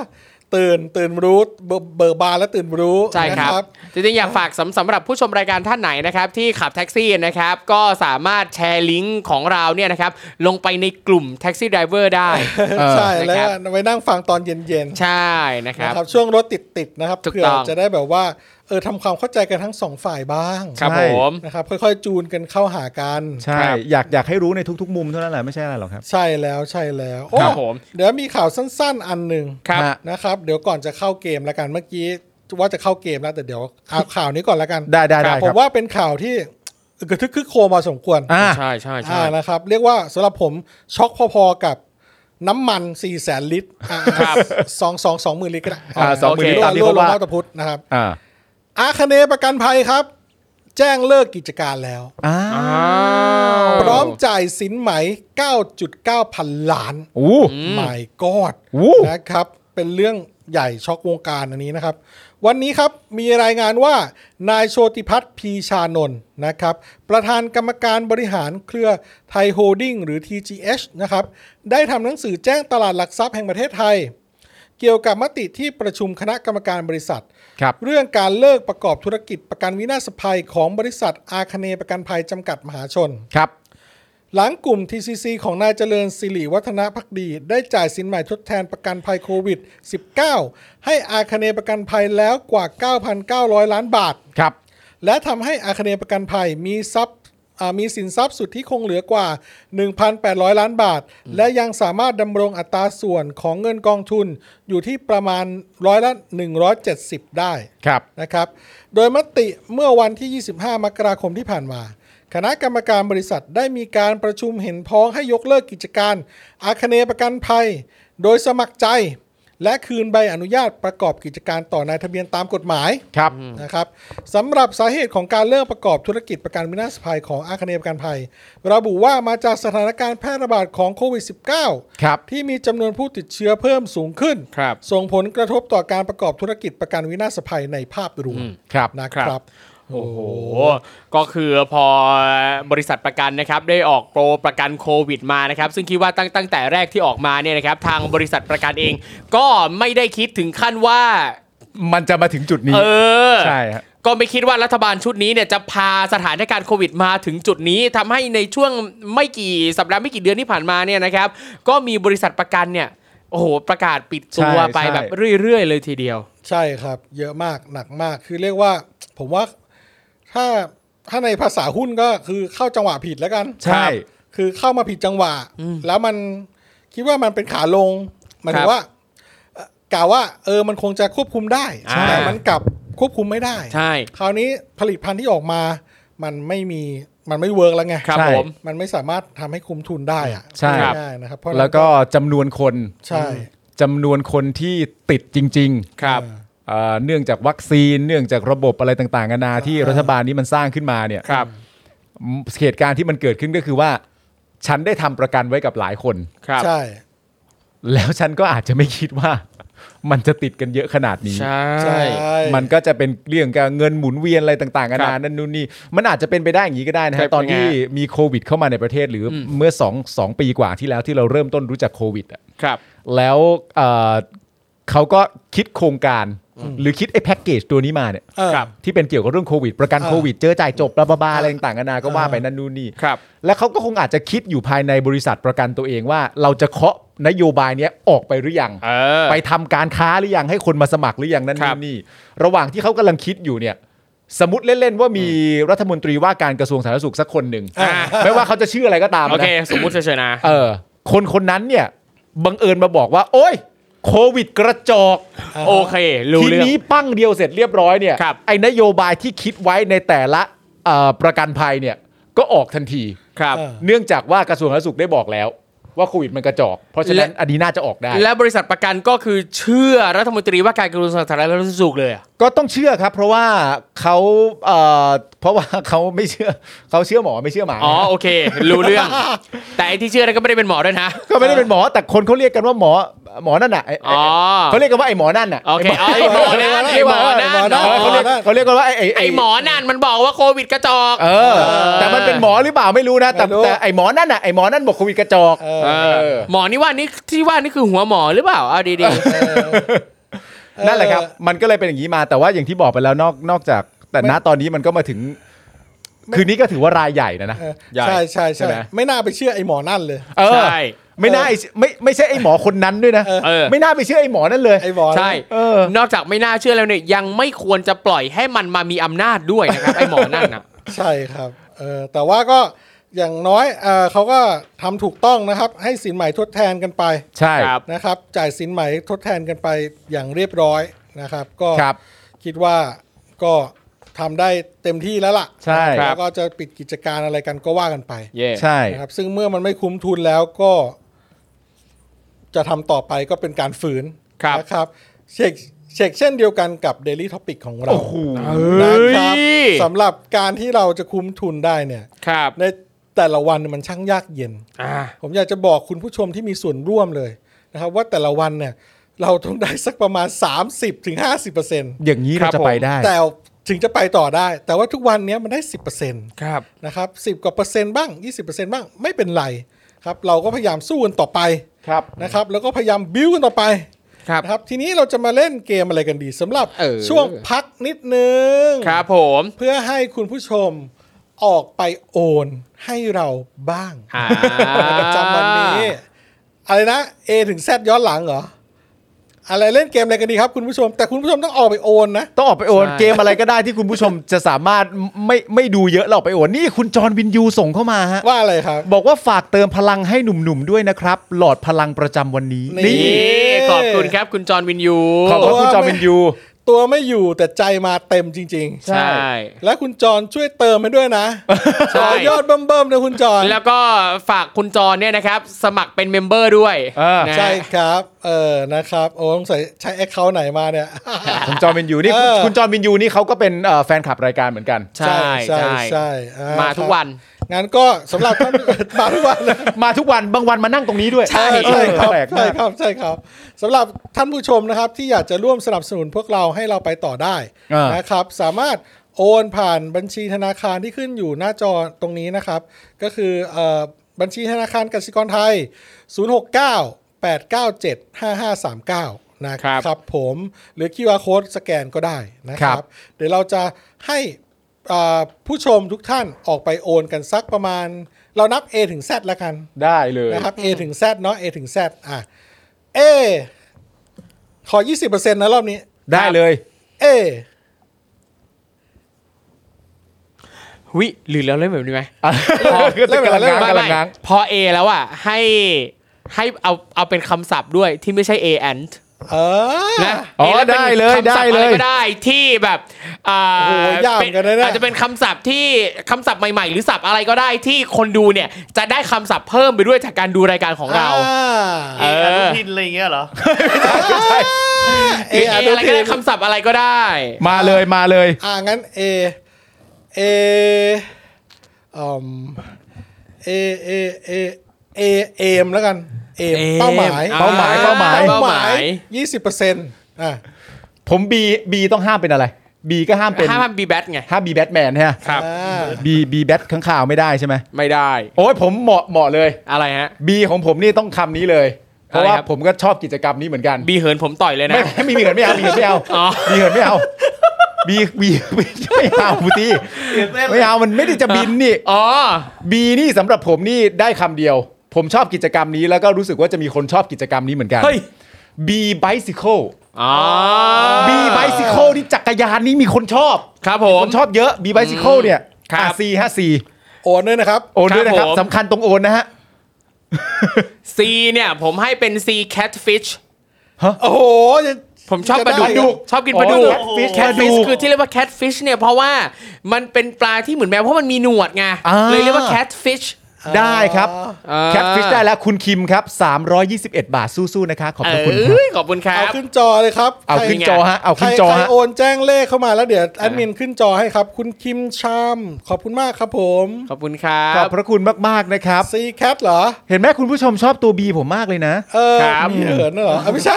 [SPEAKER 2] ตื่นตื่นรู้เบิเบิกบานและตื่นรู้
[SPEAKER 4] ใช่ครับ
[SPEAKER 2] นะ
[SPEAKER 4] จริงๆ อยากฝากสำสำหรับผู้ชมรายการท่านไหนนะครับ ที่ขับแท็กซี่นะครับ ก็สามารถแชร์ลิงก์ของเราเนี่ยนะครับ ลงไปในกลุ่มแท็กซี่ไดรเวอ
[SPEAKER 2] (laughs)
[SPEAKER 4] ร์ได้
[SPEAKER 5] เออ
[SPEAKER 2] ใช่แล้ว
[SPEAKER 4] นะครับ
[SPEAKER 2] ก็ไว้นั่งฟังตอนเย็นๆ
[SPEAKER 4] ใช่นะครั
[SPEAKER 2] นะ
[SPEAKER 4] บ
[SPEAKER 2] ครับช่วงรถติดๆนะครับ
[SPEAKER 4] ถูก
[SPEAKER 2] เผื่อ
[SPEAKER 4] ต้อง
[SPEAKER 2] จะได้แบบว่าเออทำความเข้าใจกันทั้งสองฝ่ายบ้าง
[SPEAKER 4] ครับ
[SPEAKER 5] ใช่
[SPEAKER 4] ผม
[SPEAKER 2] นะครับค่อยๆจูนกันเข้าหากัน
[SPEAKER 5] ใช่
[SPEAKER 4] ครับ
[SPEAKER 5] อยากอยากให้รู้ในทุกๆ มุมเท่านั้นแหละไม่ใช่อะไรหรอกครับ
[SPEAKER 2] ใช่แล้วใช่แล้วโอ้
[SPEAKER 4] ครับผม
[SPEAKER 2] เดี๋ยวมีข่าวสั้นๆอันหนึ่ง
[SPEAKER 4] ครับ
[SPEAKER 5] ฮะ
[SPEAKER 2] นะครับ เดี๋ยวก่อนจะเข้าเกมละกันเมื่อกี้ว่าจะเข้าเกมแล้วแต่เดี๋ยวเอา (laughs) ข่าวนี้ก่อนละกัน
[SPEAKER 5] ได้ได้ได้
[SPEAKER 2] ผ
[SPEAKER 5] ค
[SPEAKER 2] ม
[SPEAKER 5] รับ
[SPEAKER 2] ว่าเป็นข่าวที่อึกกระทึกคึกโครมพอสมควร
[SPEAKER 5] อ่า
[SPEAKER 4] ใช่ใช่ใช่
[SPEAKER 2] อ่านะครับเรียกว่าสำหรับผมช็อกพอๆกับน้ำมัน4ี่แสนลิตรอ่า
[SPEAKER 4] ครับ
[SPEAKER 2] (laughs) สองสองสองหมื่นลิตรก็ได้
[SPEAKER 5] อ่าสองหมื่น
[SPEAKER 4] โอเค
[SPEAKER 5] ลิตรตามที่
[SPEAKER 2] ร่วม
[SPEAKER 5] เขา
[SPEAKER 2] ลง
[SPEAKER 5] ว่า
[SPEAKER 2] เล่าตะพุทธนะครับ
[SPEAKER 5] อ่า
[SPEAKER 2] อาคเนประกันภัยครับ แจ้งเลิกกิจการแล้ว
[SPEAKER 5] อ่า
[SPEAKER 4] อ้าว
[SPEAKER 2] พร้อมจ่ายสินไหม 9.9 พันล้าน
[SPEAKER 5] อู้
[SPEAKER 2] ไม่กอด
[SPEAKER 5] อู้
[SPEAKER 2] นะครับ เป็นเรื่องใหญ่ช็อกวงการอันนี้นะครับ วันนี้ครับมีรายงานว่านายโชติพัฒน์พีชานนท์นะครับ ประธานกรรมการบริหารเครือไทยโฮลดิ้งหรือ TGH นะครับ ได้ทำหนังสือแจ้งตลาดหลักทรัพย์แห่งประเทศไทย เกี่ยวกับมติที่ประชุมคณะกรรมการบริษัท
[SPEAKER 5] ครับ
[SPEAKER 2] เรื่องการเลิกประกอบธุรกิจประกันวินาศภัยของบริษัทอาคเนย์ประกันภัยจำกัดมหาชน
[SPEAKER 5] ครับ
[SPEAKER 2] หลังกลุ่ม TCC ของนายเจริญสิริวัฒนพักดี ได้จ่ายสินใหม่ทดแทนประกันภัยโควิด -19 ให้อาคเนย์ประกันภัยแล้วกว่า 9,900 ล้านบาท
[SPEAKER 5] ครับ
[SPEAKER 2] และทำให้อาคเนย์ประกันภัยมีทรัพย์อ่ามีสินทรัพย์สุทธิคงเหลือกว่า 1,800 ล้านบาท และยังสามารถดำรงอัตราส่วนของเงินกองทุนอยู่ที่ประมาณร้อยละ 170 ได้
[SPEAKER 5] ครับ
[SPEAKER 2] นะครับ โดยมติเมื่อวันที่ 25 มกราคมที่ผ่านมา คณะกรรมการบริษัทได้มีการประชุมเห็นพ้องให้ยกเลิกกิจการ อาคเนย์ประกันภัย โดยสมัครใจ และคืนใบอนุญาตประกอบกิจการต่อนายทะเบียนตามกฎหมาย
[SPEAKER 5] ครับ
[SPEAKER 2] นะครับสำหรับสาเหตุของการเริ่มประกอบธุรกิจประกันวินาศภัยของอาคเนย์ประกันภัย ระบุว่ามาจากสถานการณ์แพร่ระบาดของโควิด -19
[SPEAKER 5] ครับ
[SPEAKER 2] ที่มีจำนวนผู้ติดเชื้อเพิ่มสูงขึ้น
[SPEAKER 4] ครับ
[SPEAKER 2] ส่งผลกระทบต่อการประกอบธุรกิจประกันวินาศภัยในภาพรวม
[SPEAKER 5] ครับ
[SPEAKER 2] นะครับ
[SPEAKER 4] โอ้โห ก็คือพอบริษัทประกันนะครับ ได้ออกโปรประกันโควิดมานะครับ ซึ่งคิดว่าตั้งตั้งแต่แรกที่ออกมาเนี่ยนะครับ ทางบริษัทประกันเอง ก็ไม่ได้คิดถึงขั้นว่า
[SPEAKER 5] มันจะมาถึงจุดนี้
[SPEAKER 4] เออ
[SPEAKER 5] ใช่ฮะ
[SPEAKER 4] ก็ไม่คิดว่ารัฐบาลชุดนี้เนี่ยจะพาสถานการณ์โควิดมาถึงจุดนี้ทำให้ในช่วงไม่กี่สัปดาห์ไม่กี่เดือนที่ผ่านมาเนี่ยนะครับ ก็มีบริษัทประกันเนี่ยโอ้โหประกาศปิดตัว
[SPEAKER 5] ใช่
[SPEAKER 4] ไป
[SPEAKER 5] ใช่
[SPEAKER 4] แบบเรื่อย ๆ เลยทีเดียว
[SPEAKER 2] ใช่ครับ เยอะมากหนักมากคือเรียกว่า ผมว่าถ้าถ้าในภาษาหุ้นก็คือเข้าจังหวะผิดแล้วกันค
[SPEAKER 5] ใช่
[SPEAKER 2] รับคือเข้ามาผิดจังหวะ แล้วมันคิดว่ามันเป็นขาลงหมายถึ
[SPEAKER 4] ครั
[SPEAKER 2] ง
[SPEAKER 4] บ
[SPEAKER 2] ว่าเอ่อกล่าวว่าเออมันคงจะควบคุมได้
[SPEAKER 4] ใช่
[SPEAKER 2] แต่มันกลับควบคุมไม่ได้
[SPEAKER 4] ใช่
[SPEAKER 2] คราวนี้ผลิตภัณฑ์ที่ออกมา มันไม่มีมันไม่เวิร์กแล้วไง
[SPEAKER 4] ครับ
[SPEAKER 5] ใช่
[SPEAKER 4] ผม
[SPEAKER 2] มันไม่สามารถทำให้คุ้มทุนได้อะ
[SPEAKER 5] ใช่
[SPEAKER 2] ง่ายๆนะครับเพราะ
[SPEAKER 5] แล้วก็จำนวนคน
[SPEAKER 2] ใช่
[SPEAKER 5] จำนวนคนที่ติดจริง
[SPEAKER 4] ครับ
[SPEAKER 5] ๆเอ่อเนื่องจากวัคซีน เนื่องจากระบบอะไรต่างๆนานาที่รัฐบาลนี้มันสร้างขึ้นมาเนี่ย
[SPEAKER 4] ครับ
[SPEAKER 5] เหตุการณ์ที่มันเกิดขึ้นก็คือว่า ฉันได้ทำประกันไว้กับหลายคน
[SPEAKER 4] ครับ
[SPEAKER 2] ใช่
[SPEAKER 5] แล้วฉันก็อาจจะไม่คิดว่า มันจะติดกันเยอะขนาดนี้
[SPEAKER 4] ใช่
[SPEAKER 5] มันก็จะเป็นเรื่องการเงินหมุนเวียนอะไรต่างๆกันา
[SPEAKER 4] ครั
[SPEAKER 5] นา
[SPEAKER 4] บ
[SPEAKER 5] นั่นนู่นนี่ มันอาจจะเป็นไปได้อย่างนี้ก็ได้นะ
[SPEAKER 4] ใช่
[SPEAKER 5] ฮะตอนที่
[SPEAKER 4] เป็นไง
[SPEAKER 5] มีโควิดเข้ามาในประเทศหรืออเมื่อสองสองปีกว่าที่แล้วที่เราเริ่มต้นรู้จักโควิดอะ
[SPEAKER 4] ครับ
[SPEAKER 5] แล้วเอ่อเขาก็คิดโครงการ หรือคิดไอ้แพ็กเกจตัวนี้มาเนี่ย
[SPEAKER 2] เออครับ
[SPEAKER 5] ที่เป็นเกี่ยวกับเรื่องโควิด ประกัน
[SPEAKER 2] เออ
[SPEAKER 5] โควิด เจอจ่ายจบบ้าบาอะไรต่างๆกันานาก็ว่าไปนั่นนู่นนี่
[SPEAKER 4] ครับ
[SPEAKER 5] และเขาก็คงอาจจะคิดอยู่ภายในบริษัทประกันตัวเองว่า เราจะเคาะนโยบายเนี้ยออกไปหรือยัง
[SPEAKER 4] เออ
[SPEAKER 5] ไปทำการค้าหรือยังให้คนมาสมัครหรือยังนั่น
[SPEAKER 4] ครั
[SPEAKER 5] นี่
[SPEAKER 4] บ
[SPEAKER 5] นี่ ระหว่างที่เขากำลังคิดอยู่เนี่ย สมมติเล่น ๆ ว่ามีรัฐมนตรีว่าการกระทรวงสาธารณสุขสักคนหนึ่ง
[SPEAKER 4] อ่า
[SPEAKER 5] ไม่ว่าเขาจะชื่ออะไรก็ตาม
[SPEAKER 4] โอเค
[SPEAKER 5] นะ
[SPEAKER 4] สมมุติเฉยๆนะ
[SPEAKER 5] เออ คนคนนั้นเนี่ยบังเอิญมาบอกว่า โอ้ยโควิดกระจอก
[SPEAKER 4] โอเค รู้
[SPEAKER 5] ที
[SPEAKER 4] เรื่อง
[SPEAKER 5] นี้ปั้งเดียวเสร็จเรียบร้อยเนี่ย
[SPEAKER 4] ครับ
[SPEAKER 5] ไอ้นโยบายที่คิดไว้ในแต่ละเอ่อประกันภัยเนี่ยก็ออกทันที
[SPEAKER 4] ครับ
[SPEAKER 2] เออ
[SPEAKER 5] เนื่องจากว่ากระทรวงสาธารณสุขได้บอกแล้ว ว่าโควิดมันกระจอก เพราะฉะนั้น
[SPEAKER 4] และ
[SPEAKER 5] อันนี้น่าจะออกได้
[SPEAKER 4] และบริษัทประกันก็คือเชื่อรัฐมนตรีว่าการกระทรวงสาธารณสุขเลยอะ
[SPEAKER 5] ก็ต้องเชื่อครับ เพราะว่าเขาเอ่อเพราะว่าเขาไม่เชื่อเขาเชื่อหมอไม่เชื่อหมา
[SPEAKER 4] อ๋อโอเค รู้เรื่อง แต่ไอ้ที่เชื่อนั้นก็ไม่ได้เป็นหมอด้วยนะ
[SPEAKER 5] ก็ไม่ได้เป็นหมอแต่คนเขาเรียกกันว่าหมอหมอนั่นน่ะไอ้ไอ้
[SPEAKER 4] อ๋อ
[SPEAKER 5] เขาเรียกกันว่าไอ้หมอนั่นน่ะ
[SPEAKER 4] โอเคเอาไอ้หมอนั่นไอ้หมอนั่น
[SPEAKER 5] เออเขาเรียกเขาเรียกกันว่าไอ้ไอ้
[SPEAKER 4] ไอ้หมอนั่นมันบอกว่าโควิดกระจอก
[SPEAKER 5] เออ แต่มันเป็นหมอหรือเปล่าไม่รู้นะ แต่
[SPEAKER 2] ไม่รู้
[SPEAKER 5] แต่ไอ้หมอนั่นน่ะไอ้หมอนั่นบอกโควิดกระจอก
[SPEAKER 2] เอ
[SPEAKER 4] เอ
[SPEAKER 2] อ
[SPEAKER 4] อ
[SPEAKER 5] เออ
[SPEAKER 4] หมอนี่ว่านี่ที่ว่านี่คือหัวหมอหรือเปล่าเอาดี
[SPEAKER 5] นั่นแหละครับ
[SPEAKER 2] เออ
[SPEAKER 5] มันก็เลยเป็นอย่างนี้มาแต่ว่าอย่างที่บอกไปแล้วนอกนอกจาก แต่ณตอนนี้มันก็มาถึง คืนนี้ก็ถือว่ารายใหญ่นะนะ
[SPEAKER 2] เออ
[SPEAKER 5] ใหญ่
[SPEAKER 2] ใช่ใช่
[SPEAKER 5] ใช่
[SPEAKER 2] ใช่
[SPEAKER 5] ไหม
[SPEAKER 2] ไม่น่าไปเชื่อไอ้หมอนั่นเลย
[SPEAKER 5] เอ
[SPEAKER 4] ๆ
[SPEAKER 5] อ
[SPEAKER 4] ใช่
[SPEAKER 5] ไม่น่าไอ้ไม่ไม่ใช่ไอ้หมอคนนั้นด้วยนะ
[SPEAKER 4] เออ
[SPEAKER 5] ไม่น่าไปเชื่อไอ้หมอนั่นเลย
[SPEAKER 2] ไอ้หมอนั่น
[SPEAKER 4] ใช่
[SPEAKER 5] เออ
[SPEAKER 4] นอกจากไม่น่าเชื่อแล้วเนี่ยยังไม่ควรจะปล่อยให้มันมามีอำนาจด้วยนะครับไอ้หมอนั่นนะ
[SPEAKER 2] ใช่ครับเออแต่ว่าก็อย่างน้อยเออเขาก็ทำถูกต้องนะครับ ให้สินใหม่ทดแทนกันไป
[SPEAKER 5] ใช่
[SPEAKER 4] ครับ
[SPEAKER 2] นะครับ จ่ายสินใหม่ทดแทนกันไปอย่างเรียบร้อยนะครับ ก็
[SPEAKER 5] ครับ
[SPEAKER 2] คิดว่าก็ทำได้เต็มที่แล้วล่ะ
[SPEAKER 5] ใช่ครับ
[SPEAKER 2] แล้วก็จะปิดกิจการอะไรกันก็ว่ากันไป
[SPEAKER 4] เย่
[SPEAKER 5] ใช่
[SPEAKER 2] นะครับซึ่งเมื่อมันไม่คุ้มทุนแล้วก็จะทำต่อไปก็เป็นการฝืน
[SPEAKER 4] ครับ
[SPEAKER 2] นะครับเช็คเช็คเช่นเดียวกันกับ Daily Topic ของเรา
[SPEAKER 5] โอ้โห
[SPEAKER 2] นะครับ
[SPEAKER 4] เฮ้ย
[SPEAKER 2] สำหรับการที่เราจะคุ้มทุนได้เนี่ย
[SPEAKER 4] ครับ
[SPEAKER 2] ในแต่ละวันมันช่างยากเย็น
[SPEAKER 4] อ่า
[SPEAKER 2] ผมอยากจะบอกคุณผู้ชมที่มีส่วนร่วมเลยนะครับ ว่าแต่ละวันเนี่ยเราต้องได้สักประมาณ 30-50%ถึง50%
[SPEAKER 5] อย่างนี้เราจะไปได้
[SPEAKER 2] แต่ถึงจะไปต่อได้ แต่ว่าทุกวันเนี้ยมันได้ 10%
[SPEAKER 4] ครับ
[SPEAKER 2] นะครับสิกว่าเปอร์เซ็นต์บ้าง 20%บ้างไม่เป็นไรครับเราก็พยายามสู้กันต่อไป
[SPEAKER 5] ครับ
[SPEAKER 2] นะครับแล้วก็พยายามบิ้วกันต่อไป
[SPEAKER 4] ครับ
[SPEAKER 2] นะครับทีนี้เราจะมาเล่นเกมอะไรกันดีสำหรับ
[SPEAKER 4] เออ
[SPEAKER 2] ช่วงพักนิดนึง
[SPEAKER 4] ครับผม
[SPEAKER 2] เพื่อให้คุณผู้ชมออกไปโอนให้เราบ้าง
[SPEAKER 4] อ่า
[SPEAKER 2] ประจำวันนี้อะไรนะ A ถึง Z ย้อนหลังเหรออะไรเล่นเกมอะไรกันดีครับคุณผู้ชม แต่คุณผู้ชมต้องออกไปโอนนะ
[SPEAKER 5] ต้องออกไปโอน
[SPEAKER 4] ใช่
[SPEAKER 5] เกมอะไรก็ได้ที่คุณผู้ชมจะสามารถไม่ไม่ดูเยอะเราออกไปโอนนี่คุณจอห์นวินยูส่งเข้ามาฮะ
[SPEAKER 2] ว่าอะไรครับ
[SPEAKER 5] บอกว่าฝากเติมพลังให้หนุ่มๆด้วยนะครับ หลอดพลังประจำวันนี้
[SPEAKER 2] นี่
[SPEAKER 5] นี่
[SPEAKER 4] นี่ขอบคุณครับคุณจอห์นวินยู
[SPEAKER 5] ขอบคุณคุณจอห์นวินยู
[SPEAKER 2] ตัวไม่อยู่แต่ใจมาเต็มจริง ๆ
[SPEAKER 4] ใช่
[SPEAKER 2] และคุณจรช่วยเติมให้ด้วยนะ
[SPEAKER 4] ใช่
[SPEAKER 2] ขอยอดเบิ่มๆนะคุณจร
[SPEAKER 4] แล้วก็ฝากคุณจอเนี่ยนะครับ สมัครเป็นเมมเบอร์ด้วย
[SPEAKER 5] เออ
[SPEAKER 4] นะ
[SPEAKER 2] ใช่ครับ เออนะครับ โอ้ต้องใส่ใช้แอคเคาท์ไหนมาเนี่ย
[SPEAKER 5] คุณจอห์นวินยูนี่คุณ
[SPEAKER 2] เออ
[SPEAKER 5] คุณจอห์นวินยูนี่เขาก็เป็นเอ่อแฟนคลับรายการเหมือนกัน
[SPEAKER 4] ใช่ใช่
[SPEAKER 2] ใช่อ่
[SPEAKER 4] มาทุกวัน
[SPEAKER 2] ครับงั้นก็สำหรับท่าน (laughs) มาทุกวันนะ
[SPEAKER 5] มาทุกวันบางวันมานั่งตรงนี้ด้วย
[SPEAKER 4] ใช่
[SPEAKER 5] เออ
[SPEAKER 2] ใช่ครับ
[SPEAKER 5] แปลก
[SPEAKER 2] ใช่
[SPEAKER 5] มาก
[SPEAKER 2] ครับใช่ครับสำหรับท่านผู้ชมนะครับ ที่อยากจะร่วมสนับสนุนพวกเราให้เราไปต่อได้
[SPEAKER 5] เออ
[SPEAKER 2] นะครับ สามารถโอนผ่านบัญชีธนาคารที่ขึ้นอยู่หน้าจอตรงนี้นะครับ ก็คือเอ่อบัญชีธนาคารกสิกรไทย 069 897 5539 นะค
[SPEAKER 4] ครั
[SPEAKER 2] รับบ ครับผมหรือ QR code สแกนก็ได้นะครับ เดี๋ยวเราจะให้อ่าผู้ชมทุกท่านออกไปโอนกันสักประมาณ เรานับ A ถึง Z ละกัน
[SPEAKER 5] ได้เลย
[SPEAKER 2] นะครับ A ถึง Z เนาะ A ถึง Z อ่ะ A ขอ 20%นะรอบนี้
[SPEAKER 5] ได้เลย
[SPEAKER 2] A
[SPEAKER 4] วิหรือเราเล่นแบบนี้ไหมพอ
[SPEAKER 5] เล่นแบบนั้นเล่นแบบนั้นกำ
[SPEAKER 4] ไม่
[SPEAKER 5] ลั
[SPEAKER 4] ไม่
[SPEAKER 5] งง้าง
[SPEAKER 4] พอ A แล้วอ่ะให้ให้เอาเอาเป็นคำศัพท์ด้วยที่ไม่ใช่ A and
[SPEAKER 2] เออ
[SPEAKER 4] นะ
[SPEAKER 5] อ๋อ
[SPEAKER 4] เะแล้วป็น
[SPEAKER 5] ได้เลย
[SPEAKER 4] คำศัพ
[SPEAKER 5] ได้
[SPEAKER 4] ท์
[SPEAKER 5] เลย
[SPEAKER 4] อะไรก็ได้ที่แบบอ่า
[SPEAKER 2] โอ้โหยากเหมือนกันนะเนี่ย
[SPEAKER 4] อาจจะเป็นคำศัพท์ที่คำศัพท์ใหม่ๆ หรือศัพท์อะไรก็ได้ที่คนดูเนี่ยจะได้คำศัพท์เพิ่มไปด้วยจากการดูรายการของเรา
[SPEAKER 2] อ่
[SPEAKER 4] เออ
[SPEAKER 6] อนุทินอะไรอย่างเงี้ยเหรอ
[SPEAKER 4] หรือ A อะไรก็ได้คำศัพท์อะไรก็ได้
[SPEAKER 5] มาเลยมาเลย
[SPEAKER 2] อ่างั้น A A อืม A A A A เอมแล้วกัน เอม
[SPEAKER 4] aim
[SPEAKER 2] เป้าหมาย
[SPEAKER 4] อ่า
[SPEAKER 5] เป้าหมายเป้าหมาย
[SPEAKER 4] เป้าหมาย
[SPEAKER 2] ยี่สิบเปอร์เซ็นต์อ่ะ
[SPEAKER 5] ผมบีบีต้องห้ามเป็นอะไรบีก็ห้ามเป็น
[SPEAKER 4] ห้ามห้ามบีแบทไง
[SPEAKER 5] ห้ามบีแบทแมนฮะ
[SPEAKER 4] ครับ
[SPEAKER 2] อ่า
[SPEAKER 5] บีบีแบทข้างข่าวไม่ได้ใช่ไหม
[SPEAKER 4] ไม่ได้
[SPEAKER 5] โอ้ยผมเหมาะเหมาะเลย
[SPEAKER 4] อะไรฮะ
[SPEAKER 5] บีของผมนี่ต้องคำนี้เลย เพราะว่า
[SPEAKER 4] อะไรครับ
[SPEAKER 5] ผมก็ชอบกิจกรรมนี้เหมือนกัน
[SPEAKER 4] บีเหินผมต่อยเลยนะ
[SPEAKER 5] ไม่ไม่มีเหินไม่เอามีเหินไม่เอา
[SPEAKER 4] อ๋อ
[SPEAKER 5] มีเหินไม่เอาบีบีบี (laughs) ไม่เอาพูตีไม่เอามันไม่ได้จะบินนี่
[SPEAKER 4] อ๋อ
[SPEAKER 5] บีนี่สำหรับผมนี่ได้คำเดียว ผมชอบกิจกรรมนี้แล้วก็รู้สึกว่าจะมีคนชอบกิจกรรมนี้เหมือนกัน
[SPEAKER 4] เฮ้ย
[SPEAKER 5] บีไบซิเคิล
[SPEAKER 4] อ๋อ
[SPEAKER 5] บีไบซิเคิลนี่จักรยานนี่มีคนชอบ
[SPEAKER 4] ครับผม
[SPEAKER 5] คนชอบเยอะบีไบซิเคิลเนี่ย
[SPEAKER 4] ครับ
[SPEAKER 5] ซีห้าซี
[SPEAKER 2] โอนด้วยนะครับ
[SPEAKER 5] โอนด้วยนะครับ
[SPEAKER 4] ผม
[SPEAKER 5] สำคัญตรงโอนนะฮะ
[SPEAKER 4] C เนี่ยผมให้เป็น C catfish
[SPEAKER 2] โอ้โหจะ
[SPEAKER 4] ผมชอบ
[SPEAKER 2] จะ
[SPEAKER 4] ปลาดุ
[SPEAKER 2] ไเหร
[SPEAKER 4] กชอบกินปลาดุก
[SPEAKER 5] แคทฟิชแคทฟิช
[SPEAKER 4] catfish คือที่เรียกว่า catfish เนี่ยเพราะว่ามันเป็นปลาที่เหมือนแมวเพราะมันมีหนวดไง
[SPEAKER 5] อ่า
[SPEAKER 4] เลยเรียกว่า catfish
[SPEAKER 5] ได้ครับ
[SPEAKER 4] อ่า
[SPEAKER 5] แคปฟิชได้แล้วคุณคิมครับ 321 บาทสู้ๆนะคะ ขอบพระคุณครับ
[SPEAKER 4] เอ้ยขอบคุณครั
[SPEAKER 2] เอา
[SPEAKER 4] บ
[SPEAKER 2] ขึ้นจอเลยครับ
[SPEAKER 5] เอาขึ้น
[SPEAKER 2] ใคร
[SPEAKER 5] จอฮะ เอาขึ้นจอ
[SPEAKER 2] ใคร
[SPEAKER 5] ฮะ
[SPEAKER 2] โอนแจ้งเลขเข้ามาแล้วเดี๋ยวแอดมินขึ้นจอให้ครับ คุณคิมชามขอบคุณมากครับผม
[SPEAKER 4] ขอบคุณครั
[SPEAKER 5] ขอ
[SPEAKER 4] บบ
[SPEAKER 5] พระคุณมากๆนะครับ
[SPEAKER 2] ซีแคทเหรอ
[SPEAKER 5] เห็นไหมคุณผู้ชมชอบตัวบีผมมากเลยนะ
[SPEAKER 2] เออ
[SPEAKER 4] ครับ
[SPEAKER 2] มีเหินด้วยเหรออ่ะไม่ใช่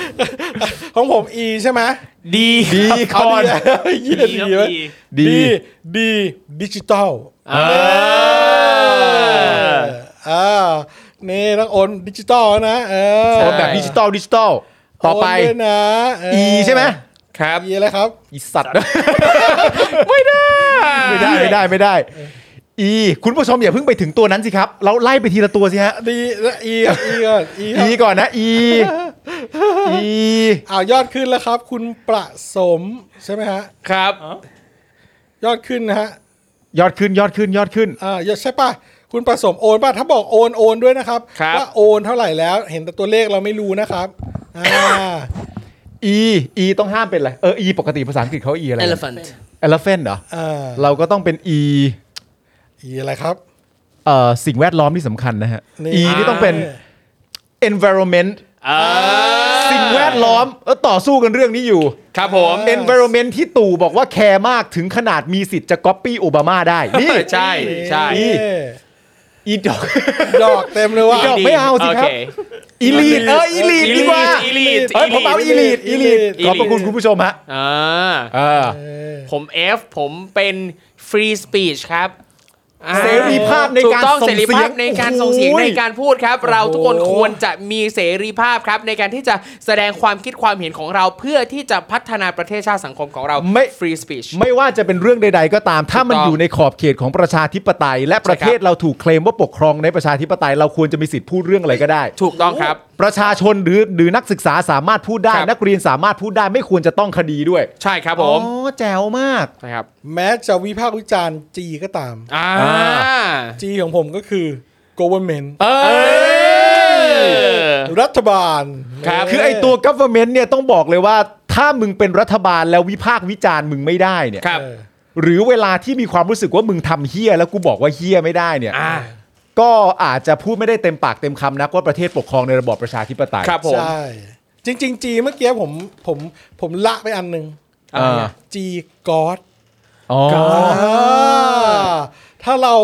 [SPEAKER 2] (laughs) ของผม E ใช่ไหม
[SPEAKER 4] ดี
[SPEAKER 5] ดีคอน
[SPEAKER 2] เยี่ยดีเว้ย
[SPEAKER 5] ดี
[SPEAKER 2] ดีดีดิจิตอล
[SPEAKER 4] เออ
[SPEAKER 2] อ่านี่ต้องโอนดิจิตอลนะเออ
[SPEAKER 5] โอนแบบดิจิตอลดิจิตอลต่อไป
[SPEAKER 2] โนด้วยนะเ
[SPEAKER 5] E ใช่ไหม
[SPEAKER 4] ครับ
[SPEAKER 2] E อะไรครับ
[SPEAKER 5] อีสัตว์ (laughs) ไม่ได้ไม่ได้ไม่ได้ E คุณผู้ชมอย่าเพิ่งไปถึงตัวนั้นสิครับ เราไล่ไปทีละตัวสิฮะ
[SPEAKER 2] D และ E ครับ E ก่อน E ค
[SPEAKER 5] E
[SPEAKER 2] รับ
[SPEAKER 5] ก่อนนะ E E
[SPEAKER 2] อ้าวยอดขึ้นแล้วครับ คุณประสมใช่ไหมฮะ
[SPEAKER 4] ครับ
[SPEAKER 2] ยอดขึ้นนะฮะ
[SPEAKER 5] ยอดขึ้นยอดขึ้นยอดขึ้น
[SPEAKER 2] อ่าใช่ป่ะ คุณประสมโอนป่ะ ถ้าบอกโอนโอนด้วยนะครับ
[SPEAKER 4] ครับ
[SPEAKER 2] ว่าโอนเท่าไหร่แล้ว เห็นแต่ตัวเลขเราไม่รู้นะครับอ่า
[SPEAKER 5] E E ต้องห้ามเป็นอะไร เออ E ปกติภาษาอังกฤษเขา E อะไรนะ
[SPEAKER 4] elephant
[SPEAKER 5] Elephant เหรอ
[SPEAKER 2] อ่า
[SPEAKER 5] เราก็ต้องเป็น E
[SPEAKER 2] อีอะไรครับ
[SPEAKER 5] เอ่อสิ่งแวดล้อมที่สำคัญนะฮะ
[SPEAKER 2] นี่
[SPEAKER 5] E นี่ต้องเป็น environment
[SPEAKER 4] เออ
[SPEAKER 5] สิ่งแวดล้อมเออต่อสู้กันเรื่องนี้อยู่
[SPEAKER 4] ครับผม
[SPEAKER 5] environment ที่ตู่บอกว่าแคร์มากถึงขนาดมีสิทธิ์จะก๊อปปี้โอบามาได้ นี่
[SPEAKER 4] ใช่ใช่
[SPEAKER 5] อี
[SPEAKER 2] นี่
[SPEAKER 5] อีดอก
[SPEAKER 2] ดอกเต็มเลยว่ะ
[SPEAKER 5] อีดอก ไม่เอาสิครับ อีลีดเอออีลีดดีกว่า
[SPEAKER 4] อีลีด
[SPEAKER 5] เฮ้ยผมเอาอีลีดอีลีด
[SPEAKER 4] Elite
[SPEAKER 5] ขอบพระคุณคุณผู้ชมฮะ
[SPEAKER 4] อ่า
[SPEAKER 5] เออ
[SPEAKER 4] ผม F ผมเป็น free speech ครับอ่า
[SPEAKER 5] เสรีภาพใน
[SPEAKER 4] ถูก
[SPEAKER 5] การ
[SPEAKER 4] ต้อง
[SPEAKER 5] ส่
[SPEAKER 4] เส
[SPEAKER 5] ง
[SPEAKER 4] รี
[SPEAKER 5] เสีย
[SPEAKER 4] ภาง พในการส่งเสียง
[SPEAKER 5] โอ้
[SPEAKER 4] ใน
[SPEAKER 5] โห
[SPEAKER 4] การพูดครับ เราทุกคนควรจะมีเสรีภาพครับ ในการที่จะแสดงความคิดความเห็นของเราเพื่อที่จะพัฒนาประเทศชาติสังคมของเรา
[SPEAKER 5] ไม่
[SPEAKER 4] free speech
[SPEAKER 5] ไม่ว่าจะเป็นเรื่องใด ๆ ก็ตาม ถ้ามัน
[SPEAKER 4] ถูกต้อง
[SPEAKER 5] อยู่ในขอบเขตของประชาธิปไตย และประเทศ
[SPEAKER 4] ใช่ครับ
[SPEAKER 5] เราถูกเคลมว่าปกครองในประชาธิปไตย เราควรจะมีสิทธิ์พูดเรื่องอะไรก็ได้
[SPEAKER 4] ถูกต้องครับ
[SPEAKER 5] ประชาชนหรือหรือนักศึกษาสามารถพูดได้
[SPEAKER 4] ครับ
[SPEAKER 5] นักเรียนสามารถพูดได้ ไม่ควรจะต้องคดีด้วย
[SPEAKER 4] ใช่ครับผ
[SPEAKER 5] อ๋อ
[SPEAKER 4] ม
[SPEAKER 5] แจ๋วมาก
[SPEAKER 4] นะครับ
[SPEAKER 2] แม้จะวิพากษ์วิจารณ์จีก็ตาม
[SPEAKER 4] อ่า
[SPEAKER 5] อ่
[SPEAKER 2] จีของผมก็คือ government
[SPEAKER 4] เออ
[SPEAKER 2] รัฐบาล
[SPEAKER 4] ครับ
[SPEAKER 5] คือไอตัว government เนี่ยต้องบอกเลยว่า ถ้ามึงเป็นรัฐบาลแล้ววิพากษ์วิจารณ์มึงไม่ได้เนี่ย
[SPEAKER 4] ครับ
[SPEAKER 2] เออ
[SPEAKER 5] หรือเวลาที่มีความรู้สึกว่ามึงทำเฮี้ยแล้วกูบอกว่าเฮี้ยไม่ได้เนี่ย
[SPEAKER 4] อ่า
[SPEAKER 5] ก็อาจจะพูดไม่ได้เต็มปากเต็มคำนักว่าประเทศปกครองในระบอบประชาธิปไตย
[SPEAKER 4] ครับผม
[SPEAKER 2] ใช่ จริง ๆ จีเมื่อกี้ผมผมผมละไปอันหนึ่ง
[SPEAKER 5] อ่า
[SPEAKER 2] จีก๊อด
[SPEAKER 5] อ๋อ
[SPEAKER 2] ถ้าเรา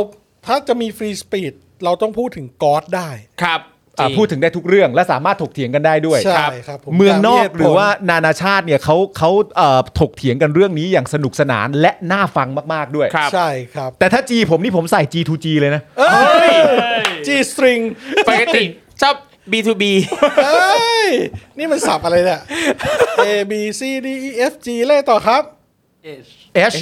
[SPEAKER 2] ถ้าจะมีฟรีสปีดเราต้องพูดถึงก๊อดได้
[SPEAKER 4] ครับ
[SPEAKER 5] อ่ะ
[SPEAKER 4] จริ
[SPEAKER 5] พูดถึงได้ทุกเรื่องและสามารถถกเถียงกันได้ด้วย
[SPEAKER 2] ใช่
[SPEAKER 5] ครับ
[SPEAKER 2] ครับผม
[SPEAKER 5] เมืองนอ
[SPEAKER 2] ตาม
[SPEAKER 5] ก
[SPEAKER 2] เหตุผล
[SPEAKER 5] หรือว่านานาชาติเนี่ยเขาเขาเอ่อถกเถียงกันเรื่องนี้อย่างสนุกสนานและน่าฟังมากๆด้วย
[SPEAKER 4] ครับ
[SPEAKER 2] ใช่ครับ
[SPEAKER 5] แต่ถ้าจีผมนี่ผมใส่ G2G เลยนะ
[SPEAKER 2] จีสตริง
[SPEAKER 4] ปกติชอบ B2B
[SPEAKER 2] เอ้ยนี่มันสับอะไรเนี่ย A B C D E F G เล่ต่อครับ
[SPEAKER 6] เอช
[SPEAKER 5] H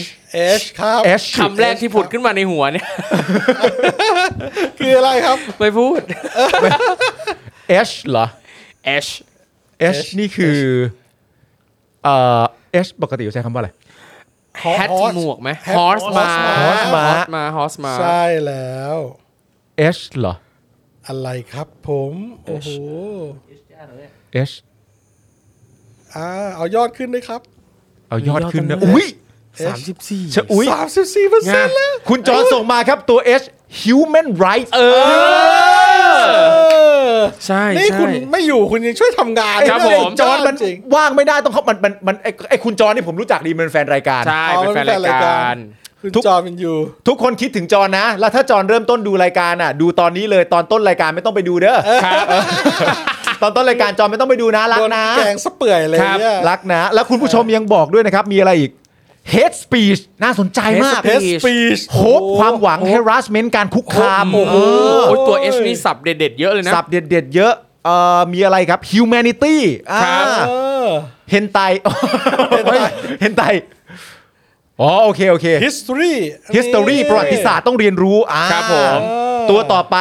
[SPEAKER 2] H ครับ
[SPEAKER 5] H
[SPEAKER 4] คำแรกที่ผุดขึ้นมาในหัวเนี่ย (laughs)
[SPEAKER 2] คืออะไรครับ
[SPEAKER 4] ไม่พูด
[SPEAKER 5] H เหรอ
[SPEAKER 4] H
[SPEAKER 5] H นี่คือเอ่อ H ปกติใช้คำว่าอะไร
[SPEAKER 2] Horse
[SPEAKER 4] แฮทหมวกไหม
[SPEAKER 2] Hat
[SPEAKER 4] Horse มา
[SPEAKER 2] Horse
[SPEAKER 5] มา
[SPEAKER 4] Horse มา Horse มา
[SPEAKER 2] ใช่แล้ว
[SPEAKER 5] H เหรอ
[SPEAKER 2] อะไรครับผม โอ้โห
[SPEAKER 5] H
[SPEAKER 2] อ่าเอายอดขึ้นด้วยครับ
[SPEAKER 5] เอายอดขึ้น
[SPEAKER 4] ยอดขึ้นด้ว
[SPEAKER 5] นะ
[SPEAKER 4] ย
[SPEAKER 5] อุ้ย
[SPEAKER 2] สามสิบสี่
[SPEAKER 5] ชะอุ้ย
[SPEAKER 2] สามสิบสี่เปอร์เซ็นต์แล้ว
[SPEAKER 5] คุณจอส่งมาครับตัว H human rights เออ
[SPEAKER 4] ใช่
[SPEAKER 2] นี่คุณ
[SPEAKER 4] ใช่
[SPEAKER 2] ไม่อยู่คุณยังช่วยทำงาน
[SPEAKER 4] ครับ
[SPEAKER 2] ได้เลย
[SPEAKER 4] ผม
[SPEAKER 5] จอนมัน
[SPEAKER 2] จริง
[SPEAKER 5] ว่างไม่ได้ต้องเขามันมันมันไอ้ไอคุณจอนนี่ผมรู้จักดีมันเป็นแฟนรายการ
[SPEAKER 4] ใช่ เป็นแฟน
[SPEAKER 2] อ๋อเป็นแฟนราร
[SPEAKER 4] าย ย
[SPEAKER 2] กา
[SPEAKER 4] การ ร
[SPEAKER 2] คุณ
[SPEAKER 5] ทุก
[SPEAKER 2] จอมันอยู่
[SPEAKER 5] ทุกคนคิดถึงจอนนะ แล้วถ้าจอนเริ่มต้นดูรายการอ่ะ ดูตอนนี้เลยตอนต้นรายการไม่ต้องไปดูเด้อเออ (laughs) ตอนต้นรายการจอนไม่ต้องไปดูนะรั
[SPEAKER 2] โด
[SPEAKER 5] ก
[SPEAKER 2] น
[SPEAKER 5] นะ
[SPEAKER 2] แกงสะเปื่อยเลย
[SPEAKER 4] ครับ
[SPEAKER 2] เนี่ย
[SPEAKER 5] รักนะ แล้วคุณผู้ชมยังบอกด้วยนะครับ มีอะไรอีก hate speech น่าสนใจมาก
[SPEAKER 4] hate
[SPEAKER 2] Hate
[SPEAKER 4] speech
[SPEAKER 2] speech
[SPEAKER 5] โฮปความหวัง harassment การคุกคาม
[SPEAKER 4] โอ้โห
[SPEAKER 5] เออ
[SPEAKER 4] ตัว H นี่สับเด็ดๆเยอะเลยนะ
[SPEAKER 5] สับเด็ดๆเยอะเอ่อมีอะไรครับ humanity อ่า
[SPEAKER 4] ครับ
[SPEAKER 2] เออ
[SPEAKER 5] เฮนไต (laughs) เฮนไต อ๋อโอเค โอเค
[SPEAKER 2] history
[SPEAKER 5] history
[SPEAKER 2] นี่
[SPEAKER 5] ประวัติศาสตร์ต้องเรียนรู้อ่า
[SPEAKER 4] ครับผม
[SPEAKER 5] ตัวต่อไป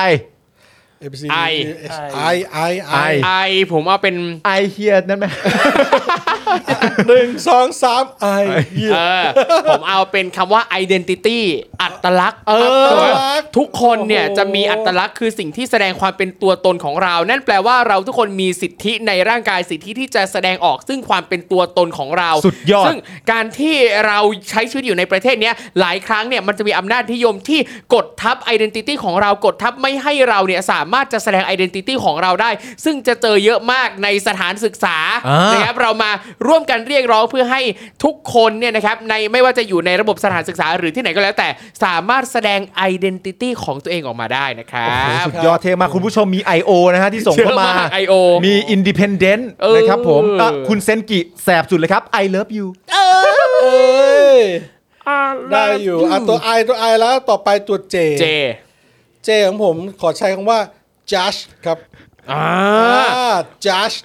[SPEAKER 2] ABC
[SPEAKER 4] I
[SPEAKER 2] I I I
[SPEAKER 5] I
[SPEAKER 4] I ผมเอาเป็น
[SPEAKER 5] ไอเฮียนั่นไหม
[SPEAKER 2] หนึ่งสองสามไอเหี้ย
[SPEAKER 4] เออผมเอาเป็นคำว่า identity อัตลักษณ์เอ
[SPEAKER 2] อัต
[SPEAKER 4] อ
[SPEAKER 2] ลักษณ์
[SPEAKER 4] ทุกคนเนี่ย
[SPEAKER 2] โอ้โห
[SPEAKER 4] จะมีอัตลักษณ์คือสิ่งที่แสดงความเป็นตัวตนของเรา นั่นแปลว่าเราทุกคนมีสิทธิในร่างกายสิทธิที่จะแสดงออกซึ่งความเป็นตัวตนของเรา
[SPEAKER 5] สุดยอด
[SPEAKER 4] ซึ่งการที่เราใช้ชีวิตอยู่ในประเทศเนี้ยหลายครั้งเนี่ยมันจะมีอำนาจนิยมที่กดทับ identity ของเรากดทับไม่ให้เราเนี่ยสามารถจะแสดง identity ของเราได้ ซึ่งจะเจอเยอะมากในสถานศึกษา
[SPEAKER 5] อ่าน
[SPEAKER 4] ะครับ ครับเรามาร่วมกันเรียกร้องเพื่อให้ทุกคนเนี่ยนะครับในไม่ว่าจะอยู่ในระบบสถานศึกษาหรือที่ไหนก็แล้วแต่สามารถแสดง identity ของตัวเองออกมาได้นะครั
[SPEAKER 5] โอ้โห
[SPEAKER 4] บ
[SPEAKER 5] สุดยอดเทมากคุณผู้ชมมี I.O. นะฮะที่ส่งเข้ามา
[SPEAKER 4] เยอะมาก I.O.
[SPEAKER 5] มี Independent
[SPEAKER 4] เออ
[SPEAKER 5] นะครับผมอ่ะคุณเซนกิแสบสุดเลยครับ I love you
[SPEAKER 2] เอ้ย
[SPEAKER 6] อ่า
[SPEAKER 2] ได้อยู่อ่ะตัวไอตัวไอแล้วต่อไปตัวเจ
[SPEAKER 4] เจ
[SPEAKER 2] เจของผมขอใช้คำว่า judge ครับ
[SPEAKER 4] อ่า
[SPEAKER 2] อ่า judge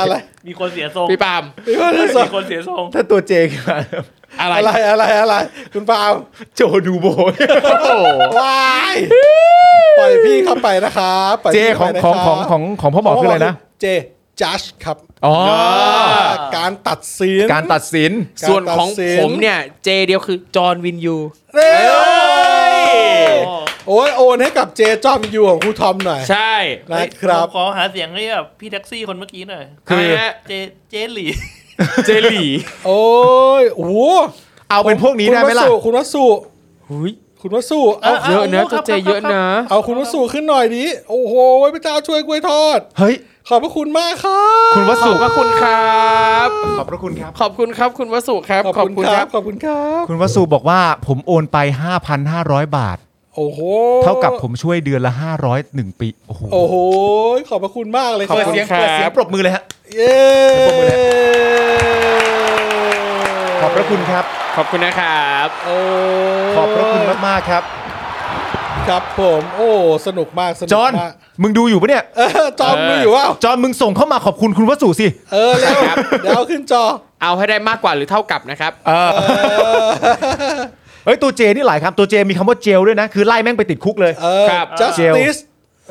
[SPEAKER 2] อะไร
[SPEAKER 6] มีคนเสียทรง
[SPEAKER 4] พี่ปาล์ม
[SPEAKER 6] มีคนเสียทรง
[SPEAKER 5] ถ้าตัวเจคือ
[SPEAKER 4] อะไร
[SPEAKER 2] อะไรอะไรอะไร คุณปาล์ม
[SPEAKER 5] โจดู
[SPEAKER 4] (laughs)
[SPEAKER 5] โบ
[SPEAKER 4] โอ้โห
[SPEAKER 2] ว้ายปล่อยพี่เข้าไปนะครับปล่ย
[SPEAKER 5] เจ
[SPEAKER 2] พี่
[SPEAKER 5] ของ
[SPEAKER 2] ไปนะ
[SPEAKER 5] ของ
[SPEAKER 2] ครับ
[SPEAKER 5] ของของของพ่อหมอคืออะไรนะ
[SPEAKER 2] เจ judge ครับ
[SPEAKER 5] อ๋อ
[SPEAKER 2] การตัดสิน
[SPEAKER 5] การตัดสิน
[SPEAKER 4] ส่วนของ
[SPEAKER 2] การตัดสิน
[SPEAKER 4] ผมเนี่ยเจเดียวคือจอห์นวินยู
[SPEAKER 2] เอ้ย
[SPEAKER 6] โอ้
[SPEAKER 2] โอ้ยโอนให้กับเจจอมยูของครูทอมหน่อย
[SPEAKER 4] ใช่
[SPEAKER 2] นะครับ
[SPEAKER 6] ผมขอหาเสียงให้แบบพี่แท็กซี่คนเมื่อกี้หน่อย
[SPEAKER 5] คือ
[SPEAKER 4] นะฮะ
[SPEAKER 6] เจเจหลี
[SPEAKER 4] เจหลี
[SPEAKER 2] โอ้ยโอ้โห
[SPEAKER 5] เอาเป็นพวกนี้ได้ไหมล่ะ
[SPEAKER 2] คุณวัสสุ
[SPEAKER 4] หุย
[SPEAKER 2] คุณวัสสุเอา
[SPEAKER 4] เยอะนะ
[SPEAKER 6] เอาครั
[SPEAKER 4] เจ้า
[SPEAKER 6] บ
[SPEAKER 4] เจ
[SPEAKER 6] ครับ
[SPEAKER 4] เยอะนะ
[SPEAKER 2] เอาคุณวัสสุขึ้นหน่อยดิ โอ้โหพระเจ้าช่วยกล้วยทอด
[SPEAKER 5] เฮ้ย
[SPEAKER 2] ขอบพระคุณมากครับ
[SPEAKER 5] คุณว
[SPEAKER 4] ข
[SPEAKER 5] สุ
[SPEAKER 4] อบพระคุณครับ
[SPEAKER 5] ขอบพระคุณครับ
[SPEAKER 4] ขอบคุณครับคุณวสุครับ
[SPEAKER 2] ขอบคุณครับ ขอบคุณครับ
[SPEAKER 5] คุณวสุบอกว่าผมโอนไป 5,500 บาท
[SPEAKER 2] โอ้โห
[SPEAKER 5] เท่ากับผมช่วยเดือนละ 500 1 ปี โอ้โห
[SPEAKER 2] โอ้โห ขอบพระคุณมากเลยค
[SPEAKER 5] เปิ
[SPEAKER 2] รั
[SPEAKER 5] ด
[SPEAKER 2] บ
[SPEAKER 5] เสียงเปิดเสียงปรบมือเลยฮะ
[SPEAKER 2] เย้
[SPEAKER 5] ปรบมือเลย ขอบพระคุณครับ
[SPEAKER 4] ขอบคุณนะครับ
[SPEAKER 2] โอ้
[SPEAKER 5] ขอบพระคุณมากๆครับ
[SPEAKER 2] ครับผม โอ้ สนุกมาก สนุก
[SPEAKER 5] จอห์น
[SPEAKER 2] มาก
[SPEAKER 5] มึงดูอยู่ปะเนี่ย
[SPEAKER 2] เออจอห์น
[SPEAKER 4] เออ
[SPEAKER 2] มีอยู่ว่า
[SPEAKER 5] จอห์นมึงส่งเข้ามาขอบคุณคุณวสุสิ
[SPEAKER 2] เออเร็วเดี๋ยวเอาขึ้นจอ
[SPEAKER 4] เอาให้ได้มากกว่าหรือเท่ากับนะครับ
[SPEAKER 5] เฮ้ย ตัวเจนี่หลายคำตัวเจมีคำว่าเจลด้วยนะ คือไล่แม่งไปติดคุกเลย
[SPEAKER 2] เออ
[SPEAKER 4] ครับ
[SPEAKER 2] justice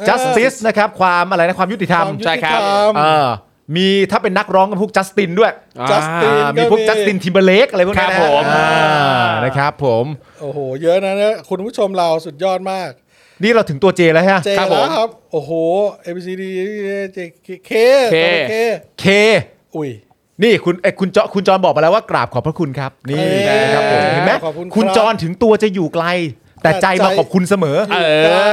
[SPEAKER 5] justice นะครับ ความอะไรนะ ความยุติธรรม
[SPEAKER 2] ความยุ
[SPEAKER 4] ใช่
[SPEAKER 2] ติ
[SPEAKER 4] ครั
[SPEAKER 2] ธร
[SPEAKER 4] บ
[SPEAKER 2] รม
[SPEAKER 5] เออมีถ้าเป็นนักร้องก็พวกจัสตินด้วย
[SPEAKER 2] Justin
[SPEAKER 5] อ่ามีพวก
[SPEAKER 2] ก็มี
[SPEAKER 5] จัสตินทิมเบเลกอะไรพวกนี้
[SPEAKER 4] ครั
[SPEAKER 5] นะ
[SPEAKER 4] บผม
[SPEAKER 5] อ่านะครับผม
[SPEAKER 2] โอ้โห เยอะนะเนี่ยคุณผู้ชมเราสุดยอดมาก
[SPEAKER 5] นี่เราถึงตัวเจแล้วฮะ
[SPEAKER 2] เจ
[SPEAKER 4] ครับผม
[SPEAKER 2] แล้วครับ โอ้โห A B C D E F G K K
[SPEAKER 4] เค
[SPEAKER 2] เค
[SPEAKER 5] เค
[SPEAKER 2] อุ้ย
[SPEAKER 5] นี่คุณเอ้ยคุณจอคุณจอนบอกมาแล้วว่ากราบขอบพระคุณครับ นี่
[SPEAKER 2] เอ้ย
[SPEAKER 5] นะครับผมเห็นไหม
[SPEAKER 2] ขอบคุณครับ
[SPEAKER 5] คุณจอนถึงตัวจะอยู่ไกล แต่ใจมา
[SPEAKER 2] แต่ใจ
[SPEAKER 5] ขอบคุณเสมอ
[SPEAKER 4] เอ
[SPEAKER 2] ได้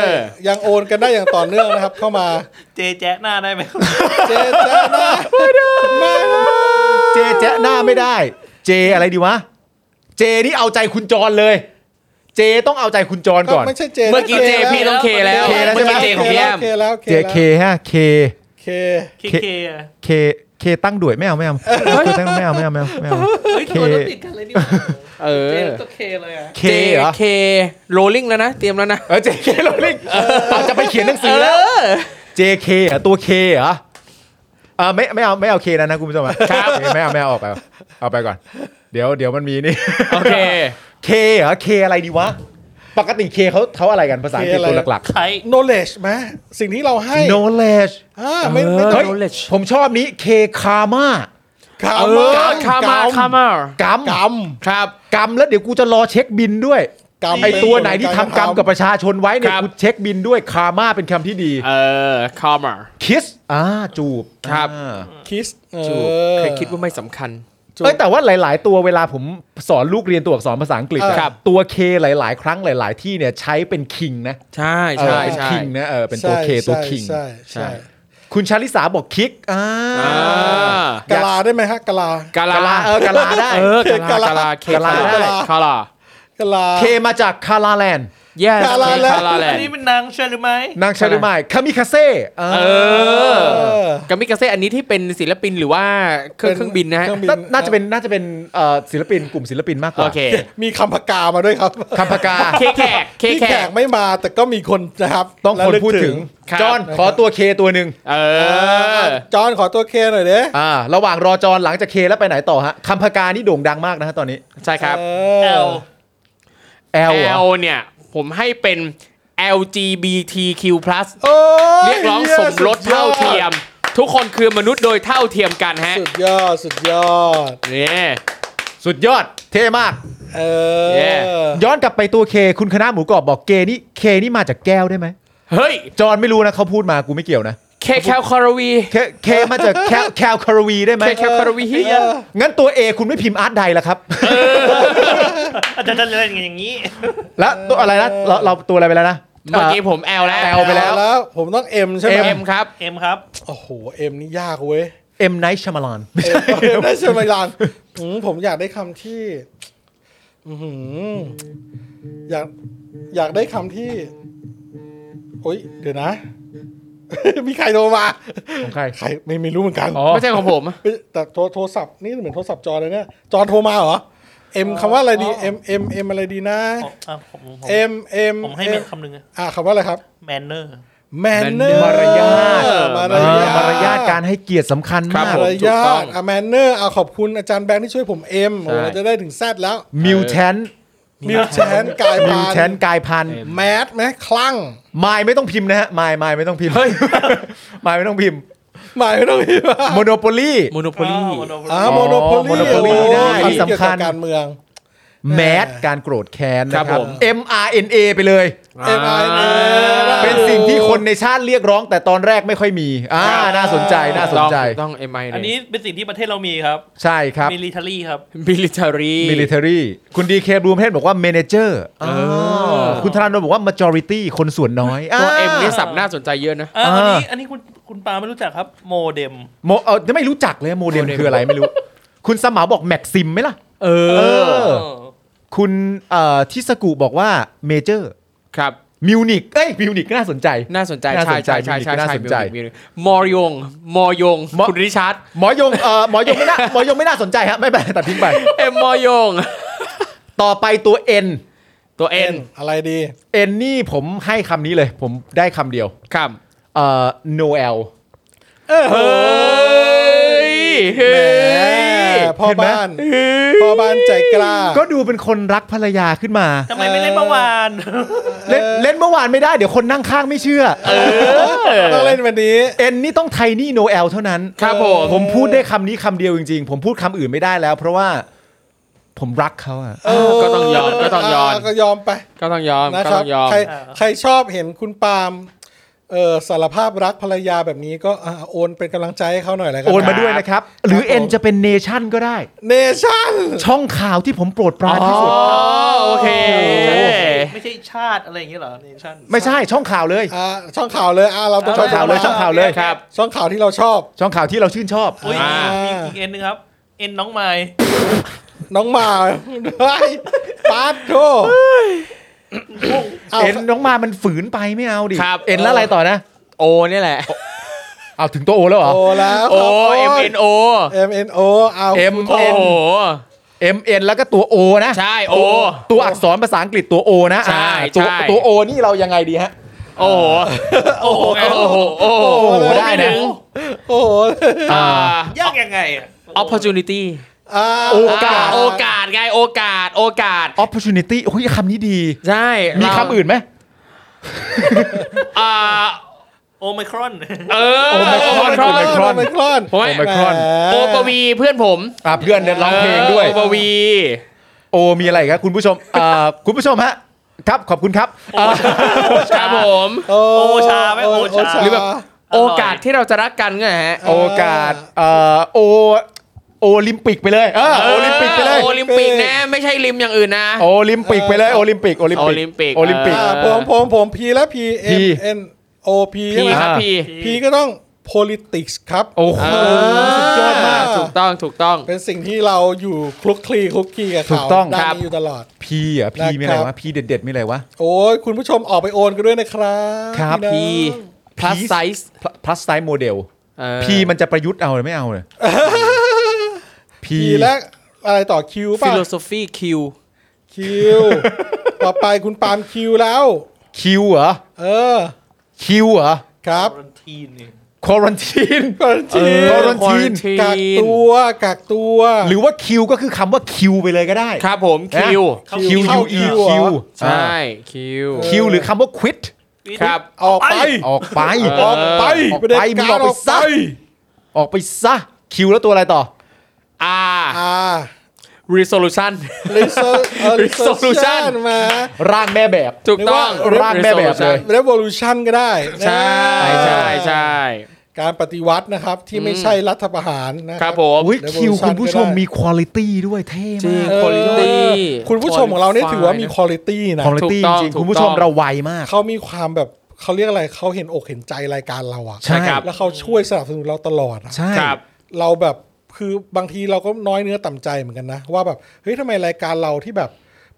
[SPEAKER 4] อ
[SPEAKER 2] ยังโอนกันได้อย่างต่อเนื่องนะครับ เข้ามา
[SPEAKER 6] (laughs) เจแจ๊ะหน้าได้ไหม
[SPEAKER 2] เจเจนะไม่นะ
[SPEAKER 5] เจแจ๊ะหน้าไม่ได้ เจอะไรดีวะ เจนี่เอาใจคุณจอนเลย เจต้องเอาใจคุณจอน
[SPEAKER 2] ก็
[SPEAKER 5] ก่อน
[SPEAKER 2] ไม่ใช่เจ
[SPEAKER 4] เมื่อกี้เจพี่ต้องเคแล้ว
[SPEAKER 5] เคแล้ว
[SPEAKER 4] เมื่อ
[SPEAKER 5] ใช่ไหม
[SPEAKER 4] กี้เจของพี่แอม
[SPEAKER 2] เคแล้ว
[SPEAKER 5] เจเคฮะเค
[SPEAKER 2] เค
[SPEAKER 6] เคเคอะ
[SPEAKER 5] เคเคตั้งด่วยไม่เอาไม่เอาตั้งไม่เอาไม่เอาไม่เอาไม่เอา
[SPEAKER 6] เฮ้ย
[SPEAKER 5] เค
[SPEAKER 6] ตัวเราติดกันเลยนี่หว่า
[SPEAKER 4] เอ
[SPEAKER 6] เจ
[SPEAKER 4] อ
[SPEAKER 6] ตัวเคเลยอ่ะ
[SPEAKER 5] เคเหรอ
[SPEAKER 4] เคโรลลิงแล้วนะ เตรียมแล้วนะ
[SPEAKER 5] เออ JK Rowling เราจะไปเขียนหนังสือแล้ว JK เหรอตัว K เหรอเออไม่ไม่เอาไม่เอา K นะนะคุณผู้ชมอะ
[SPEAKER 4] ครับ
[SPEAKER 5] โอเไม่เอาไม่เอาออกไปเอาเอาไปก่อน เดี๋ยวเดี๋ยวมันมีนี่
[SPEAKER 4] โอเค
[SPEAKER 5] K (laughs) เหรอ K อะไรดีวะ ปกติ K เขาเขาอะไรกันภาษาอังกฤษตัวหลัก
[SPEAKER 6] ใคร
[SPEAKER 2] knowledge ไหมสิ่งที่เราให้
[SPEAKER 5] ๆ knowledge
[SPEAKER 2] อ่าไม่ไม่
[SPEAKER 5] เฮ้ย
[SPEAKER 4] knowledge
[SPEAKER 5] ผมชอบนี้ K karma
[SPEAKER 2] กรร
[SPEAKER 4] เอ
[SPEAKER 2] ม
[SPEAKER 4] อคามากามาก
[SPEAKER 5] รรม
[SPEAKER 2] กรรม
[SPEAKER 4] ครับ
[SPEAKER 5] กรรมแล้วเดี๋ยวกูจะรอเช็คบินด้วย
[SPEAKER 2] กรรม
[SPEAKER 5] ไอตัวไหนที่ทำกรรมกับประชาชนไว้เนี่ย
[SPEAKER 4] ครับ
[SPEAKER 5] กูเช็คบินด้วย karma เป็นคำที่ดี
[SPEAKER 4] เออคามา
[SPEAKER 5] kiss อ่าจูบ
[SPEAKER 4] ครับ
[SPEAKER 5] อ่า
[SPEAKER 2] คิสเอ
[SPEAKER 4] จูบ
[SPEAKER 2] อ
[SPEAKER 4] เคยคิดว่าไม่สำคัญ
[SPEAKER 5] เอ้ยแต่ว่าหลาย ๆ ตัวเวลาผมสอนลูกเรียนตัวอักษรภาษาอังกฤษอะ
[SPEAKER 2] ครับ
[SPEAKER 5] ตัว K หลาย ๆ ครั้งหลาย ๆ ที่เนี่ยใช้เป็น king นะ
[SPEAKER 4] ใช่
[SPEAKER 5] เออ
[SPEAKER 4] ใช่
[SPEAKER 5] เป็น
[SPEAKER 4] ใช่
[SPEAKER 5] king นะเออเป็นตัว K ตัว king
[SPEAKER 2] ใช่ใช่
[SPEAKER 5] คุณชาลิสาบอกคิกอ่า
[SPEAKER 4] อ่าก
[SPEAKER 2] ะลาได้ไหมฮะกะลา
[SPEAKER 4] กาลาก
[SPEAKER 5] ะลาเออกะลาได้
[SPEAKER 4] เออกาลากาลาเค
[SPEAKER 5] กะลา
[SPEAKER 4] คาลา
[SPEAKER 2] ได้
[SPEAKER 4] คาลาก
[SPEAKER 2] ะลา
[SPEAKER 5] K มาจากคาราแลนด์
[SPEAKER 4] เย่
[SPEAKER 2] กาลาแล้ว
[SPEAKER 4] คาลาแลน
[SPEAKER 6] อัน
[SPEAKER 4] ด์
[SPEAKER 6] นี้เป็นนางใช่หรือไม่
[SPEAKER 5] นางชาลิมายคามิคาเซ่อ่า
[SPEAKER 4] เออ
[SPEAKER 2] เออ
[SPEAKER 4] กามิกาเซ่อันนี้ที่เป็นศิลปินหรือว่าเครื่องเครื่องบินนะฮะ
[SPEAKER 2] เครื่องบิ
[SPEAKER 5] น่าน่าจะเป็นน่าจะเป็นเอ่อศิลปินกลุ่มศิลปินมากก
[SPEAKER 4] โอ
[SPEAKER 5] ว่า
[SPEAKER 4] เค
[SPEAKER 2] มีคำพกามาด้วยครับ
[SPEAKER 5] คำพกา
[SPEAKER 4] เคแขกเค
[SPEAKER 2] พี่
[SPEAKER 4] แข
[SPEAKER 2] แข
[SPEAKER 4] ก
[SPEAKER 2] กไม่มาแต่ก็มีคนนะครับ
[SPEAKER 5] ต้องคน
[SPEAKER 2] ระลึก
[SPEAKER 5] พูดถึง
[SPEAKER 4] ครับ
[SPEAKER 5] จอห์นขอตัว K ตัวหนึ่ง
[SPEAKER 4] เออ
[SPEAKER 2] จอนขอตัวเคหน่อยเด้
[SPEAKER 5] อ่าระหว่างรอจอห์นหลังจาก K แล้วไปไหนต่อฮะคำพกานี่โด่งดังมากนะฮะตอนนี้
[SPEAKER 4] ใช่ครับ
[SPEAKER 6] แอล
[SPEAKER 5] L เหรอ
[SPEAKER 4] L เนี่ย ผมให้เป็น LGBTQ+
[SPEAKER 2] โอ้
[SPEAKER 4] เรียกร้องสมรสเท่าเทียม ทุกคนคือมนุษย์โดยเท่าเทียมกันฮะ
[SPEAKER 2] สุดยอด สุดยอด
[SPEAKER 4] เนี่ย
[SPEAKER 5] สุดยอด เท่มาก
[SPEAKER 2] เอ
[SPEAKER 4] แย่
[SPEAKER 2] อ
[SPEAKER 5] ย้อนกลับไปตัวเค คุณคณะหมูกรอบบอกเกนี่เคนี่มาจากแก้วได้ไหม
[SPEAKER 4] เฮ้ย
[SPEAKER 5] จอนไม่รู้นะเขาพูดมากูไม่เกี่ยวนะ
[SPEAKER 4] เคแคลคอรวี
[SPEAKER 5] เคเคมาจากแคลแคลคารวีได้ไหม
[SPEAKER 4] เคแคลคอรวีเฮีย
[SPEAKER 5] งั้นตัว A คุณไม่พิมพ์อาร์ตใดละครับ
[SPEAKER 6] อาจารย์จะเล่นอย่างนี้
[SPEAKER 5] แล้วตัวอะไรนะเราเราตัวอะไรไปแล้วนะ
[SPEAKER 4] เมื่อกี้ผมแอลแล้ว
[SPEAKER 5] แอลไปแล้ว
[SPEAKER 2] แล้ว ผมต้องเอ็มใช่ไหม
[SPEAKER 4] เอ็มครับ
[SPEAKER 6] เอ็มครับ
[SPEAKER 2] โอ้โหเอ็มนี่ยากเว้ย
[SPEAKER 5] เอ็มไนท์ชมาลอน
[SPEAKER 2] เอ็มเอ็มได้เชมลานอืมผมอยากได้คำที่อื้อหืออยากอยากได้คำที่โอ้ยเดี๋ยวนะ (laughs) มีใครโทรมา
[SPEAKER 5] ของใคร
[SPEAKER 2] ใครไม่ไม่รู้เหมือนกัน
[SPEAKER 5] อ๋อ
[SPEAKER 4] ไม่ใช่ของผม
[SPEAKER 2] เอ้ยแต่โทรโทรศัพท์นี่เหมือนโทรศัพท์จอเลยเนี่ย จอโทรมาเหรอเอ็มคำว่าอะไรดีเอ็มเอ็มเอ็มอะไรดีนะ
[SPEAKER 6] ผมอ่ะผมผม
[SPEAKER 2] เอ็มเอ็ม
[SPEAKER 6] ผมให้เมนคำหนึ่ง
[SPEAKER 2] อ่ะคำว่าอะไรครับ
[SPEAKER 6] แมนเนอร์
[SPEAKER 2] แมนเนอ
[SPEAKER 4] manner
[SPEAKER 2] ร์
[SPEAKER 5] มารยาท
[SPEAKER 2] มาร
[SPEAKER 5] เออย
[SPEAKER 2] าท
[SPEAKER 5] มารยาทการให้เกียรติสำคัญ
[SPEAKER 4] ครั
[SPEAKER 5] มาก
[SPEAKER 4] บผม
[SPEAKER 2] าร
[SPEAKER 4] ถูก
[SPEAKER 2] ยา
[SPEAKER 4] ต้อง
[SPEAKER 2] ทอ่ะแมนเนอร์เอาขอบคุณอาจารย์แบงค์ที่ช่วยผมเอ็มโอ้
[SPEAKER 4] ใช่
[SPEAKER 2] เราจะได้ถึงแซดแล้ว
[SPEAKER 5] มิวแทน
[SPEAKER 2] มิวแชนกาย
[SPEAKER 5] มิ
[SPEAKER 2] พั
[SPEAKER 5] วน แทนกายพันธุ์
[SPEAKER 2] แมสไหมคลั่ง
[SPEAKER 5] มายไม่ต้องพิมพ์นะฮะมายมายไม่ต้องพิมพ์มายไม่ต้องพิมพ์
[SPEAKER 2] หมายไม่ต้องพิมพ์ว่า
[SPEAKER 5] โมโนโปลี
[SPEAKER 4] โมโนโพลี
[SPEAKER 2] อ่าโมโนโพลี
[SPEAKER 5] Monopoly ได้สำคัญ
[SPEAKER 2] การเมือง
[SPEAKER 5] แมสการโกรธแค้นนะค
[SPEAKER 4] ครั
[SPEAKER 5] รับ
[SPEAKER 4] บผม
[SPEAKER 5] mRNA ไปเลย
[SPEAKER 2] เอ็มไอเอ
[SPEAKER 5] เป็นสิ่งที่คนในชาติเรียกร้องแต่ตอนแรกไม่ค่อยมีอ่าน่าสนใจน่าสนใจ
[SPEAKER 4] ต้องเอ็มไอ
[SPEAKER 6] อันนี้เป็นสิ่งที่ประเทศเรามีครับ
[SPEAKER 5] ใช่ครับ
[SPEAKER 6] มิลิทารีครับ
[SPEAKER 4] บิลิทารี
[SPEAKER 5] military คุณดีเคบลูมเฮดบอกว่า manager
[SPEAKER 4] อ
[SPEAKER 5] คุณธนาโนบอกว่า majority คนส่วนน้อย
[SPEAKER 4] ตัว
[SPEAKER 5] า
[SPEAKER 4] เอ็มนี่สับน่าสนใจเยอะนะ
[SPEAKER 6] อะอันนี้
[SPEAKER 5] อ่า
[SPEAKER 6] อันนี้คุณคุณปาไม่รู้จักครับ โมเด็ม
[SPEAKER 5] โมเออไม่รู้จักเลยโมเดม
[SPEAKER 4] โมเด็ม
[SPEAKER 5] คืออะไรไม่รู้ คุณสมาบอกแม็กซิมไหมล่ะ
[SPEAKER 4] เอ
[SPEAKER 5] เออ คุณเอ่อทิสกุบอกว่าเมเจอร์
[SPEAKER 4] ครับ
[SPEAKER 5] มิวนิกเอ้ยมิวนิกน่าสนใจ
[SPEAKER 4] น่าสนใจ
[SPEAKER 5] น่าส
[SPEAKER 4] ใช่
[SPEAKER 5] นใจ
[SPEAKER 4] ใช่
[SPEAKER 5] มี
[SPEAKER 4] ใช่ใช่
[SPEAKER 5] น่า
[SPEAKER 4] ใช่
[SPEAKER 5] สนใจ
[SPEAKER 4] มีมีมอยง มอยง
[SPEAKER 5] มอ
[SPEAKER 4] คุณริชาร์ด
[SPEAKER 5] หมอยงเอ่อหมอยงไม่น่า หมอยงไม่น่าสนใจฮะไม่เป็นไรตัดทิ้งไป
[SPEAKER 4] เอ็มมอยง
[SPEAKER 5] ต่อไปตัว N
[SPEAKER 4] ตัวเอ็
[SPEAKER 2] เอ็
[SPEAKER 4] น
[SPEAKER 2] นอะไรดี
[SPEAKER 5] N นี่ผมให้คำนี้เลย ผมได้คำเดียว
[SPEAKER 4] ครับ
[SPEAKER 5] เอ่อ Noel
[SPEAKER 4] เฮ้ยเฮ้
[SPEAKER 2] แห
[SPEAKER 4] ย
[SPEAKER 2] มพ่อบ้านพ่อบ้านใจกล้า
[SPEAKER 5] ก็ดูเป็นคนรักภรรยาขึ้นมา
[SPEAKER 6] ทำไมไม่เล่นเมื่อวาน
[SPEAKER 5] เล่นเล่นเมื่อวานไม่ได้เดี๋ยวคนนั่งข้างไม่เชื่อ
[SPEAKER 2] ต้องเล่นวันนี้
[SPEAKER 5] เอ็นนี่ต้องไทนี่โนเอลเท่านั้น
[SPEAKER 4] ครับผม
[SPEAKER 5] ผมพูดได้คำนี้คำเดียวจริงๆ ผมพูดคำอื่นไม่ได้แล้ว เพราะว่าผมรักเขาอะ
[SPEAKER 4] ก็ต้องยอมก็ต้องยอม
[SPEAKER 2] าก็ยอมไป
[SPEAKER 4] ก็ต้องยอม
[SPEAKER 2] นะ
[SPEAKER 4] ก็
[SPEAKER 2] ครับ
[SPEAKER 4] ต้องยอม
[SPEAKER 2] ใคร
[SPEAKER 6] อ่า
[SPEAKER 2] ใครชอบเห็นคุณปาล์มเออสารภาพรักภรรยาแบบนี้ก็อ่าโอนเป็นกำลังใจให้เขาหน่อยแล้วกัน
[SPEAKER 5] โอนมาด้วยนะครับ หรื
[SPEAKER 2] ค
[SPEAKER 5] อ
[SPEAKER 2] รับผม
[SPEAKER 5] เอ็นจะเป็นเนชั่นก็ได้
[SPEAKER 2] เนชั่น
[SPEAKER 5] ช่องข่าวที่ผมโปรดปรานที่สุด
[SPEAKER 4] อ๋อโอเค
[SPEAKER 6] ไม่ใช่ชาติอะไรอย่างเงี้ยเหรอเนชั่น
[SPEAKER 5] ไม่ใช่ช่องข่าวเลย
[SPEAKER 2] อ่าช่องข่าวเลยอ่าเราต้อง
[SPEAKER 5] ช่องข่าวเลยช่องข่าวเลย
[SPEAKER 4] ครับ
[SPEAKER 2] ช่องข่าวที่เราชอบ
[SPEAKER 5] ช่องข่าวที่เราชื่นชอบ
[SPEAKER 6] อุ้ย
[SPEAKER 4] อ่า
[SPEAKER 6] มีอีกเอ็นหนึงครับ เอ็นน้องไม้
[SPEAKER 2] น้องหมาด้วยปาร์ตโทเอา
[SPEAKER 5] เอ็นน้องมามันฝืนไปไม่เอาดิ
[SPEAKER 4] ครับ
[SPEAKER 5] เอ็นแล้วอะไรต่อนะ
[SPEAKER 4] โอเนี่ยแหละ
[SPEAKER 5] เอาถึงตัวโอแล้วเหรอ
[SPEAKER 2] โอแล้ว
[SPEAKER 4] โอเอ็มเอ็นโอ
[SPEAKER 2] เอ็มเอ็นโอเอา
[SPEAKER 5] M
[SPEAKER 4] โอ้โห
[SPEAKER 5] เอ็มเอ็นแล้วก็ตัวโอนะ
[SPEAKER 4] ใช่ โอ
[SPEAKER 5] ตัวอักษรภาษาอังกฤษตัวโอนะ
[SPEAKER 4] ใช่
[SPEAKER 5] อ่าตัว
[SPEAKER 4] ใช่
[SPEAKER 5] ตัวโอนี่เรายังไงดีฮะ
[SPEAKER 4] โอ้โห โอ้โห โอ้โห โอ้โห
[SPEAKER 5] โอ้โหได้นะ
[SPEAKER 2] โอ้โห
[SPEAKER 4] อ่า
[SPEAKER 6] ยากยังไงอะ
[SPEAKER 4] opportunity
[SPEAKER 2] อ่า
[SPEAKER 5] โอกาส
[SPEAKER 4] โอกาสไงโอกาส โอกาส
[SPEAKER 5] opportunity โอ้ยคำนี้ดี
[SPEAKER 4] ใช่
[SPEAKER 5] มีคำอื่นไหม
[SPEAKER 4] อ่า
[SPEAKER 6] โอไมครอน
[SPEAKER 4] เออ
[SPEAKER 5] โอไมครอน
[SPEAKER 4] โอไมครอน
[SPEAKER 2] โอไมครอน
[SPEAKER 4] ผมว่า
[SPEAKER 5] โอไมครอน
[SPEAKER 2] แหม
[SPEAKER 4] โอปวีเพื่อนผม
[SPEAKER 5] อ่ะเพื่อนเนี่ยร้องเพลงด้วย
[SPEAKER 4] ออโอปวี
[SPEAKER 5] โอมีอะไรอีกครับคุณผู้ชมอ่าคุณผู้ชมฮะครับขอบคุณครับอ่า
[SPEAKER 4] ครับผม
[SPEAKER 2] โอ
[SPEAKER 6] โอชาไหมโอชา
[SPEAKER 2] หรือแบบ
[SPEAKER 4] โอกาสที่เราจะรักกันไงฮะ
[SPEAKER 5] โอกาสเอ่อโอโอลิมปิกไปเลยเออโอลิมปิกไปเลย
[SPEAKER 4] โอลิมปิกนะ ไม่ใช่ลิมอย่างอื่นนะ
[SPEAKER 5] โอลิมปิกไปเลยโอลิมปิกโอลิมปิก
[SPEAKER 4] โอลิมปิก
[SPEAKER 5] โอลิมปิก
[SPEAKER 2] อ่าผมผมผมพีและพีเอ็ม
[SPEAKER 5] P
[SPEAKER 2] เอ็นโอพีใช่
[SPEAKER 4] พี่
[SPEAKER 2] ไหม
[SPEAKER 4] ครับ
[SPEAKER 5] อ่า
[SPEAKER 4] พี่
[SPEAKER 2] พีก็ต้อง politics ครับ
[SPEAKER 5] โอ้โหสุดยอดมาก
[SPEAKER 4] ถูกต้องถูกต้อง
[SPEAKER 2] เป็นสิ่งที่เราอยู่คลุกคลีคลุกคลีกับ
[SPEAKER 5] ถู
[SPEAKER 2] เขา
[SPEAKER 5] กต้อง
[SPEAKER 2] ด้าน
[SPEAKER 5] ครับ
[SPEAKER 2] นี้อยู่ตลอด
[SPEAKER 5] พี่อ่ะพี่มีอะไร
[SPEAKER 2] นะครั
[SPEAKER 5] วะ
[SPEAKER 2] บ
[SPEAKER 5] พี่เด็ดๆมีอะไรวะ
[SPEAKER 2] โอ้ยคุณผู้ชมออกไปโอนกันด้วยนะครับ
[SPEAKER 5] ครับ
[SPEAKER 2] พี่
[SPEAKER 4] พี่
[SPEAKER 2] น้อง
[SPEAKER 4] plus
[SPEAKER 5] Please
[SPEAKER 4] size
[SPEAKER 5] plus size model
[SPEAKER 4] เออ
[SPEAKER 5] พี่มันจะประยุทธ์เอาหรือไม่เอาเลยพี่
[SPEAKER 2] P และอะไรต่อคิว
[SPEAKER 4] ฟิ
[SPEAKER 2] ป่ะ
[SPEAKER 4] โลโซฟีคิว
[SPEAKER 2] คิ
[SPEAKER 5] (laughs)
[SPEAKER 2] ว ต่อไปคุณปาล์มคิวแล้ว
[SPEAKER 5] คิวเหรอ
[SPEAKER 2] เออ
[SPEAKER 5] คิวเหรอ
[SPEAKER 2] ครับ
[SPEAKER 6] รันทีนนี่
[SPEAKER 5] ควอรันทีน
[SPEAKER 2] กัก
[SPEAKER 5] เออ (laughs) Quarantine
[SPEAKER 2] กักตัวกักตัว
[SPEAKER 5] หรือว่าคิวก็คือคำว่าคิวไปเลยก็ได้
[SPEAKER 4] ครับผมคิว
[SPEAKER 5] คิวยูอีคิว
[SPEAKER 4] ใช่คิว
[SPEAKER 5] คิวหรือคำว่าควิด
[SPEAKER 4] ครับ
[SPEAKER 2] ออกไป
[SPEAKER 5] ออกไป
[SPEAKER 4] เออ
[SPEAKER 2] ออกไป
[SPEAKER 5] ออกไปมึงออกไปซะ ออกไปซะคิวแล้วตัวอะไรต่อ
[SPEAKER 4] อ่า
[SPEAKER 2] อ่า
[SPEAKER 4] resolution
[SPEAKER 2] Resol- เอ่
[SPEAKER 5] (laughs)
[SPEAKER 2] อ
[SPEAKER 4] Resolution
[SPEAKER 2] resolution มา
[SPEAKER 5] ร่างแม่แบบ
[SPEAKER 4] ถูกต้อง
[SPEAKER 2] นึกว่า
[SPEAKER 5] ร่างแม่แบบเลย
[SPEAKER 2] revolution ก็ได้นะ
[SPEAKER 4] ใช่ใช่ใช่
[SPEAKER 2] การปฏิวัตินะครับที่ไม่ใช่รัฐประหารนะ
[SPEAKER 4] ครับผม
[SPEAKER 5] อุ้ย
[SPEAKER 2] Revolution
[SPEAKER 5] คิวคุณผู้ชม
[SPEAKER 2] ก็ได้
[SPEAKER 5] มีคุณ i t y ด้วยเท่
[SPEAKER 4] จริ
[SPEAKER 5] มาง ก
[SPEAKER 2] เออ
[SPEAKER 4] quality
[SPEAKER 2] คุณผู้ชมของเราเนี่ยถือว่ามีคุณ i t y นะ
[SPEAKER 5] คุณ i t y
[SPEAKER 4] ถูกต้อง
[SPEAKER 5] จริง
[SPEAKER 4] ถูกต้อง
[SPEAKER 5] คุณผู้ชมเราไวมาก
[SPEAKER 2] เขามีความแบบเขาเรียกอะไรเขาเห็นอกเห็นใจรายการเราอะ
[SPEAKER 5] ใช่ครับ
[SPEAKER 2] แล้วเขาช่วยสนับสนุนเราตลอดอะ
[SPEAKER 5] ใช่
[SPEAKER 4] ครับ
[SPEAKER 2] เราแบบคือบางทีเราก็น้อยเนื้อต่ำใจเหมือนกันนะ ว่าแบบเฮ้ยทำไมรายการเราที่แบบ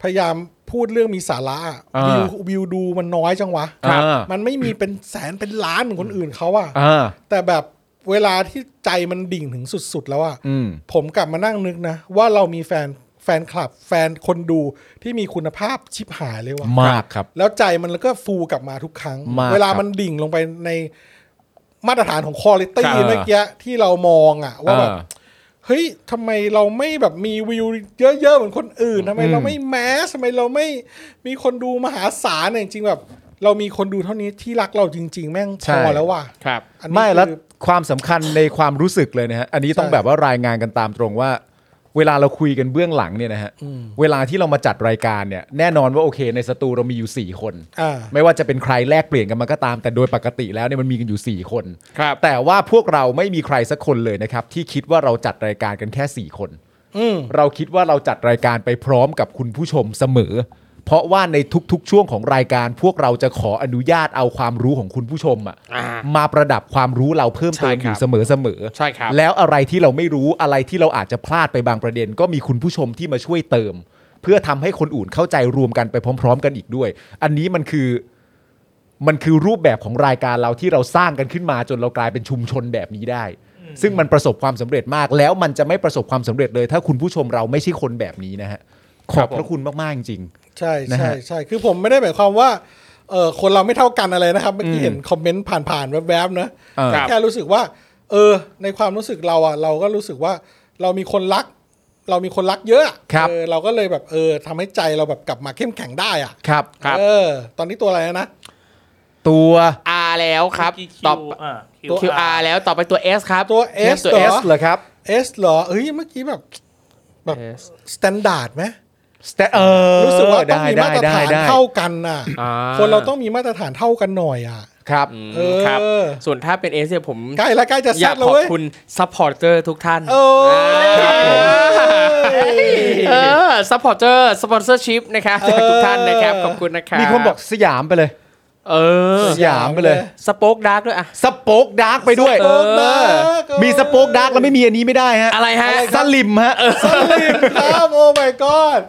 [SPEAKER 2] พยายามพูดเรื่องมีสาระอะวิววิวดูมันน้อยจังวะ
[SPEAKER 5] อ่า
[SPEAKER 2] มันไม่มีเป็นแสนเป็นล้านเหมือนคนอื่นเขาอะ
[SPEAKER 5] อ่า
[SPEAKER 2] แต่แบบเวลาที่ใจมันดิ่งถึงสุด ๆ แล้วอะ
[SPEAKER 5] อืม
[SPEAKER 2] ผมกลับมานั่งนึกนะ ว่าเรามีแฟนแฟนคลับ แฟนคนดูที่มีคุณภาพชิบหายเลยว่ะ
[SPEAKER 5] มากครับ
[SPEAKER 2] แล้วใจมันก็ฟูกลับมาทุกครั้ง
[SPEAKER 5] มาก
[SPEAKER 2] เวลา
[SPEAKER 5] ครับ
[SPEAKER 2] มันดิ่งลงไปในมาตรฐานของคุณ i t y
[SPEAKER 5] ครับ
[SPEAKER 2] เมื่อกี้ที่เรามองอะว่าแบบ
[SPEAKER 5] อ่า
[SPEAKER 2] เฮ้ยทำไมเราไม่แบบมีวิวเยอะๆ เหมือนคนอื่นทำไมเราไม่แมสทำไมเราไม่มีคนดูมหาศาลเนี่ยจริงๆแบบ เรามีคนดูเท่านี้ที่รักเราจริง ๆ แม่งพ
[SPEAKER 5] ใช่
[SPEAKER 2] อแล้วว่ะ
[SPEAKER 4] ครับ
[SPEAKER 2] อันนี้
[SPEAKER 5] ไม่แล้ว
[SPEAKER 2] คือ
[SPEAKER 5] ความสำคัญในความรู้สึกเลยนะฮะ อันนี้ต้อง
[SPEAKER 2] ใช่
[SPEAKER 5] แบบว่ารายงานกันตามตรงว่า เวลาเราคุยกันเบื้องหลังเนี่ยนะฮะ เวลาที่เรามาจัดรายการเนี่ย แน่นอนว่าโอเค ในสตูเรามีอยู่ 4 คน
[SPEAKER 2] อ่า
[SPEAKER 5] ไม่ว่าจะเป็นใครแลกเปลี่ยนกันมาก็ตาม แต่โดยปกติแล้วเนี่ยมันมีกันอยู่ 4 คน
[SPEAKER 4] ครับ
[SPEAKER 5] แต่ว่าพวกเราไม่มีใครสักคนเลยนะครับ ที่คิดว่าเราจัดรายการกันแค่ 4 คน
[SPEAKER 2] อืม
[SPEAKER 5] เราคิดว่าเราจัดรายการไปพร้อมกับคุณผู้ชมเสมอ เพราะว่าในทุกๆช่วงของรายการพวกเราจะขออนุญาตเอาความรู้ของคุณผู้ชมอะ
[SPEAKER 4] อ่า
[SPEAKER 5] มาประดับความรู้เราเพิ่มเติม
[SPEAKER 4] ใช่
[SPEAKER 5] อ
[SPEAKER 4] ครับ
[SPEAKER 5] ยู่เสมอๆ
[SPEAKER 4] ใช่ครับ
[SPEAKER 5] แล้วอะไรที่เราไม่รู้อะไรที่เราอาจจะพลาดไปบางประเด็น ก็มีคุณผู้ชมที่มาช่วยเติม เพื่อทำให้คนอื่นเข้าใจรวมกันไปพร้อม ๆ กันอีกด้วย อันนี้มันคือมันคือรูปแบบของรายการเราที่เราสร้างกันขึ้นมาจนเรากลายเป็นชุมชนแบบนี้ได้ ซึ่งมันประสบความสำเร็จมาก แล้วมันจะไม่ประสบความสำเร็จเลย ถ้าคุณผู้ชมเราไม่ใช่คนแบบนี้นะฮะขอบพระคุณมากๆจริง
[SPEAKER 2] ใช่
[SPEAKER 5] นะ
[SPEAKER 2] ใช่
[SPEAKER 5] ฮะ
[SPEAKER 2] ใช่คือผมไม่ได้หมายความว่าเออคนเราไม่เท่ากันอะไรนะครับเมื่อกี้เห็นคอมเมนต์ผ่านๆแวบๆนะ
[SPEAKER 5] เออ
[SPEAKER 2] แต่แค่รู้สึกว่า เออ ในความรู้สึกเราอ่ะ เราก็รู้สึกว่าเรามีคนรัก เรามีคนรักเยอะ
[SPEAKER 5] ครับ
[SPEAKER 2] เออเราก็เลยแบบเออทำให้ใจเราแบบกลับมาเข้มแข็งได้อ่ะ
[SPEAKER 5] ๆ ครับ
[SPEAKER 4] ครับ
[SPEAKER 2] เออ ตอนนี้ตัวอะไรนะ
[SPEAKER 5] ตัว
[SPEAKER 4] R แล้วครับตอบ
[SPEAKER 6] อ่า
[SPEAKER 4] QR แล้วต่อไปตัว S ครับ
[SPEAKER 2] ตัว S
[SPEAKER 4] ตัว
[SPEAKER 2] เหร
[SPEAKER 4] S
[SPEAKER 2] อ
[SPEAKER 5] S เหรอครับ
[SPEAKER 2] S เหรอเอ้ยเมื่อกี้แบบแบบ
[SPEAKER 4] S
[SPEAKER 2] สแตนดาร์ดไหม
[SPEAKER 5] Sta- เออ
[SPEAKER 2] รู้สึกว่าต้องมี
[SPEAKER 5] ได้
[SPEAKER 2] มาตรฐาน
[SPEAKER 5] ได้ได้
[SPEAKER 2] เท่ากันน่ะ
[SPEAKER 4] อ่า
[SPEAKER 2] คนเราต้องมีมาตรฐานเท่ากันหน่อยอ่ะ
[SPEAKER 5] ครับ
[SPEAKER 2] เออ
[SPEAKER 4] ครับ ส่วนถ้าเป็น S เนี่ยผม
[SPEAKER 2] ใกล้ละใกล้จะ
[SPEAKER 4] อ
[SPEAKER 2] ซั
[SPEAKER 4] ยา
[SPEAKER 2] ด
[SPEAKER 4] ก
[SPEAKER 2] แล้ว
[SPEAKER 4] ขอบ
[SPEAKER 2] เว้ย
[SPEAKER 4] คุณ ซัพพอร์เตอร์ทุกท่าน
[SPEAKER 2] โอ้ย
[SPEAKER 4] ครับผม
[SPEAKER 2] เอ้ย
[SPEAKER 4] เออ ซัพพอร์เตอร์สปอนเซอร์ชิพนะครับจากทุกท่านนะครับ ขอบคุณนะครับ
[SPEAKER 5] มีคนบอกสยามไปเลย
[SPEAKER 4] เออ
[SPEAKER 5] สยามไปเลย
[SPEAKER 4] สป็อกดาร์กด้วยอะ
[SPEAKER 5] สโป๊กดาร์กไปด้วย
[SPEAKER 4] เออ
[SPEAKER 2] เออ
[SPEAKER 5] มีสโป๊กดาร์กแล้วไม่มีอันนี้ไม่ได้ฮะ
[SPEAKER 4] อะไรฮะ
[SPEAKER 5] สลิมฮะ
[SPEAKER 2] สลิมครับโอ้ my god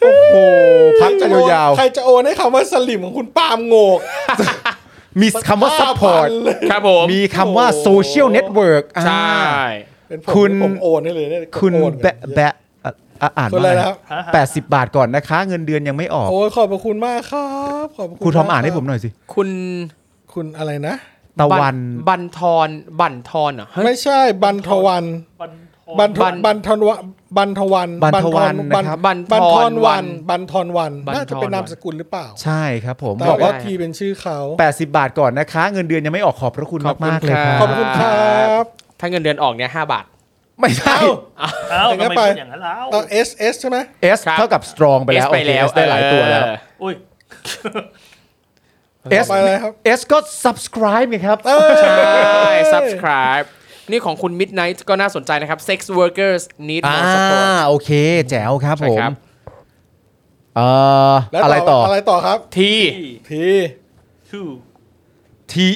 [SPEAKER 5] โอ้โหพักกันยาว
[SPEAKER 2] ใครจะโอนให้คำว่าสลิมของคุณปาล์มโงก
[SPEAKER 5] ๆมีคำว่าซัพพอร์
[SPEAKER 2] ห้า
[SPEAKER 5] ต
[SPEAKER 2] พันเลย
[SPEAKER 4] ครับผม
[SPEAKER 5] มีคำว่าโซเชียลเน็ตเวิร์ก
[SPEAKER 4] ใช่
[SPEAKER 2] เป็นผม
[SPEAKER 5] คุณ
[SPEAKER 2] ผมโอนได้เลยเนี่ย
[SPEAKER 5] คุณ
[SPEAKER 2] โอน
[SPEAKER 5] แบะแบะอ่ะอ่ะอ่าน
[SPEAKER 2] คุณ
[SPEAKER 5] ว่า
[SPEAKER 2] อะไร
[SPEAKER 5] อะไร
[SPEAKER 2] นะครับ
[SPEAKER 5] แปดสิบบาทก่อนนะคะ เงินเดือนยังไม่ออก
[SPEAKER 2] โอ้ยขอบพระคุณมากครับขอบพระคุณ
[SPEAKER 5] ครูทอมอ่านให้
[SPEAKER 2] ก
[SPEAKER 5] ผมหน่อยสิ
[SPEAKER 4] คุณ
[SPEAKER 2] คุณอะไรนะ
[SPEAKER 5] ตะวัน
[SPEAKER 4] บับันทอนบันทอนเหรอเฮ้ย
[SPEAKER 2] ไม่ใช่บันทวัน
[SPEAKER 6] บันทอง
[SPEAKER 2] บันท
[SPEAKER 4] บัน
[SPEAKER 2] บันทวันบันทวันบั
[SPEAKER 5] บันทวัน
[SPEAKER 2] น
[SPEAKER 5] นะครับ
[SPEAKER 4] บั
[SPEAKER 2] บั
[SPEAKER 4] น
[SPEAKER 2] น
[SPEAKER 4] ท
[SPEAKER 2] ท
[SPEAKER 4] อ
[SPEAKER 2] อ
[SPEAKER 4] น
[SPEAKER 2] นวันบันทอนวัน
[SPEAKER 4] บันทอนวัน
[SPEAKER 2] น่าจะเป็นนามสกุลหรือเปล่า
[SPEAKER 5] ใช่ครับผม
[SPEAKER 2] แต่
[SPEAKER 5] บอก
[SPEAKER 2] ว่า
[SPEAKER 5] ว่า
[SPEAKER 2] ทีเป็นชื่อเขา
[SPEAKER 5] 80 บาทก่อนนะคะ เงินเดือนยังไม่ออกขอบพระคุณ
[SPEAKER 4] ขอบคุณ
[SPEAKER 5] มากๆเลยค
[SPEAKER 4] ครั
[SPEAKER 5] รับ
[SPEAKER 2] ขอบคุณครับ
[SPEAKER 4] ถ้าเงินเดือนออกเนี่ยห้าบาท
[SPEAKER 5] ไม่ใช่
[SPEAKER 2] เอ้า
[SPEAKER 6] เอ้า
[SPEAKER 2] อย่างนั้น
[SPEAKER 6] ทำไม
[SPEAKER 2] ไป
[SPEAKER 6] พูดอย่างนั้นแล้ว
[SPEAKER 2] เอสเอสใช่ไหม
[SPEAKER 5] S
[SPEAKER 4] ครับ
[SPEAKER 5] เท่ากับ strong ไปแล้ว
[SPEAKER 4] S ไปแล้ว
[SPEAKER 5] โอเค S ได้หลายตัวแล้ว
[SPEAKER 4] เออ
[SPEAKER 6] อุ้ย
[SPEAKER 5] S
[SPEAKER 2] ไปอะไรครับ
[SPEAKER 5] S ก็ subscribe ไงครับ
[SPEAKER 4] ใช่ subscribe นี่ของคุณ Midnight ก็น่าสนใจนะครับ sex workers need
[SPEAKER 5] อ่า
[SPEAKER 4] more support
[SPEAKER 5] โอเค แจ๋วครับ
[SPEAKER 4] ใช่
[SPEAKER 5] ผม
[SPEAKER 4] ครับ
[SPEAKER 5] เอ่ออะไรต่อ
[SPEAKER 2] อะไรต่อครับ
[SPEAKER 4] T
[SPEAKER 2] ที
[SPEAKER 6] two
[SPEAKER 5] ที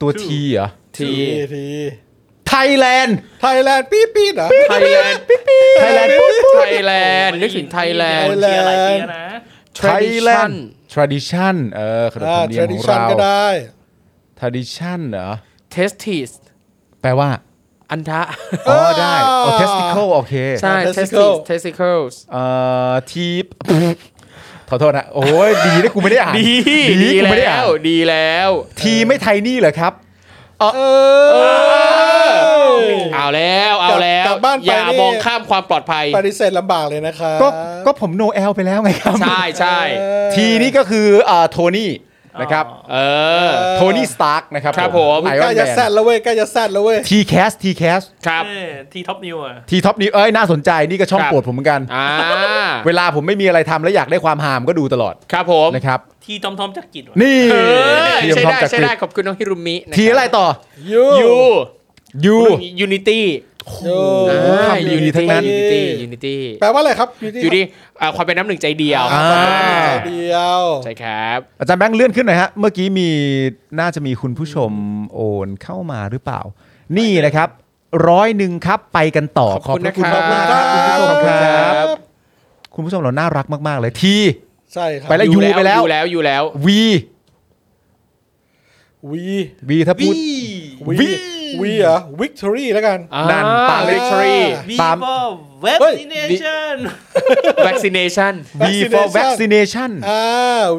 [SPEAKER 5] ตัวทีเหรอ
[SPEAKER 2] ทีที
[SPEAKER 5] ไทยแลนด์
[SPEAKER 2] ไทยแลนด์ปี๊ดปี๊ดเหรอ
[SPEAKER 4] Thailand
[SPEAKER 5] ไทยแลนด์
[SPEAKER 4] Thailand นึกถึง Thailand
[SPEAKER 6] มีเชียร์หลายเชียร์นะ
[SPEAKER 4] tradition
[SPEAKER 5] tradition เออขนบธรรมเนียม
[SPEAKER 2] เทร
[SPEAKER 5] ข
[SPEAKER 2] ดิ
[SPEAKER 5] อง
[SPEAKER 2] ชัน
[SPEAKER 5] เรา
[SPEAKER 2] ก็ได้
[SPEAKER 5] tradition เหรอ
[SPEAKER 4] testes
[SPEAKER 5] แปลว่า
[SPEAKER 4] อันทะ
[SPEAKER 5] อ๋อได้อ๋อ testicle โอเค
[SPEAKER 4] ใช่ testes
[SPEAKER 2] testicle
[SPEAKER 4] testicles
[SPEAKER 5] เอ่อทีปขอโทษนะ โอ้ยดีนะกูไม่ได้อ่าน
[SPEAKER 4] ดี
[SPEAKER 5] ดีกูไม่ได้
[SPEAKER 4] แล้
[SPEAKER 5] อ่าน
[SPEAKER 4] ว ดีแล้ว
[SPEAKER 5] ทีไม่ไทยนี่เหรอครับ
[SPEAKER 2] เออ
[SPEAKER 4] เอาแล้วเอาแล้ว
[SPEAKER 2] กลับบ้านไป
[SPEAKER 4] อย่า
[SPEAKER 2] นี่
[SPEAKER 4] มองข้ามความปลอดภัย
[SPEAKER 2] ปฏิเสธลำบากเลยนะครับ
[SPEAKER 5] ก็ก็ผมโนแอลไปแล้วไงครับ
[SPEAKER 4] ใช่ใช่
[SPEAKER 5] ทีนี่ก็คือเอ่อโทนี่ นะครับ
[SPEAKER 4] เออ
[SPEAKER 5] โทนี่สตาร์กนะครับ
[SPEAKER 4] ครับผม
[SPEAKER 5] ไออ
[SPEAKER 2] ใกล้
[SPEAKER 5] นแม
[SPEAKER 2] จะแซด
[SPEAKER 5] น
[SPEAKER 2] แล้วเว้ยใกล้จะแซดแล้วเว้ย
[SPEAKER 5] ทีแคสทีแคส
[SPEAKER 4] ครับ
[SPEAKER 6] ทีท็อปนิวอ่ะ
[SPEAKER 5] ทีท็อปนิวเอ้ยน่าสนใจนี่ก็ช่อง
[SPEAKER 4] ครับ
[SPEAKER 5] โปรดผมเหมือนกัน
[SPEAKER 4] อ่า
[SPEAKER 5] เวลาผมไม่มีอะไรทำและอยากได้ความหามก็ดูตลอด
[SPEAKER 4] ครับผม
[SPEAKER 5] นะครับ
[SPEAKER 6] ทีจอมทอมจักรกิจว่ะ
[SPEAKER 5] นี่
[SPEAKER 4] เออ
[SPEAKER 5] ทีม
[SPEAKER 4] ใช่
[SPEAKER 5] ท็อป
[SPEAKER 4] ได้
[SPEAKER 5] จากก
[SPEAKER 4] ใช่
[SPEAKER 5] รี
[SPEAKER 4] ได้ขอบคุณน้องฮิรุมินคบ
[SPEAKER 5] ทีอะไรต่อ
[SPEAKER 2] ยู
[SPEAKER 4] ยู
[SPEAKER 5] ยู
[SPEAKER 4] ยูนิตี้
[SPEAKER 2] ยู
[SPEAKER 5] คำยูนิทั้งนั้น
[SPEAKER 4] ยูนิตี้ยูนิตี้
[SPEAKER 2] แปลว่าอะไรครับยูนิ
[SPEAKER 4] ยูนิอ่าความเป็นน้ำหนึ่งใจเดียว
[SPEAKER 5] อ่า
[SPEAKER 2] เดียว
[SPEAKER 4] ใช่ครับ
[SPEAKER 5] อาจารย์แบงค์เลื่อนขึ้นหน่อยฮะ เมื่อกี้มีน่าจะมีคุณผู้ชมโอนเข้ามาหรือเปล่า นี่นะครับร้อยหนึ่งครับไปกันต่อ
[SPEAKER 4] ขอบคุณ
[SPEAKER 5] พระ
[SPEAKER 4] นะครับ
[SPEAKER 5] มากครับคุณผู้ชมครับ
[SPEAKER 4] บ
[SPEAKER 5] คุณผู้ชมเราน่ารักมาก ๆ เลยที
[SPEAKER 2] ใช่ครับ
[SPEAKER 5] ไปแล้ว ยูไปแล้ว
[SPEAKER 4] ยูแล้วยูแล้ว
[SPEAKER 5] วี
[SPEAKER 2] วี
[SPEAKER 5] วีถ้าพูด
[SPEAKER 2] วี
[SPEAKER 5] วี
[SPEAKER 2] วีเหรอวิกตอรี่แล้วกัน
[SPEAKER 5] นั่นปาลิ
[SPEAKER 4] วิกตอรี่
[SPEAKER 6] วี
[SPEAKER 5] ตาม
[SPEAKER 6] บอเว็บ
[SPEAKER 2] เฮ้ย
[SPEAKER 6] ซิเนชั่น
[SPEAKER 4] vaccination
[SPEAKER 5] V for vaccination
[SPEAKER 2] อ่า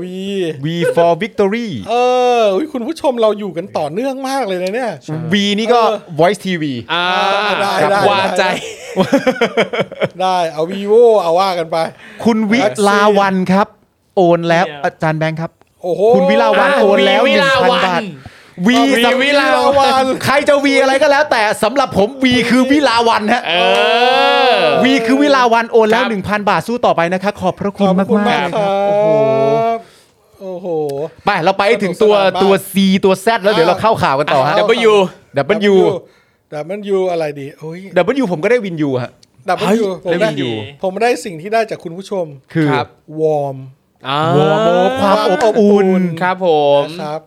[SPEAKER 2] วี
[SPEAKER 5] V for victory
[SPEAKER 2] เอออุ๊ยคุณผู้ชมเราอยู่กันต่อเนื่องมากเลยนะเนี่ย
[SPEAKER 5] V นี่ก็ voice TV
[SPEAKER 4] อ่า
[SPEAKER 2] ได้ได้
[SPEAKER 4] วาใจ
[SPEAKER 2] ได้เอาวีโวเอาว่ากันไป
[SPEAKER 5] คุณวิลาวันครับ โอนแล้วอาจารย์แบงค์ครับ
[SPEAKER 2] โอ้โห
[SPEAKER 5] คุณวิลาวันโอนแล้ว
[SPEAKER 4] วีวิลาวัน
[SPEAKER 5] 1,000บาทวี
[SPEAKER 4] วี
[SPEAKER 5] สำหรับ
[SPEAKER 4] วิลาวั
[SPEAKER 2] น
[SPEAKER 5] (laughs) ใครจะวีอะไรก็แล้ว แต่สำหรับผมวีคือวิลาวันฮะ
[SPEAKER 4] เออ
[SPEAKER 5] วีคือวิลาวันโอนแล้ว
[SPEAKER 4] ครับ
[SPEAKER 5] 1,000 บาทสู้ต่อไปนะคะ ขอบพ
[SPEAKER 2] ข
[SPEAKER 5] ระคุณ
[SPEAKER 2] อบ
[SPEAKER 5] มาก
[SPEAKER 2] คุณมาม
[SPEAKER 5] าก ก
[SPEAKER 2] ค
[SPEAKER 5] ค
[SPEAKER 2] รั
[SPEAKER 5] รับบ โอ้โห
[SPEAKER 2] โอ้โห
[SPEAKER 5] ไปเราไปถึงตัว
[SPEAKER 2] สนุกสนานมาก
[SPEAKER 5] ตัว C ตัว Z แล้วเดี๋ยวเราเข้าข่าวกันต่อฮะ
[SPEAKER 2] อ่ะ
[SPEAKER 4] W
[SPEAKER 5] W
[SPEAKER 2] ดับมันยูอะไรดีโอ้ย
[SPEAKER 5] W ผมก็ได้วินยูฮะ
[SPEAKER 2] ดับมันยูผม
[SPEAKER 5] ได้
[SPEAKER 2] ได้
[SPEAKER 5] วินยู
[SPEAKER 2] ผมได้สิ่งที่ได้จากคุณผู้ชม
[SPEAKER 5] คือ
[SPEAKER 4] ครับ
[SPEAKER 2] วอร์ม
[SPEAKER 4] อ่าว
[SPEAKER 5] อร์โมความอบอุ่น
[SPEAKER 4] ครับผม
[SPEAKER 2] นะครับ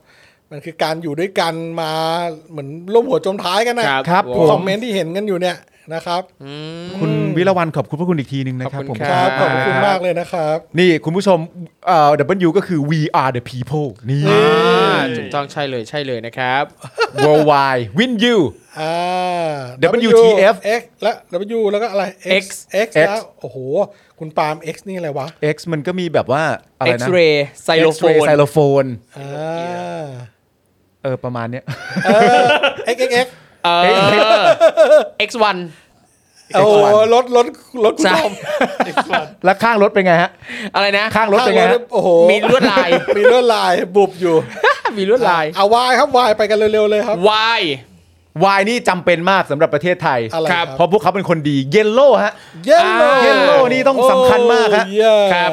[SPEAKER 2] มันคือการอยู่ด้วยกันมาเหมือนร่วมหัวจมท้ายกันนะครับ
[SPEAKER 5] ผ
[SPEAKER 2] คอ
[SPEAKER 5] ม
[SPEAKER 2] มเมนต์ที่เห็นกันอยู่เนี่ยนะครับ
[SPEAKER 4] อืม
[SPEAKER 5] คุณวิลาวันขอบคุณพระคุณอีกทีหนึงนะครับ
[SPEAKER 4] ขอบ
[SPEAKER 5] ผ
[SPEAKER 4] คุ
[SPEAKER 5] ม
[SPEAKER 4] ณ
[SPEAKER 2] ครับขอบคุณ
[SPEAKER 5] รั
[SPEAKER 2] มากเลยนะครับ
[SPEAKER 5] นี่คุณผู้ชมเอ่อ W ก็คือ we are the people นี่
[SPEAKER 4] อ่าถูกต้องใช่เลยใช่เลยนะครับ
[SPEAKER 5] worldwide win you
[SPEAKER 2] อ่า
[SPEAKER 5] WTF
[SPEAKER 2] X และ W แล้วก็อะไร
[SPEAKER 4] X
[SPEAKER 2] X แล้วโอ้โห คุณปาล์ม X นี่อะไรวะ
[SPEAKER 5] X มันก็มีแบบว่า อะไรนะ
[SPEAKER 4] X-ray ไซโลโฟ
[SPEAKER 5] X-ray
[SPEAKER 4] น
[SPEAKER 5] ไซโลโฟน
[SPEAKER 2] อ่า
[SPEAKER 5] เออ ประมาณเนี้ย (laughs)
[SPEAKER 2] เออ X X X
[SPEAKER 4] เออ X1
[SPEAKER 2] โอ้โหรถรถรถคุณ
[SPEAKER 4] ใช่
[SPEAKER 2] ปาล์ม
[SPEAKER 5] แล้วข้างรถเป็นไงฮะ
[SPEAKER 4] อะไรนะ
[SPEAKER 5] ข้างรถเป็นไงฮะ
[SPEAKER 2] โอ้โห
[SPEAKER 4] มีลวดลาย
[SPEAKER 5] (laughs)
[SPEAKER 2] มีลวดลายบุบอยู่
[SPEAKER 4] มีลวดลาย
[SPEAKER 2] เอาวายครับวายไปกันเร็วๆเลยครับ
[SPEAKER 4] Y
[SPEAKER 5] Y นี่จำเป็นมากสำหรับประเทศไทย
[SPEAKER 2] อะไรครับ
[SPEAKER 5] เพราะพวกเขาเป็นคนดี Yellow ฮะ
[SPEAKER 2] เยลโล่
[SPEAKER 5] Yellow นี่ต้องสำคัญมากฮะ
[SPEAKER 4] ครับ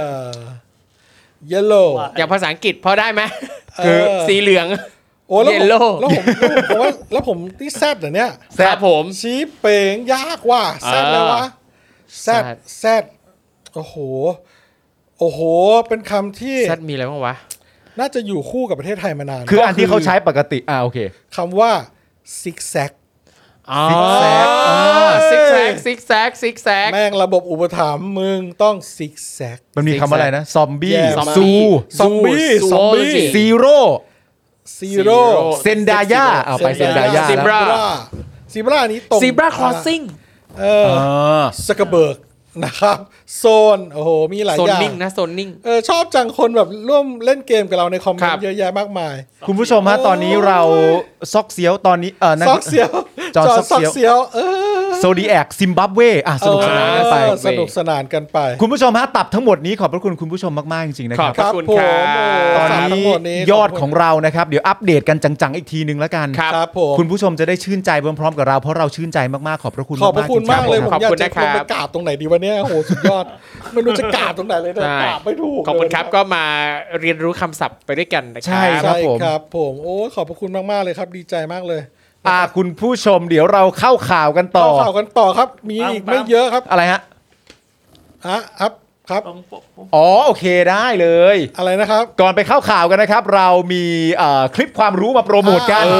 [SPEAKER 2] เยลโล่
[SPEAKER 4] อย่างภาษาอังกฤษพอได้ไหม
[SPEAKER 5] คือ
[SPEAKER 4] สีเหลือง
[SPEAKER 2] โอ้แล้วผม
[SPEAKER 4] Yellow
[SPEAKER 2] แล้วผมแล้วผมว่าแล้วผมที่แซดเหรอเนี่ย
[SPEAKER 5] แซด
[SPEAKER 4] ครับผม
[SPEAKER 2] ชี้เป่งยากว่ะแซดแล้ววะแซด
[SPEAKER 4] แซด
[SPEAKER 2] แซดโอ้โห โอ้โห เป็นคำที่
[SPEAKER 4] แซดมีอะไรบ้างวะ
[SPEAKER 2] น่าจะอยู่คู่กับประเทศไทยมานาน
[SPEAKER 5] คืออันที่เขาใช้ปกติ อ่าโอเค
[SPEAKER 2] คำว่าซิกแซก
[SPEAKER 4] ซิกแซก
[SPEAKER 5] อ่า
[SPEAKER 4] ซิกแซกซิกแซกซิกแซก
[SPEAKER 2] แม่งระบบอุปถัมภ์มึงต้องซิกแซก
[SPEAKER 5] มันมีคำว่าอะไรนะ ซอมบี้
[SPEAKER 2] แย่มาก
[SPEAKER 5] ซู
[SPEAKER 2] ซอมบี้
[SPEAKER 4] สู้
[SPEAKER 2] ซอมบี้
[SPEAKER 4] สู้สิ
[SPEAKER 5] ซีโร่
[SPEAKER 2] ซีโร่
[SPEAKER 4] โอ้
[SPEAKER 5] เซนดายาเอาไปเซนดายา
[SPEAKER 4] Zebra
[SPEAKER 2] ซีบรานี้ตรง
[SPEAKER 4] ซีบราครอสซิ่ง
[SPEAKER 2] เออ สกเบิร์กนะครับ โซน โอ้โห มีหลาย
[SPEAKER 4] โซน
[SPEAKER 2] อย่าง
[SPEAKER 4] นิ่งนะโซนนิ่ง
[SPEAKER 2] เออชอบจังคนแบบร่วมเล่นเกมกับเราในคอมเมน
[SPEAKER 4] ครับ
[SPEAKER 2] ต์เยอะแยะมากมาย
[SPEAKER 5] คุณผู้ชมฮะตอนนี้เราซอกเซียวตอนนี้เออนั่น
[SPEAKER 2] ซอกเสียว
[SPEAKER 5] จอห์น
[SPEAKER 2] ห์
[SPEAKER 5] ซอกเสียว
[SPEAKER 2] เออ
[SPEAKER 5] โซดีแอกซิมบับเวอ่ะสนุกสนานกันไป
[SPEAKER 2] เออสนุกสนานกันไป
[SPEAKER 5] คุณผู้ชมฮะตับทั้งหมดนี้ขอบพระคุณคุณผู้ชมมาก ๆ จริง ๆ นะ
[SPEAKER 4] ข
[SPEAKER 5] ค
[SPEAKER 4] อบ
[SPEAKER 5] รับ
[SPEAKER 4] พระคุณครั
[SPEAKER 2] ครับผมโอ้โห
[SPEAKER 5] ตอบ น
[SPEAKER 2] ทั้
[SPEAKER 5] นี้
[SPEAKER 2] งหมดนี้
[SPEAKER 5] ยอดของเรานะครับ เดี๋ยวอัปเดตกันจัง ๆ อีกทีนึงแล้วกัน
[SPEAKER 4] ครับ
[SPEAKER 2] ครับผม
[SPEAKER 5] คุณผู้ชมจะได้ชื่นใจพร้อม ๆ กับเรา เพราะเราชื่นใจมาก ๆ ขอบพระคุณ
[SPEAKER 2] ขอบพระคุณมากเลย
[SPEAKER 5] จ
[SPEAKER 2] ผม
[SPEAKER 5] ริง
[SPEAKER 4] ขอบ
[SPEAKER 2] อยาก
[SPEAKER 4] คุณ
[SPEAKER 2] จะ
[SPEAKER 4] นะค
[SPEAKER 2] ล
[SPEAKER 4] รั
[SPEAKER 2] ง
[SPEAKER 4] บ
[SPEAKER 2] ไปกราบตรงไหนดีวะเนี่ยโอ้โห สุดยอด ไม่รู้จะกราบตรงไหนเลยนะ
[SPEAKER 4] ใช่
[SPEAKER 2] กราบไม่ถูก
[SPEAKER 4] ขอบคุณครับ
[SPEAKER 2] เลยนะ
[SPEAKER 4] ก็มาเรียนรู้คำศัพท์ไปด้วยกันนะค
[SPEAKER 5] ๆ
[SPEAKER 4] รั
[SPEAKER 5] ใช่
[SPEAKER 4] บ
[SPEAKER 5] ครับ
[SPEAKER 2] ใช่
[SPEAKER 5] ผม
[SPEAKER 2] ครับผม โอ้ยขอบพระคุณมากๆเลยครับ ดีใจมากเลย
[SPEAKER 5] อ่าคุณผู้ชมเดี๋ยวเราเข้าข่าวกันต่อ
[SPEAKER 2] เข้าข่าวกันต่อครับ มีอีกไม่เยอะครับ
[SPEAKER 5] อะไรฮะ
[SPEAKER 2] อ่ะครับครับ
[SPEAKER 6] ต้องปกป้อง
[SPEAKER 5] อ๋อโอเคได้เลย
[SPEAKER 2] อะไรนะครับ
[SPEAKER 5] ก่อนไปเข้าข่าวกันนะครับ เรามีเอ่อคลิปความรู้มาโปรโมทกัน
[SPEAKER 2] เอ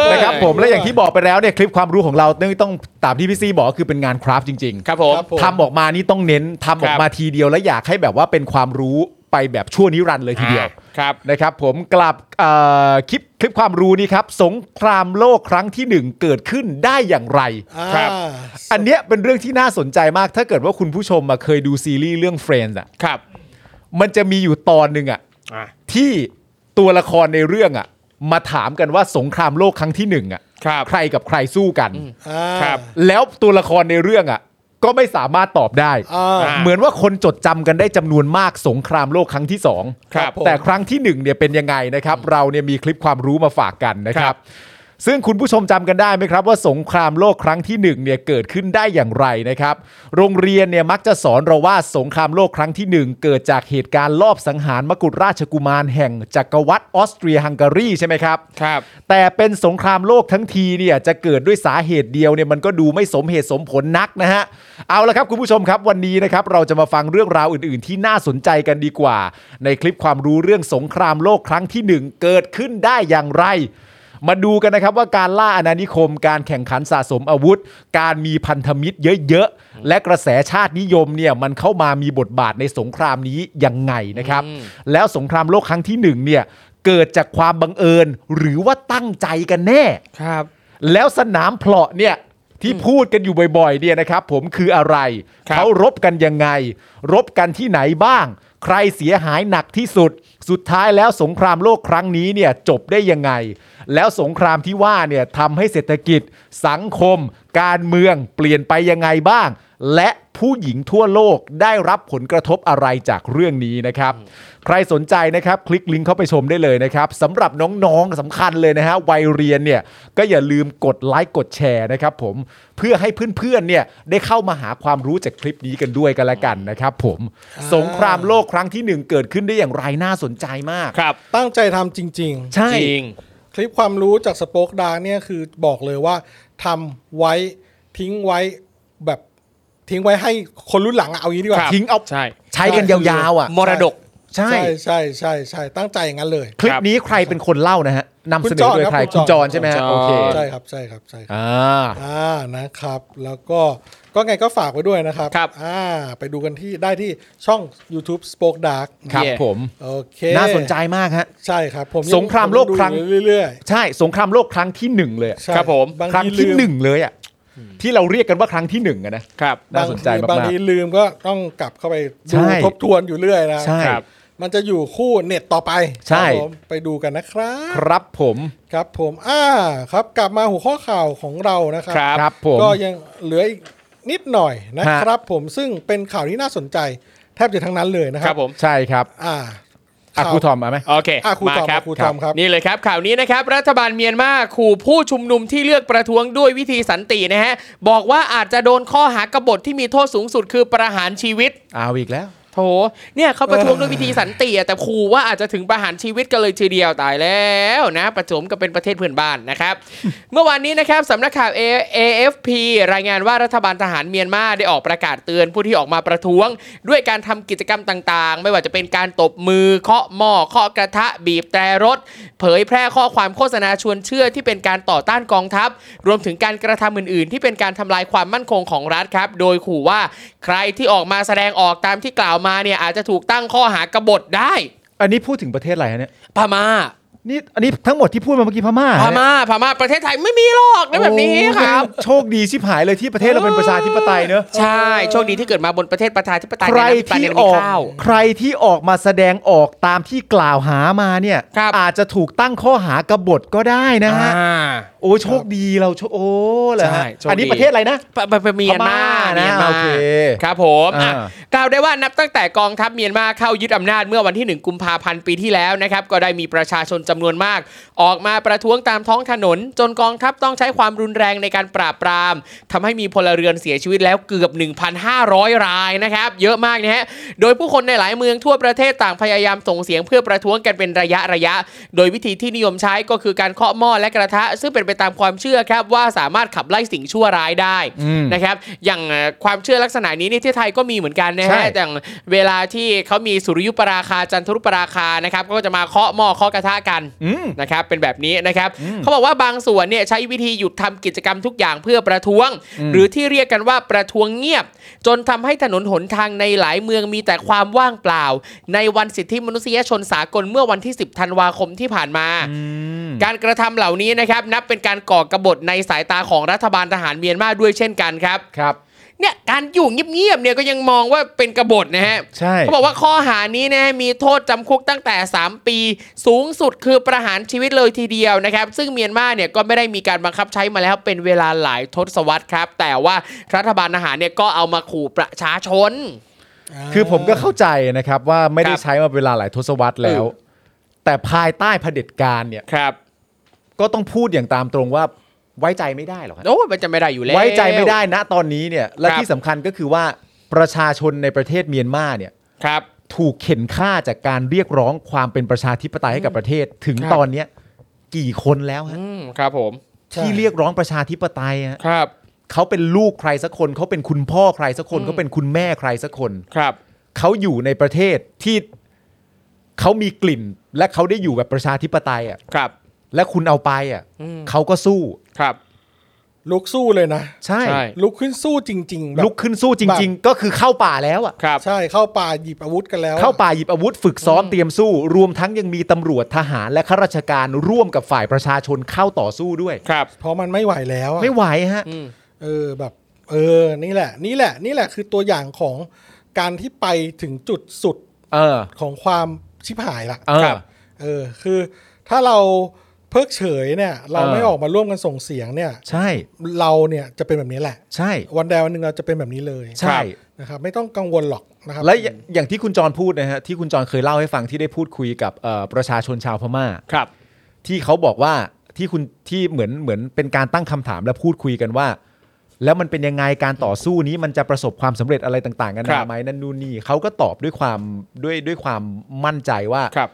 [SPEAKER 2] อ
[SPEAKER 5] นะครับผม
[SPEAKER 2] เออ
[SPEAKER 5] และอย่างที่บอกไปแล้วเนี่ยคลิปความรู้ของเราเนี่ยต้องตามที่พี่ซีบอกคือเป็นงานคราฟต์จริง ๆ
[SPEAKER 4] ครับผม
[SPEAKER 2] ครับผม
[SPEAKER 5] ทำออกมานี่ต้องเน้นทำออ
[SPEAKER 4] ครั
[SPEAKER 5] ก
[SPEAKER 4] บ
[SPEAKER 5] มาทีเดียวและอยากให้แบบว่าเป็นความรู้ไปแบบชั่วนิรันดร์เลยทีเดียว
[SPEAKER 4] อ่าครับ
[SPEAKER 5] นะครับ ผมกลับเอ่อคลิปคลิปความรู้นี่ครับ สงครามโลกครั้งที่หนึ่งเกิดขึ้นได้อย่างไร
[SPEAKER 4] ครับ
[SPEAKER 2] อ่า
[SPEAKER 5] อันเนี้ยเป็นเรื่องที่น่าสนใจมากถ้าเกิดว่าคุณผู้ชมมาเคยดูซีรีส์เรื่อง Friends อ่ะ
[SPEAKER 4] ครับ
[SPEAKER 5] มันจะมีอยู่ตอนหนึ่งอ่ะ
[SPEAKER 4] อ่ะ
[SPEAKER 5] ที่ตัวละครในเรื่องอ่ะมาถามกันว่าสงครามโลกครั้งที่หนึ่งอ่ะ
[SPEAKER 4] ครับ
[SPEAKER 5] ใครกับใครสู้กัน
[SPEAKER 2] อ่า
[SPEAKER 4] ครับ
[SPEAKER 5] แล้วตัวละครในเรื่องอ่ะ ก็ไม่สามารถตอบได้
[SPEAKER 2] อ่า
[SPEAKER 4] อ่า
[SPEAKER 5] เหมือนว่าคนจดจำกันได้จำนวนมากสงครามโลกครั้งที่สอง
[SPEAKER 4] ครับผม
[SPEAKER 5] แต่ครั้งที่หนึ่งเนี่ยเป็นยังไงนะครับ เราเนี่ยมีคลิปความรู้มาฝากกันนะค
[SPEAKER 4] ค
[SPEAKER 5] รั
[SPEAKER 4] รับ บ
[SPEAKER 5] ซึ่งคุณผู้ชมจำกันได้ไหมครับ ว่าสงครามโลกครั้งที่หนึ่งเนี่ยเกิดขึ้นได้อย่างไรนะครับ โรงเรียนเนี่ยมักจะสอนเราว่าสงครามโลกครั้งที่หนึ่งเกิดจากเหตุการณ์ลอบสังหารมกุฎราชกุมารแห่งจักรวรรดิออสเตรียฮังการีใช่ไหมครับ
[SPEAKER 4] ครับ
[SPEAKER 5] แต่เป็นสงครามโลกทั้งทีเนี่ยจะเกิดด้วยสาเหตุเดียวเนี่ยมันก็ดูไม่สมเหตุสมผลนักนะฮะ เอาละครับคุณผู้ชมครับวันนี้นะครับเราจะมาฟังเรื่องราวอื่น ๆ ที่น่าสนใจกันดีกว่า ในคลิปความรู้เรื่องสงครามโลกครั้งที่หนึ่งเกิดขึ้นได้อย่างไร มาดูกันนะครับว่าการล่าอาณานิคม การแข่งขันสะสมอาวุธ การมีพันธมิตรเยอะ ๆ และกระแสชาตินิยมเนี่ยมันเข้ามามีบทบาทในสงครามนี้ยังไงนะครับ แล้วสงครามโลกครั้งที่หนึ่งเนี่ย เกิดจากความบังเอิญหรือว่าตั้งใจกันแน่
[SPEAKER 4] ครับ
[SPEAKER 5] แล้วสนามเพลาะเนี่ยที่พูดกันอยู่บ่อยๆเนี่ยนะครับ ผมคืออะไร
[SPEAKER 4] ครับ
[SPEAKER 5] เขารบกันยังไง รบกันที่ไหนบ้าง ใครเสียหายหนักที่สุด สุดท้ายแล้วสงครามโลกครั้งนี้เนี่ยจบได้ยังไง แล้วสงครามที่ว่าเนี่ยทำให้เศรษฐกิจ สังคม การเมืองเปลี่ยนไปยังไงบ้าง และผู้หญิงทั่วโลกได้รับผลกระทบอะไรจากเรื่องนี้นะครับ ใครสนใจนะครับ คลิกลิงก์เข้าไปชมได้เลยนะครับสำหรับน้องๆสำคัญเลยนะฮะวัยเรียนเนี่ยก็อย่าลืมกดไลค์กดแชร์นะครับผมเพื่อให้เพื่อนๆเนี่ยได้เข้ามาหาความรู้จากคลิปนี้กันด้วยกันละกันนะครับผมสงครามโลกครั้งที่หนึ่งเกิดขึ้นได้อย่างไรน่าสนใจมาก
[SPEAKER 4] ครับ
[SPEAKER 2] ตั้งใจทำจริง
[SPEAKER 5] ใช่
[SPEAKER 4] จริง
[SPEAKER 2] ๆ คลิปความรู้จากสป็อกดาเนี่ยคือบอกเลยว่าทำไว้ทิ้งไว้แบบทิ้งไว้ให้คนรุ่นหลังอะเอางี้ดีก
[SPEAKER 4] ครั
[SPEAKER 2] ว่า
[SPEAKER 4] บ
[SPEAKER 5] ทิ้งเอา
[SPEAKER 4] ใช่
[SPEAKER 5] ใช้กันยาวๆอ่ะ
[SPEAKER 4] มรดก
[SPEAKER 5] ใช่
[SPEAKER 2] ใช่ใช่ใช่ใช่ตั้งใจอย่างนั้นเลย
[SPEAKER 5] คลิปนี้ใครเป็นคนเล่านะฮะนำเสนอโดยใคร
[SPEAKER 2] คุ
[SPEAKER 5] คุณ
[SPEAKER 2] ณ
[SPEAKER 5] จ
[SPEAKER 2] จ
[SPEAKER 5] อ
[SPEAKER 2] อน นครับ
[SPEAKER 5] ใช่ไหมฮะ
[SPEAKER 4] คุณจอน
[SPEAKER 5] โอเค
[SPEAKER 2] ใช่ครับใช่ครับใช่ครับ
[SPEAKER 5] อ่า
[SPEAKER 2] อ่านะครับ แล้วก็ก็ไงก็ฝากไว้ด้วยนะครับ
[SPEAKER 4] ครับ
[SPEAKER 2] อ่าไปดูกันที่ได้ที่ช่อง YouTube Spoke Dark
[SPEAKER 5] ครับ
[SPEAKER 4] เย่
[SPEAKER 5] ผม
[SPEAKER 2] โอเค
[SPEAKER 5] น่าสนใจมากฮะ
[SPEAKER 2] ใช่ครับผมยั
[SPEAKER 5] สงครามโลกครั้ง
[SPEAKER 2] ผมดูอยู่เรื่อย
[SPEAKER 5] ใช่สงครามโลกครั้งที่หนึ่งเลยอะ
[SPEAKER 2] ๆใช่
[SPEAKER 4] ครับผม
[SPEAKER 2] บาง
[SPEAKER 5] ครั้ง
[SPEAKER 2] ที
[SPEAKER 5] ที่
[SPEAKER 2] ลืม
[SPEAKER 5] หนึ่งเลยอ่ะที่เราเรียกกันว่าครั้งที่หนึ่งอะนะครับ น่าสนใจ
[SPEAKER 2] บาง
[SPEAKER 5] มาก
[SPEAKER 2] ทีลืมก็ต้องกลับเข้าไป
[SPEAKER 5] ใช่
[SPEAKER 2] ดูทบทวนอยู่เรื่อยนะ
[SPEAKER 5] ๆ ใช่
[SPEAKER 4] ครับ
[SPEAKER 2] มันจะอยู่คู่เน็ตต่อไปค
[SPEAKER 5] ใช่
[SPEAKER 2] รับผมไปดูกันนะครับ
[SPEAKER 5] ครับผม
[SPEAKER 2] ครับผมอ่าครับกลับมาหัวข้อข่าวของเรานะครั
[SPEAKER 4] ครับ
[SPEAKER 5] ครับผม
[SPEAKER 2] ก็ยังเหลืออีกนิดหน่อยนะ
[SPEAKER 5] ฮะ
[SPEAKER 2] ครับผมซึ่งเป็นข่าวที่น่าสนใจ แทบจะทั้งนั้นเลยนะค
[SPEAKER 4] ค
[SPEAKER 2] รั
[SPEAKER 4] รั
[SPEAKER 2] บบ
[SPEAKER 4] ผม
[SPEAKER 5] ใช่ครับ
[SPEAKER 2] อ่า
[SPEAKER 5] อ่ะ
[SPEAKER 2] ข่าว
[SPEAKER 5] ครูทอมมาไหม
[SPEAKER 4] โอเค
[SPEAKER 2] อ่ะครู
[SPEAKER 4] มา
[SPEAKER 2] ทอม
[SPEAKER 4] ครับ
[SPEAKER 2] ครูทอมครับ
[SPEAKER 4] นี่เลยครับข่าวนี้นะครับ รัฐบาลเมียนมาขู่ผู้ชุมนุมที่เลือกประท้วงด้วยวิธีสันตินะฮะ บอกว่าอาจจะโดนข้อหากบฏที่มีโทษสูงสุดคือประหารชีวิต
[SPEAKER 5] เอาอีกแล้ว
[SPEAKER 4] โถเนี่ยเขาประท้วงด้วยวิธีสันติอะแต่ขู่ว่าอาจจะถึงประหารชีวิตกันเลยทีเดียวตายแล้วนะ ประจวบกับเป็นประเทศเพื่อนบ้านนะครับ (laughs) เมื่อวานนี้นะครับสำนักข่าว A- AFP รายงานว่ารัฐบาลทหารเมียนมาได้ออกประกาศเตือนผู้ที่ออกมาประท้วง ด้วยการทำกิจกรรมต่างๆ ไม่ว่าจะเป็นการตบมือเคาะหม้อเคาะกระทะบีบแตรรถ เผยแพร่ข้อความโฆษณาชวนเชื่อที่เป็นการต่อต้านกองทัพ รวมถึงการกระทำอื่นๆ ที่เป็นการทำลายความมั่นคงของรัฐครับ โดยขู่ว่าใครที่ออกมาแสดงออกตามที่กล่าวมาเนี่ยอาจจะถูกตั้งข้อหากบฏได้
[SPEAKER 5] อันนี้พูดถึงประเทศอะไรฮะเนี่ย
[SPEAKER 4] พม่า
[SPEAKER 5] นี่อันนี้ทั้งหมดที่พูดมาเมื่อกี้พม่า
[SPEAKER 4] พม่าพม่าประเทศไทยไม่มีหรอกนะแบบนี้
[SPEAKER 5] โอ้โห
[SPEAKER 4] ครับ
[SPEAKER 5] โชคดีชิบหายเลยที่ประเทศเราเป็นประชาธิปไตยเนอะ
[SPEAKER 4] ใช่ โชคดีที่เกิดมาบนประเทศประชาธิปไตย
[SPEAKER 5] ใคร
[SPEAKER 4] ในน้ำประ
[SPEAKER 5] ที่
[SPEAKER 4] เด็น
[SPEAKER 5] อ
[SPEAKER 4] มี
[SPEAKER 5] อก
[SPEAKER 4] ข้าว
[SPEAKER 5] ใครที่ออกมาแสดงออกตามที่กล่าวหามาเนี่ย
[SPEAKER 4] ครับ
[SPEAKER 5] อาจจะถูกตั้งข้อหากบฏก็ได้นะฮะ
[SPEAKER 4] อ่า
[SPEAKER 5] โอ้โชคดีเราโชคโอ้เหรอฮะ
[SPEAKER 4] ใช่โชคดี
[SPEAKER 5] อันนี้ประเทศอะไรนะ
[SPEAKER 4] ปะปะปะเมียนมา
[SPEAKER 5] พม่านะ
[SPEAKER 4] เมียนมา
[SPEAKER 5] โอเค
[SPEAKER 4] ครับผมอ่ะ
[SPEAKER 5] อ่าก
[SPEAKER 4] ล่าวได้ว่านับตั้งแต่กองทัพเมียนมาเข้ายึดอำนาจเมื่อวันที่ 1 กุมภาพันธ์ปีที่แล้วนะครับ ก็ได้มีประชาชนจำนวนมาก ออกมาประท้วงตามท้องถนน จนกองทัพต้องใช้ความรุนแรงในการปราบปรามทำให้มีพลเรือนเสียชีวิตแล้วเกือบ 1,500 รายนะครับ เยอะมากนะฮะ โดยผู้คนในหลายเมืองทั่วประเทศต่างพยายามส่งเสียงเพื่อประท้วงกันเป็นระยะระยะ โดยวิธีที่นิยมใช้ก็คือการเคาะหม้อและกระทะ ซึ่งเป็นไปตามความเชื่อครับว่าสามารถขับไล่สิ่งชั่วร้ายได้
[SPEAKER 5] อืม
[SPEAKER 4] นะครับ อย่างเอ่อความเชื่อลักษณะนี้นี่ที่ไทยก็มีเหมือนกันนะ
[SPEAKER 5] ใช่
[SPEAKER 4] ฮะอย่างเวลาที่เขามีสุริยุปราคาจันทรุปราคานะครับก็จะมาเคาะหม้อเคาะกระทะกัน
[SPEAKER 5] อืม
[SPEAKER 4] นะครับเป็นแบบนี้นะครับเขาบอกว่าบางส่วนเนี่ยใช้วิธีหยุดทำกิจกรรมทุกอย่างเพื่อประท้วง หรือที่เรียกกันว่าประท้วงเงียบ จนทำให้ถนนหนทางในหลายเมืองมีแต่ความว่างเปล่า ในวันสิทธิมนุษยชนสากลเมื่อวันที่ 10 ธันวาคมที่ผ่านมา การกระทำเหล่านี้นะครับนับเป็นการก่อกบฏในสายตาของรัฐบาลทหารเมียนมาด้วยเช่นกันครับ
[SPEAKER 5] ครับ
[SPEAKER 4] เนี่ยการอยู่เงียบๆเนี่ยก็ยังมองว่าเป็นกบฏนะฮะ
[SPEAKER 5] ใช่
[SPEAKER 4] เขาบอกว่าข้อหานี้นะฮะมีโทษจำคุกตั้งแต่ 3 ปี สูงสุดคือประหารชีวิตเลยทีเดียวนะครับ ซึ่งเมียนมาเนี่ยก็ไม่ได้มีการบังคับใช้มาแล้วเป็นเวลาหลายทศวรรษครับ แต่ว่ารัฐบาลอาหารเนี่ยก็เอามาขู่ประชาชน
[SPEAKER 5] คือผมก็เข้าใจนะครับว่าไม่ได้
[SPEAKER 4] ครับ
[SPEAKER 5] ใช้มาเวลาหลายทศวรรษแล้ว
[SPEAKER 4] อืม
[SPEAKER 5] แต่ภายใต้เผด็จการเนี่ย
[SPEAKER 4] ครับ
[SPEAKER 5] ก็ต้องพูดอย่างตามตรงว่าไว้ใจไม่ได้หรอกฮะ
[SPEAKER 4] โอ้ยมันจะไม่ได้อยู่แล้ว
[SPEAKER 5] ไว้ใจไม่ได้นะตอนนี้เนี่ยและ
[SPEAKER 4] ครับ
[SPEAKER 5] ที่สำคัญก็คือว่าประชาชนในประเทศเมียนมาเนี่ย
[SPEAKER 4] ครับ
[SPEAKER 5] ถูกเข็นฆ่าจากการเรียกร้องความเป็นประชาธิปไตยให้กับประเทศ ถึง
[SPEAKER 4] ครับ
[SPEAKER 5] ตอนเนี้ยกี่คนแล้วฮะ
[SPEAKER 4] อืมครับผม
[SPEAKER 5] ที่เรียกร้องประชาธิปไตยฮะ
[SPEAKER 4] ครับ
[SPEAKER 5] เขาเป็นลูกใครสักคนเขาเป็นคุณพ่อใครสักคนเขาเป็นคุณแม่ใครสักคน
[SPEAKER 4] ครับ
[SPEAKER 5] เขาอยู่ในประเทศที่เขามีกลิ่น และเขาได้อยู่แบบประชาธิปไตยอ่ะ
[SPEAKER 4] ครับ
[SPEAKER 5] และคุณเอาไปอ่ะ
[SPEAKER 4] อืม
[SPEAKER 5] เขาก็สู้
[SPEAKER 4] ครับ
[SPEAKER 2] ลุกสู้เลยนะ
[SPEAKER 5] ใช่
[SPEAKER 4] ใช่
[SPEAKER 2] ลุกขึ้นสู้จริงๆแบบ
[SPEAKER 5] ลุกขึ้นสู้จ
[SPEAKER 2] แบบ
[SPEAKER 5] ริง ๆ ก็คือเข้าป่าแล้วอ่ะ
[SPEAKER 4] ครับ
[SPEAKER 2] ใช่เข้าป่าหยิบอาวุธกันแล้ว
[SPEAKER 5] เข้าป่าหยิบอาวุธฝึกซ้อมเตรียมสู้ รวมทั้งยังมีตำรวจทหารและข้าราชการร่วมกับฝ่ายประชาชนเข้าต่อสู้ด้วย
[SPEAKER 4] ครับ
[SPEAKER 2] เพราะมันไม่ไหวแล้วอะ
[SPEAKER 5] ไม่ไหวฮะ
[SPEAKER 4] อืม
[SPEAKER 2] เออแบบ เออนี่แหละ นี่แหละ นี่แหละคือตัวอย่างของการที่ไปถึงจุดสุด
[SPEAKER 5] เออ
[SPEAKER 2] ของความชิบหายละ
[SPEAKER 5] เออ
[SPEAKER 2] ครับเออคือถ้าเราเพิกเฉยเนี่ย เรา
[SPEAKER 5] เออ
[SPEAKER 2] ไม่ออกมาร่วมกันส่งเสียงเนี่ย
[SPEAKER 5] ใช่
[SPEAKER 2] เราเนี่ยจะเป็นแบบนี้แหละ
[SPEAKER 5] ใช่
[SPEAKER 2] วันใดวันหนึ่งเราจะเป็นแบบนี้เลย
[SPEAKER 5] ใช่
[SPEAKER 2] นะครับ ไม่ต้องกังวลหรอกนะครับ
[SPEAKER 5] และอย่าอย่างที่คุณจรพูดนะฮะ ที่คุณจรเคยเล่าให้ฟังที่ได้พูดคุยกับเอ่อประชาชนชาวพม่า
[SPEAKER 4] ครับ
[SPEAKER 5] ที่เขาบอกว่าที่คุณที่เหมือนเหมือนเป็นการตั้งคำถามและพูดคุยกันว่า แล้วมันเป็นยังไงการต่อสู้นี้มันจะประสบความสำเร็จอะไรต่างๆกัน
[SPEAKER 4] ครั
[SPEAKER 5] นา
[SPEAKER 4] บ
[SPEAKER 5] ไหมนั่นนู่นนี่เขาก็ตอบด้วยความด้วยด้วยความมั่นใจว่า
[SPEAKER 4] ครับ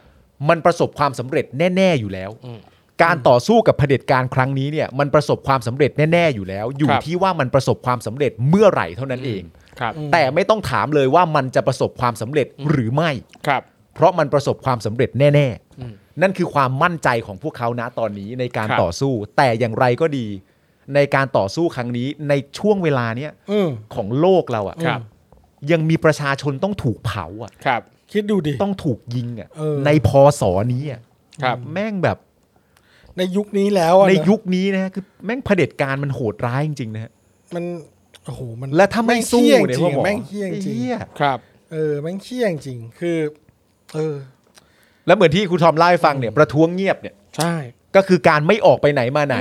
[SPEAKER 5] มันประสบความสำเร็จแน่ ๆ อยู่แล้ว
[SPEAKER 4] อืม
[SPEAKER 5] การต่อสู้กับเผด็จการครั้งนี้เนี่ย มันประสบความสำเร็จแน่ ๆ อยู่แล้ว อยู่
[SPEAKER 4] ครับ
[SPEAKER 5] ที่ว่ามันประสบความสำเร็จเมื่อไหร่เท่านั้นเอง
[SPEAKER 4] ครับ
[SPEAKER 5] แต่ไม่ต้องถามเลยว่ามันจะประสบความสำเร็จหรือไม่
[SPEAKER 4] ครับ
[SPEAKER 5] เพราะมันประสบความสำเร็จแน่
[SPEAKER 4] อืม
[SPEAKER 5] ๆ นั่นคือความมั่นใจของพวกเขานะตอนนี้ในการ
[SPEAKER 4] ครับ
[SPEAKER 5] ต่อสู้ แต่อย่างไรก็ดี ในการต่อสู้ครั้งนี้ในช่วงเวลาเนี้ย
[SPEAKER 2] อืม
[SPEAKER 5] ของโลกเราอะ
[SPEAKER 4] ครับ
[SPEAKER 5] ยังมีประชาชนต้องถูกเผาอะ
[SPEAKER 4] ครับ
[SPEAKER 2] คิดดูดิ
[SPEAKER 5] ต้องถูกยิงอะ
[SPEAKER 2] เออ
[SPEAKER 5] ในพศนี้อะ
[SPEAKER 4] ครับ
[SPEAKER 5] แม่งแบบ
[SPEAKER 2] ในยุคนี้แล้วอะะ
[SPEAKER 5] ในยุคนี้นะฮะคือแม่งเผด็จการมันโหดร้ายจริงๆนะฮะ
[SPEAKER 2] มันโอ้โหมัน
[SPEAKER 5] และถ้าไม่สู้
[SPEAKER 2] แง
[SPEAKER 5] เนี่ย
[SPEAKER 2] เหี้ยจริง
[SPEAKER 5] พวกหมอ
[SPEAKER 2] แม่งเฮี้ยจริง
[SPEAKER 5] ไอ้เหี้ย
[SPEAKER 4] ครับ
[SPEAKER 2] เออแม่งเฮี้ยจริงคือ เออ
[SPEAKER 5] แล้วเหมือนที่ครูทอมเล่าให้ฟังเนี่ยประท้วงเงียบเนี่ย
[SPEAKER 4] ใช่
[SPEAKER 5] ก็คือการไม่ออกไปไหนมาไหน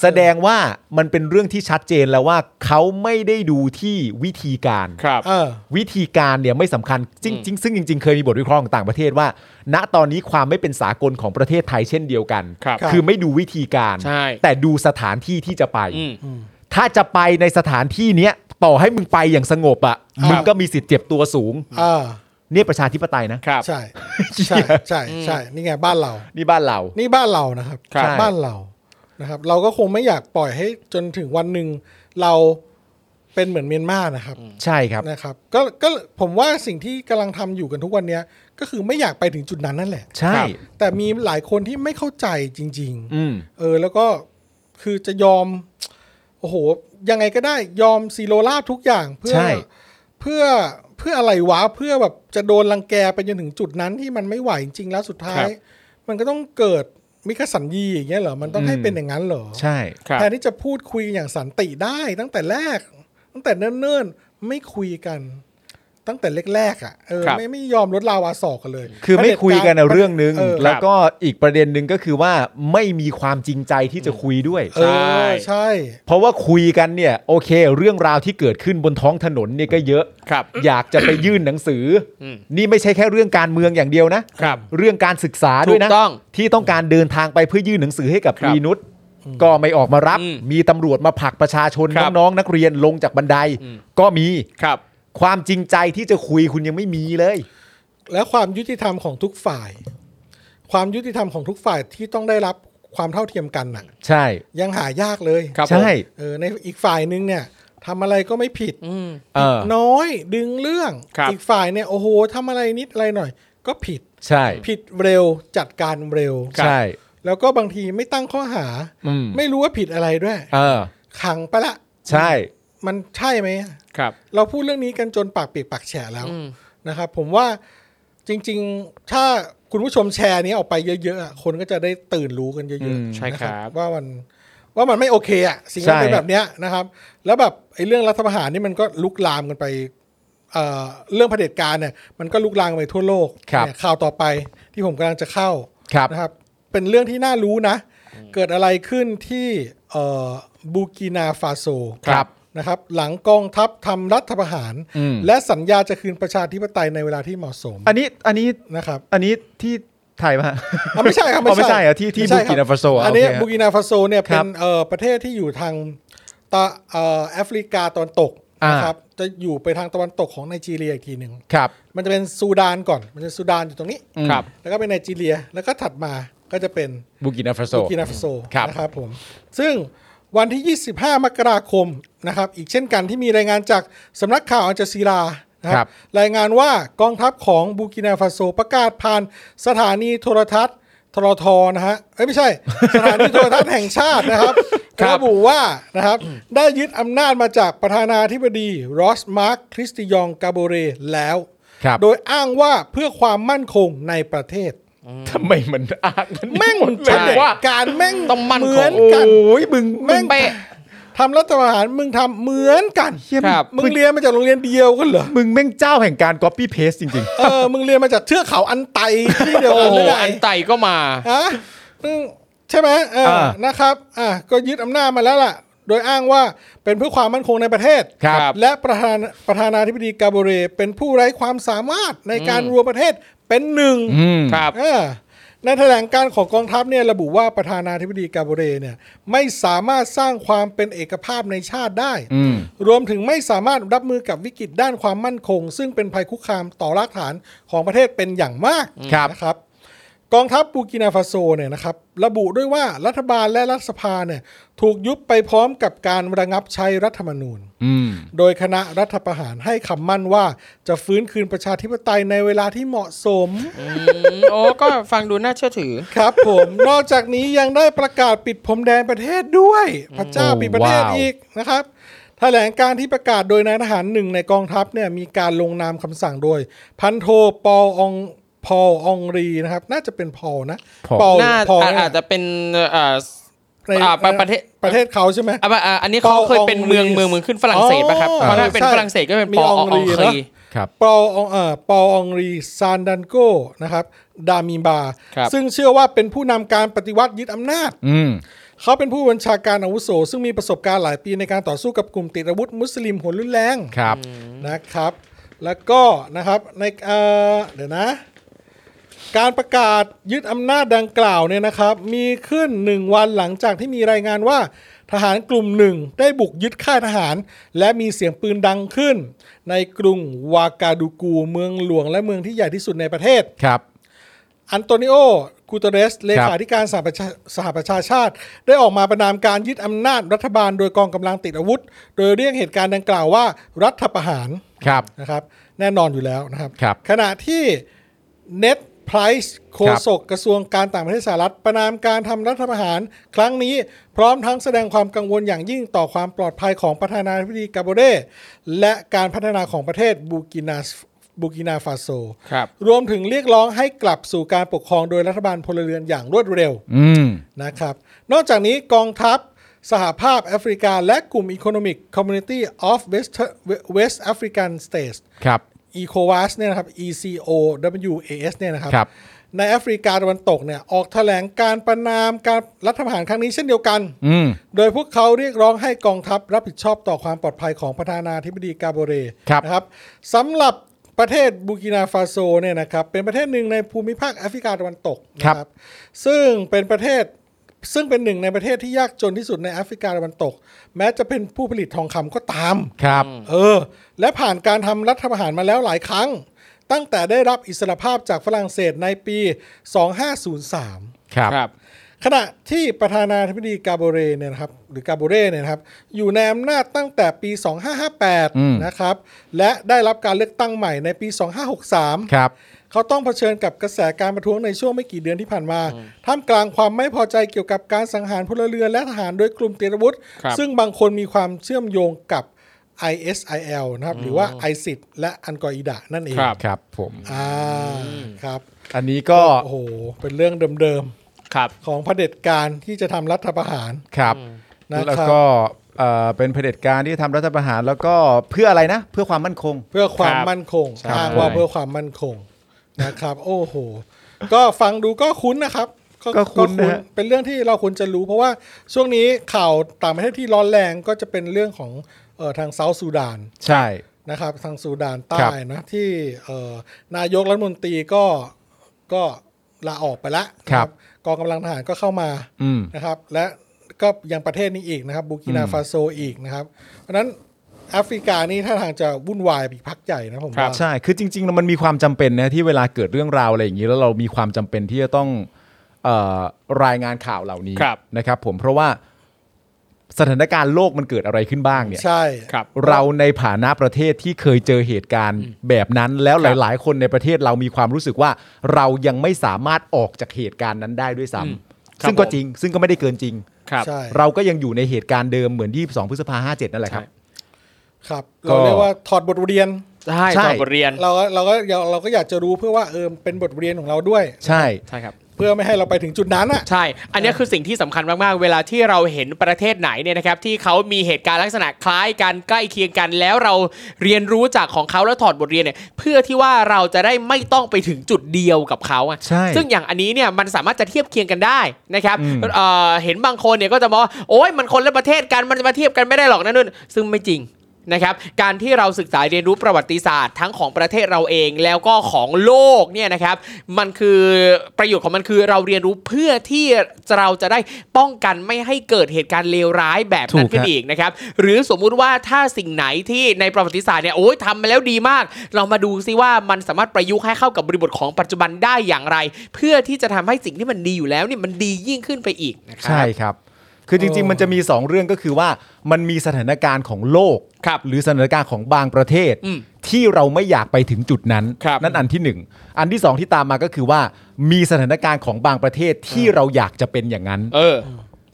[SPEAKER 5] แสดงว่ามันเป็นเรื่องที่ชัดเจนแล้วว่าเขาไม่ได้ดูที่วิธีการ
[SPEAKER 4] ครับ
[SPEAKER 2] เออ
[SPEAKER 5] วิธีการเนี่ยไม่สำคัญจริงจริงซึ่งจริง ๆ เคยมีบทวิเคราะห์ของต่างประเทศว่า ณตอนนี้ความไม่เป็นสากลของประเทศไทยเช่นเดียวกัน
[SPEAKER 4] ครับ
[SPEAKER 5] อไม่ดูวิธีการ
[SPEAKER 4] ใช่
[SPEAKER 5] แต่ดูสถานที่ที่จะไป
[SPEAKER 4] อืม
[SPEAKER 5] ถ้าจะไปในสถานที่เนี้ยต่อให้มึงไปอย่างสงบอะ่ะ
[SPEAKER 2] ครับ
[SPEAKER 5] มึงก็มีสิทธิ์เจ็บตัวสูง
[SPEAKER 2] อ่า
[SPEAKER 5] เนี่ยประชาธิปไตยนะครับ
[SPEAKER 2] ใช่
[SPEAKER 5] (laughs)
[SPEAKER 2] ใช่ใช่ใช่นี่ไงบ้านเรา
[SPEAKER 5] นี่บ้านเรา
[SPEAKER 2] นี่บ้านเรานะครับ
[SPEAKER 5] ครับ
[SPEAKER 2] บ้านเรานะครับ เราก็คงไม่อยากปล่อยให้จนถึงวันหนึ่งเราเป็นเหมือนเมียนมานะครับ
[SPEAKER 5] ใช่ครับ
[SPEAKER 2] นะครับก็ก็ผมว่าสิ่งที่กำลังทำอยู่กันทุกวันเนี้ยก็คือไม่อยากไปถึงจุดนั้นนั่นแหละ
[SPEAKER 5] ใช่
[SPEAKER 2] ครับแต่มีหลายคนที่ไม่เข้าใจจริง
[SPEAKER 5] อืม
[SPEAKER 2] ๆ เออแล้วก็คือจะยอม โอ้โห ยังไงก็ได้ยอมซีโรราบทุกอย่างเพื่อ
[SPEAKER 5] ใช่
[SPEAKER 2] เพื่อเพื่ออะไรวะเพื่อแบบจะโดนรังแกไปจนถึงจุดนั้นที่มันไม่ไหวจริงๆแล้วสุดท้า
[SPEAKER 4] ครั
[SPEAKER 2] ย
[SPEAKER 4] บ
[SPEAKER 2] มันก็ต้องเกิดมิคสัญญีอย่างเงี้ยเหรอมันต้องให้เป็นอย่างนั้นเหรอ
[SPEAKER 5] ใช่
[SPEAKER 4] ครับ
[SPEAKER 2] แทนที่จะพูดคุยอย่างสันติได้ตั้งแต่แรก ตั้งแต่เนิ่นๆ ไม่คุยกัน ตั้งแต่แรกๆอ่ะเออ
[SPEAKER 4] ครับ
[SPEAKER 2] ไม่ไม่ยอมลดลาวาสอกกันเลย
[SPEAKER 5] คือไม่คุยกันนะเรื่องนึง
[SPEAKER 2] เออ
[SPEAKER 5] แล้วก็อีกประเด็นหนึ่งก็คือว่าไม่มีความจริงใจที่จะคุยด้วย
[SPEAKER 2] เออใช่
[SPEAKER 5] เพราะว่าคุยกันเนี่ยโอเค เรื่องราวที่เกิดขึ้นบนท้องถนนเนี่ยก็เยอะ
[SPEAKER 4] ครับ
[SPEAKER 5] อยากจะไปยื่นหนังสืออ
[SPEAKER 4] ม
[SPEAKER 5] นี่ไม่ใช่แค่เรื่องการเมืองอย่างเดียวนะครับเรื่องการศึกษาด้วยนะ
[SPEAKER 4] ถูกต้อง
[SPEAKER 5] ที่ต้องการเดินทางไปเพื่อยื่นหนังสือให้กับ
[SPEAKER 4] ครับ
[SPEAKER 5] รีนุชก็ไม่ออกมารับ
[SPEAKER 4] อืม
[SPEAKER 5] มีตำรวจมาผลักประชาชน
[SPEAKER 4] ครับ
[SPEAKER 5] น้องๆนักเรียนลงจากบันได
[SPEAKER 4] อืม
[SPEAKER 5] ก็มี
[SPEAKER 4] ครับ
[SPEAKER 5] ความจริงใจที่จะคุยคุณยังไม่มีเลย
[SPEAKER 2] และความยุติธรรมของทุกฝ่าย ความยุติธรรมของทุกฝ่ายที่ต้องได้รับความเท่าเทียมกันน่ะ
[SPEAKER 5] ใช่
[SPEAKER 2] ยังหายากเลย
[SPEAKER 4] ครับผม
[SPEAKER 5] ใช่
[SPEAKER 2] เออในอีกฝ่ายนึงเนี่ยทำอะไรก็ไม่ผิด
[SPEAKER 4] อืม
[SPEAKER 5] เออ
[SPEAKER 2] น้อยดึงเรื่อง
[SPEAKER 4] ครับ
[SPEAKER 2] อีกฝ่ายเนี่ยโอ้โหทำอะไรนิดอะไรหน่อย ก็ผิด
[SPEAKER 5] ใช่
[SPEAKER 2] ผิดเร็วจัดการเร็ว
[SPEAKER 5] ใช่
[SPEAKER 2] แล้วก็บางทีไม่ตั้งข้อหา
[SPEAKER 5] อืม
[SPEAKER 2] ไม่รู้ว่าผิดอะไรด้วย
[SPEAKER 5] เออ
[SPEAKER 2] ขังไปละ
[SPEAKER 5] ใช่
[SPEAKER 2] มันใช่ไหม
[SPEAKER 4] ครับ
[SPEAKER 2] เราพูดเรื่องนี้กันจนปากเปียกปากแฉะแล้ว
[SPEAKER 4] อืม
[SPEAKER 2] นะครับ ผมว่าจริง ๆ ถ้าคุณผู้ชมแชร์นี้ออกไปเยอะๆอะคนก็จะได้ตื่นรู้กันเย
[SPEAKER 5] อื
[SPEAKER 2] อะ
[SPEAKER 5] ม
[SPEAKER 2] ๆ
[SPEAKER 4] ใช่ครับ
[SPEAKER 2] นะว่ามัน ว่ามันไม่โอเคอะสิ่งที่มันเป็น
[SPEAKER 5] ใช่
[SPEAKER 2] แบบเนี้ยนะครับ แล้วแบบไอ้เรื่องรัฐประหารนี่มันก็ลุกลามกันไปเอ่อเรื่องเผด็จการเนี่ยมันก็ลุกลามกันไปทั่วโลก
[SPEAKER 5] ครับ
[SPEAKER 2] เนี่ยข่าวต่อไปที่ผมกำลังจะเข้า
[SPEAKER 5] ครับ
[SPEAKER 2] นะครับ เป็นเรื่องที่น่ารู้นะ เกิดอะไรขึ้นที่เอ่อบูกินาฟาโซ
[SPEAKER 5] ครับ
[SPEAKER 2] นะครับหลังกองทัพทำรัฐประหาร
[SPEAKER 5] อืม
[SPEAKER 2] และสัญญาจะคืนประชาธิปไตยในเวลาที่เหมาะสม
[SPEAKER 5] อันนี้อันนี้
[SPEAKER 2] นะครับ
[SPEAKER 5] อันนี้ที่ไทยป่ะฮะ
[SPEAKER 2] อ่ะไม่ใช่ครับ
[SPEAKER 5] อ๋อไม่ใช่เหรอที่ที่
[SPEAKER 2] ไม่ใช่ครับ
[SPEAKER 5] ูกินาฟาโซอ่ะ
[SPEAKER 2] อันนี้
[SPEAKER 5] โอเคฮะ
[SPEAKER 2] บูกินาฟาโซเนี่ย
[SPEAKER 5] ค
[SPEAKER 2] เป็
[SPEAKER 5] รั
[SPEAKER 2] น
[SPEAKER 5] บ
[SPEAKER 2] เอ่อประเทศที่อยู่ทางตะเอ่อแอฟริกาตอนตก
[SPEAKER 5] อ่าน
[SPEAKER 2] นะครับจะอยู่ไปทางตะวันตกของไนจีเรียอีกทีหนึ่ง
[SPEAKER 5] ครับ
[SPEAKER 2] มันจะเป็นซูดานก่อน มันจะซูดานอยู่ตรงนี้
[SPEAKER 5] อืม
[SPEAKER 4] ครับ
[SPEAKER 2] แล้วก็เป็นไนจีเรียแล้วก็ถัดมาก็จะเป็น
[SPEAKER 5] บูกินาฟาโซ
[SPEAKER 2] บูกินาฟาโซ
[SPEAKER 5] ครับ
[SPEAKER 2] นะครับผม ซึ่งวันที่ 25 มกราคมนะครับ อีกเช่นกันที่มีรายงานจากสำนักข่าวอัลจาซีรานะค
[SPEAKER 5] ครั
[SPEAKER 2] รับ บ รายงานว่ากองทัพของบูกินาฟาโซประกาศผ่านสถานีโทรทัศน์ทรทนะฮะเอ้ยไม่ใช่ สถานีโทรทัศน์แห่งชาตินะครับ
[SPEAKER 4] ครับ
[SPEAKER 2] ระบุว่านะครับ ได้ยึดอำนาจมาจากประธานาธิบดีรอสมาร์คคริสติยองกาโบเรแล้ว
[SPEAKER 5] ครับ
[SPEAKER 2] โดยอ้างว่าเพื่อความมั่นคงในประเทศ
[SPEAKER 5] ทำไมมันอ้างกัน
[SPEAKER 2] แม่ง
[SPEAKER 5] หดเลย
[SPEAKER 2] เผด็จ
[SPEAKER 5] ว่า
[SPEAKER 2] การแม่ง
[SPEAKER 4] ต้องมั่นคง
[SPEAKER 2] เหมือน
[SPEAKER 5] โอ
[SPEAKER 2] กัน
[SPEAKER 5] ้ยมึง
[SPEAKER 2] แม่ง
[SPEAKER 4] เป๊ะ
[SPEAKER 2] ทำรัฐประหารมึงทำเหมือนกัน
[SPEAKER 5] เหี้ย
[SPEAKER 4] ครับ
[SPEAKER 2] มึงเรียนมาจากโรงเรียนเดียวกันเหรอ
[SPEAKER 5] มึงแม่งเจ้าแห่งการก๊อปปี้เพสจริง
[SPEAKER 2] เออ มึงเรียนมาจากเทือกเขาอันไตที่เดียว
[SPEAKER 4] โอ้
[SPEAKER 2] กัน
[SPEAKER 4] โห
[SPEAKER 2] หรือไง
[SPEAKER 4] อันไตก็มา
[SPEAKER 2] ฮะมึงใช่ไหมเออ
[SPEAKER 5] อ่า
[SPEAKER 2] นะครับอ่ะก็ยึดอำนาจมาแล้วล่ะ โดยอ้างว่าเป็นเพื่อความมั่นคงในประเทศ
[SPEAKER 5] ครับ
[SPEAKER 2] และประธานประธานาธิบดีกาโบเรเป็นผู้ไร้ความสามารถในการรวมประเทศเป็นหนึ่ง
[SPEAKER 5] ๆ อืม
[SPEAKER 4] ครับ
[SPEAKER 2] (laughs) เออในแถลงการของกองทัพเนี่ยระบุว่าประธานาธิบดีกาโบเรเนี่ยไม่สามารถสร้างความเป็นเอกภาพในชาติได้
[SPEAKER 5] อืม
[SPEAKER 2] รวมถึงไม่สามารถรับมือกับวิกฤตด้านความมั่นคง ซึ่งเป็นภัยคุกคามต่อรากฐานของประเทศเป็นอย่างมาก
[SPEAKER 5] ครับ
[SPEAKER 2] นะครับ กองทัพบูกินาฟาโซเนี่ยนะครับระบุด้วยว่ารัฐบาลและรัฐสภาเนี่ยถูกยุบไปพร้อมกับการระงับใช้รัฐธรรมนูญ
[SPEAKER 5] อืม
[SPEAKER 2] โดยคณะรัฐประหารให้คำมั่นว่าจะฟื้นคืนประชาธิปไตยในเวลาที่เหมาะสม
[SPEAKER 4] โอ้ก็ฟังดูน่าเชื่อถือ
[SPEAKER 2] ครับผม (laughs) นอกจากนี้ยังได้ประกาศปิดพรมแดนประเทศด้วย พระเจ้า
[SPEAKER 5] โอ้
[SPEAKER 2] ปิดประเทศ
[SPEAKER 5] ว้าว
[SPEAKER 2] อีกนะครับแถลงการที่ประกาศโดยนายทหารหนึ่งในกองทัพเนี่ยมีการลงนามคำสั่งโดย พันโทปอลอองพอลอองรีนะครับ น่าจะเป็นพอลนะ
[SPEAKER 5] Paul
[SPEAKER 2] ล
[SPEAKER 4] น่า
[SPEAKER 2] พอล
[SPEAKER 4] อา
[SPEAKER 2] เนี่ย
[SPEAKER 4] อาจจะเป็นเอ่อ
[SPEAKER 2] ใน
[SPEAKER 4] อ่าประประเทศ
[SPEAKER 2] ประเทศเขาใช่ไหม
[SPEAKER 4] อ่ะอ่ะอันนี้เขาเคยเป็นเมืองเมืองเมืองขึ้นฝรั่งเศสป่ะครับเพราะถ้าเป็น
[SPEAKER 2] ใช่
[SPEAKER 4] ฝรั่งเศสก็เป็น
[SPEAKER 2] มี
[SPEAKER 4] ปอ
[SPEAKER 2] ออง
[SPEAKER 4] อ
[SPEAKER 2] รี
[SPEAKER 4] องค
[SPEAKER 2] เนอะ
[SPEAKER 4] ลี
[SPEAKER 5] ครับ
[SPEAKER 2] ปอลอองเอ่อปอลอองรีซานดันโกนะครับดามิมบา
[SPEAKER 4] ครับ
[SPEAKER 2] ซึ่งเชื่อว่าเป็นผู้นำการปฏิวัติยึดอำนาจ
[SPEAKER 5] อืม
[SPEAKER 2] เขาเป็นผู้บัญชาการอาวุโส ซึ่งมีประสบการณ์หลายปีในการต่อสู้กับกลุ่มติดอาวุธมุสลิมหัวรุนแรง
[SPEAKER 5] ครับ
[SPEAKER 2] นะครับ แล้วก็นะครับในเอ่อเดี๋ยวนะ การประกาศยึดอำนาจดังกล่าวเนี่ยนะครับ มีขึ้น 1 วันหลังจากที่มีรายงานว่า ทหารกลุ่มหนึ่งได้บุกยึดค่ายทหาร และมีเสียงปืนดังขึ้น ในกรุงวากาดูกูเมืองหลวงและเมืองที่ใหญ่ที่สุดในประเทศ
[SPEAKER 5] ครับ
[SPEAKER 2] อันโตนิโอ กูเตเรส เลขาธิการสหประชาสหประชาชาติ ได้ออกมาประนามการยึดอำนาจรัฐบาลโดยกองกำลังติดอาวุธ โดยเรียกเหตุการณ์ดังกล่าวว่ารัฐประหาร
[SPEAKER 5] ครับ
[SPEAKER 2] นะครับแน่นอนอยู่แล้วนะครับ
[SPEAKER 5] ครับ
[SPEAKER 2] ขณะที่เน็ตไพรส์โฆษกกระทรวงการต่างประเทศสหรัฐ ประนามการทำรัฐประหารครั้งนี้พร้อมทั้งแสดงความกังวลอย่างยิ่งต่อความปลอดภัยของประธานาธิบดีกาโบเรและการพัฒนาของประเทศบูกินาบูกินาฟาโซ
[SPEAKER 4] ครับ
[SPEAKER 2] รวมถึงเรียกร้องให้กลับสู่การปกครองโดยรัฐบาลพลเรือนอย่างรวดเร็ว
[SPEAKER 5] อืม
[SPEAKER 2] นะครับ นอกจากนี้กองทัพสหภาพแอฟริกา และกลุ่ม Economic Community of West West African States
[SPEAKER 5] ครับ
[SPEAKER 2] ECOWAS เนี่ยนะครับ ECOWAS เนี่ยนะครับ
[SPEAKER 5] ครับ
[SPEAKER 2] ในแอฟริกาตะวันตกเนี่ยออกแถลงการประนามการรัฐประหารครั้งนี้เช่นเดียวกัน
[SPEAKER 5] อืม
[SPEAKER 2] โดยพวกเขาเรียกร้องให้กองทัพรับผิดชอบต่อความปลอดภัยของประธานาธิบดีกาโบเร
[SPEAKER 5] ครับ
[SPEAKER 2] นะครับสำหรับประเทศบูกินาฟาโซเนี่ยนะครับเป็นประเทศหนึ่งในภูมิภาคแอฟริกาตะวันตกนะครับ ซึ่งเป็นประเทศซึ่งเป็นหนึ่งในประเทศที่ยากจนที่สุดในแอฟริกาตะวันตก แม้จะเป็นผู้ผลิตทองคำก็ตาม
[SPEAKER 5] ครับ
[SPEAKER 2] เออ และผ่านการทำรัฐประหารมาแล้วหลายครั้ง ตั้งแต่ได้รับอิสรภาพจากฝรั่งเศสในปี 2503
[SPEAKER 5] ครับ
[SPEAKER 4] ครับ
[SPEAKER 2] ขณะที่ประธานาธิบดีกาโบเรเนี่ยนะครับหรือกาโบเรเนี่ยนะครับอยู่ในอำนาจตั้งแต่ปี
[SPEAKER 5] อืม
[SPEAKER 2] 2558 นะครับ และได้รับการเลือกตั้งใหม่ในปี 2563
[SPEAKER 5] ครับ
[SPEAKER 2] เขาต้องเผชิญกับกระแสการประท้วงในช่วงไม่กี่เดือนที่ผ่านมา ท่ามกลางความไม่พอใจเกี่ยวกับการสังหารพลเรือนและทหารโดยกลุ่มติดอาวุธ
[SPEAKER 4] ครับ
[SPEAKER 2] ซึ่งบางคนมีความเชื่อมโยงกับ ISIL นะครับหรือว่า ISIS และอันกออิดะนั่นเอง
[SPEAKER 4] ครับ
[SPEAKER 5] ครับผม
[SPEAKER 2] อ่าครับ
[SPEAKER 5] อันนี้ก็
[SPEAKER 2] โอ้โหเป็นเรื่องเดิม
[SPEAKER 4] ครับ
[SPEAKER 2] ของเผด็จการที่จะทำรัฐประหาร
[SPEAKER 5] ครับ
[SPEAKER 2] นะครับ
[SPEAKER 5] แล้วก็เอ่อเป็นเผด็จการที่ทำรัฐประหารแล้วก็เพื่ออะไรนะ เพื่อความมั่นคง
[SPEAKER 2] เพื่อความ
[SPEAKER 4] ครับ
[SPEAKER 2] มั่นคง
[SPEAKER 5] ครับ
[SPEAKER 2] อ้างว่าเพื่อความมั่นคงนะครับ โอ้โห ก็ฟังดูก็คุ้นนะครับ
[SPEAKER 5] ก็คุ้นนะฮะ
[SPEAKER 2] เป็นเรื่องที่เราควรจะรู้ เพราะว่าช่วงนี้ข่าวต่างประเทศที่ร้อนแรงก็จะเป็นเรื่องของเออทางเซาท์ซูดาน
[SPEAKER 5] ใช่
[SPEAKER 2] นะครับทางสูดาน
[SPEAKER 5] ค
[SPEAKER 2] ใต้
[SPEAKER 5] รับ
[SPEAKER 2] นะที่เอ่อนายกรัฐมนตรีก็ก็ลาออกไปละ
[SPEAKER 5] ครับ
[SPEAKER 2] กองกำลังทหารก็เข้ามา
[SPEAKER 5] อืม
[SPEAKER 2] นะครับ และก็ยังประเทศนี้อีกนะครับบูกินา
[SPEAKER 5] อืม
[SPEAKER 2] ฟาโซอีกนะครับ เพราะฉะนั้นแอฟริกานี่ถ้าทางจะวุ่นวายไปอีกพักใหญ่นะผม
[SPEAKER 4] ครับ
[SPEAKER 2] ว่า
[SPEAKER 5] ใช่ คือจริงๆแล้วมันมีความจำเป็นนะที่เวลาเกิดเรื่องราวอะไรอย่างนี้แล้วเรามีความจำเป็นที่จะต้องเออรายงานข่าวเหล่านี้
[SPEAKER 4] ครับ
[SPEAKER 5] นะครับ ผมเพราะว่าสถานการณ์โลกมันเกิดอะไรขึ้นบ้างเนี่ย
[SPEAKER 2] ใช่
[SPEAKER 4] ครับ
[SPEAKER 5] เราในฐานะประเทศที่เคยเจอเหตุการณ์แบบนั้น แล้วหลาย ๆ คนในประเทศเรามีความรู้สึกว่า เรายังไม่สามารถออกจากเหตุการณ์นั้นได้ด้วยซ้
[SPEAKER 4] อืม
[SPEAKER 5] ำ
[SPEAKER 4] ครับ
[SPEAKER 5] ซึ่งก็
[SPEAKER 4] ผม
[SPEAKER 5] จริง ซึ่งก็ไม่ได้เกินจริง
[SPEAKER 4] ครับ
[SPEAKER 2] ใช่
[SPEAKER 5] เราก็ยังอยู่ในเหตุการณ์เดิมเหมือน 22 พฤษภา57 นั่นแหละครับ
[SPEAKER 4] ใช่
[SPEAKER 2] ครับ
[SPEAKER 5] ก็
[SPEAKER 2] เราเรียกว่าถอดบทเรียน
[SPEAKER 4] ใช่
[SPEAKER 5] ใช่
[SPEAKER 4] ตอนบทเรียน
[SPEAKER 2] เราก็เราก็อยากเราก็อยากจะรู้เพื่อว่าเออเป็นบทเรียนของเราด้วย
[SPEAKER 5] ใช่
[SPEAKER 4] ใช่ครับ
[SPEAKER 2] เพื่อไม่ให้เราไปถึงจุดนั้นอ่ะ
[SPEAKER 4] ใช่ อันเนี้ยคือสิ่งที่สำคัญมาก ๆ เวลาที่เราเห็นประเทศไหนเนี่ยนะครับที่เขามีเหตุการณ์ลักษณะคล้ายกันใกล้เคียงกัน แล้วเราเรียนรู้จากของเขาแล้วถอดบทเรียนเนี่ยเพื่อที่ว่าเราจะได้ไม่ต้องไปถึงจุดเดียวกับเขาอะ
[SPEAKER 5] ใช่
[SPEAKER 4] ซึ่งอย่างอันนี้เนี่ยมันสามารถจะเทียบเคียงกันได้นะครับ
[SPEAKER 5] อืม
[SPEAKER 4] เอ่อเห็นบางคนเนี่ยก็จะมองว่าโอ้ยมันคนละประเทศกันมันจะมาเทียบกันไม่ได้หรอกนะนุ่นซึ่งไม่จริง นะครับการที่เราศึกษาเรียนรู้ประวัติศาสตร์ทั้งของประเทศเราเองแล้วก็ของโลกเนี่ยนะครับมันคือประโยชน์ของมันคือเราเรียนรู้เพื่อที่เราจะได้ป้องกันไม่ให้เกิดเหตุการณ์เลวร้ายแบบนั้น
[SPEAKER 5] ถูก
[SPEAKER 4] ขึ้น
[SPEAKER 5] ฮะ
[SPEAKER 4] อีกนะครับหรือสมมุติว่าถ้าสิ่งไหนที่ในประวัติศาสตร์เนี่ยโอ้ยทำมาแล้วดีมาก เรามาดูซิว่ามันสามารถประยุกต์ให้เข้ากับบริบทของปัจจุบันได้อย่างไร เพื่อที่จะทำให้สิ่งที่มันดีอยู่แล้วเนี่ยมันดียิ่งขึ้นไปอีกนะครั
[SPEAKER 5] ใช่ครับ คือจริง
[SPEAKER 2] เออ
[SPEAKER 5] ๆ มันจะมี 2 เรื่องก็คือว่ามันมีสถานการณ์ของโลก
[SPEAKER 4] ครับ
[SPEAKER 5] หรือสถานการณ์ของบางประเทศ
[SPEAKER 4] อืม
[SPEAKER 5] ที่เราไม่อยากไปถึงจุดนั้น
[SPEAKER 4] ครับ
[SPEAKER 5] นั่นอันที่ 1 อันที่ 2 ที่ตามมาก็คือว่ามีสถานการณ์ของบางประเทศที่เราอยากจะเป็นอย่างนั้น
[SPEAKER 4] เออ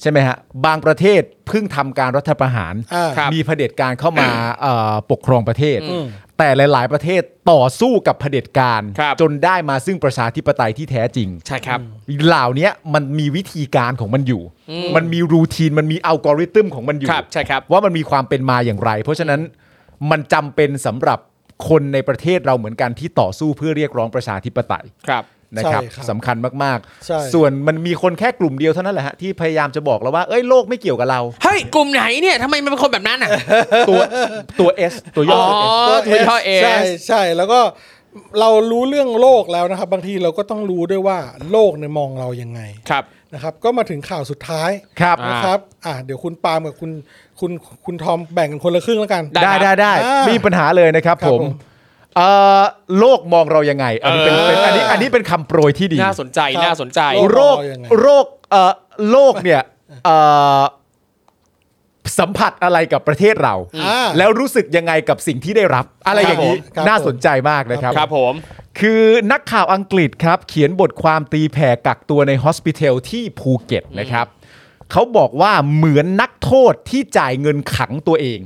[SPEAKER 5] ใช่ไหมฮะ บางประเทศเพิ่งทำการรัฐประหาร
[SPEAKER 2] อ่า
[SPEAKER 4] ครับ
[SPEAKER 5] มีเผด็จการเข้า
[SPEAKER 4] (coughs)
[SPEAKER 5] มาเอ่อปกครองประเทศ
[SPEAKER 2] อืม
[SPEAKER 5] แต่หลาย ๆ ประเทศต่อสู้กับเผด็จการ
[SPEAKER 4] ครับ
[SPEAKER 5] จนได้มาซึ่งประชาธิปไตยที่แท้จริง
[SPEAKER 4] ใช่ครับ
[SPEAKER 5] เหล่าเนี้ยมันมีวิธีการของมันอยู่ มันมีรูทีน มันมีอัลกอริทึมของมันอยู่
[SPEAKER 4] ครับใช่ครับ
[SPEAKER 5] ว่ามันมีความเป็นมาอย่างไร เพราะฉะนั้นมันจำเป็นสำหรับคนในประเทศเราเหมือนกันที่ต่อสู้เพื่อเรียกร้องประชาธิปไตย
[SPEAKER 4] ครับ
[SPEAKER 5] นะครับ
[SPEAKER 2] ใช่ครับ
[SPEAKER 5] สำคัญมาก
[SPEAKER 2] ใช่
[SPEAKER 5] ๆ ส่วนมันมีคนแค่กลุ่มเดียวเท่านั้นแหละฮะที่พยายามจะบอกเราว่าเอ้ยโลกไม่เกี่ยวกับเรา
[SPEAKER 4] เฮ้ย กลุ่มไหนเนี่ยทำไมมันเป็นคนแบบนั้นอ่ะ
[SPEAKER 5] ตัวตัวเอสตัวย่อ
[SPEAKER 4] อ๋อ
[SPEAKER 5] ตัว S
[SPEAKER 4] เป็นท่อเอ
[SPEAKER 2] ใช่
[SPEAKER 4] ส
[SPEAKER 2] ใช่แล้วก็เรารู้เรื่องโลกแล้วนะครับ บางทีเราก็ต้องรู้ด้วยว่าโลกเนี่ยมองเรายังไง
[SPEAKER 4] ครับ
[SPEAKER 2] นะครับ ก็มาถึงข่าวสุดท้าย
[SPEAKER 5] ครับ
[SPEAKER 4] อ่า
[SPEAKER 2] นะครับ อ่ะเดี๋ยวคุณปาล์มกับคุณคุณคุณทอมแบ่งกันคนละครึ่งแล้วกัน
[SPEAKER 4] ได้
[SPEAKER 5] ได้
[SPEAKER 4] ครั
[SPEAKER 5] ได้
[SPEAKER 4] บ
[SPEAKER 5] ได้
[SPEAKER 2] อ่า
[SPEAKER 5] ไมมีปัญหาเลยนะครับ
[SPEAKER 2] ครับ
[SPEAKER 5] ผ
[SPEAKER 2] ผม ม
[SPEAKER 5] เอ่อโลกมองเรายังไง อันนี้เป็น
[SPEAKER 4] เออ
[SPEAKER 5] เป็นอันนี้อันนี้เป็นคำโปรยที่ดี
[SPEAKER 4] น่าสนใจ
[SPEAKER 2] ครับ
[SPEAKER 4] น่าสนใจ
[SPEAKER 2] โลก
[SPEAKER 5] โรค
[SPEAKER 2] เรายังไง
[SPEAKER 5] โรคเอ่อโรคเนี่ยเอ่อสัมผัสอะไรกับประเทศเรา
[SPEAKER 2] อ่า
[SPEAKER 5] แล้วรู้สึกยังไงกับสิ่งที่ได้รับ อะไรอย่างนี้
[SPEAKER 2] ครับผม
[SPEAKER 5] น่าสนใจมากนะครับ
[SPEAKER 4] ครับผม
[SPEAKER 5] คือนักข่าวอังกฤษครับ เขียนบทความตีแผ่กักตัวในฮอสพิทอลที่ภูเก็ตนะครับ เขาบอกว่าเหมือนนักโทษที่จ่ายเงินขังตัวเอง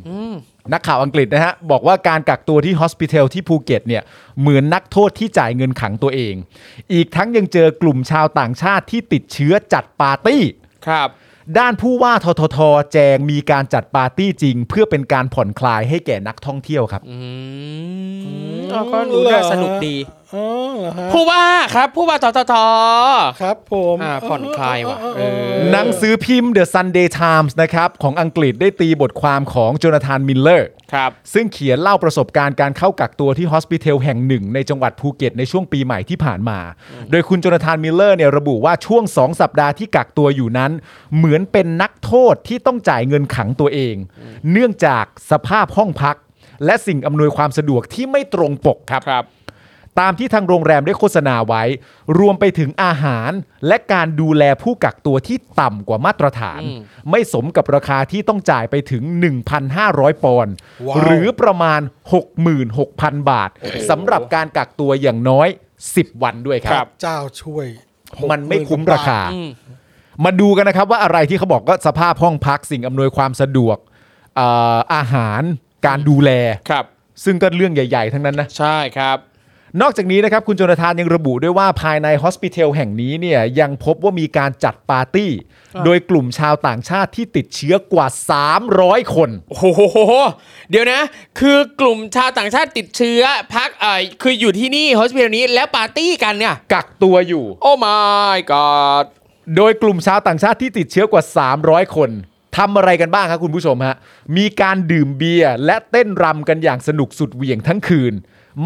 [SPEAKER 5] นักข่าวอังกฤษนะฮะ บอกว่าการกักตัวที่ฮอสพิทอลที่ภูเก็ตเนี่ยเหมือนนักโทษที่จ่ายเงินขังตัวเอง อีกทั้งยังเจอกลุ่มชาวต่างชาติที่ติดเชื้อจัดปาร์ตี้
[SPEAKER 4] ครับ
[SPEAKER 5] ด้านผู้ว่าททท แจงมีการจัดปาร์ตี้จริง เพื่อเป็นการผ่อนคลายให้แก่นักท่องเที่ยวครับ
[SPEAKER 4] อืมเราก็ดูน่า
[SPEAKER 2] เหรอ
[SPEAKER 4] สนุกดี
[SPEAKER 2] อ๋อเหรอฮะ
[SPEAKER 4] ผู้ว่าครับ ผู้ว่าททท
[SPEAKER 2] ครับผม
[SPEAKER 4] อ่าผ่อนคลายว่ะเออ
[SPEAKER 5] หนังสือพิมพ์ The Sunday Times นะครับ ของอังกฤษได้ตีบทความของโจนาธานมิลเลอร์
[SPEAKER 4] ครับ
[SPEAKER 5] ซึ่งเขียนเล่าประสบการณ์การเข้ากักตัวที่ฮอสพิทอลแห่งหนึ่งในจังหวัดภูเก็ตในช่วงปีใหม่ที่ผ่านมา โดยคุณโจนาธานมิลเลอร์เนี่ยระบุว่าช่วง 2 สัปดาห์ที่กักตัวอยู่นั้น เหมือนเป็นนักโทษที่ต้องจ่ายเงินขังตัวเอง เนื่องจากสภาพห้องพัก และสิ่งอำนวยความสะดวกที่ไม่ตรงปกครับ
[SPEAKER 4] ครับ
[SPEAKER 5] ตามที่ทางโรงแรมได้โฆษณาไว้ รวมไปถึงอาหาร และการดูแลผู้กักตัวที่ต่ำกว่ามาตรฐาน ไม่สมกับราคาที่ต้องจ่ายไปถึง 1,500 ปอนด์หรือประมาณ 66,000 บาทสำหรับการกักตัวอย่างน้อย 10 วันด้วยค
[SPEAKER 4] ครั
[SPEAKER 5] รับ
[SPEAKER 4] บ
[SPEAKER 2] เจ้าช่วย
[SPEAKER 5] มันไม่คุ้มราคา
[SPEAKER 4] อืม
[SPEAKER 5] มาดูกันนะครับว่าอะไรที่เขาบอกก็สภาพห้องพักสิ่งอำนวยความสะดวกเอ่ออาหารการดูแล
[SPEAKER 4] ครับ
[SPEAKER 5] ซึ่งก็เรื่องใหญ่ ๆ ทั้งนั้นนะ
[SPEAKER 4] ใช่ครับ
[SPEAKER 5] นอกจากนี้นะครับคุณโจนาธานยังระบุด้วยว่าภายในฮอสปิเทลแห่งนี้เนี่ยยังพบว่ามีการจัดปาร์ตี้ โดยกลุ่มชาวต่างชาติที่ติดเชื้อกว่า 300 คน
[SPEAKER 4] โอ้โหเดี๋ยวนะ คือกลุ่มชาวต่างชาติติดเชื้อพักเอ่อคืออยู่ที่นี่โฮสเทลนี้แล้วปาร์ตี้กันเนี่ย
[SPEAKER 5] กักตัวอยู่
[SPEAKER 4] โอ้ my god
[SPEAKER 5] โดยกลุ่มชาวต่างชาติที่ติดเชื้อกว่า 300 คนทำอะไรกันบ้างครับคุณผู้ชมฮะ มีการดื่มเบียร์และเต้นรำกันอย่างสนุกสุดเหวี่ยงทั้งคืน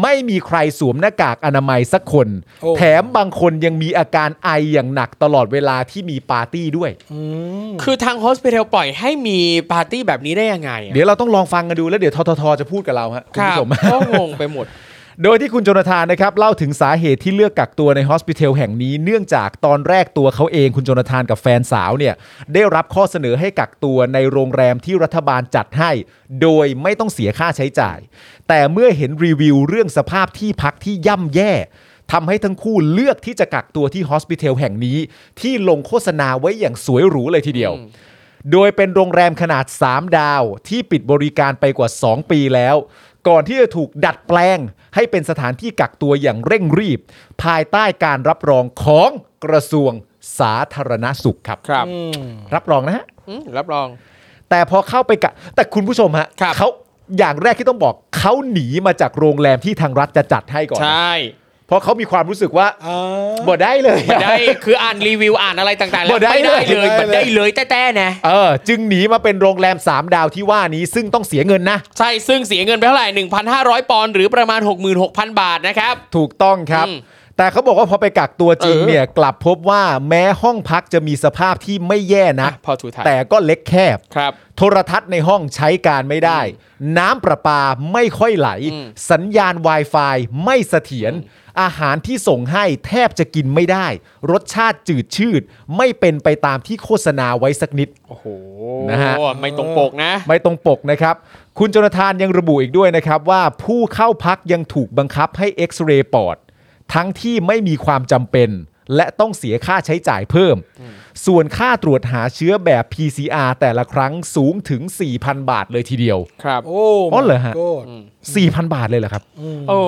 [SPEAKER 5] ไม่มีใครสวมหน้ากากอนามัยสักคน
[SPEAKER 2] โอ้
[SPEAKER 5] แถมบางคนยังมีอาการไออย่างหนักตลอดเวลาที่มีปาร์ตี้ด้วย
[SPEAKER 4] คือทางโฮสเทลปล่อยให้มีปาร์ตี้แบบนี้ได้ยังไงอะ
[SPEAKER 5] เดี๋ยวเราต้องลองฟังกันดูแล้วเดี๋ยวทททจะพูดกับเราฮะคุ
[SPEAKER 4] ค
[SPEAKER 5] ณ
[SPEAKER 4] รับ
[SPEAKER 5] ผู้ชม (laughs)
[SPEAKER 4] ก็งงไปหมด
[SPEAKER 5] โดยที่คุณโจนาธานนะครับเล่าถึงสาเหตุที่เลือกกักตัวในฮอสพิทอลแห่งนี้ เนื่องจากตอนแรกตัวเขาเองคุณโจนาธานกับแฟนสาวเนี่ยได้รับข้อเสนอให้กักตัวในโรงแรมที่รัฐบาลจัดให้ โดยไม่ต้องเสียค่าใช้จ่าย แต่เมื่อเห็นรีวิวเรื่องสภาพที่พักที่ย่ำแย่ทำให้ทั้งคู่เลือกที่จะกักตัวที่ฮอสพิทอลแห่งนี้ ที่ลงโฆษณาไว้อย่างสวยหรูเลยทีเดียว โดยเป็นโรงแรมขนาด 3 ดาวที่ปิดบริการไปกว่า 2 ปีแล้ว ก่อนที่จะถูกดัดแปลง ให้เป็นสถานที่กักตัวอย่างเร่งรีบ ภายใต้การรับรองของกระทรวงสาธารณสุขครับ
[SPEAKER 4] ครับ
[SPEAKER 5] รับรองนะฮะ
[SPEAKER 4] อืมรับรอง
[SPEAKER 5] แต่พอเข้าไปกักแต่คุณผู้ชมฮะ
[SPEAKER 4] ครับ
[SPEAKER 5] เขาอย่างแรกที่ต้องบอกเขาหนีมาจากโรงแรมที่ทางรัฐจะจัดให้ก่อน
[SPEAKER 4] ใช
[SPEAKER 5] นะ
[SPEAKER 4] ่
[SPEAKER 5] เพราะเขามีความรู้สึกว่า
[SPEAKER 2] อ่า
[SPEAKER 5] บ่ได้เลยอะ
[SPEAKER 4] ได้คืออ่านรีวิวอ่านอะไรต่างๆแล้ว
[SPEAKER 5] บ่ได้
[SPEAKER 4] ไม่
[SPEAKER 5] เล
[SPEAKER 4] ได้
[SPEAKER 5] ย
[SPEAKER 4] เลย
[SPEAKER 2] ไม่ได้เลย
[SPEAKER 4] มันได้เลยแต่แต่ๆนะ
[SPEAKER 5] เออจึงหนีมาเป็นโรงแรม 3 ดาวที่ว่านี้ซึ่งต้องเสียเงินนะ
[SPEAKER 4] ใช่ ซึ่งเสียเงินไปเท่าไหร่ 1,500 ปอนด์หรือประมาณ 66,000 บาทนะครับ
[SPEAKER 5] ถูกต้องครับ
[SPEAKER 4] อืม
[SPEAKER 5] แต่เขาบอกว่าพอไปกักตัวจริง
[SPEAKER 4] เออ
[SPEAKER 5] เนี่ยกลับพบว่าแม้ห้องพักจะมีสภาพที่ไม่แย่นะ
[SPEAKER 4] อ่ะพอถูกถ่าย
[SPEAKER 5] แต่ก็เล็กแคบ
[SPEAKER 4] ครับ
[SPEAKER 5] โทรทัศน์ในห้องใช้การไม่ได้ น้ำประปาไม่ค่อยไหล
[SPEAKER 4] อืม
[SPEAKER 5] สัญญาณ Wi-Fi ไม่เสถียรอาหารที่ส่งให้แทบจะกินไม่ได้ รสชาติจืดชืด ไม่เป็นไปตามที่โฆษณาไว้สักนิด
[SPEAKER 4] โอ้โห
[SPEAKER 5] นะฮะ
[SPEAKER 4] ไม่ตรงปกนะ
[SPEAKER 5] ไม่ตรงปกนะครับ คุณโจนาธานยังระบุอีกด้วยนะครับว่าผู้เข้าพักยังถูกบังคับให้เอ็กซเรย์ปอด ทั้งที่ไม่มีความจำเป็น และต้องเสียค่าใช้จ่ายเพิ่ม ส่วนค่าตรวจหาเชื้อแบบ PCR แต่ละครั้งสูงถึง 4,000 บาทเลยทีเดียว
[SPEAKER 4] ครับ
[SPEAKER 2] โอ้
[SPEAKER 5] อ๋อเหรอฮะ
[SPEAKER 2] โกธ
[SPEAKER 5] 4,000 บาทเลยเหรอครับ
[SPEAKER 4] โอ้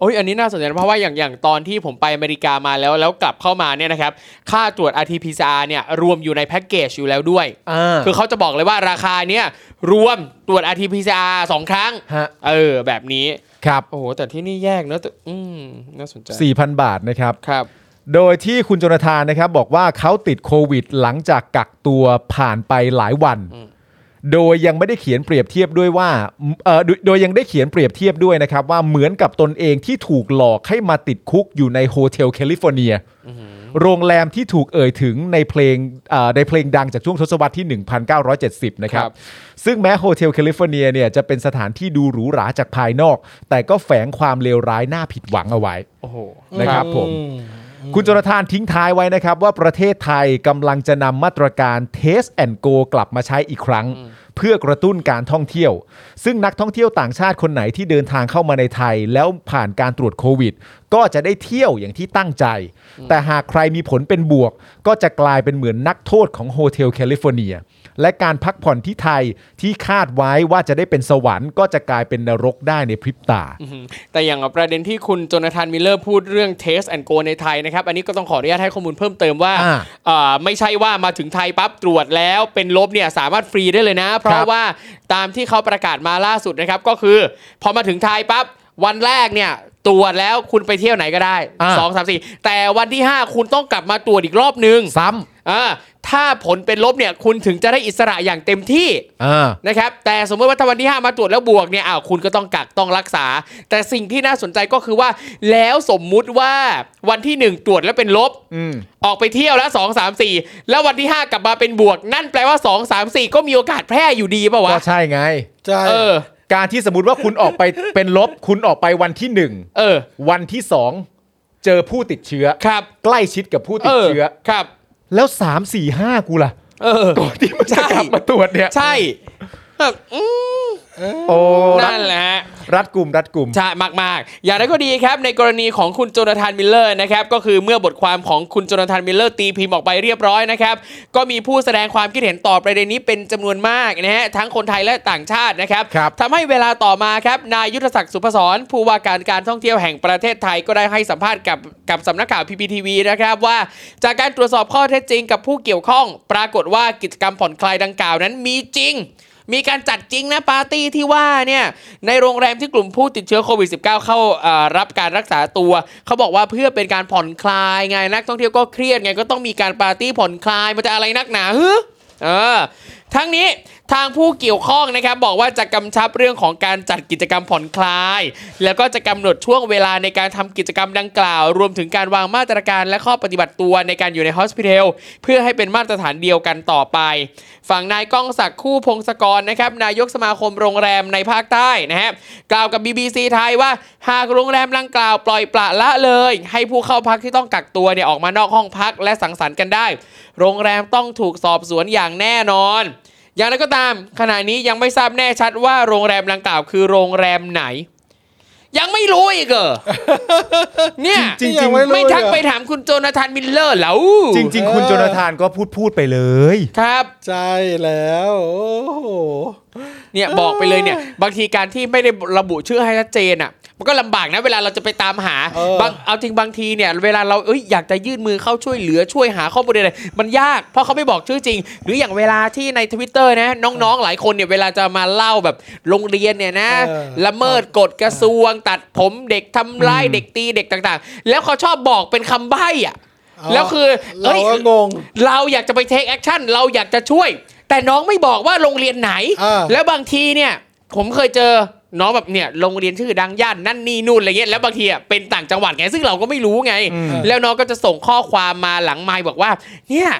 [SPEAKER 4] โอ้ยอันนี้น่าสนใจนะเพราะว่าอย่างอย่างตอนที่ผมไปอเมริกามาแล้วแล้วกลับเข้ามาเนี่ยนะครับ ค่าตรวจ RT-PCR เนี่ยรวมอยู่ในแพ็กเกจอยู่แล้วด้วย คือเขาจะบอกเลยว่าราคาเนี่ยรวมตรวจ RT-PCR สองครั้ง
[SPEAKER 5] ฮะ
[SPEAKER 4] เออ แบบนี้
[SPEAKER 5] ครับ
[SPEAKER 4] โอ้โห แต่ที่นี่แยกเนอะแต่อืมน่าสนใจ
[SPEAKER 5] 4,000 บาทนะครับ
[SPEAKER 4] ครับ
[SPEAKER 5] โดยที่คุณโจนาธานนะครับบอกว่าเขาติดโควิดหลังจากกักตัวผ่านไปหลายวัน โดยยังไม่ได้เขียนเปรียบเทียบด้วยว่าเอ่อโดยโดยยังได้เขียนเปรียบเทียบด้วยนะครับ ว่าเหมือนกับตนเองที่ถูกหลอกให้มาติดคุกอยู่ในโฮเทลแคลิฟอร์เนีย โรงแรมที่ถูกเอ่ยถึงในเพลงเอ่อในเพลงดังจากช่วงทศวรรษที่ 1970 นะครั
[SPEAKER 4] ครับ บ
[SPEAKER 5] ซึ่งแม้โฮเทลแคลิฟอร์เนียเนี่ยจะเป็นสถานที่ดูหรูหราจากภายนอก แต่ก็แฝงความเลวร้ายน่าผิดหวังเอาไว้
[SPEAKER 4] โอ้โห
[SPEAKER 5] นะครับผม คุณจรทานทิ้งท้ายไว้นะครับ ว่าประเทศไทยกำลังจะนำมาตรการ Test and Go กลับมาใช้อีกครั้ง เพื่อกระตุ้นการท่องเที่ยว ซึ่งนักท่องเที่ยวต่างชาติคนไหนที่เดินทางเข้ามาในไทย แล้วผ่านการตรวจโควิด ก็จะได้เที่ยวอย่างที่ตั้งใจ แต่หากใครมีผลเป็นบวก ก็จะกลายเป็นเหมือนนักโทษของโฮเทลแคลิฟอร์เนีย และการพักผ่อนที่ไทยที่คาดไว้ว่าจะได้เป็นสวรรค์ ก็จะกลายเป็นนรกได้ในพริบตา
[SPEAKER 4] แต่อย่างประเด็นที่คุณโจนาธานมิลเลอร์พูดเรื่อง Taste and Go ในไทยนะครับ อันนี้ก็ต้องขออนุญาตให้ข้อมูลเพิ่มเติมว่า
[SPEAKER 5] อ่า
[SPEAKER 4] เอ่อไม่ใช่ว่ามาถึงไทยปั๊บตรวจแล้วเป็นลบเนี่ยสามารถฟรีได้เลยนะ เพ
[SPEAKER 5] ครั
[SPEAKER 4] ราะ
[SPEAKER 5] บ
[SPEAKER 4] ว่าตามที่เขาประกาศมาล่าสุดนะครับ ก็คือ พอมาถึงไทยปั๊บวันแรกเนี่ยตรวจแล้วคุณไปเที่ยวไหนก็ได้
[SPEAKER 5] อ่า
[SPEAKER 4] สองสามสี่แต่วันที่ 5 คุณต้องกลับมาตรวจอีกรอบนึง
[SPEAKER 5] ซ้
[SPEAKER 4] อ่าถ้าผลเป็นลบเนี่ยคุณถึงจะได้อิสระอย่างเต็มที่
[SPEAKER 5] ำอ่า
[SPEAKER 4] นะครับแต่สมมติว่าถ้าวันที่ 5 มาตรวจแล้วบวกเนี่ยอ้าวคุณก็ต้องกักต้องรักษา แต่สิ่งที่น่าสนใจก็คือว่า แล้วสมมุติว่าวันที่ 1 ตรวจแล้วเป็นลบ
[SPEAKER 5] อืม
[SPEAKER 4] ออกไปเที่ยวแล้ว 2 3 4 แล้ววันที่ 5 กลับมาเป็นบวก นั่นแปลว่า 2 3 4 ก็มีโอกาสแพร่อยู่ดีป่าวะ
[SPEAKER 5] ก็ใช่ไง
[SPEAKER 2] ใช่
[SPEAKER 4] เออ
[SPEAKER 5] การที่สมมติว่าคุณออกไป เป็นลบ (laughs) คุณออกไปวันที่หนึ่ง
[SPEAKER 4] เออ
[SPEAKER 5] วันที่สองเจอผู้ติดเชื้อ
[SPEAKER 4] ครับ
[SPEAKER 5] ใกล้ชิดกับผู้ติดเชื้อ
[SPEAKER 4] ครับ
[SPEAKER 5] แล้วสามสี่ห้ากูล่ะ
[SPEAKER 4] เออ
[SPEAKER 5] ก่อนที่มันจะ
[SPEAKER 4] ใช่
[SPEAKER 5] กลับมาตรวจเนี่ย
[SPEAKER 4] ใช่ เอ แบบอืม
[SPEAKER 5] โอ้รัด
[SPEAKER 4] นั่นแหละฮะ
[SPEAKER 5] รัดกลุ่มรัดกลุ่ม
[SPEAKER 4] ใช่มาก ๆ อย่างไรก็ดีครับในกรณีของคุณโจนาธานมิลเลอร์นะครับก็คือเมื่อบทความของคุณโจนาธานมิลเลอร์ตีพิมพ์ออกไปเรียบร้อยนะครับก็มีผู้แสดงความคิดเห็นต่อประเด็นนี้เป็นจำนวนมากนะฮะทั้งคนไทยและต่างชาตินะครับ
[SPEAKER 5] ครับ
[SPEAKER 4] ทำให้เวลาต่อมาครับนายยุทธศักดิ์สุพศรผู้ว่าการการท่องเที่ยวแห่งประเทศไทยก็ได้ให้สัมภาษณ์กับกับสำนักข่าวพีพีทีวีนะครับว่า จากการตรวจสอบข้อเท็จจริงกับผู้เกี่ยวข้อง ปรากฏว่ากิจกรรมผ่อนคลายดังกล่าวนั้นมีจริง มีการจัดจริงนะปาร์ตี้ที่ว่าเนี่ยในโรงแรมที่กลุ่มผู้ติดเชื้อโควิด -19 เข้าเอ่อรับการรักษาตัว เขาบอกว่าเพื่อเป็นการผ่อนคลายไงนักท่องเที่ยวก็เครียดไงก็ต้องมีการปาร์ตี้ผ่อนคลายมันจะอะไรนักหนาฮึเออทั้งนี้ทางผู้เกี่ยวข้องนะครับบอกว่าจะกำชับเรื่องของการจัดกิจกรรมผ่อนคลาย แล้วก็จะกำหนดช่วงเวลาในการทำกิจกรรมดังกล่าว รวมถึงการวางมาตรการและข้อปฏิบัติตัวในการอยู่ในฮอสพิทอลเพื่อให้เป็นมาตรฐานเดียวกันต่อไป ฝั่งนายก้องศักดิ์คู่พงศกรนะครับนายกสมาคมโรงแรมในภาคใต้นะฮะกล่าวกับ BBC ไทยว่า หากโรงแรมดังกล่าวปล่อยปละละเลย ให้ผู้เข้าพักที่ต้องกักตัวเนี่ยออกมานอกห้องพักและสังสรรค์กันได้ โรงแรมต้องถูกสอบสวนอย่างแน่นอน อย่างไรก็ตาม ขณะนี้ยังไม่ทราบแน่ชัดว่าโรงแรมดังกล่าวคือโรงแรมไหน ยังไม่รู้อีก
[SPEAKER 2] (laughs)
[SPEAKER 4] เหรอ เนี่ย
[SPEAKER 5] จริง
[SPEAKER 2] นี่ยังไม่รู้
[SPEAKER 4] ไม่ทัก
[SPEAKER 2] เลยเหรอ
[SPEAKER 4] ไปถามคุณโจนาธานมิลเลอร์แล้ว
[SPEAKER 5] จริง ๆ คุณโจนาธานก็พูดพูดไปเลย
[SPEAKER 4] ครับ
[SPEAKER 2] ใช่แล้ว โอ้โห
[SPEAKER 4] เนี่ยบอกไปเลยเนี่ยบางทีการที่ไม่ได้ระบุชื่อให้ชัดเจนอ่ะมันก็ลำบากนะเวลาเราจะไปตามหา
[SPEAKER 2] เออ
[SPEAKER 4] บางเอาจริงบางทีเนี่ยเวลาเราเอ้ยอยากจะยื่นมือเข้าช่วยเหลือช่วยหาข้อมูลอะไรมันยากเพราะเขาไม่บอกชื่อจริง หรืออย่างเวลาที่ในทวิตเตอร์นะน้องๆหลายคนเนี่ยเวลาจะมาเล่าแบบโรงเรียนเนี่ยนะ
[SPEAKER 2] เออ
[SPEAKER 4] ละเมิดกฎกระทรวง ตัดผมเด็กทำร้ายเด็กตีเด็กต่างๆ แล้วเขาชอบบอกเป็นคำใบ้อ่ะแล้วคือ
[SPEAKER 2] เรา
[SPEAKER 4] อ้ย
[SPEAKER 2] ก็งง
[SPEAKER 4] เราอยากจะไปเทคแอคชั่นเราอยากจะช่วย แต่น้องไม่บอกว่าโรงเรียนไหน
[SPEAKER 2] อ่า
[SPEAKER 4] แล้วบางทีเนี่ย ผมเคยเจอน้องแบบเนี่ยโรงเรียนชื่อดังย่านนั่นนี่นู่นอะไรเงี้ยแล้วบางทีอ่ะเป็นต่างจังหวัดไงซึ่งเราก็ไม่รู้ไง แล้วน้องก็จะส่งข้อความมาหลังไมค์บอกว่า เนี่ย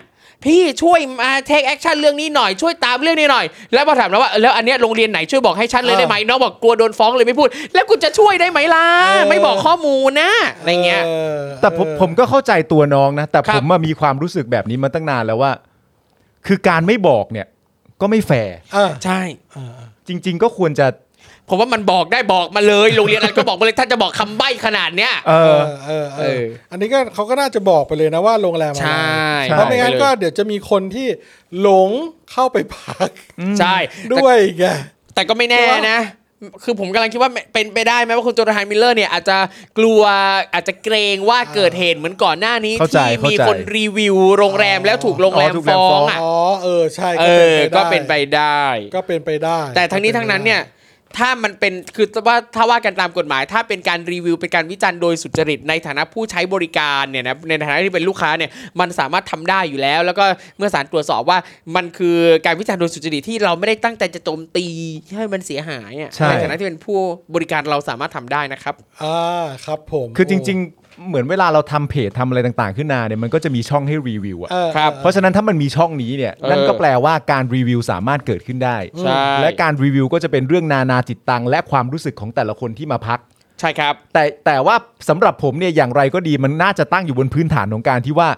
[SPEAKER 4] พี่ช่วยมาเทคแอคชั่นเรื่องนี้หน่อยช่วยตามเรื่องนี้หน่อย แล้วพอถามแล้วว่าแล้วอันเนี้ยโรงเรียนไหนช่วยบอกให้ชัดเลยได้ไหมน้องบอกกลัวโดนฟ้องเลยไม่พูด แล้วกูจะช่วยได้ไหมล่ะไม่บอกข้อมูลนะอะไรเงี้ย
[SPEAKER 2] ออ
[SPEAKER 5] แต่ผม
[SPEAKER 2] เออ
[SPEAKER 5] ผมก็เข้าใจตัวน้องนะ แต่
[SPEAKER 4] ครั
[SPEAKER 5] ผ
[SPEAKER 4] บ
[SPEAKER 5] มมามีความรู้สึกแบบนี้มาตั้งนานแล้วว่า คือการไม่บอกเนี่ย ก็ไม่แฟร์
[SPEAKER 2] อ่ะ
[SPEAKER 4] ใช่
[SPEAKER 5] จริง ๆ ก็ควรจะ
[SPEAKER 4] ผมว่ามันบอกได้บอกมาเลย โรงเรียนอะไรก็บอกมาเลยถ้าจะบอกคำใบ้ขนาดเนี้ย
[SPEAKER 5] เอ
[SPEAKER 2] เอ
[SPEAKER 5] อ
[SPEAKER 2] อเออเอ
[SPEAKER 4] เอ
[SPEAKER 2] อ
[SPEAKER 4] อ
[SPEAKER 2] อันนี้ก็เขาก็น่าจะบอกไปเลยนะว่าโรงแรมอะไร
[SPEAKER 4] ใช่
[SPEAKER 5] ใช่
[SPEAKER 2] เพราะไม่งั้นก็เดี๋ยวจะมีคนที่หลงเข้าไปพัก
[SPEAKER 4] ใช่แต่
[SPEAKER 2] ด้วยไง
[SPEAKER 4] แต่ก็ไม่แน่นะ คือผมกำลังคิดว่าเป็นไปได้ไหมว่าคุณโจนาธานมิลเลอร์เนี่ยอาจจะกลัวอาจจะเกรงว่าเกิดเหตุเหมือนก่อนหน้านี้
[SPEAKER 5] เข้าใจ
[SPEAKER 4] ที่มี
[SPEAKER 5] เข้าใจ
[SPEAKER 4] คนรีวิวโรงแรมแล้วถูกโรงแร
[SPEAKER 5] อ๋
[SPEAKER 4] ม
[SPEAKER 5] อถูกโรงแรม
[SPEAKER 4] ฟ้
[SPEAKER 5] ฟ้
[SPEAKER 4] อ
[SPEAKER 5] อง ง
[SPEAKER 4] อ่ะ
[SPEAKER 2] อ๋อเออใช่
[SPEAKER 4] เออ ก็เป็นไป
[SPEAKER 2] ด้
[SPEAKER 4] ได้
[SPEAKER 2] ก็เป็นไปได้
[SPEAKER 4] แต่ทั้งนี้ทั้งนั้นเนี่ยถ้ามันเป็นคือว่าถ้าว่ากันตามกฎหมาย ถ้าเป็นการรีวิวเป็นการวิจารณ์โดยสุจริตในฐานะผู้ใช้บริการเนี่ยนะในฐานะที่เป็นลูกค้าเนี่ยมันสามารถทำได้อยู่แล้ว แล้วก็เมื่อศาลตรวจสอบว่ามันคือการวิจารณ์โดยสุจริตที่เราไม่ได้ตั้งใจจะโจมตีให้มันเสียหายอะ
[SPEAKER 5] ใช่
[SPEAKER 4] ในฐานะที่เป็นผู้บริการเราสามารถทำได้นะครับ
[SPEAKER 2] อ่าครับผม
[SPEAKER 5] คือจริง ๆ เหมือนเวลาเราทำเพจทำอะไรต่างๆ ขึ้นมาเนี่ยมันก็จะมีช่องให้รีวิวอะ
[SPEAKER 2] เออ
[SPEAKER 4] ครับ
[SPEAKER 5] เพราะฉะนั้นถ้ามันมีช่องนี้เนี่ย
[SPEAKER 4] เออ
[SPEAKER 5] นั่นก็แปลว่าการรีวิวสามารถเกิดขึ้นได้
[SPEAKER 4] ใช่
[SPEAKER 5] และการรีวิวก็จะเป็นเรื่องนานาจิตตัง และความรู้สึกของแต่ละคนที่มาพัก
[SPEAKER 4] ใช่ครับ
[SPEAKER 5] แต่แต่ว่าสำหรับผมเนี่ยอย่างไรก็ดีมันน่าจะตั้งอยู่บนพื้นฐานของการที่ว่า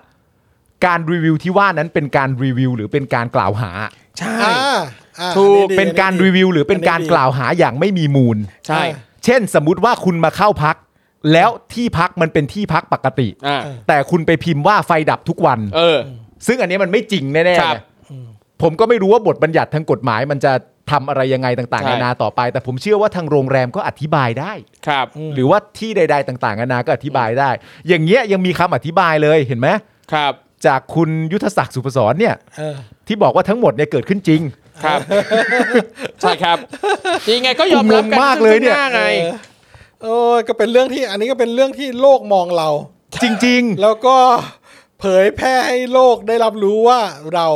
[SPEAKER 5] การรีวิวที่ว่านั้นเป็นการรีวิว หรือเป็นการกล่าวหา
[SPEAKER 4] ใช่
[SPEAKER 2] อ่าอ่า
[SPEAKER 4] ถูก
[SPEAKER 2] อัดี
[SPEAKER 5] เป็นการรีวิว หรือเป็นการกล่าวหาอย่างไม่มีมูล
[SPEAKER 4] ใช่
[SPEAKER 5] เช่นสมมุติว่าคุณมาเข้าพัก แล้วที่พักมันเป็นที่พักปกติ
[SPEAKER 4] อ่า
[SPEAKER 5] แต่คุณไปพิมพ์ว่าไฟดับทุกวัน
[SPEAKER 4] เออ
[SPEAKER 5] ซึ่งอันนี้มันไม่จริงแน่ๆ
[SPEAKER 4] ครั
[SPEAKER 5] เนี่
[SPEAKER 4] บ
[SPEAKER 5] ยผมก็ไม่รู้ว่าบทบัญญัติทางกฎหมาย มันจะทำอะไรยังไงต่างๆ
[SPEAKER 4] ใช่
[SPEAKER 5] นานาต่อไป แต่ผมเชื่อว่าทางโรงแรมก็อธิบายได้
[SPEAKER 4] ครับ
[SPEAKER 5] หรือว่าที่ใด ๆ ต่างๆนานาก็อธิบายได้ อย่างเงี้ยยังมีคำอธิบายเลยเห็นไหม
[SPEAKER 4] ครับ
[SPEAKER 5] จากคุณยุทธศักดิ์สุพศรเนี่ย
[SPEAKER 2] เออ
[SPEAKER 5] ที่บอกว่าทั้งหมดเนี่ยเกิดขึ้นจริง (laughs)
[SPEAKER 4] ครับ ใช่ครับยังไงก็ยอมรับกัน
[SPEAKER 5] งงมากเลยเนี่ย
[SPEAKER 4] ซึ่งหาไง
[SPEAKER 2] เออโอ้ยก็เป็นเรื่องที่อันนี้ก็เป็นเรื่องที่โลกมองเรา
[SPEAKER 5] จริง
[SPEAKER 2] แล้วก็เผยแพร่ให้โลกได้รับรู้ว่าเรา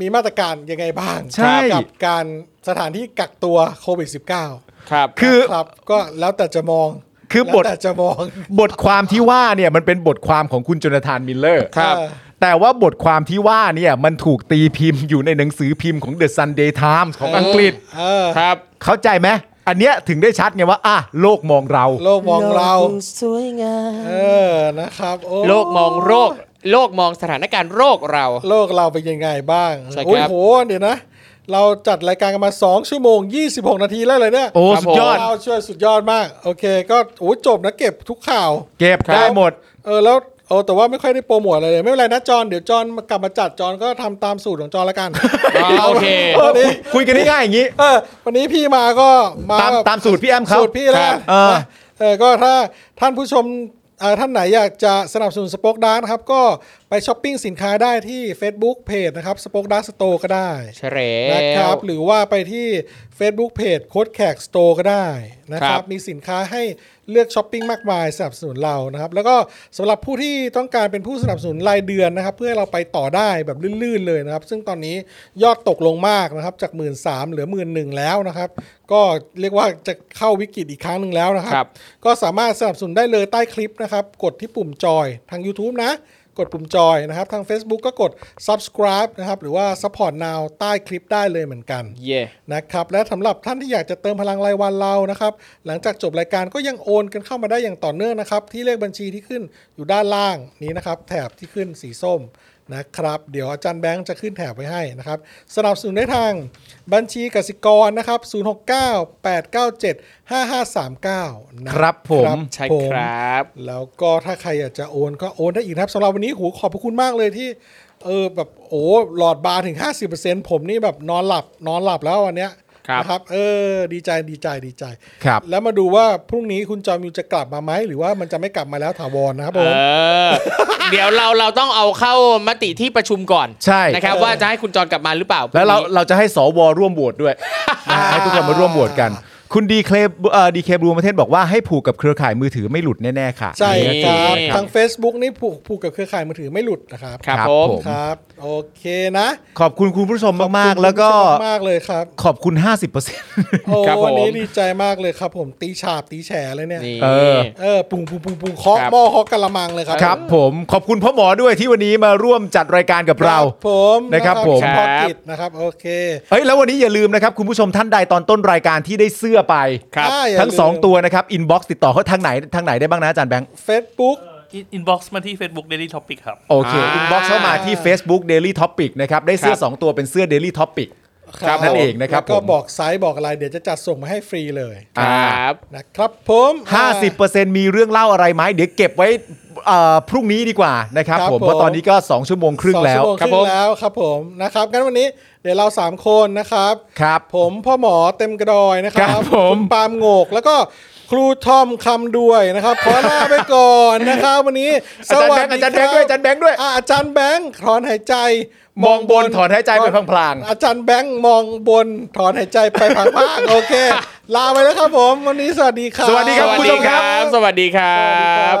[SPEAKER 2] มีมาตรการยังไงบ้าง
[SPEAKER 5] ใช่
[SPEAKER 2] กับการสถานที่กักตัวโควิด -19
[SPEAKER 4] ครับ
[SPEAKER 5] ๆ คือ
[SPEAKER 2] ครับ ก็แล้วแต่จะมอง
[SPEAKER 5] คือบท
[SPEAKER 2] แล้วแต่จะมอง
[SPEAKER 5] บทความที่ว่าเนี่ยมันเป็นบทความของคุณจนทานมิลเลอร์
[SPEAKER 4] ครับ
[SPEAKER 2] เออ
[SPEAKER 5] แต่ว่าบทความที่ว่าเนี่ยมันถูกตีพิมพ์อยู่ในหนังสือพิมพ์ของ The Sunday Times ของอังกฤษ
[SPEAKER 2] เออ
[SPEAKER 4] ครับ
[SPEAKER 5] เข้าใจไหมอันเนี้ยถึงได้ชัดไงว่าอ่ะโลกมองเรา
[SPEAKER 2] โลก (laughs) มองเราสวยงามเออนะครับโอ้
[SPEAKER 4] โลกมองโรค โลกมองสถานการณ์โรคเรา
[SPEAKER 2] โลกเราเป็นยังไงบ้าง
[SPEAKER 4] ใช่ครับ
[SPEAKER 2] โอ้โหเดี๋ยวนะ เราจัดรายการกันมา 2 ชั่วโมง 26 นาทีแล้วเลยเนี่ย
[SPEAKER 5] โอ้
[SPEAKER 4] ครับ
[SPEAKER 5] สุดยอด
[SPEAKER 4] ผม
[SPEAKER 2] เราช่วยสุดยอดมาก โอเค ก็โอ้ยจบนะเก็บทุกข่าว
[SPEAKER 5] เก็บได้หมด
[SPEAKER 2] เออแล้วเออแต่ว่าไม่ค่อยได้โปรโมทอะไรเลยไม่เป็นไรนะจอนเดี๋ยวจอนมากลับมาจัดจอนก็ทำตามสูตรของจอนละกัน
[SPEAKER 4] อ่าโอเค
[SPEAKER 5] เออ
[SPEAKER 2] วันนี้
[SPEAKER 5] คุยกันง่ายๆอย่างนี้
[SPEAKER 2] เออวันนี้พี่มาก็มา
[SPEAKER 5] ตามตามสูตรพี่แอมเขา
[SPEAKER 2] สูตรพี่แล้ว
[SPEAKER 5] ค
[SPEAKER 2] กั
[SPEAKER 5] รั
[SPEAKER 2] น
[SPEAKER 5] บเออ
[SPEAKER 2] นะเออก็ถ้าท่านผู้ชมเอ่อท่านไหนอยากจะสนับสนุนสป็อกดาร์นะครับ ก็ไปช้อปปิ้งสินค้าได้ที่ Facebook Page นะครับสป็อกดาร์สโตร์ก็ได้
[SPEAKER 4] เฉลย
[SPEAKER 2] นะครับ หรือว่าไปที่ Facebook Page โค้ดแขกสโตร์ก็ได้นะค
[SPEAKER 4] ครั
[SPEAKER 2] รับ
[SPEAKER 4] บ
[SPEAKER 2] มีสินค้าให้เลือกช้อปปิ้งมากมายสนับสนุนเรานะครับ แล้วก็สำหรับผู้ที่ต้องการเป็นผู้สนับสนุนรายเดือนนะครับ เพื่อให้เราไปต่อได้แบบลื่นๆเลยนะครับ ซึ่งตอนนี้ยอดตกลงมากนะครับ จาก 1 3ื่นเหลือ 1 1ื่นแล้วนะครับ ก็เรียกว่าจะเข้าวิกฤตอีกครั้งหนึ่งแล้วนะครั
[SPEAKER 4] ครับ
[SPEAKER 2] ก็สามารถสนับสนุนได้เลยใต้คลิปนะครับ กดที่ปุ่มจอยทาง YouTube นะ กดปุ่มจอยนะครับ ทาง Facebook ก็กด subscribe นะครับหรือว่า support now ใต้คลิปได้เลยเหมือนกัน
[SPEAKER 4] เย่
[SPEAKER 2] นะครับและสำหรับท่านที่อยากจะเติมพลังรายวันเรานะครับ หลังจากจบรายการก็ยังโอนกันเข้ามาได้อย่างต่อเนื่องนะครับ ที่เลขบัญชีที่ขึ้นอยู่ด้านล่างนี้นะครับ แถบที่ขึ้นสีส้มนะครับ เดี๋ยวอาจารย์แบงค์จะขึ้นแถบไว้ให้นะครับสนับสนุนได้ทางบัญชีกสิกรนะครับ 0 6 9 8 9 7 5 5 3 9 นะครับ
[SPEAKER 5] ผม
[SPEAKER 4] ใช่
[SPEAKER 2] ผม
[SPEAKER 4] ครับ
[SPEAKER 2] แล้วก็ถ้าใครอยากจะโอนก็โอนได้อีกนะครับสำหรับวันนี้หูขอบพระคุณมากเลยที่เออแบบโอ้หลอดบาร์ถึง 50%ผมนี่แบบนอนหลับนอนหลับแล้ววันเนี้ย
[SPEAKER 4] ครับ
[SPEAKER 2] นะครับเออดีใจดีใจดีใจ
[SPEAKER 5] ครับ
[SPEAKER 2] แล้วมาดูว่าพรุ่งนี้คุณจอมิวจะกลับมาไหมหรือว่ามันจะไม่กลับมาแล้วถาวรนะครับผ
[SPEAKER 4] เอ
[SPEAKER 2] ม
[SPEAKER 4] อ เดี๋ยวเราเราต้องเอาเข้ามติที่ประชุมก่อน
[SPEAKER 5] ใช่
[SPEAKER 4] นะครับ ว่าจะให้คุณจรกลับมาหรือเปล่า
[SPEAKER 5] แล้วเรา
[SPEAKER 4] พงนี้
[SPEAKER 5] เราจะให้สวร่วมโหวตด้วย ให้ทุกคนมาร่วมโหวตกัน คุณดีเคเอ่อดีเคบลูมาเทนบอกว่าให้ผูกกับเครือข่ายมือถือไม่หลุดแน่ๆค่ะ
[SPEAKER 2] ใช่ครับ
[SPEAKER 4] นี่
[SPEAKER 2] ทาง Facebook นี่ผูกผูกกับเครือข่ายมือถือไม่หลุดนะครับ
[SPEAKER 4] ครับ
[SPEAKER 5] ครับ
[SPEAKER 4] ผม
[SPEAKER 5] ผม
[SPEAKER 2] ครับ โอเคนะ
[SPEAKER 5] ขอบคุณคุณผู้ชมมาก
[SPEAKER 2] ขอบคุณ
[SPEAKER 5] ๆ แล้วก็
[SPEAKER 2] คุณผู้ชมมากเลยครับ
[SPEAKER 5] ขอบคุณ 50%
[SPEAKER 2] โอ้
[SPEAKER 4] ครับผม
[SPEAKER 2] วันนี้ดีใจมากเลยครับผมตีฉาบตีแฉเลยเนี่ย
[SPEAKER 4] นี่
[SPEAKER 5] เออ
[SPEAKER 2] เออปุงปุงปุงปุงเคาะ
[SPEAKER 4] ครับ
[SPEAKER 2] หม้อเคาะกะละมังเลยครับ
[SPEAKER 5] ครับผมขอบคุณพ่อหมอด้วยที่วันนี้มาร่วมจัดรายการกับเรา
[SPEAKER 2] ผม
[SPEAKER 5] นะครับผม
[SPEAKER 2] เฉพาะกิจนะครับโอเค
[SPEAKER 5] เฮ้ยแล้ววันนี้อย่าลืมนะครับ คุณผู้ชมท่านใดตอนต้นรายการที่ได้เสื้อไป
[SPEAKER 4] ครับ
[SPEAKER 2] อ่าย่า
[SPEAKER 5] ทั้ง
[SPEAKER 2] ลืม
[SPEAKER 5] 2 ตัวนะครับอินบ็อกซ์ติดต่อเขาทางไหนทางไหนได้บ้างนะอาจารย์แบงค์
[SPEAKER 2] Facebook
[SPEAKER 6] อินบ็อกซ์มาที่ Facebook Daily Topic ครับ
[SPEAKER 5] โอเค
[SPEAKER 4] อ่า
[SPEAKER 5] อินบ็อกซ์เข้ามาที่ Facebook Daily Topic นะครับได้เสื้อ 2 ตัวเป็นเสื้อ Daily Topic ครับนั่นเองนะครับ
[SPEAKER 2] แล้วก็
[SPEAKER 5] ผม
[SPEAKER 2] บอกไซส์บอกอะไรเดี๋ยวจะจัดส่งมาให้ฟรีเลย
[SPEAKER 4] ครับ
[SPEAKER 2] นะครับผมอ่า
[SPEAKER 5] 50%มีเรื่องเล่าอะไรไหมเดี๋ยวเก็บไว้เอ่อพรุ่งนี้ดีกว่านะครับ
[SPEAKER 2] ครับ
[SPEAKER 5] ผม
[SPEAKER 2] ผม
[SPEAKER 5] เพราะตอนนี้ก็ 2 ชั่วโมงครึ่งแล้ว
[SPEAKER 2] สอชั่วโมงครึ่งแล้วครับผมนะครับงั้นวันนี้เดี๋ยวเรา 3 คนนะครับ
[SPEAKER 5] ครับ
[SPEAKER 2] ผมพ่อหมอเต็มกระดอยนะครั
[SPEAKER 5] ครับผม
[SPEAKER 2] คุณปาล์มโงก แล้วก็ครูทอมคำด้วยนะครับขอลาไปก่อนนะครับวันนี้
[SPEAKER 5] อาจารย์แบงค์อาจารย์แบงค์ด้วยอาจารย์แบงค์ด้วย
[SPEAKER 2] อ่ะอาจารย์แบงค์ถอนหายใจ
[SPEAKER 5] มองบนถอนหายใจไปพลางๆ
[SPEAKER 2] อาจารย์แบงค์มองบนถอนหายใจไปพลางๆโอเค ลาไปแล้วครับผมวันนี้สวัสดีครับ
[SPEAKER 5] สวัสดีครับ
[SPEAKER 4] สวั
[SPEAKER 5] คุ
[SPEAKER 4] ส
[SPEAKER 5] ณผู้ช
[SPEAKER 4] ดี
[SPEAKER 5] ม
[SPEAKER 4] ครับ สวัสดีครั
[SPEAKER 2] สวัสดีครับ บ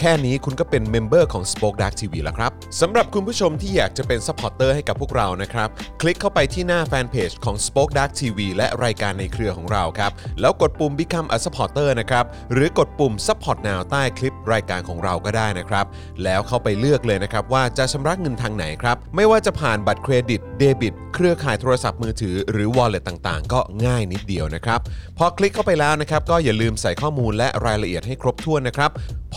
[SPEAKER 1] แค่นี้คุณก็เป็นเมมเบอร์ของ Spoke Dark TV แล้วครับ สำหรับคุณผู้ชมที่อยากจะเป็นซัพพอร์ตเตอร์ให้กับพวกเรานะครับ คลิกเข้าไปที่หน้าแฟนเพจของ Spoke Dark TV และรายการในเครือของเราครับ แล้วกดปุ่ม Become a supporter นะครับ หรือกดปุ่ม support now ใต้คลิปรายการของเราก็ได้นะครับ แล้วเข้าไปเลือกเลยนะครับว่าจะชำระเงินทางไหนครับ ไม่ว่าจะผ่านบัตรเครดิต เดบิต เครือข่ายโทรศัพท์มือถือหรือ wallet ต่างๆ ก็ง่ายนิดเดียวนะครับ พอคลิกเข้าไปแล้วนะครับ ก็อย่าลืมใส่ข้อมูลและรายละเอียดให้ครบถ้วนนะครับ พ